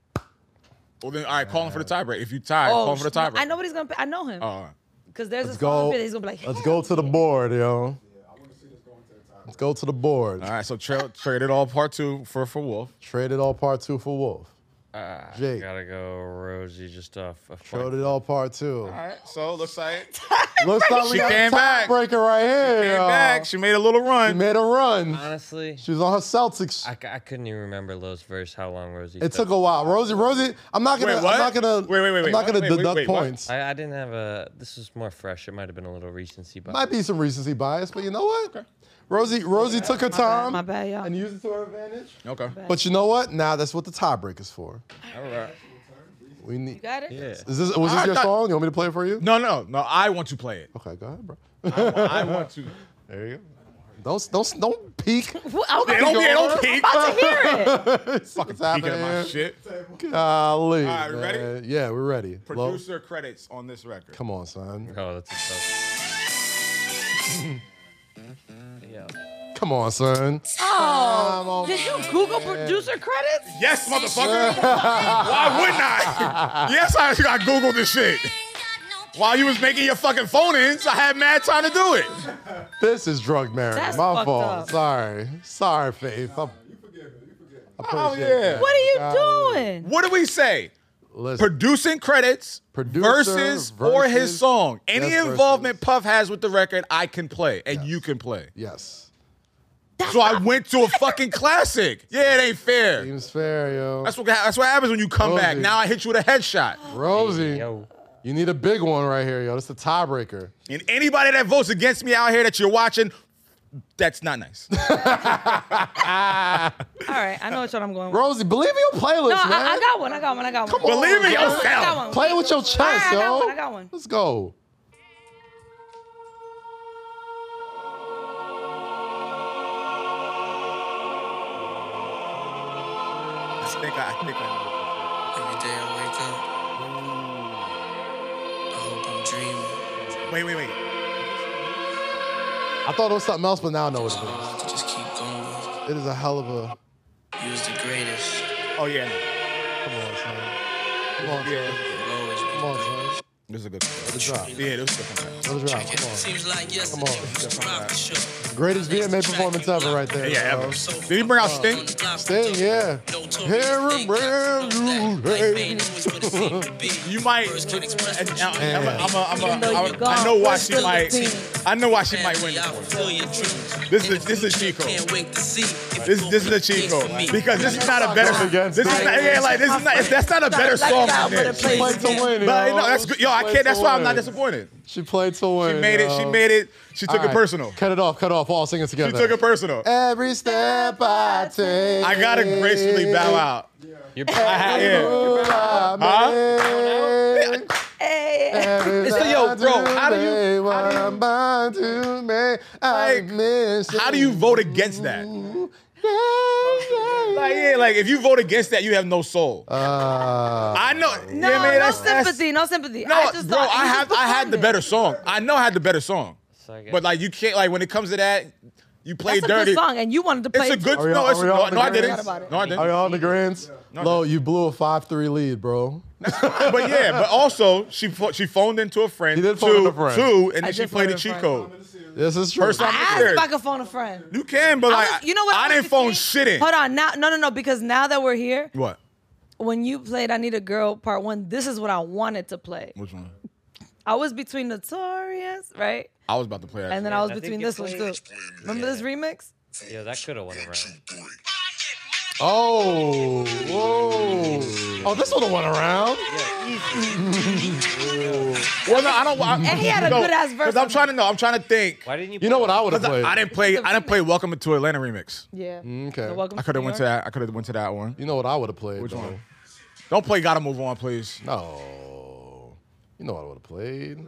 [SPEAKER 3] Well, then, all right, call him for the tiebreak. If you tie, call him for the
[SPEAKER 1] snap.
[SPEAKER 3] tiebreak.
[SPEAKER 1] Oh, I know what he's gonna pick. I know him.
[SPEAKER 3] Oh, all right.
[SPEAKER 1] Because there's
[SPEAKER 2] Let's
[SPEAKER 1] a song
[SPEAKER 2] go.
[SPEAKER 1] that he's gonna be like,
[SPEAKER 2] Let's go to the board, yo. Let's go to the board.
[SPEAKER 3] all right. So tra- trade it all part two for for Wolf.
[SPEAKER 2] Trade it all part two for Wolf.
[SPEAKER 3] Ah,
[SPEAKER 2] Jake,
[SPEAKER 4] Gotta go, Rosie. Just off. a
[SPEAKER 2] trade
[SPEAKER 4] point.
[SPEAKER 2] it all part two.
[SPEAKER 3] All right. So looks like
[SPEAKER 2] Looks like we
[SPEAKER 3] She
[SPEAKER 2] got
[SPEAKER 3] came
[SPEAKER 2] a
[SPEAKER 3] back.
[SPEAKER 2] tiebreaker right here.
[SPEAKER 3] came
[SPEAKER 2] yo.
[SPEAKER 3] back. She made a little
[SPEAKER 2] She
[SPEAKER 3] run.
[SPEAKER 2] made a run.
[SPEAKER 4] Honestly,
[SPEAKER 2] She was on her Celtics.
[SPEAKER 4] I, c- I couldn't even remember Lowe's verse. How long Rosie?
[SPEAKER 2] It
[SPEAKER 4] took.
[SPEAKER 2] took a while. Rosie, Rosie, I'm not gonna,
[SPEAKER 3] Wait, what?
[SPEAKER 2] I'm not gonna,
[SPEAKER 3] Wait, wait, wait,
[SPEAKER 2] I'm
[SPEAKER 3] wait,
[SPEAKER 2] not
[SPEAKER 3] what?
[SPEAKER 2] gonna
[SPEAKER 3] Wait, wait,
[SPEAKER 2] deduct
[SPEAKER 3] wait, what?
[SPEAKER 2] points.
[SPEAKER 4] I, I didn't have a. This was more fresh. It might have been a little recency, but
[SPEAKER 2] Might be some recency bias, but you know what? Rosie, Rosie took her
[SPEAKER 1] *laughs*
[SPEAKER 2] time
[SPEAKER 1] my bad, y'all.
[SPEAKER 2] and used it to her advantage.
[SPEAKER 3] Okay.
[SPEAKER 2] But you know what? Now that's what the tiebreaker's for.
[SPEAKER 3] All right.
[SPEAKER 2] We need.
[SPEAKER 1] got it? *laughs*
[SPEAKER 4] yeah.
[SPEAKER 2] Is this was this
[SPEAKER 3] I
[SPEAKER 2] your
[SPEAKER 3] thought-
[SPEAKER 2] song? You want me to play it for you?
[SPEAKER 3] No, no, no. I want to play it.
[SPEAKER 2] Okay, go ahead, bro.
[SPEAKER 3] I want, I want to.
[SPEAKER 2] There you go. Don't don't don't peek.
[SPEAKER 1] I'm about
[SPEAKER 3] Yeah,
[SPEAKER 1] to
[SPEAKER 3] don't, yeah, don't
[SPEAKER 1] I'm
[SPEAKER 3] peek.
[SPEAKER 1] about to hear it.
[SPEAKER 2] What's
[SPEAKER 3] Peek
[SPEAKER 2] happening?
[SPEAKER 3] at my
[SPEAKER 2] here?
[SPEAKER 3] shit.
[SPEAKER 2] Golly.
[SPEAKER 3] All right, we ready?
[SPEAKER 2] man. Yeah, we're ready. Lo,
[SPEAKER 3] Producer credits on this record.
[SPEAKER 2] come on, son.
[SPEAKER 4] Oh, that's tough. yeah.
[SPEAKER 2] Come on, son.
[SPEAKER 1] Oh, did you Google producer credits?
[SPEAKER 3] Yes, motherfucker. Why wouldn't I? Yes, I, I Googled this shit. While you was making your fucking phone ins, I had mad time to do it.
[SPEAKER 2] This is drug marriage.
[SPEAKER 1] That's
[SPEAKER 2] My
[SPEAKER 1] fucked
[SPEAKER 2] fault.
[SPEAKER 1] up.
[SPEAKER 2] Sorry. Sorry, Faith. I'm,
[SPEAKER 3] Oh,
[SPEAKER 2] Appreciate
[SPEAKER 3] yeah.
[SPEAKER 2] that.
[SPEAKER 1] What
[SPEAKER 2] Golly.
[SPEAKER 1] are you doing?
[SPEAKER 3] What do we say?
[SPEAKER 2] listen,
[SPEAKER 3] Producing credits,
[SPEAKER 2] Producer
[SPEAKER 3] verses, or his
[SPEAKER 2] versus-
[SPEAKER 3] song. Any
[SPEAKER 2] Yes,
[SPEAKER 3] involvement
[SPEAKER 2] versus.
[SPEAKER 3] Puff has with the record, I can play and you can play.
[SPEAKER 2] yes.
[SPEAKER 3] So I went to a fucking classic. Yeah, it ain't fair.
[SPEAKER 2] Seems fair, yo.
[SPEAKER 3] That's what that's what happens when you come
[SPEAKER 2] Told
[SPEAKER 3] back.
[SPEAKER 2] you.
[SPEAKER 3] Now I hit you with a headshot.
[SPEAKER 2] Rosie,
[SPEAKER 4] Yo.
[SPEAKER 2] you need a big one right here, yo. That's the tiebreaker.
[SPEAKER 3] And anybody that votes against me out here that you're watching, that's not *laughs* nice.
[SPEAKER 1] All right, I know which one I'm going with.
[SPEAKER 2] Rosie, believe in your playlist,
[SPEAKER 1] No,
[SPEAKER 2] man.
[SPEAKER 1] I, I got one. I got one. I got one.
[SPEAKER 3] on, Believe in
[SPEAKER 1] I got one, I
[SPEAKER 3] yourself.
[SPEAKER 1] got one.
[SPEAKER 2] Play with your chest,
[SPEAKER 1] All right, I
[SPEAKER 2] yo.
[SPEAKER 1] got one, I got one.
[SPEAKER 2] Let's go.
[SPEAKER 3] I think I, I think I
[SPEAKER 5] Every day I wake up. I hope I'm dreaming.
[SPEAKER 3] Wait, wait, wait.
[SPEAKER 2] I thought it was something else, but now I know what
[SPEAKER 5] So I
[SPEAKER 2] it
[SPEAKER 5] want to just keep going.
[SPEAKER 2] is. It is a hell of a.
[SPEAKER 5] You was the greatest.
[SPEAKER 3] Oh yeah. no.
[SPEAKER 2] Come on, son. Come on,
[SPEAKER 3] Yeah.
[SPEAKER 5] You'll always be
[SPEAKER 2] come
[SPEAKER 5] the
[SPEAKER 2] on, son.
[SPEAKER 3] This is a good
[SPEAKER 2] Let it drop.
[SPEAKER 3] Yeah, this is a good one.
[SPEAKER 2] Let it drop. Come on.
[SPEAKER 5] Seems like yesterday
[SPEAKER 2] Come on.
[SPEAKER 5] was just rock show.
[SPEAKER 2] Greatest VMA performance ever, right there.
[SPEAKER 3] Yeah,
[SPEAKER 2] yo.
[SPEAKER 3] ever. Did he bring out Sting?
[SPEAKER 2] Sting, yeah. Here and where you lay.
[SPEAKER 3] *laughs* You might. And, and, I'm a, I'm a, I'm a, I'm a, I know why she might. I know why she might win this one. This is this is Chico. This this is a Chico because this is not a better.
[SPEAKER 2] Against
[SPEAKER 3] This is not, yeah, like this is not. That's not a better song than this.
[SPEAKER 2] She played to win, yo.
[SPEAKER 3] But no, that's good. Yo, I
[SPEAKER 2] She played
[SPEAKER 3] can't. That's
[SPEAKER 2] to
[SPEAKER 3] why I'm
[SPEAKER 2] win.
[SPEAKER 3] not disappointed.
[SPEAKER 2] She played to win.
[SPEAKER 3] She made it. She
[SPEAKER 2] yo.
[SPEAKER 3] made it. She
[SPEAKER 2] All
[SPEAKER 3] took it
[SPEAKER 2] right.
[SPEAKER 3] personal.
[SPEAKER 2] Cut it off. Cut it off. All sing it
[SPEAKER 3] She
[SPEAKER 2] together.
[SPEAKER 3] took it personal.
[SPEAKER 2] Every step I take.
[SPEAKER 3] I gotta gracefully bow out.
[SPEAKER 2] *laughs*
[SPEAKER 4] You're
[SPEAKER 3] Yeah. Huh?
[SPEAKER 2] Huh?
[SPEAKER 3] eh.
[SPEAKER 1] Hey,
[SPEAKER 2] It's
[SPEAKER 3] the- yo, bro, how do you-
[SPEAKER 2] What I'm bound to make, I
[SPEAKER 3] Like,
[SPEAKER 2] miss
[SPEAKER 3] How do you vote against that?
[SPEAKER 2] Yeah,
[SPEAKER 3] Like, yeah, like if you vote against that, you have no soul.
[SPEAKER 2] yeah. Uh,
[SPEAKER 3] I know.
[SPEAKER 1] no,
[SPEAKER 3] yeah, man,
[SPEAKER 1] no
[SPEAKER 3] that's, that's-
[SPEAKER 1] sympathy, no sympathy.
[SPEAKER 3] no,
[SPEAKER 1] I just
[SPEAKER 3] bro,
[SPEAKER 1] thought-
[SPEAKER 3] I
[SPEAKER 1] you
[SPEAKER 3] had
[SPEAKER 1] just
[SPEAKER 3] I had
[SPEAKER 1] performed
[SPEAKER 3] the
[SPEAKER 1] it.
[SPEAKER 3] better song. I know I had the better song.
[SPEAKER 4] So I guess-
[SPEAKER 3] But like you can't like when it comes to that, you play
[SPEAKER 1] That's a
[SPEAKER 3] dirty.
[SPEAKER 1] good song, and you wanted to play.
[SPEAKER 3] It's a
[SPEAKER 1] it
[SPEAKER 3] good.
[SPEAKER 1] too.
[SPEAKER 2] Are y'all-
[SPEAKER 3] No, it's
[SPEAKER 2] are y'all
[SPEAKER 3] no,
[SPEAKER 2] on
[SPEAKER 3] no, I
[SPEAKER 2] the
[SPEAKER 3] didn't.
[SPEAKER 2] Grammys?
[SPEAKER 1] Forgot about it.
[SPEAKER 3] No, I
[SPEAKER 2] are
[SPEAKER 3] didn't.
[SPEAKER 2] y'all on the grands? Lo, you blew a 5-3 lead, bro.
[SPEAKER 3] But yeah, but also she pho- she phoned into a friend.
[SPEAKER 2] She did
[SPEAKER 3] two,
[SPEAKER 2] phone into a friend.
[SPEAKER 3] two, and
[SPEAKER 1] I
[SPEAKER 3] then she
[SPEAKER 1] did
[SPEAKER 3] played a
[SPEAKER 1] phone into a
[SPEAKER 3] Chico.
[SPEAKER 2] This is true.
[SPEAKER 3] First
[SPEAKER 1] I
[SPEAKER 3] time
[SPEAKER 1] asked
[SPEAKER 3] Scared.
[SPEAKER 1] if I could phone a friend.
[SPEAKER 3] You can, but
[SPEAKER 1] I
[SPEAKER 3] like
[SPEAKER 1] was- you know what?
[SPEAKER 3] I,
[SPEAKER 1] was
[SPEAKER 3] didn't phone
[SPEAKER 1] confused.
[SPEAKER 3] shit in.
[SPEAKER 1] Hold on, now, no, no, no, because now that we're here,
[SPEAKER 3] What?
[SPEAKER 1] when you played "I Need a Girl" part one, this is what I wanted to play.
[SPEAKER 3] Which one?
[SPEAKER 1] I was between Notorious, right,
[SPEAKER 3] I was about to play that.
[SPEAKER 1] and then I
[SPEAKER 4] Yeah,
[SPEAKER 1] was
[SPEAKER 4] I think
[SPEAKER 1] between
[SPEAKER 4] you
[SPEAKER 1] this one too.
[SPEAKER 4] played-
[SPEAKER 1] Remember this remix?
[SPEAKER 4] yeah, that could have won a round.
[SPEAKER 2] Oh, whoa. Oh, this one went around.
[SPEAKER 3] well, no, I don't. I,
[SPEAKER 1] And *laughs* he had a
[SPEAKER 3] no,
[SPEAKER 1] good-ass verse
[SPEAKER 3] Because I'm
[SPEAKER 1] on
[SPEAKER 3] trying to know. I'm trying to think.
[SPEAKER 4] Why didn't you?
[SPEAKER 2] You know
[SPEAKER 4] play
[SPEAKER 2] what I would have
[SPEAKER 3] 'Cause I,
[SPEAKER 2] played?
[SPEAKER 3] I didn't play. I didn't play Welcome to Atlanta remix.
[SPEAKER 1] Yeah.
[SPEAKER 2] Okay.
[SPEAKER 1] The Welcome
[SPEAKER 3] Mm, I could have
[SPEAKER 1] New
[SPEAKER 3] went to
[SPEAKER 1] York.
[SPEAKER 3] that. I could have went to that one.
[SPEAKER 2] You know what I would have played?
[SPEAKER 3] Which
[SPEAKER 2] though?
[SPEAKER 3] one? Don't play. Gotta move on, please.
[SPEAKER 2] No. Oh, You know what I would have played.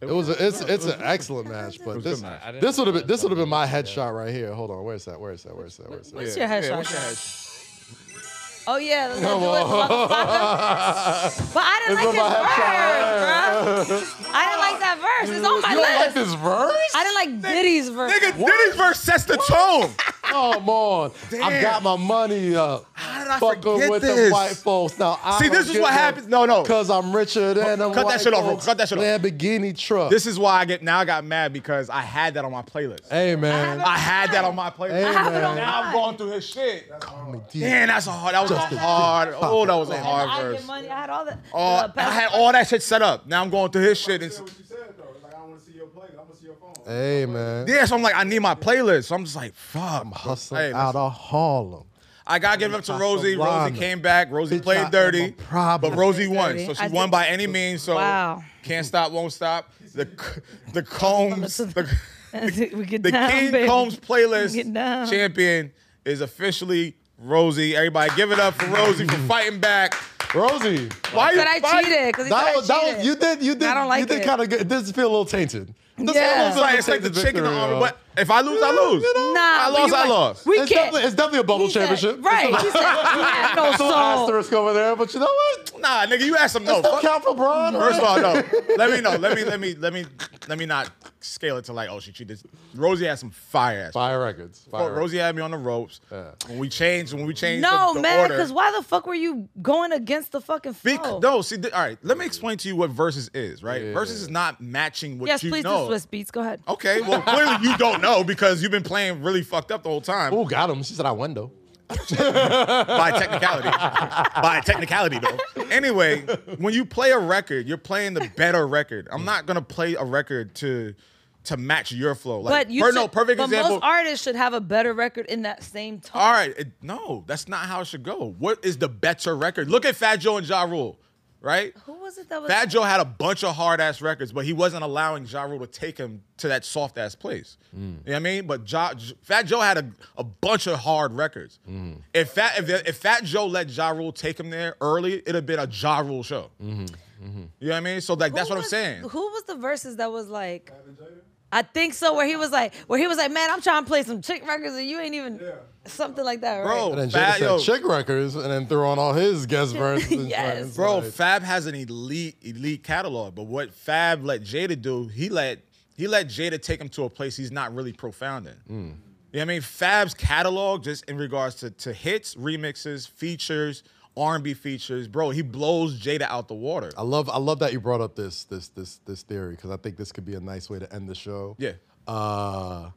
[SPEAKER 2] It was a, it's it's an excellent match, but
[SPEAKER 3] was a good
[SPEAKER 2] this
[SPEAKER 3] match.
[SPEAKER 4] I didn't
[SPEAKER 2] this would have been
[SPEAKER 4] realize
[SPEAKER 2] this would have been
[SPEAKER 4] something
[SPEAKER 2] my headshot right here. Hold on, where's that? Where's that? Where's that? Where's that?
[SPEAKER 1] What's your headshot?
[SPEAKER 3] what's your
[SPEAKER 1] Oh yeah,
[SPEAKER 3] *laughs*
[SPEAKER 1] let's do it, *laughs* motherfucker. But I didn't like
[SPEAKER 2] It's on my
[SPEAKER 1] his verse, bro. I didn't like that verse. It's on my
[SPEAKER 2] *laughs* You don't like
[SPEAKER 1] list.
[SPEAKER 2] this verse?
[SPEAKER 1] I didn't like Diddy's verse.
[SPEAKER 3] Nigga, Diddy's verse sets the tone.
[SPEAKER 2] Come on, I
[SPEAKER 3] Damn.
[SPEAKER 2] Oh, got my money up.
[SPEAKER 3] How did I
[SPEAKER 2] Fucking
[SPEAKER 3] forget
[SPEAKER 2] with
[SPEAKER 3] this?
[SPEAKER 2] the white folks now. I
[SPEAKER 3] See, this
[SPEAKER 2] don't
[SPEAKER 3] is
[SPEAKER 2] give
[SPEAKER 3] what
[SPEAKER 2] a-
[SPEAKER 3] happens- no, no.
[SPEAKER 2] Cause I'm richer than them
[SPEAKER 3] Cut that
[SPEAKER 2] white
[SPEAKER 3] shit off, bro.
[SPEAKER 2] folks.
[SPEAKER 3] Cut that shit off.
[SPEAKER 2] Lamborghini truck.
[SPEAKER 3] This is why I get now. I got mad because I had that on my playlist.
[SPEAKER 2] hey man.
[SPEAKER 3] I had that on my playlist.
[SPEAKER 2] Hey,
[SPEAKER 1] have it on
[SPEAKER 3] Now I'm
[SPEAKER 1] mine.
[SPEAKER 3] going through his shit.
[SPEAKER 2] Call me D.
[SPEAKER 3] Damn, that's a hard. That was a hard. Oh, that was a
[SPEAKER 1] I
[SPEAKER 3] hard
[SPEAKER 1] get
[SPEAKER 3] verse.
[SPEAKER 1] money. I had all that.
[SPEAKER 3] Oh,
[SPEAKER 1] Uh,
[SPEAKER 3] I had
[SPEAKER 1] *laughs*
[SPEAKER 3] all that shit set up. Now I'm going through his shit. And, s-
[SPEAKER 2] Hey man.
[SPEAKER 3] yeah, so I'm like, I need my playlist. So I'm just like, fuck.
[SPEAKER 2] I'm
[SPEAKER 3] Hey,
[SPEAKER 2] hustling out of Harlem.
[SPEAKER 3] I gotta give it up to
[SPEAKER 2] South
[SPEAKER 3] Rosie. Rosie
[SPEAKER 2] Carolina.
[SPEAKER 3] came back. Rosie
[SPEAKER 2] Bitch, I
[SPEAKER 3] played
[SPEAKER 2] am a
[SPEAKER 3] dirty,
[SPEAKER 2] problem.
[SPEAKER 3] but Rosie won,
[SPEAKER 1] Dirty.
[SPEAKER 3] so she
[SPEAKER 1] I
[SPEAKER 3] won
[SPEAKER 1] did-
[SPEAKER 3] by any means. So
[SPEAKER 1] Wow.
[SPEAKER 3] can't stop, won't stop. The c- the Combs, the,
[SPEAKER 1] we get *laughs*
[SPEAKER 3] the
[SPEAKER 1] down,
[SPEAKER 3] King
[SPEAKER 1] baby. *laughs*
[SPEAKER 3] Combs
[SPEAKER 1] Get
[SPEAKER 3] playlist
[SPEAKER 1] down.
[SPEAKER 3] champion is officially Rosie. Everybody, give it up for Rosie for fighting back.
[SPEAKER 2] Rosie.
[SPEAKER 3] Why you
[SPEAKER 6] But I
[SPEAKER 3] fight-
[SPEAKER 6] cheated because he
[SPEAKER 2] That
[SPEAKER 6] thought
[SPEAKER 2] was,
[SPEAKER 6] I
[SPEAKER 2] that
[SPEAKER 6] cheated.
[SPEAKER 2] was, you did, you did,
[SPEAKER 6] I don't
[SPEAKER 2] you
[SPEAKER 6] like
[SPEAKER 2] did
[SPEAKER 6] it.
[SPEAKER 2] kind of good. It does feel a little tainted. It does feel a
[SPEAKER 6] Yeah.
[SPEAKER 2] little
[SPEAKER 3] So I
[SPEAKER 2] bit
[SPEAKER 3] expect the
[SPEAKER 2] tainted
[SPEAKER 3] chicken to
[SPEAKER 2] victory,
[SPEAKER 3] honor,
[SPEAKER 2] yo.
[SPEAKER 3] but if I lose, I lose.
[SPEAKER 6] Nah,
[SPEAKER 3] I
[SPEAKER 6] but
[SPEAKER 3] lost,
[SPEAKER 6] you
[SPEAKER 3] I
[SPEAKER 6] went-
[SPEAKER 3] lost.
[SPEAKER 1] We
[SPEAKER 2] it's,
[SPEAKER 1] can't.
[SPEAKER 2] definitely, it's definitely a bubble
[SPEAKER 6] He said-
[SPEAKER 2] championship.
[SPEAKER 1] right. He said, he had
[SPEAKER 3] *laughs*
[SPEAKER 1] no
[SPEAKER 2] It's a little
[SPEAKER 1] soul.
[SPEAKER 2] asterisk over there, but you know what?
[SPEAKER 3] Nah, nigga, you asked him no.
[SPEAKER 2] That's no
[SPEAKER 3] Fuck-
[SPEAKER 2] count for Braun.
[SPEAKER 3] First of all, no. Let me know. Let me let me let me let me not scale it to like, oh, she cheated. Rosie had some fire ass.
[SPEAKER 2] Fire records. Fire
[SPEAKER 3] Fuck, Rosie had me on the ropes. When we changed, when we changed
[SPEAKER 1] No,
[SPEAKER 3] the, the
[SPEAKER 1] man, Oh.
[SPEAKER 3] order.
[SPEAKER 1] because why the fuck were you going against the fucking
[SPEAKER 3] Bec-
[SPEAKER 1] flow?
[SPEAKER 3] No, see, th- all right. Let me explain to you what versus is, right? Versus is not matching what
[SPEAKER 1] yes,
[SPEAKER 3] you
[SPEAKER 1] please
[SPEAKER 3] know. Oh,
[SPEAKER 1] do Swiss beats. Go ahead.
[SPEAKER 3] Okay, well, clearly you don't know because you've been playing really fucked up the whole time
[SPEAKER 2] Ooh, got him. She said, I won, though.
[SPEAKER 3] by technicality. by technicality, though. Anyway, when you play a record, you're playing the better record. I'm not gonna play a record to to match your flow. Like,
[SPEAKER 1] But you
[SPEAKER 3] per-
[SPEAKER 1] should,
[SPEAKER 3] no, perfect
[SPEAKER 1] but
[SPEAKER 3] example.
[SPEAKER 1] most artists should have a better record in that same tone.
[SPEAKER 3] all right, it- no, that's not how it should go. What is the better record? Look at Fat Joe and Ja Rule, right?
[SPEAKER 1] Who was it that was?
[SPEAKER 3] Fat Joe had a bunch of hard ass records, but he wasn't allowing Ja Rule to take him to that soft ass place.
[SPEAKER 1] Mm.
[SPEAKER 3] You know what I mean? But ja, J- Fat Joe had a, a bunch of hard records.
[SPEAKER 1] Mm.
[SPEAKER 3] If, Fat, if, if Fat Joe let Ja Rule take him there early, it'd have been a Ja Rule show. You know what I mean? So, like,
[SPEAKER 1] Mm-hmm. Who
[SPEAKER 3] that's what I'm
[SPEAKER 1] was-
[SPEAKER 3] saying.
[SPEAKER 1] Who was the verses that was like? I think so. Where he was like, where he was like, man, I'm trying to play some chick records and you ain't even something like that, right?
[SPEAKER 3] Bro,
[SPEAKER 2] And then Jada
[SPEAKER 3] Fat,
[SPEAKER 2] said
[SPEAKER 3] yo,
[SPEAKER 2] chick records and then threw on all
[SPEAKER 6] *laughs*
[SPEAKER 2] his guest verses. and
[SPEAKER 1] Yes.
[SPEAKER 2] joints,
[SPEAKER 3] Bro,
[SPEAKER 2] like-
[SPEAKER 3] Fab has an elite, elite catalog. But what Fab let Jada do, he let he let Jada take him to a place he's not really profound in.
[SPEAKER 2] Hmm.
[SPEAKER 3] You know what I mean? Fab's catalog, just in regards to, to hits, remixes, features, R&B features, bro, he blows Jada out the water.
[SPEAKER 2] I love I love that you brought up this this this this theory because I think this could be a nice way to end the show.
[SPEAKER 3] Yeah.
[SPEAKER 2] Uh,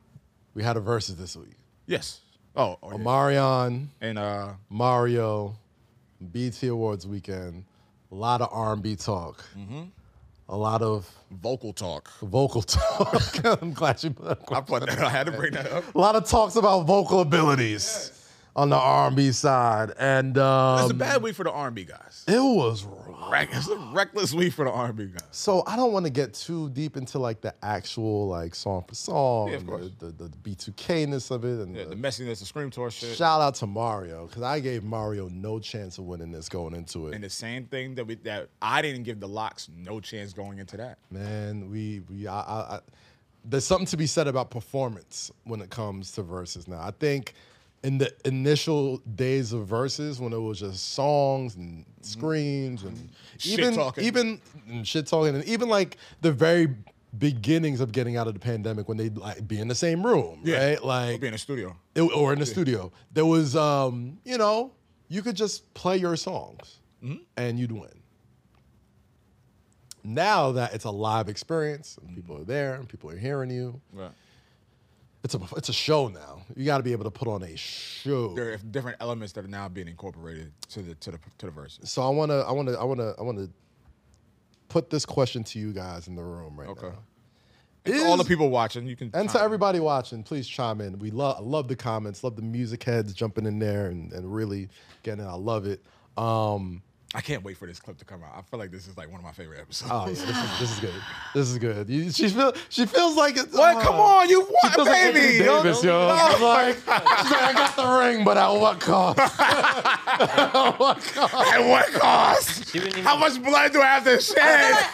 [SPEAKER 2] we had a versus this week.
[SPEAKER 3] Yes. Oh, oh, yeah.
[SPEAKER 2] Omarion,
[SPEAKER 3] and uh,
[SPEAKER 2] Mario, BT Awards weekend. A lot of R&B talk.
[SPEAKER 3] Mm-hmm.
[SPEAKER 2] A lot of
[SPEAKER 3] vocal talk.
[SPEAKER 2] *laughs* vocal talk. I'm glad you.
[SPEAKER 3] I, put that, I had to bring that up.
[SPEAKER 2] A lot of talks about vocal abilities on the R&B side, and um,
[SPEAKER 3] It's a bad week for the R&B guys. *laughs*
[SPEAKER 2] it was rough.
[SPEAKER 3] Reck- It's a reckless week for the R&B guys.
[SPEAKER 2] So I don't want to get too deep into like the actual like song for song,
[SPEAKER 3] Yeah, of
[SPEAKER 2] and
[SPEAKER 3] course.
[SPEAKER 2] the, the, the B2K-ness of it, and
[SPEAKER 3] Yeah, the
[SPEAKER 2] the-
[SPEAKER 3] messiness, the scream tour shit.
[SPEAKER 2] shout out to Mario because I gave Mario no chance of winning this going into it.
[SPEAKER 3] And the same thing that we that I didn't give the locks no chance going into that.
[SPEAKER 2] Man, we we I, I, I, there's something to be said about performance when it comes to verses. Now, I think in the initial days of verses, when it was just songs and screams and
[SPEAKER 3] Mm-hmm. Shit
[SPEAKER 2] even
[SPEAKER 3] talking.
[SPEAKER 2] even and shit talking, and even like the very beginnings of getting out of the pandemic when they'd like be in the same room,
[SPEAKER 3] Yeah.
[SPEAKER 2] right? Like
[SPEAKER 3] Be in the studio.
[SPEAKER 2] it- or in the studio. There was, um, you know, you could just play your songs
[SPEAKER 3] Mm-hmm.
[SPEAKER 2] and you'd win. Now that it's a live experience, and people are there and people are hearing you,
[SPEAKER 3] Right.
[SPEAKER 2] it's a it's a show now. You got to be able to put on a show.
[SPEAKER 3] There are different elements that are now being incorporated to the to the to the verses.
[SPEAKER 2] So I wanna I wanna I wanna I wanna put this question to you guys in the room right
[SPEAKER 3] Okay.
[SPEAKER 2] now.
[SPEAKER 3] And to all the
[SPEAKER 2] Is-
[SPEAKER 3] people watching, you can chime
[SPEAKER 2] And to
[SPEAKER 3] in.
[SPEAKER 2] everybody watching, please chime in. We love love the comments, love the music heads jumping in there and, and really getting it. I love it. Um,
[SPEAKER 3] I can't wait for this clip to come out. I feel like this is like one of my favorite episodes.
[SPEAKER 2] Oh, yeah, this is this is good. This is good. You- she feel she feels like it's
[SPEAKER 3] *laughs* What?
[SPEAKER 2] uh,
[SPEAKER 3] Come on, you
[SPEAKER 2] She
[SPEAKER 3] what,
[SPEAKER 2] feels like
[SPEAKER 3] baby?
[SPEAKER 2] Anthony
[SPEAKER 3] yo? oh
[SPEAKER 2] Davis, yo. She's like, she's like, I got the ring, but at what
[SPEAKER 1] *laughs*
[SPEAKER 2] cost? at what cost?
[SPEAKER 3] At what cost?
[SPEAKER 4] She wouldn't
[SPEAKER 3] *laughs*
[SPEAKER 4] even-
[SPEAKER 3] How much blood do I have to shed?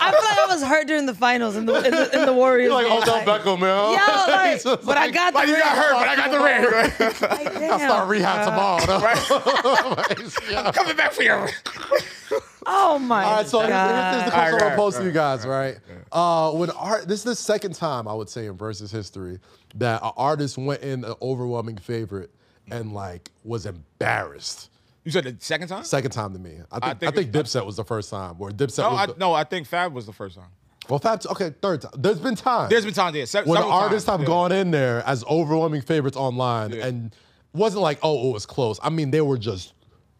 [SPEAKER 1] I feel like I was hurt during the finals in the in
[SPEAKER 3] *laughs*
[SPEAKER 1] the, in the Warriors.
[SPEAKER 2] She's like
[SPEAKER 1] game.
[SPEAKER 2] Odell Beckham, yo. *laughs*
[SPEAKER 1] Yo, like,
[SPEAKER 2] She's just
[SPEAKER 1] but I got the
[SPEAKER 3] Like you
[SPEAKER 1] ring.
[SPEAKER 3] got hurt, but I got the
[SPEAKER 2] *laughs*
[SPEAKER 3] ring. *laughs*
[SPEAKER 1] Like,
[SPEAKER 2] I
[SPEAKER 1] damn.
[SPEAKER 2] start rehab tomorrow.
[SPEAKER 1] *laughs*
[SPEAKER 2] though.
[SPEAKER 3] I'm coming back for you.
[SPEAKER 1] Oh my
[SPEAKER 2] All right, so here's,
[SPEAKER 1] god.
[SPEAKER 2] here's the
[SPEAKER 3] All right,
[SPEAKER 2] question I'm gonna
[SPEAKER 3] right,
[SPEAKER 2] pose to you guys, right? Uh, when art, this is the second time I would say in versus history that an artist went in an overwhelming favorite and like was embarrassed.
[SPEAKER 3] You said the second time?
[SPEAKER 2] Second time to me. I think, I
[SPEAKER 3] think
[SPEAKER 2] think, Dipset was the first time. Where Dipset
[SPEAKER 3] No,
[SPEAKER 2] was
[SPEAKER 3] I,
[SPEAKER 2] the,
[SPEAKER 3] no, I think Fab was the first time.
[SPEAKER 2] well, Fab. Okay, third time. There's been time.
[SPEAKER 3] There's been times, yeah. se-
[SPEAKER 2] when
[SPEAKER 3] several
[SPEAKER 2] artists
[SPEAKER 3] times,
[SPEAKER 2] have
[SPEAKER 3] yeah.
[SPEAKER 2] gone in there as overwhelming favorites online
[SPEAKER 3] Yeah.
[SPEAKER 2] and wasn't like, oh, it was close. I mean, they were just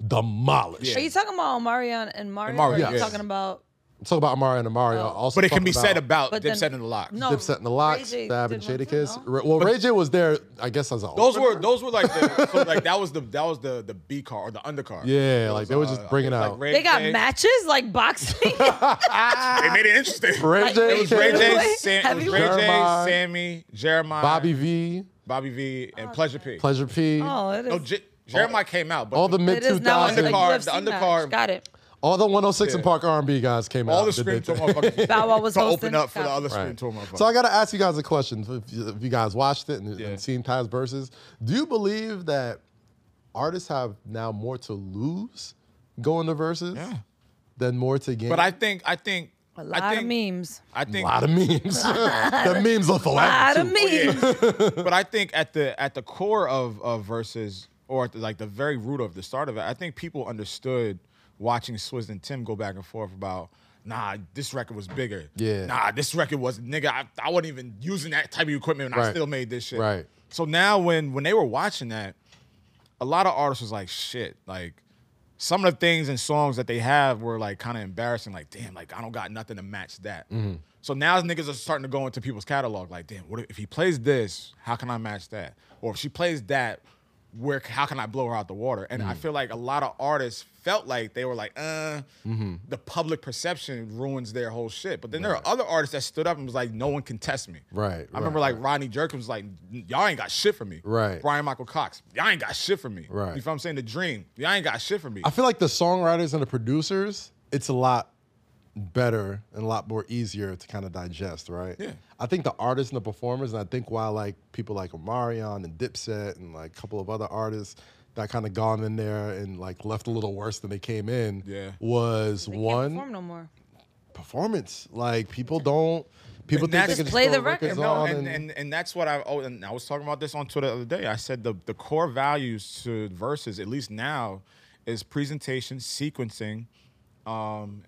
[SPEAKER 2] demolished.
[SPEAKER 1] Are you talking about Omarion and Mario?
[SPEAKER 3] Mario,
[SPEAKER 1] or are you
[SPEAKER 2] yes.
[SPEAKER 1] talking about
[SPEAKER 2] Talk about Amari and Amario. also,
[SPEAKER 3] But it can be
[SPEAKER 2] talking
[SPEAKER 3] said
[SPEAKER 2] about
[SPEAKER 3] about
[SPEAKER 1] But then-
[SPEAKER 3] Dipset and the locks.
[SPEAKER 1] no?
[SPEAKER 2] Dipset and the Locks,
[SPEAKER 1] Oh. Ray J
[SPEAKER 2] Fab and
[SPEAKER 1] did one too,
[SPEAKER 2] Jadakiss.
[SPEAKER 1] no?
[SPEAKER 2] Re- Well, Ray J was there, I guess, as a
[SPEAKER 3] Those were those were like the,
[SPEAKER 1] *laughs*
[SPEAKER 3] so like that was the that was the the B car or the undercard. It
[SPEAKER 2] Yeah, like
[SPEAKER 3] was,
[SPEAKER 2] they were
[SPEAKER 3] uh,
[SPEAKER 2] just bringing
[SPEAKER 3] like
[SPEAKER 2] out.
[SPEAKER 3] Ray
[SPEAKER 1] They got
[SPEAKER 3] J.
[SPEAKER 1] matches like
[SPEAKER 2] *laughs*
[SPEAKER 1] boxing. *laughs*
[SPEAKER 3] They made it interesting. *laughs*
[SPEAKER 2] Ray
[SPEAKER 1] It
[SPEAKER 2] J,
[SPEAKER 1] was
[SPEAKER 3] Ray J,
[SPEAKER 1] Really?
[SPEAKER 3] Sam,
[SPEAKER 1] Have
[SPEAKER 3] it was
[SPEAKER 1] you-
[SPEAKER 3] Ray J,
[SPEAKER 2] Jeremiah.
[SPEAKER 3] Sammy, Jeremiah,
[SPEAKER 2] Bobby V,
[SPEAKER 3] Bobby V, and Pleasure P.
[SPEAKER 2] Pleasure P,
[SPEAKER 1] oh, it is.
[SPEAKER 3] No, J- Jeremiah came out, but
[SPEAKER 2] all the
[SPEAKER 1] it
[SPEAKER 2] mid
[SPEAKER 1] is now a
[SPEAKER 2] 2000s.
[SPEAKER 3] undercard,
[SPEAKER 1] UFC
[SPEAKER 3] the
[SPEAKER 1] match.
[SPEAKER 3] undercard-
[SPEAKER 1] Got it.
[SPEAKER 2] All the 106 and
[SPEAKER 3] Yeah.
[SPEAKER 2] Park R&B guys came out. *laughs*
[SPEAKER 3] All the
[SPEAKER 2] and did their
[SPEAKER 3] scream tour
[SPEAKER 2] thing.
[SPEAKER 1] *laughs*
[SPEAKER 3] motherfuckers
[SPEAKER 1] Bow Wow was
[SPEAKER 3] to
[SPEAKER 1] hosting.
[SPEAKER 3] open up for the
[SPEAKER 1] Got it.
[SPEAKER 3] other scream
[SPEAKER 2] Right.
[SPEAKER 3] tour motherfuckers.
[SPEAKER 2] So I gotta ask you guys a question. If you, if you guys watched it and,
[SPEAKER 3] Yeah.
[SPEAKER 2] and seen Ty's verses, do you believe that artists have now more to lose going to verses
[SPEAKER 3] Yeah.
[SPEAKER 2] than more to gain?
[SPEAKER 3] but I think I think
[SPEAKER 1] A lot
[SPEAKER 3] I think,
[SPEAKER 1] of memes.
[SPEAKER 3] I
[SPEAKER 2] a
[SPEAKER 3] think
[SPEAKER 2] lot of memes. *laughs* the memes are
[SPEAKER 1] A lot
[SPEAKER 2] forever.
[SPEAKER 1] of
[SPEAKER 2] too.
[SPEAKER 1] memes.
[SPEAKER 2] *laughs*
[SPEAKER 3] but I think at the at the core of of versus or at the, like the very root of the start of it, I think people understood watching Swizz and Tim go back and forth about. Nah, this record was bigger.
[SPEAKER 2] Yeah.
[SPEAKER 3] Nah, this record was nigga. I, I wasn't even using that type of equipment, and I
[SPEAKER 2] Right.
[SPEAKER 3] still made this shit.
[SPEAKER 2] Right.
[SPEAKER 3] So now, when when they were watching that, a lot of artists was like, shit, like some of the things and songs that they have were like kind of embarrassing. Like, damn, like I don't got nothing to match that.
[SPEAKER 2] Mm-hmm.
[SPEAKER 3] So now niggas are starting to go into people's catalog. Like, damn, what if, if he plays this? How can I match that? Or if she plays that, where how can I blow her out the water? And
[SPEAKER 2] Mm.
[SPEAKER 3] I feel like a lot of artists felt like they were like, uh,
[SPEAKER 2] Mm-hmm.
[SPEAKER 3] the public perception ruins their whole shit. But then there are other artists that stood up and was like, no one can test me.
[SPEAKER 2] Right,
[SPEAKER 3] I
[SPEAKER 2] right,
[SPEAKER 3] remember like Rodney Jerkins was like, y'all ain't got shit for me.
[SPEAKER 2] Right.
[SPEAKER 3] Brian Michael Cox, y'all ain't got shit for me.
[SPEAKER 2] Right.
[SPEAKER 3] You feel what I'm saying? The dream, y'all ain't got shit for me.
[SPEAKER 2] I feel like the songwriters and the producers, it's a lot better and a lot more easier to kind of digest, right?
[SPEAKER 3] Yeah.
[SPEAKER 2] I think the artists and the performers, and I think why like people like Omarion and Dipset and like a couple of other artists that kind of gone in there and like left a little worse than they came in
[SPEAKER 3] Yeah.
[SPEAKER 2] was
[SPEAKER 6] They
[SPEAKER 2] one
[SPEAKER 6] can't perform no more.
[SPEAKER 2] performance. Like people don't people
[SPEAKER 3] And that's-
[SPEAKER 2] think they can
[SPEAKER 3] Just
[SPEAKER 2] just
[SPEAKER 6] play
[SPEAKER 2] throw
[SPEAKER 6] the record.
[SPEAKER 2] records
[SPEAKER 3] No,
[SPEAKER 2] on
[SPEAKER 3] and, and and that's what I oh, and I was talking about this on Twitter the other day. I said the the core values to verses, at least now, is presentation, sequencing, um,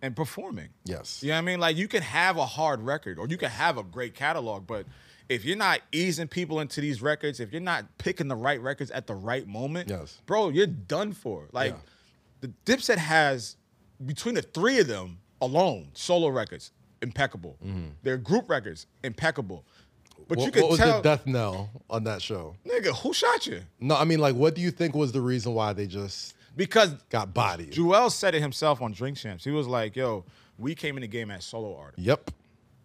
[SPEAKER 3] and performing.
[SPEAKER 2] Yes.
[SPEAKER 3] You know what I mean? Like you can have a hard record or you can have a great catalog, but if you're not easing people into these records, if you're not picking the right records at the right moment,
[SPEAKER 2] Yes.
[SPEAKER 3] bro, you're done for. Like the Dipset has between the three of them alone, solo records impeccable. Their group records impeccable. But
[SPEAKER 2] Mm-hmm. what,
[SPEAKER 3] you can
[SPEAKER 2] what was
[SPEAKER 3] tell,
[SPEAKER 2] the death knell on that show?
[SPEAKER 3] nigga, who shot you?
[SPEAKER 2] No, I mean like what do you think was the reason why they just
[SPEAKER 3] Because
[SPEAKER 2] got bodied?
[SPEAKER 3] Joel said it himself on Drink Champs. He was like, "Yo, we came in the game as solo artists."
[SPEAKER 2] yep.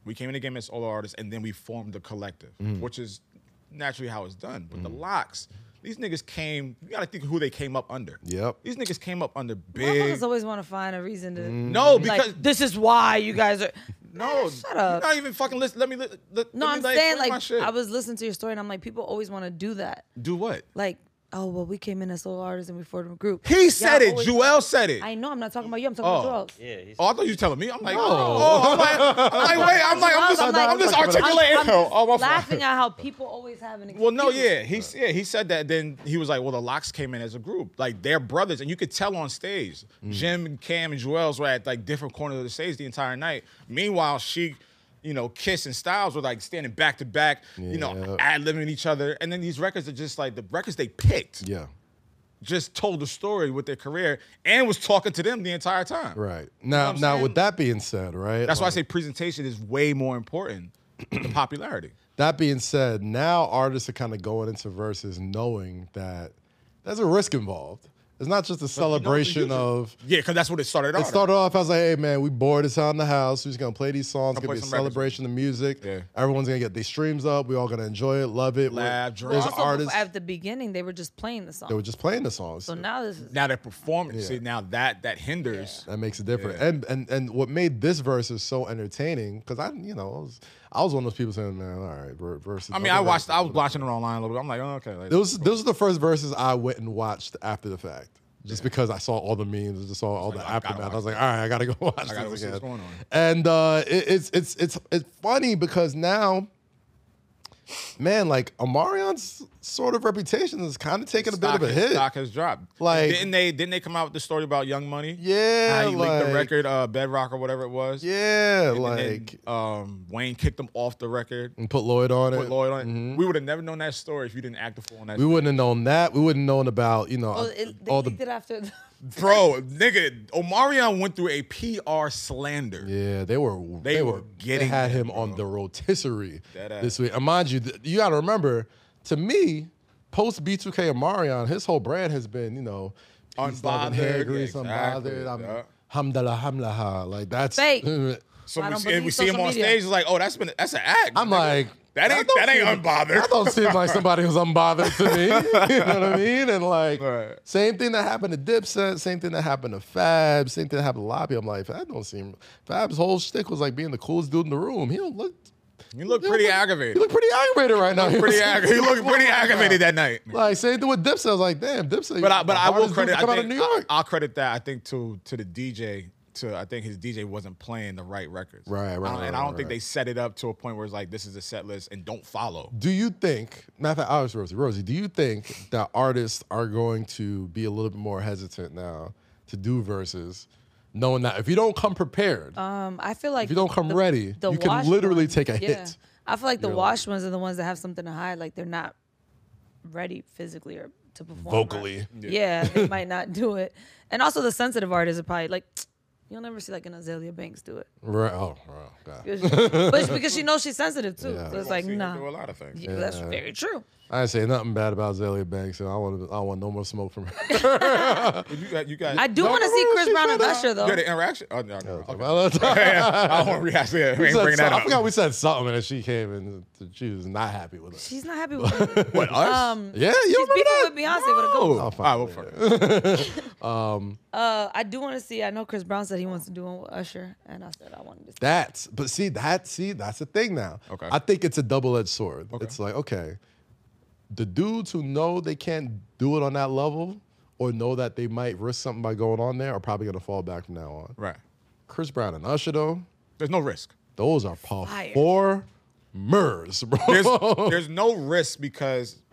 [SPEAKER 3] We came in the game as solo artists, and then we formed the collective, which is naturally how it's done. But the locks, these niggas came. You gotta think of who they came up under.
[SPEAKER 2] Yep.
[SPEAKER 3] These niggas came up under
[SPEAKER 1] Motherfuckers
[SPEAKER 3] big.
[SPEAKER 1] always want to find a reason to.
[SPEAKER 3] No,
[SPEAKER 1] like,
[SPEAKER 3] because
[SPEAKER 1] this is why you guys are.
[SPEAKER 3] Mm. *laughs* no,
[SPEAKER 1] shut up.
[SPEAKER 3] You're not even fucking listen. Let me. Let, let,
[SPEAKER 1] No,
[SPEAKER 3] let me,
[SPEAKER 1] I'm saying
[SPEAKER 3] finish my
[SPEAKER 1] like
[SPEAKER 3] shit.
[SPEAKER 1] I was listening to your story and I'm like, people always want to do that.
[SPEAKER 3] do what
[SPEAKER 1] Like, oh well, we came in as solo artists and we formed a group.
[SPEAKER 3] he said it.
[SPEAKER 1] always-
[SPEAKER 3] Joel said it.
[SPEAKER 1] I know. I'm not talking about you. I'm talking
[SPEAKER 3] Oh.
[SPEAKER 1] about Joel.
[SPEAKER 4] Yeah, he's
[SPEAKER 3] Oh, I thought you were telling me. I'm like, oh, *laughs* I'm like, I'm like, wait, I'm like, I'm just,
[SPEAKER 1] I'm
[SPEAKER 3] I'm,
[SPEAKER 1] like-
[SPEAKER 3] just
[SPEAKER 2] I'm- I'm
[SPEAKER 3] articulating.
[SPEAKER 1] I'm
[SPEAKER 3] Oh, oh, my fault.
[SPEAKER 1] laughing at how people always have an excuse.
[SPEAKER 3] Well, no, yeah, he s- yeah he said that. Then he was like, "Well, the Locks came in as a group, like they're brothers," and you could tell on stage.
[SPEAKER 2] Mm.
[SPEAKER 3] Jim and Cam and Joel's were at like different corners of the stage the entire night. Meanwhile, she, you know, Kiss and Styles were like standing back to back, you know,
[SPEAKER 2] Yeah.
[SPEAKER 3] ad libbing each other. And then these records are just like the records they picked
[SPEAKER 2] Yeah.
[SPEAKER 3] just told the story with their career and was talking to them the entire time.
[SPEAKER 2] Right. Now
[SPEAKER 3] what I'm
[SPEAKER 2] now
[SPEAKER 3] saying?
[SPEAKER 2] with that being said, right?
[SPEAKER 3] That's why I
[SPEAKER 2] like,
[SPEAKER 3] say presentation is way more important
[SPEAKER 2] *clears throat*
[SPEAKER 3] than popularity.
[SPEAKER 2] that being said, now artists are kind of going into verses knowing that there's a risk involved. It's not just a celebration of
[SPEAKER 3] Yeah, because that's what it started
[SPEAKER 2] It
[SPEAKER 3] off.
[SPEAKER 2] started off, I was like, hey man, we bored as hell in the house. We're just gonna play these songs, it's
[SPEAKER 3] Gonna
[SPEAKER 2] gonna be
[SPEAKER 3] play
[SPEAKER 2] a
[SPEAKER 3] some records.
[SPEAKER 2] celebration of music.
[SPEAKER 3] Yeah.
[SPEAKER 2] Everyone's gonna get their streams up. We all gonna enjoy it, love it. We're-
[SPEAKER 3] Laugh, drink.
[SPEAKER 2] There's
[SPEAKER 3] Also,
[SPEAKER 1] Also,
[SPEAKER 2] artists
[SPEAKER 1] at the beginning, they were just playing the song.
[SPEAKER 2] that were just playing the songs.
[SPEAKER 1] so now this is
[SPEAKER 3] now their performance. See, now that that hinders.
[SPEAKER 2] that makes a difference. And and and what made this versus so entertaining, because I you know, I was I was one of those people saying, man, all right, ver- versus.
[SPEAKER 3] I mean, I watched. I was watching it online a little bit. I'm like, oh, okay. Like,
[SPEAKER 2] Those those are the first verses I went and watched after the fact. Just because I saw all the memes, I just saw all the
[SPEAKER 3] I gotta
[SPEAKER 2] aftermath. I
[SPEAKER 3] watch
[SPEAKER 2] was like, all right, I gotta go *laughs* watch
[SPEAKER 3] gotta go
[SPEAKER 2] this
[SPEAKER 3] see
[SPEAKER 2] again.
[SPEAKER 3] what's going on.
[SPEAKER 2] And uh, it, it's it's it's it's funny because now, man, like Omarion's sort of reputation is kind of taking a bit
[SPEAKER 3] stock
[SPEAKER 2] of a
[SPEAKER 3] has-
[SPEAKER 2] hit.
[SPEAKER 3] Stock has dropped.
[SPEAKER 2] Like-
[SPEAKER 3] didn't they? Didn't they come out with the story about Young Money?
[SPEAKER 2] Yeah,
[SPEAKER 3] how he leaked the
[SPEAKER 2] like-
[SPEAKER 3] record, uh, Bedrock or whatever it was.
[SPEAKER 2] Yeah,
[SPEAKER 3] And then,
[SPEAKER 2] like Mm-hmm.
[SPEAKER 3] um, Wayne kicked him off the record.
[SPEAKER 2] and put Lloyd on
[SPEAKER 3] Put
[SPEAKER 2] it.
[SPEAKER 3] Lloyd on. it. We would have never known that story if you didn't act the fool on that.
[SPEAKER 2] Mm-hmm. We wouldn't have known that. We wouldn't known about you know uh,
[SPEAKER 6] Oh, it, they
[SPEAKER 2] all
[SPEAKER 6] leaked
[SPEAKER 2] the
[SPEAKER 6] it after. The,
[SPEAKER 3] Bro, nigga, Omarion went through a PR slander.
[SPEAKER 2] Yeah, they were. They,
[SPEAKER 3] They
[SPEAKER 2] were,
[SPEAKER 3] were getting
[SPEAKER 2] They had
[SPEAKER 3] him,
[SPEAKER 2] him on the rotisserie
[SPEAKER 3] Dead ass.
[SPEAKER 2] this week. And mind you, th- you got to remember, to me, post B2K Amarion, his whole brand has been, you know, peace, love, and hair
[SPEAKER 3] Unbothered.
[SPEAKER 2] grease,
[SPEAKER 3] Yeah,
[SPEAKER 2] unbothered.
[SPEAKER 3] exactly,
[SPEAKER 2] I'm
[SPEAKER 3] yeah.
[SPEAKER 2] hamdallah hamlaha. Like that's
[SPEAKER 1] Fake.
[SPEAKER 3] So
[SPEAKER 1] I
[SPEAKER 3] we
[SPEAKER 1] don't
[SPEAKER 3] see, and we
[SPEAKER 1] believe
[SPEAKER 3] see him
[SPEAKER 1] social
[SPEAKER 3] on
[SPEAKER 1] media.
[SPEAKER 3] stage. Like, oh, that's been that's an act.
[SPEAKER 2] *laughs* I'm
[SPEAKER 3] nigga.
[SPEAKER 2] like,
[SPEAKER 3] that ain't that ain't
[SPEAKER 2] I
[SPEAKER 3] unbothered.
[SPEAKER 2] don't seem like somebody who's unbothered
[SPEAKER 3] *laughs*
[SPEAKER 2] to me. you know what I mean? And like,
[SPEAKER 3] Right.
[SPEAKER 2] same thing that happened to Dipset, same thing that happened to Fab, same thing that happened to Lobby. I'm like, Fab don't seem. Fab's whole shtick was like being the coolest dude in the room. He don't look.
[SPEAKER 3] You look pretty
[SPEAKER 2] He
[SPEAKER 3] aggravated.
[SPEAKER 2] look pretty aggravated right now.
[SPEAKER 3] Pretty
[SPEAKER 2] *laughs*
[SPEAKER 3] ag- he looked pretty aggravated that night.
[SPEAKER 2] Like same thing with Dipset. I was like, damn, Dipset.
[SPEAKER 3] But I, but
[SPEAKER 2] the
[SPEAKER 3] I will
[SPEAKER 2] hardest dude
[SPEAKER 3] credit.
[SPEAKER 2] to
[SPEAKER 3] I
[SPEAKER 2] Come
[SPEAKER 3] think,
[SPEAKER 2] out of New York.
[SPEAKER 3] I, will credit that. I think to to the DJ. To I think his DJ wasn't playing the right records. I
[SPEAKER 2] Right, right,
[SPEAKER 3] don't-
[SPEAKER 2] right,
[SPEAKER 3] and I don't
[SPEAKER 2] right,
[SPEAKER 3] think
[SPEAKER 2] right.
[SPEAKER 3] they set it up to a point where it's like this is a set list and don't follow.
[SPEAKER 2] Do you think, matter of fact, I was Rosie, Rosie, do you think that artists are going to be a little bit more hesitant now to do verses, knowing that if you don't come prepared,
[SPEAKER 1] *laughs* Um, I feel like
[SPEAKER 2] if you don't come ready,
[SPEAKER 1] the
[SPEAKER 2] you can
[SPEAKER 1] wash
[SPEAKER 2] literally
[SPEAKER 1] ones-
[SPEAKER 2] take a
[SPEAKER 1] yeah.
[SPEAKER 2] hit?
[SPEAKER 1] I feel like the
[SPEAKER 2] You're like-
[SPEAKER 1] wash ones are the ones that have something to hide. Like they're not ready physically or to perform. or-
[SPEAKER 2] Vocally. *laughs*
[SPEAKER 1] Yeah, they might not do it. And also the sensitive artists are probably like, you'll never see like an Azalea Banks do it.
[SPEAKER 2] *laughs* Right. Oh, wow, God.
[SPEAKER 1] but it's because she knows she's sensitive too.
[SPEAKER 2] Yeah.
[SPEAKER 1] So it's
[SPEAKER 3] I've
[SPEAKER 1] like,
[SPEAKER 3] seen him
[SPEAKER 1] nah.
[SPEAKER 3] do a lot of things.
[SPEAKER 1] Yeah, That's very true.
[SPEAKER 2] I ain't say nothing bad about Azalea Banks, and I want, I want no more smoke from her. *laughs*
[SPEAKER 3] You got, you got.
[SPEAKER 1] I do want to see
[SPEAKER 2] remember
[SPEAKER 1] Chris
[SPEAKER 2] she
[SPEAKER 1] Brown
[SPEAKER 2] said
[SPEAKER 1] and
[SPEAKER 2] that?
[SPEAKER 1] Usher though.
[SPEAKER 3] Yeah, the interaction. Oh no, no, okay. *laughs*
[SPEAKER 2] I
[SPEAKER 3] I don't want to react. Yeah, we ain't bringing that
[SPEAKER 2] I forgot
[SPEAKER 3] up.
[SPEAKER 2] *laughs* we said something, and then she came and she was not happy with us.
[SPEAKER 1] She's not
[SPEAKER 2] *laughs*
[SPEAKER 1] happy with me.
[SPEAKER 3] What us?
[SPEAKER 1] Um,
[SPEAKER 2] Yeah, you
[SPEAKER 1] she's
[SPEAKER 2] remember
[SPEAKER 1] beefing
[SPEAKER 2] that?
[SPEAKER 1] with Beyonce with a couple.
[SPEAKER 3] oh, all
[SPEAKER 2] I'll find
[SPEAKER 3] right,
[SPEAKER 2] it
[SPEAKER 3] well,
[SPEAKER 2] later.
[SPEAKER 3] fuck it.
[SPEAKER 1] Uh, I do want to see. I know Chris Brown said he wants to do one with Usher, and I said I wanted to. See.
[SPEAKER 2] That's but see that see that's the thing now.
[SPEAKER 3] Okay.
[SPEAKER 2] I think it's a double edged sword. It's like okay, the dudes who know they can't do it on that level or know that they might risk something by going on there are probably gonna fall back from now on.
[SPEAKER 3] Right.
[SPEAKER 2] Chris Brown and Usher though,
[SPEAKER 3] There's no
[SPEAKER 2] *laughs*
[SPEAKER 3] risk.
[SPEAKER 2] those are
[SPEAKER 1] Fire.
[SPEAKER 2] performers, bro.
[SPEAKER 3] There's there's no risk because
[SPEAKER 2] *laughs*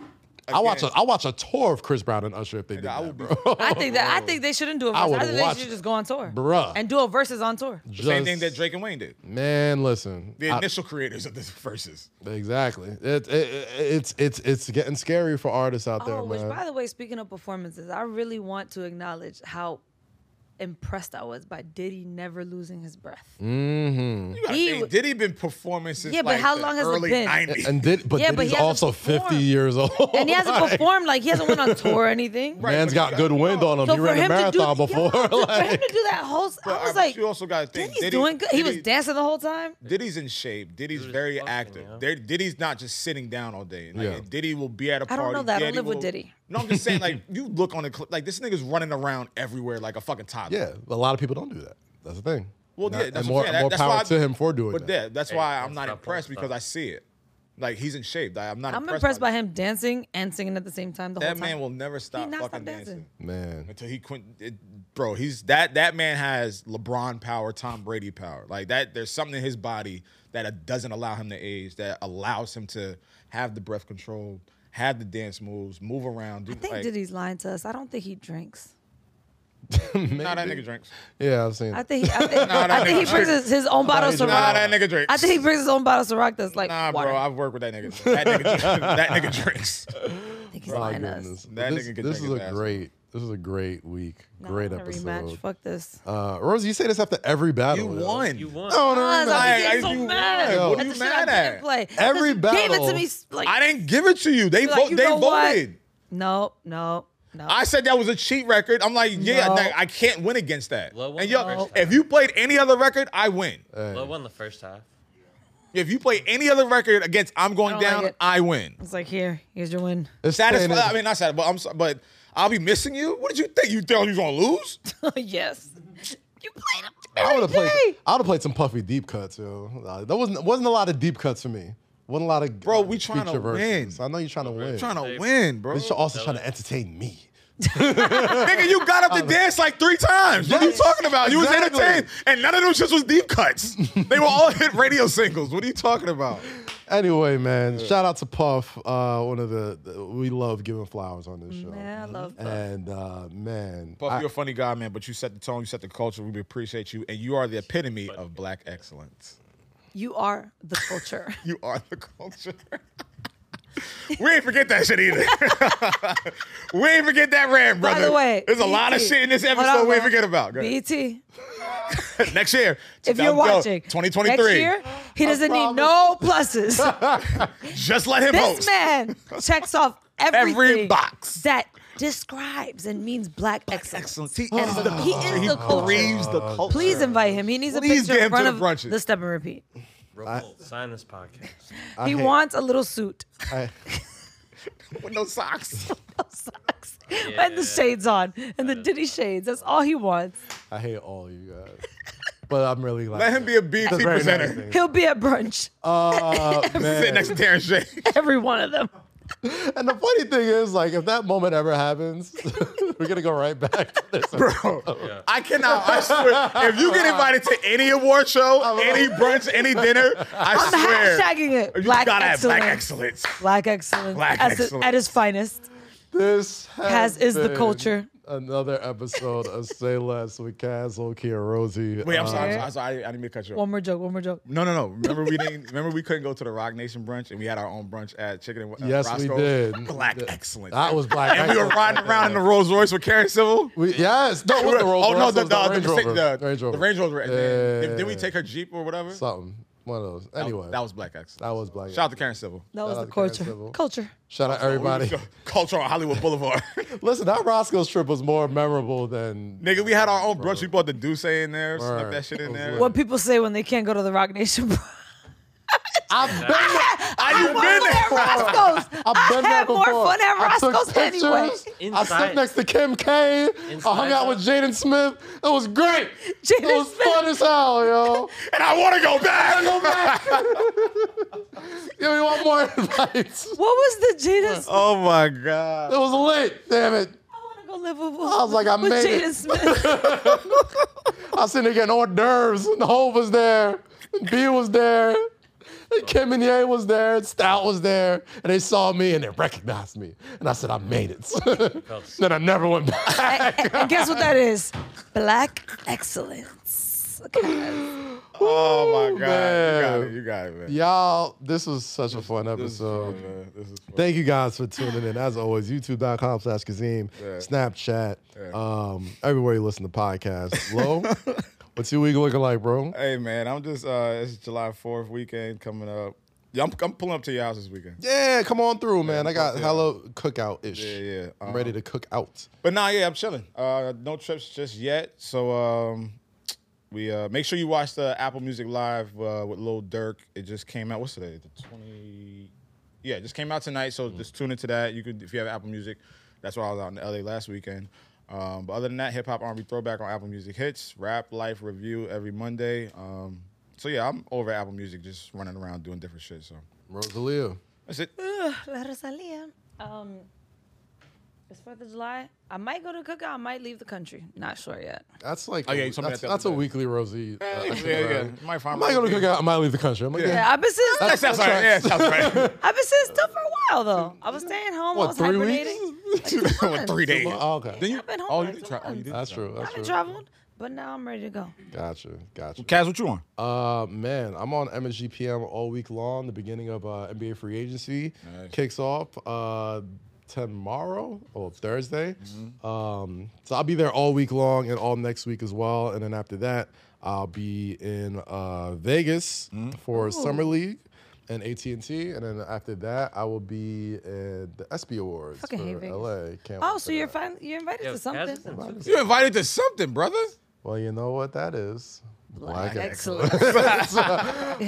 [SPEAKER 2] I watch a
[SPEAKER 3] again,
[SPEAKER 2] I watch a tour of Chris Brown and Usher if they did
[SPEAKER 3] I will
[SPEAKER 2] that,
[SPEAKER 3] be
[SPEAKER 2] bro.
[SPEAKER 1] I think that I think they shouldn't do a verse. I,
[SPEAKER 2] would
[SPEAKER 1] think they
[SPEAKER 2] watch
[SPEAKER 1] should
[SPEAKER 2] it.
[SPEAKER 1] just go on tour,
[SPEAKER 2] Bruh.
[SPEAKER 1] and do a verses on tour.
[SPEAKER 3] the same thing that Drake and Wayne did.
[SPEAKER 2] Man, listen,
[SPEAKER 3] The
[SPEAKER 2] I-
[SPEAKER 3] initial creators of the verses.
[SPEAKER 2] exactly. It, it, it- it's it's it's getting scary for artists out there,
[SPEAKER 1] Oh, which
[SPEAKER 2] man.
[SPEAKER 1] by the way, speaking of performances, I really want to acknowledge how impressed I was by Diddy never losing his breath.
[SPEAKER 2] Mm-hmm.
[SPEAKER 3] You gotta
[SPEAKER 1] He
[SPEAKER 3] think,
[SPEAKER 1] w-
[SPEAKER 3] Diddy been performing since
[SPEAKER 1] Yeah, but
[SPEAKER 3] like,
[SPEAKER 1] how
[SPEAKER 3] the
[SPEAKER 1] long has it
[SPEAKER 3] early
[SPEAKER 1] been?
[SPEAKER 3] 90s.
[SPEAKER 2] And did, but
[SPEAKER 1] Yeah,
[SPEAKER 2] then
[SPEAKER 1] but
[SPEAKER 2] he's
[SPEAKER 1] he hasn't
[SPEAKER 2] also fifty
[SPEAKER 1] performed.
[SPEAKER 2] years old. *laughs*
[SPEAKER 1] And he hasn't performed like he hasn't
[SPEAKER 3] *laughs*
[SPEAKER 1] went on tour or anything.
[SPEAKER 3] Right,
[SPEAKER 2] Man's
[SPEAKER 3] but
[SPEAKER 2] got
[SPEAKER 3] you
[SPEAKER 2] good
[SPEAKER 3] gotta
[SPEAKER 2] wind
[SPEAKER 3] know.
[SPEAKER 2] on him.
[SPEAKER 1] So
[SPEAKER 2] he
[SPEAKER 1] for
[SPEAKER 2] ran a
[SPEAKER 1] him to do
[SPEAKER 2] marathon before. *laughs*
[SPEAKER 1] yeah, so for him
[SPEAKER 2] like,
[SPEAKER 1] to do that whole, I
[SPEAKER 3] But
[SPEAKER 1] was
[SPEAKER 3] but
[SPEAKER 1] like,
[SPEAKER 3] you also gotta think
[SPEAKER 1] Diddy's
[SPEAKER 3] Diddy-
[SPEAKER 1] doing good. He was
[SPEAKER 3] Diddy-
[SPEAKER 1] dancing the whole time.
[SPEAKER 3] Diddy's in shape. Diddy's
[SPEAKER 4] was
[SPEAKER 3] very
[SPEAKER 4] fucking,
[SPEAKER 3] active.
[SPEAKER 4] yo.
[SPEAKER 3] There- Diddy's not just sitting down all day. Like,
[SPEAKER 2] Yeah.
[SPEAKER 3] Diddy will be at a
[SPEAKER 1] I
[SPEAKER 3] party.
[SPEAKER 1] don't know that. I don't
[SPEAKER 3] Diddy
[SPEAKER 1] live with
[SPEAKER 3] will-
[SPEAKER 1] Diddy.
[SPEAKER 3] No, I'm just
[SPEAKER 1] *laughs*
[SPEAKER 3] saying, like, you look on the clip, like, this nigga's running around everywhere like a fucking toddler.
[SPEAKER 2] yeah, a lot of people don't do that. That's the thing.
[SPEAKER 3] Well,
[SPEAKER 2] And I-
[SPEAKER 3] yeah,
[SPEAKER 2] and
[SPEAKER 3] that's
[SPEAKER 2] more,
[SPEAKER 3] what I'm saying.
[SPEAKER 2] and
[SPEAKER 3] That-
[SPEAKER 2] more
[SPEAKER 3] that's
[SPEAKER 2] power
[SPEAKER 3] why I-
[SPEAKER 2] to him for doing
[SPEAKER 3] But
[SPEAKER 2] that.
[SPEAKER 3] yeah, that's why
[SPEAKER 4] Hey,
[SPEAKER 3] I'm not
[SPEAKER 4] that's
[SPEAKER 3] impressed
[SPEAKER 4] not
[SPEAKER 3] because I see it. Like, he's in shape. Like, I'm not
[SPEAKER 1] I'm
[SPEAKER 3] impressed,
[SPEAKER 1] impressed by
[SPEAKER 3] that.
[SPEAKER 1] him dancing and singing at the same time the whole
[SPEAKER 3] That
[SPEAKER 1] time.
[SPEAKER 3] man will never stop
[SPEAKER 1] not
[SPEAKER 3] fucking
[SPEAKER 1] stop
[SPEAKER 3] dancing.
[SPEAKER 1] dancing.
[SPEAKER 2] Man,
[SPEAKER 3] Until he quit, it, bro, he's that that man has LeBron power, Tom Brady power. Like that, there's something in his body that doesn't allow him to age, that allows him to have the breath control, have the dance moves, move around. Do,
[SPEAKER 1] I think
[SPEAKER 3] like,
[SPEAKER 1] Diddy's lying to us. I don't think he drinks.
[SPEAKER 3] Nah, that nigga drinks.
[SPEAKER 2] yeah, I've seen.
[SPEAKER 1] I
[SPEAKER 2] it.
[SPEAKER 1] think he,
[SPEAKER 3] *laughs*
[SPEAKER 1] I think, I think he
[SPEAKER 3] nigga
[SPEAKER 1] brings
[SPEAKER 3] drinks.
[SPEAKER 1] his, his own bottle of
[SPEAKER 2] Nah,
[SPEAKER 1] Ciroc.
[SPEAKER 3] Nah, that nigga drinks.
[SPEAKER 1] I think he brings his own bottle of Ciroc that's like
[SPEAKER 3] Nah,
[SPEAKER 1] water.
[SPEAKER 3] bro, I've worked with that nigga. That nigga, drinks. that nigga drinks.
[SPEAKER 1] I think he's
[SPEAKER 2] My
[SPEAKER 1] lying to us.
[SPEAKER 2] goodness.
[SPEAKER 3] That
[SPEAKER 2] this
[SPEAKER 3] nigga can
[SPEAKER 2] this
[SPEAKER 3] take
[SPEAKER 2] is
[SPEAKER 3] his
[SPEAKER 2] a
[SPEAKER 3] ass
[SPEAKER 2] great. This is a great week.
[SPEAKER 1] Nah, I
[SPEAKER 2] great
[SPEAKER 1] want a Rematch.
[SPEAKER 2] episode.
[SPEAKER 1] Fuck this.
[SPEAKER 2] Uh, Rosie, you say this after every battle.
[SPEAKER 3] You
[SPEAKER 2] yo.
[SPEAKER 3] won.
[SPEAKER 4] You won.
[SPEAKER 2] No, no,
[SPEAKER 1] I
[SPEAKER 2] no.
[SPEAKER 1] was like,
[SPEAKER 3] Like,
[SPEAKER 1] getting
[SPEAKER 3] I
[SPEAKER 1] so
[SPEAKER 3] do-
[SPEAKER 1] mad.
[SPEAKER 3] Yo. What
[SPEAKER 1] At
[SPEAKER 3] you
[SPEAKER 1] the shit
[SPEAKER 3] mad
[SPEAKER 1] I didn't
[SPEAKER 3] at?
[SPEAKER 1] play. 'Cause
[SPEAKER 2] Every
[SPEAKER 1] you gave it
[SPEAKER 2] battle-
[SPEAKER 1] to me s- like
[SPEAKER 3] I didn't give it to you. They
[SPEAKER 1] You're
[SPEAKER 3] vo-
[SPEAKER 1] like, you
[SPEAKER 3] they
[SPEAKER 1] know what?
[SPEAKER 3] voted.
[SPEAKER 1] No, no, no.
[SPEAKER 3] I said that was a cheat record. I'm like, yeah,
[SPEAKER 1] No.
[SPEAKER 3] like, I can't win against that.
[SPEAKER 4] Low one
[SPEAKER 3] and yo,
[SPEAKER 4] first
[SPEAKER 3] if you played any other record, I win.
[SPEAKER 4] Low won the first half.
[SPEAKER 3] If you play any other record against I'm Going
[SPEAKER 1] I don't
[SPEAKER 3] Down,
[SPEAKER 1] like it.
[SPEAKER 3] I win.
[SPEAKER 1] it's like here, here's your win. *laughs*
[SPEAKER 2] It's
[SPEAKER 3] Satisfied.
[SPEAKER 2] saying it-
[SPEAKER 3] I mean, not satisfied, but I'm. so- But I'll be missing you. What did you think? You thought you was gonna lose?
[SPEAKER 1] Oh, yes. You played him.
[SPEAKER 2] I would have played. I would have played some puffy deep cuts, yo. Uh, There wasn't wasn't a lot of deep cuts for me. Wasn't a lot of
[SPEAKER 3] Bro, we tryna
[SPEAKER 2] feature verses.
[SPEAKER 3] win.
[SPEAKER 2] I know you're trying to win.
[SPEAKER 3] trying to win, bro.
[SPEAKER 2] But you're also trying to entertain me.
[SPEAKER 3] Nigga, you got up to dance like three times. What are you
[SPEAKER 2] Yes,
[SPEAKER 3] talking about? You
[SPEAKER 2] exactly.
[SPEAKER 3] was entertained, and none of those shits was deep cuts. they were all hit radio singles. What are you talking about?
[SPEAKER 2] Anyway, man, shout out to Puff. Uh, one of the, the- we love giving flowers on this show.
[SPEAKER 1] Man, I love Puff.
[SPEAKER 2] And uh, man,
[SPEAKER 3] Mm-hmm. Puff,
[SPEAKER 2] I-
[SPEAKER 3] you're a funny guy, man. But you set the tone, you set the culture. We appreciate you, and you are the epitome of black excellence.
[SPEAKER 1] You are the culture.
[SPEAKER 3] You are the culture. *laughs* we ain't forget that shit either. *laughs* we ain't forget that rant, brother.
[SPEAKER 1] By the way,
[SPEAKER 3] there's a lot of
[SPEAKER 1] BET.
[SPEAKER 3] shit in this
[SPEAKER 1] Hold
[SPEAKER 3] episode
[SPEAKER 1] on,
[SPEAKER 3] we ain't
[SPEAKER 1] bro.
[SPEAKER 3] forget about. Go ahead.
[SPEAKER 1] BT.
[SPEAKER 3] *laughs* next year,
[SPEAKER 1] If
[SPEAKER 3] Yo,
[SPEAKER 1] you're watching,
[SPEAKER 3] 2023,
[SPEAKER 1] next year, he doesn't need no
[SPEAKER 3] *laughs*
[SPEAKER 1] pluses.
[SPEAKER 3] just let him
[SPEAKER 1] this
[SPEAKER 3] host *laughs*
[SPEAKER 1] man checks off everything
[SPEAKER 3] every box.
[SPEAKER 1] that describes and means black excellence.
[SPEAKER 3] Excellent. He is
[SPEAKER 1] And
[SPEAKER 3] the
[SPEAKER 1] he
[SPEAKER 3] culture.
[SPEAKER 1] is
[SPEAKER 3] He
[SPEAKER 1] the culture.
[SPEAKER 3] breathes the culture.
[SPEAKER 1] Please invite him. He needs a
[SPEAKER 3] Please
[SPEAKER 1] picture
[SPEAKER 3] get
[SPEAKER 1] in
[SPEAKER 3] him
[SPEAKER 1] front
[SPEAKER 3] to
[SPEAKER 1] of
[SPEAKER 3] the brunches.
[SPEAKER 1] the step and repeat.
[SPEAKER 4] Revolt, sign this podcast.
[SPEAKER 1] he
[SPEAKER 2] hate-
[SPEAKER 1] wants a little suit, *laughs*
[SPEAKER 2] I,
[SPEAKER 3] with no socks.
[SPEAKER 1] socks, and the shades on, and the Diddy shades. That's all he wants.
[SPEAKER 2] I hate all you guys. But I'm really like
[SPEAKER 3] Let him be a BET
[SPEAKER 2] That's very nice
[SPEAKER 3] presenter.
[SPEAKER 2] thing.
[SPEAKER 1] He'll be at brunch.
[SPEAKER 2] Uh,
[SPEAKER 3] Sit
[SPEAKER 2] man.
[SPEAKER 3] next to Terrence Shay.
[SPEAKER 1] *laughs* Every one of them.
[SPEAKER 2] And the funny thing is, like, if that moment ever happens, *laughs* we're gonna go right back. To this.
[SPEAKER 3] Bro, *laughs* I cannot. I swear, if you get invited to any award show, any brunch, any dinner, I
[SPEAKER 1] I'm
[SPEAKER 3] swear,
[SPEAKER 1] hashtagging it.
[SPEAKER 3] you
[SPEAKER 1] black
[SPEAKER 3] gotta have black
[SPEAKER 1] excellence.
[SPEAKER 3] excellence.
[SPEAKER 1] Black excellence.
[SPEAKER 3] Black
[SPEAKER 1] as-
[SPEAKER 3] excellence.
[SPEAKER 1] At his finest.
[SPEAKER 2] This has
[SPEAKER 1] Kaz is the
[SPEAKER 2] been
[SPEAKER 1] culture.
[SPEAKER 2] Another episode of Say Less with Kaz, Oki, and Rosie.
[SPEAKER 3] Wait, I'm
[SPEAKER 2] Uh,
[SPEAKER 3] sorry, I'm sorry, I, I didn't mean to cut you. off.
[SPEAKER 1] One more joke. One more joke.
[SPEAKER 3] No, no, no. Remember we didn't. Remember we couldn't go to the Rock Nation brunch, and we had our own brunch at Chicken and uh,
[SPEAKER 2] Yes, we
[SPEAKER 3] Roscoe? *laughs*
[SPEAKER 2] did.
[SPEAKER 3] Black
[SPEAKER 2] Th-
[SPEAKER 3] excellence.
[SPEAKER 2] That was black.
[SPEAKER 3] and we were
[SPEAKER 2] excellence.
[SPEAKER 3] riding around in
[SPEAKER 2] *laughs*
[SPEAKER 3] the Rolls Royce with Karen Civil.
[SPEAKER 2] We, yes, no, it wasn't the Rolls
[SPEAKER 3] oh no,
[SPEAKER 2] Royce,
[SPEAKER 3] the,
[SPEAKER 2] it was
[SPEAKER 3] the, the,
[SPEAKER 2] Range
[SPEAKER 3] the,
[SPEAKER 2] Rover. Range Rover.
[SPEAKER 3] the Range Rover. And then,
[SPEAKER 2] Yeah,
[SPEAKER 3] did, we
[SPEAKER 2] yeah,
[SPEAKER 3] take her Jeep or whatever?
[SPEAKER 2] something? One of those.
[SPEAKER 3] That-
[SPEAKER 2] Anyway,
[SPEAKER 3] that was black excellence.
[SPEAKER 2] that was black.
[SPEAKER 3] Shout out to Karen Civil.
[SPEAKER 1] That was
[SPEAKER 2] out
[SPEAKER 1] the
[SPEAKER 2] to Karen
[SPEAKER 1] culture.
[SPEAKER 2] Civil.
[SPEAKER 1] Culture.
[SPEAKER 2] Shout out everybody.
[SPEAKER 3] *laughs* Culture on Hollywood
[SPEAKER 2] *laughs*
[SPEAKER 3] Boulevard. *laughs*
[SPEAKER 2] Listen, that Roscoe's trip was more memorable than
[SPEAKER 3] Nigga, we had our own brunch. We bought the Douce in there,
[SPEAKER 2] Word.
[SPEAKER 3] snuck that shit in there.
[SPEAKER 1] What people say when they can't go to the Rock Nation. *laughs* brunch.
[SPEAKER 2] I've been there.
[SPEAKER 3] Are you
[SPEAKER 1] I
[SPEAKER 3] been
[SPEAKER 1] was at
[SPEAKER 3] there?
[SPEAKER 1] Roscoe's.
[SPEAKER 2] *laughs* I've been
[SPEAKER 1] I
[SPEAKER 2] there
[SPEAKER 1] had more
[SPEAKER 2] before.
[SPEAKER 1] fun at
[SPEAKER 2] I took
[SPEAKER 1] Roscoe's anyway.
[SPEAKER 2] pictures. I
[SPEAKER 4] Inside.
[SPEAKER 2] sat next to Kim K. I hung
[SPEAKER 4] Inside.
[SPEAKER 2] out with Jaden Smith. It was great. *laughs* it
[SPEAKER 1] Jaden
[SPEAKER 2] was fun as hell, *laughs* yo.
[SPEAKER 3] And I want to go back.
[SPEAKER 2] *laughs* Give me one more advice. It
[SPEAKER 1] What was the Jada's?
[SPEAKER 3] Oh my god.
[SPEAKER 2] was late. Damn it.
[SPEAKER 1] I want to go live with.
[SPEAKER 2] I was like, I
[SPEAKER 1] with
[SPEAKER 2] made it.
[SPEAKER 1] Jaden Smith.
[SPEAKER 2] *laughs* I was sitting there getting hors d'oeuvres. And Hov was there. And B was there. And Kim and Ye was there. And Stout was there. And they saw me and they recognized me. And I said, I made it. *laughs* then I never went back. *laughs*
[SPEAKER 1] and, and guess what that is? Black excellence. Okay.
[SPEAKER 3] Oh my god.
[SPEAKER 2] man.
[SPEAKER 3] You got it. You got it, man.
[SPEAKER 2] Y'all, this was such a fun
[SPEAKER 3] This is
[SPEAKER 2] episode.
[SPEAKER 3] fun, man. This is fun.
[SPEAKER 2] Thank you guys for tuning in. As always, youtube.com slash Kazim, Snapchat, um, everywhere you listen to podcasts.
[SPEAKER 3] *laughs*
[SPEAKER 2] Low, what's your week looking like, bro?
[SPEAKER 3] Hey man, I'm just uh it's July 4th weekend coming up. Yeah, I'm, I'm pulling up to your house this weekend.
[SPEAKER 2] Yeah, come on through, man. I got hello cookout ish.
[SPEAKER 3] Yeah, yeah. Um,
[SPEAKER 2] I'm ready to cook out.
[SPEAKER 3] But nah, yeah, I'm chilling. Uh, no trips just yet. So um, we uh, make sure you watch the Apple Music Live uh, with Lil Durk. It just came out. What's today? The twenty. Yeah, it just came out tonight. So just tune into that. You could if you have Apple Music. That's why I was out in LA last weekend. Um, but other than that, hip hop R&B throwback on Apple Music hits, rap life review every Monday. Um, so yeah, I'm over at Apple Music, just running around doing different shit. So
[SPEAKER 2] Rosalia.
[SPEAKER 3] that's it.
[SPEAKER 1] La Rosalia. Um, it's Fourth of July. I might go to cookout. I might leave the country. Not sure yet.
[SPEAKER 2] That's like
[SPEAKER 3] Oh, yeah, you
[SPEAKER 2] that's,
[SPEAKER 3] told me that the other
[SPEAKER 2] that's a
[SPEAKER 3] day.
[SPEAKER 2] weekly Rosie. uh,
[SPEAKER 3] yeah,
[SPEAKER 2] itinerary.
[SPEAKER 3] yeah, yeah. Might
[SPEAKER 2] I
[SPEAKER 3] find
[SPEAKER 2] might go to cookout. I might leave the country. I'm like, yeah.
[SPEAKER 1] Yeah, I've been since
[SPEAKER 3] That sounds right. Yeah, that sounds
[SPEAKER 1] I've been since still for a while though. I was staying home. I
[SPEAKER 2] What,
[SPEAKER 1] was
[SPEAKER 2] three
[SPEAKER 1] hibernating.
[SPEAKER 2] weeks?
[SPEAKER 3] right. *laughs* With three days.
[SPEAKER 2] *laughs* Oh, okay.
[SPEAKER 3] you,
[SPEAKER 1] I've been home
[SPEAKER 3] oh,
[SPEAKER 1] for
[SPEAKER 3] you
[SPEAKER 1] like
[SPEAKER 3] did
[SPEAKER 1] two
[SPEAKER 3] try. Oh, you
[SPEAKER 1] months.
[SPEAKER 3] did
[SPEAKER 2] That's
[SPEAKER 1] I
[SPEAKER 2] true. That's
[SPEAKER 1] haven't
[SPEAKER 2] true.
[SPEAKER 1] traveled, but now I'm ready to go.
[SPEAKER 2] Gotcha. Gotcha.
[SPEAKER 3] Kaz, what you on?
[SPEAKER 2] Uh, man, I'm on MSGPM all week long. The beginning of uh, NBA free agency kicks off uh, tomorrow or Thursday. Um, so I'll be there all week long and all next week as well. And then after that, I'll be in uh, Vegas for Summer League and AT&T. And then after that, I will be at the ESPY Awards
[SPEAKER 1] Fucking hate
[SPEAKER 2] for
[SPEAKER 1] Vegas.
[SPEAKER 2] LA. Can't
[SPEAKER 1] Oh,
[SPEAKER 2] wait
[SPEAKER 1] so
[SPEAKER 2] for
[SPEAKER 1] you're
[SPEAKER 2] that.
[SPEAKER 1] fin- you're invited
[SPEAKER 4] Yo,
[SPEAKER 1] to
[SPEAKER 4] Kaz
[SPEAKER 1] something.
[SPEAKER 4] is in Tokyo.
[SPEAKER 3] You invited to something, brother.
[SPEAKER 2] Well, you know what that is. Black *laughs*
[SPEAKER 1] Excellent.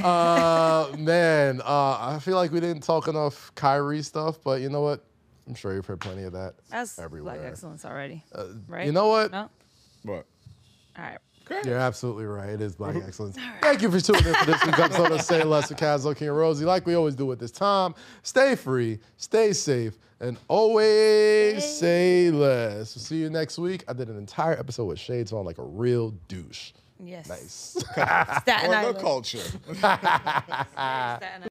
[SPEAKER 2] uh, man, uh, I feel like we didn't talk enough Kyrie stuff, but you know what? I'm sure you've heard plenty of that
[SPEAKER 1] That's
[SPEAKER 2] everywhere. Uh,
[SPEAKER 1] black excellence already, right?
[SPEAKER 2] You know what?
[SPEAKER 1] No.
[SPEAKER 3] What?
[SPEAKER 1] All right.
[SPEAKER 2] You're absolutely right. It is black excellence. Thank you for tuning in for this week's episode of Say Less with Kaz, King and Rosie. Like we always do at this time, stay free, stay safe, and always say less. We'll see you next week. I did an entire episode with shades on, like a real douche.
[SPEAKER 1] Yes.
[SPEAKER 2] Nice.
[SPEAKER 1] Staten
[SPEAKER 3] Or the
[SPEAKER 1] Island.
[SPEAKER 3] culture.
[SPEAKER 1] Staten Island.